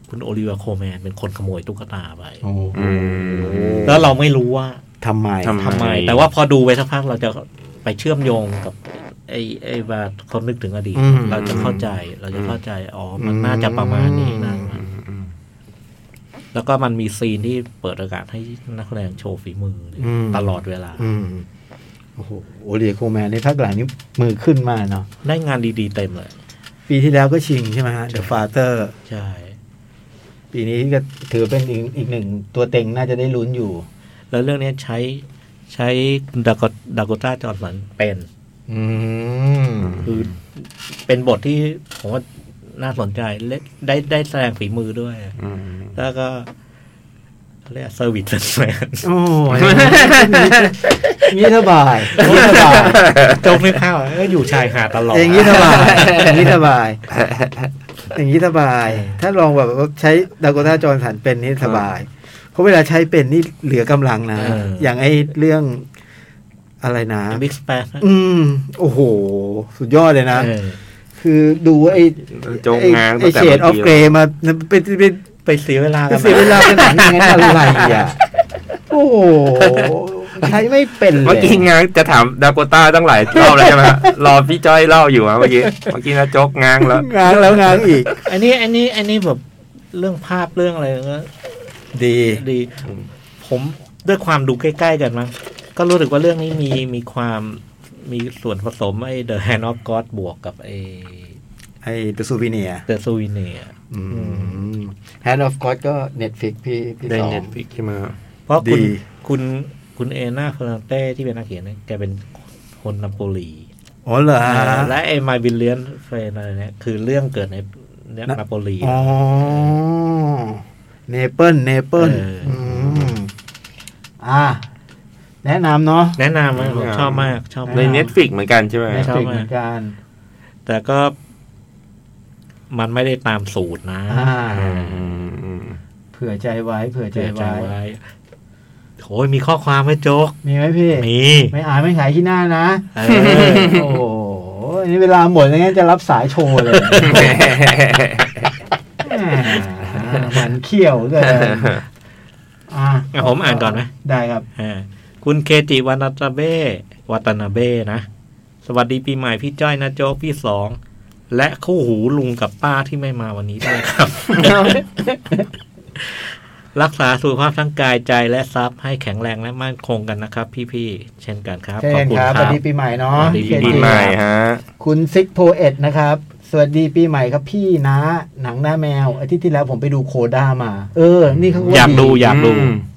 Speaker 2: คุณโอลิเวอร์โคลแมนเป็นคนขโมยตุ๊กตาไป
Speaker 4: โอ้โห
Speaker 3: อืม
Speaker 2: แล้วเราไม่รู้ว่า
Speaker 4: ทำไม
Speaker 3: ทำ
Speaker 2: ทำไม แต่ว่าพอดูไปสักพักเราจะไปเชื่อมโยงกับ ไอ้ไอ้ว่าเขานึกถึงอดีต
Speaker 4: อืม
Speaker 2: เราจะเข้าใจเราจะเข้าใจ อ๋อ มันน่าจะประมาณนี้นะ
Speaker 3: อืม
Speaker 2: แล้วก็มันมีซีนที่เปิดโอกาสให้นักแสดงโชว์ฝีมืออ
Speaker 4: ม
Speaker 2: ตลอดเวลา
Speaker 4: อืมโอ้โหโอเลียโคแมนในภาคหลังนี้มือขึ้นมากเนาะ
Speaker 2: ได้งานดีๆเต็มเลย
Speaker 4: ปีที่แล้วก็ชิงใช่ไหมฮะ The Father
Speaker 2: ใช่
Speaker 4: ปีนี้ก็ถือเป็นอีกอีกหนึ่งตัวเต็งน่าจะได้ลุ้นอยู่
Speaker 2: แล้วเรื่องนี้ใช้ใช้ดากดากต้าจอร์สันเป็น
Speaker 4: อืม
Speaker 2: คือเป็นบทที่ผมว่าน่าสนใจและได้ได้แสดงฝีมือด้วย
Speaker 3: อืม
Speaker 2: แล้วก็เขาเรียกเซอร์วิสแมน
Speaker 4: โอ้ยอย่างนี้สบายอย่างนี้สบาย
Speaker 2: จงนึกภาพว่าเอ้ยอยู่ชายหาดตลอด
Speaker 4: อย่างนี้สบาย อย่างนี้สบาย อย่างนี้สบาย ถ้าลองแบบว่าใช้ดากต้าจอร์สันเป็นนี่สบาย เพราะเวลาใช้เป็นนี่เหลือกำลังนะ อย่างไอ้เรื่องอะไรนะ
Speaker 2: บิ๊กสเปซ
Speaker 4: อืม โอ้โห สุดยอดเลยนะ คือดูไอ้
Speaker 3: จงงาง
Speaker 4: ไอ้เชดออฟเกรมาเป็นเป็น
Speaker 2: ไปเสียเวลากัน
Speaker 4: เสียเวลาเป็นหนังอย่างนั้นอะไรอ่ะ โอ้โหใช้ไม่เป็นเล
Speaker 3: เมื่อย กี้งางจะถามดาโกต้าตั้งหลายรอบแล้วใช่ไหมฮ [laughs] ะรอพี่จ้อยเล่าอยู่อะเมื่อกี้ เมื่อกี้นะจกงางแล้ว
Speaker 4: ง้างแล้วง้างอีก
Speaker 2: อันนี้อันนี้อันนี้แบบเรื่องภาพเรื่องอะไรก็
Speaker 4: ดี
Speaker 2: ดี
Speaker 3: อืม
Speaker 2: ผมด้วยความดูใกล้ ๆ กันมั้งก็รู้สึกว่าเรื่องนี้มีมีความมีส่วนผสมไอ้ The Hand of God บวกกับไอ้
Speaker 4: ไอ้เดอะซูวิเนีย
Speaker 2: The Souvenir
Speaker 4: แฮนด์ออฟก็อดก็เน็ตฟิกพี่พี่
Speaker 2: ได้
Speaker 4: สอง
Speaker 2: เน็ตฟิก
Speaker 3: พี่ขึ้นมา
Speaker 2: เพราะคุณ
Speaker 4: ดี
Speaker 2: คุณคุณเอนาเฟอร์นันเต้ที่เป็นนักเขียนเนี่ยแกเป็นคนนาโปลี
Speaker 4: อ๋อเหรอ
Speaker 2: และไอ้ My Brilliant Friend อะไรเนี่ยคือเรื่องเกิดในเนี่ย
Speaker 4: นะ
Speaker 2: นาโปลี
Speaker 4: อ๋อเนเปิลเนเปิล
Speaker 2: เอออื
Speaker 4: มอ่า แนะนำเนาะ
Speaker 2: แนะนำมากผมชอบมากชอบ
Speaker 3: ใน
Speaker 2: มาก
Speaker 3: เน็ตฟิกเหมือนกันใช่ไหม
Speaker 4: เน็ต
Speaker 2: ใช่
Speaker 4: ฟิก
Speaker 2: ชอบมาก
Speaker 4: เหมือนกัน
Speaker 2: แต่ก็มันไม่ได้ตามสูตรนะ
Speaker 4: อ่า
Speaker 3: อืมอืม
Speaker 4: เผื่อใจไว้ เผื่อใจ
Speaker 2: เสียใจ
Speaker 4: ไว้
Speaker 2: ไว้ โอ้ยมีข้อความไหมโจ๊ก
Speaker 4: มีไหมพี่
Speaker 2: มี
Speaker 4: ไม่อ่านไม่ขายที่หน้านะ
Speaker 2: เออ
Speaker 4: โอ้โหอันนี้เวลาหมดแล้วงั้นจะรับสายโชว์เลย
Speaker 3: [laughs]
Speaker 4: อ่ามันเขี้ยวเลยอ่ะ
Speaker 2: เอาผมอ่านก่อนไหม
Speaker 4: ได้ครับ
Speaker 2: อ่าคุณเคจิวานาตาเบ้วัตานาเบ้นะ สวัสดีปีใหม่พี่จ้อยนะโจ๊กพี่สอง และคู่หูลุงกับป้าที่ไม่มาวันนี้ด้วย
Speaker 4: [laughs]
Speaker 2: ครับ รักษาสุขภาพทั้งกายใจและทรัพย์ให้แข็งแรงและมั่นคงกันนะครับ พี่ๆเช่นกันครับ
Speaker 4: เช่
Speaker 2: ขอบ
Speaker 4: น
Speaker 2: คุณ
Speaker 4: ครับ
Speaker 2: ค
Speaker 4: สวั
Speaker 2: รับ
Speaker 4: สดีปีใหม่เนาะ
Speaker 2: สวัสดี
Speaker 4: เคน
Speaker 2: ปี
Speaker 3: ดี
Speaker 4: จิ
Speaker 3: ใหม่ฮะ
Speaker 4: คุณซิกโพเอ็ดนะครับ สวัสดีปีใหม่ครับพี่นะหนังหน้าแมวอาทิตย์ที่แล้วผมไปดูโคด้ามา เออ นี่เขาว่
Speaker 2: อยากดูอยากดู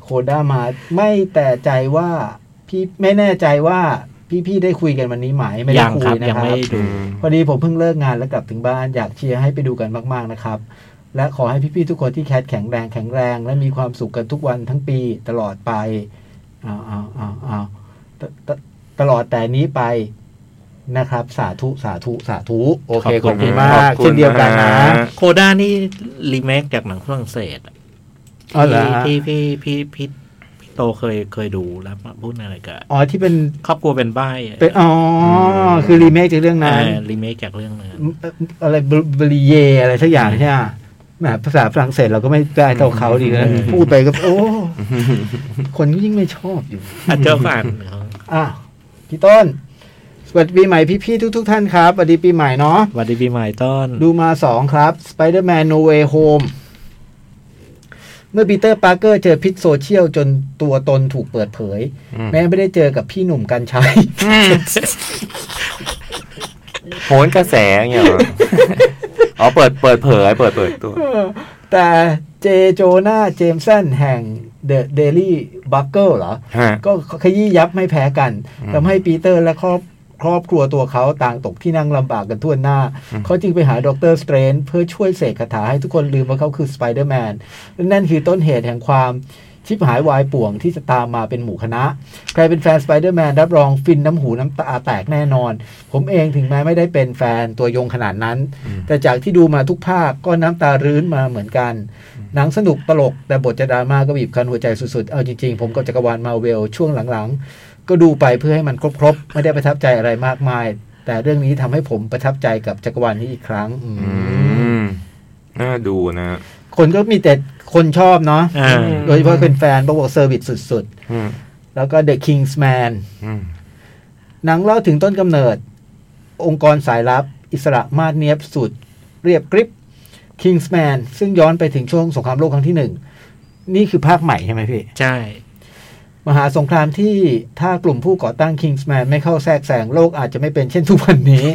Speaker 4: โคด้ามา ไม่แต่ใจว่าพี่ไม่แน่ใจว่าพี่ๆได้คุยกันวันนี้ไหมไม่
Speaker 2: ยั
Speaker 4: ได้
Speaker 2: ง
Speaker 4: คุ
Speaker 2: ครับ
Speaker 4: ยนะ
Speaker 2: ยัง
Speaker 4: ครับ
Speaker 2: ไม่ได้ดู
Speaker 4: พอดีผมเพิ่งเลิกงานแล้วกลับถึงบ้านอยากเชียร์ให้ไปดูกันมาก ๆ นะครับ และขอให้พี่ ๆ ทุกคนที่แคสแข็งแรงแข็งแรง และมีความสุขกันทุกวันทั้งปีตลอดไปเอาเอาเอาเอาตตตลอดแต่นี้ไปนะครับ สาธุสาธุสาธุ โอเค ขอบคุณมากเช่นเดียวกันนะ
Speaker 2: โคด้านี่รีเมคจากหนังฝรั่งเศสอะ
Speaker 4: อ๋อเหรอฮะ
Speaker 2: ที่พี่พี่พี่พี่โตเคยเคยดูแล้วมาพูดในรายการ
Speaker 4: อ๋อที่เป็น
Speaker 2: ครอบครัวเป็นใบ้
Speaker 4: เป็นอ๋ออ
Speaker 3: ม
Speaker 4: คือรีเมคจากเรื่องนั้น
Speaker 2: รีเมคจากเรื่องนั้น
Speaker 4: เอ่ออะไรบริเยอะไรสักอย่างใช่ไหมแหมภาษาฝรั่งเศสเราก็ไม่ได้เท่าเขาดีนะพูดไปก็โอ้ คนก็ยิ่งไม่ชอบอยู่
Speaker 2: อาจจะผ่านของ
Speaker 4: อ่ะพี่ต้น สวัสดีปีใหม่พี่ๆทุก ๆ ท่านครับ สวัสดีปีใหม่เนาะ
Speaker 2: สวัสดีปีใหม่ต้น
Speaker 4: ดูมาสองครับ Spider-Man No Way Home เมื่อปีเตอร์ปาร์เกอร์เจอพิษโซเชียลจนตัวตนถูกเปิดเผย แม้ไม่ได้เจอกับพี่หนุ่มกันชัย
Speaker 3: โหนกระแสอย่างเงี้ยเหรออ๋อเปิดเปิดเผยเปิดเผยตัว
Speaker 4: แต่เจโจนาเจมสันแห่ง The Daily b u g g e เหรอ
Speaker 3: ฮะ
Speaker 4: ก็ขยี้ยับไม่แพ้กัน
Speaker 3: อืม
Speaker 4: ทำให้ปีเตอร์และครอบครอบครัวตัวเขาต่างตกที่นั่งลำบากกันทั่วหน้า
Speaker 3: อืม
Speaker 4: เขาจึงไปหาดรสเตรนเพื่อช่วยเสกคาถาให้ทุกคนลืมว่าเขาคือสไปเดอร์แมนและนั่นคือต้นเหตุแห่งความชิบหายวายป่วงที่จะตามมาเป็นหมู่คณะ ใครเป็นแฟนสไปเดอร์แมนรับรองฟินน้ำหูน้ำตาแตกแน่นอน ผมเองถึงแม้ไม่ได้เป็นแฟนตัวยงขนาดนั้น แต่จากที่ดูมาทุกภาคก็น้ำตารื้นมาเหมือนกัน หนังสนุกตลก แต่บทจะดราม่าก็บีบคั้นหัวใจสุดๆ เอาจริงๆ ผมก็จักรวาลมาเวลช่วงหลังๆ ก็ดูไปเพื่อให้มันครบๆ ไม่ได้ประทับใจอะไรมากมาย แต่เรื่องนี้ทำให้ผมประทับใจกับจักรวาลนี้อีกครั้งอืม
Speaker 3: อืมน่าดูนะ
Speaker 4: คนก็มีแต่คนชอบเนาะ
Speaker 2: อ่า
Speaker 4: โดยเฉพาะเป็นแฟนบอกว่าเซอร์วิสสุด
Speaker 3: อืม
Speaker 4: ๆ แล้วก็ The Kingsman
Speaker 3: อืม
Speaker 4: หนังเล่าถึงต้นกำเนิด องค์กรสายลับ อิสระมาดเนียบสุด เรียบกริบ Kingsman ซึ่งย้อนไปถึงช่วงสงครามโลกครั้งที่หนึ่ง นี่คือภาคใหม่ใช่ไหมพี่
Speaker 2: ใช่
Speaker 4: มหาสงครามที่ถ้ากลุ่มผู้ก่อตั้ง Kingsman ไม่เข้าแทรกแซงโลกอาจจะไม่เป็นเช่นทุกวันนี้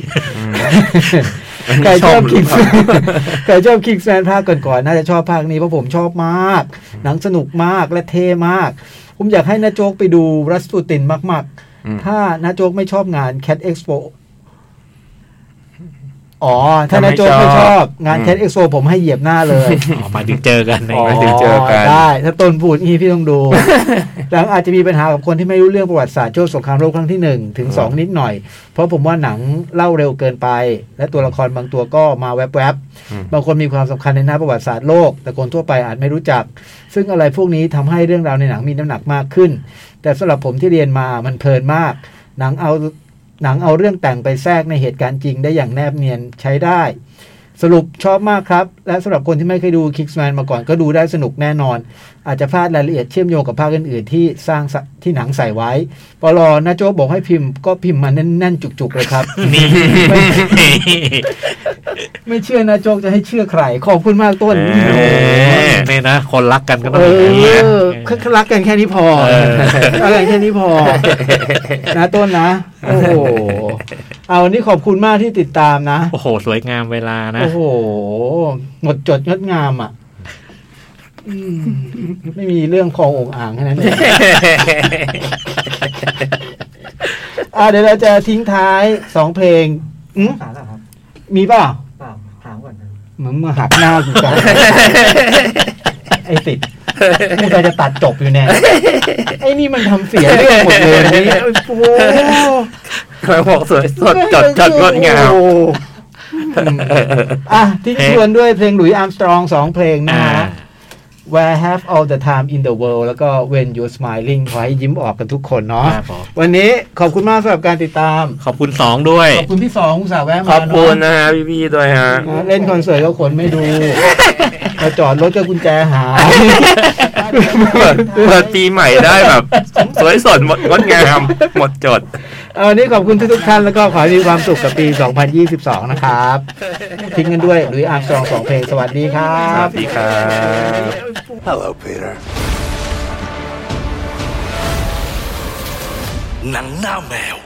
Speaker 4: [laughs] ใครชอบ Kingsman [laughs] ใครชอบ Kingsman ภาคก่อนๆน่าจะชอบภาคนี้เพราะผมชอบมาก หนังสนุกมากและเท่มาก ผมอยากให้นาโจกไปดูรัสปูตินมาก
Speaker 3: อืม
Speaker 4: ๆ ถ้านาโจกไม่ชอบงาน Cat Expo อ๋อ ถ้านาโจกไม่ชอบงาน Cat Expo ผมให้เหยียบหน้าเลย
Speaker 2: ออกมาถึงเจอกันใน
Speaker 3: หมายถึงเจอกัน
Speaker 4: ได้ ถ้าต้นพูดงี้พี่
Speaker 3: [laughs]
Speaker 4: ต้องดู หลังอาจจะมีปัญหากับคนที่ไม่รู้เรื่องประวัติศาสตร์ช่วงสงครามโลกครั้งที่หนึ่งถึงสองนิดหน่อย เพราะผมว่าหนังเล่าเร็วเกินไป และตัวละครบางตัวก็มาแวบ
Speaker 3: อืม
Speaker 4: ๆ บางคนมีความสำคัญในหน้าประวัติศาสตร์โลก แต่คนทั่วไปอาจไม่รู้จัก ซึ่งอะไรพวกนี้ทำให้เรื่องราวในหนังมีน้ำหนักมากขึ้น แต่สำหรับผมที่เรียนมามันเพลินมาก หนังเอาหนังเอาเรื่องแต่งไปแทรกในเหตุการณ์จริงได้อย่างแนบเนียนใช้ได้ สรุปชอบมากครับ และสำหรับคนที่ไม่เคยดู Kingsman มาก่อนก็ดูได้สนุกแน่นอน อาจจะพลาดรายละเอียดเชื่อมโยงกับภาคอื่นๆ ที่สร้างสะที่หนังใส่ไว้ปลอนะโจ๊กบอกให้พิมพ์ก็พิมพ์มาแน่นๆ จุกๆเลย
Speaker 3: [laughs]
Speaker 4: ครับ
Speaker 2: นี่
Speaker 4: ไม่เชื่อนะโจ๊กจะให้เชื่อใคร ขอบคุณมากต้น
Speaker 3: เอ๊
Speaker 2: นี่นะ คนรักกันก็ต้
Speaker 4: เอ
Speaker 2: องมีอย่างนี้นะ
Speaker 4: อรักกันแค่นี้พอ
Speaker 2: เออ
Speaker 4: รักกันแค่นี้พอ นะต้นนะ โอ้โหเอาวันนี้ขอบคุณมากที่ติดตามนะ
Speaker 2: โอ้โห สวยงามเวลานะ
Speaker 4: โอ้โหหมดจดงดงามอ่ะอืมไม่มีเรื่องคลององอ่างแค่นั้นเองอ่ะเดี๋ยวเราจะทิ้งท้ายสองเพลงอืม
Speaker 8: หาแล้วครับ
Speaker 4: มีเปล่า
Speaker 8: เปล่าถามก่อนนะ
Speaker 4: เหมือนมาหักหน้ากูจั [laughs] งไอ้ติดกูจะจะตัดจบอยู่ [laughs] แน่ไอ้นี่มันทำเสียเรื่องหมดเลยนี่โอ้โห
Speaker 3: ใครบอกสวยสดจดจดงดงาม
Speaker 4: โอ้โหอืมอ่ะที่ชวนด้วยเพลงหลุยส์อาร์มสตรองสองเพลงนะ
Speaker 2: อ่า
Speaker 4: ฮะ where have all the time in the world แล้วก็ when you're smiling ขอให้ยิ้มออกกันทุกคนเนาะ
Speaker 2: ครับผม
Speaker 4: วันนี้ขอบคุณมากสำหรับการติดตาม
Speaker 2: ขอบคุณสองด้วย
Speaker 4: ขอบคุณพี่สองอุตส่าห์แวะมา
Speaker 3: ขอบคุณ
Speaker 4: เนอะ
Speaker 3: นะฮะพี่ๆด้วยฮะ
Speaker 4: นะเล่นคอนเสิร์ตก็ขนไม่ดูมาจอดรถก็กุญแจหาย
Speaker 3: เปิดเปิดปีใหม่ได้แบบ สวยสดหมดงดงาม หมดจด
Speaker 4: เอาวันนี้ขอบคุณทุกๆท่านแล้วก็ขอให้มีความสุขกับปี 2022 นะครับ ทิ้งกันด้วยหรืออาร์มสองสองเพลงสวัสดีครั
Speaker 3: สวั
Speaker 4: บ
Speaker 3: สดีครับ
Speaker 5: Hello, Peter. หนังหน้าแมว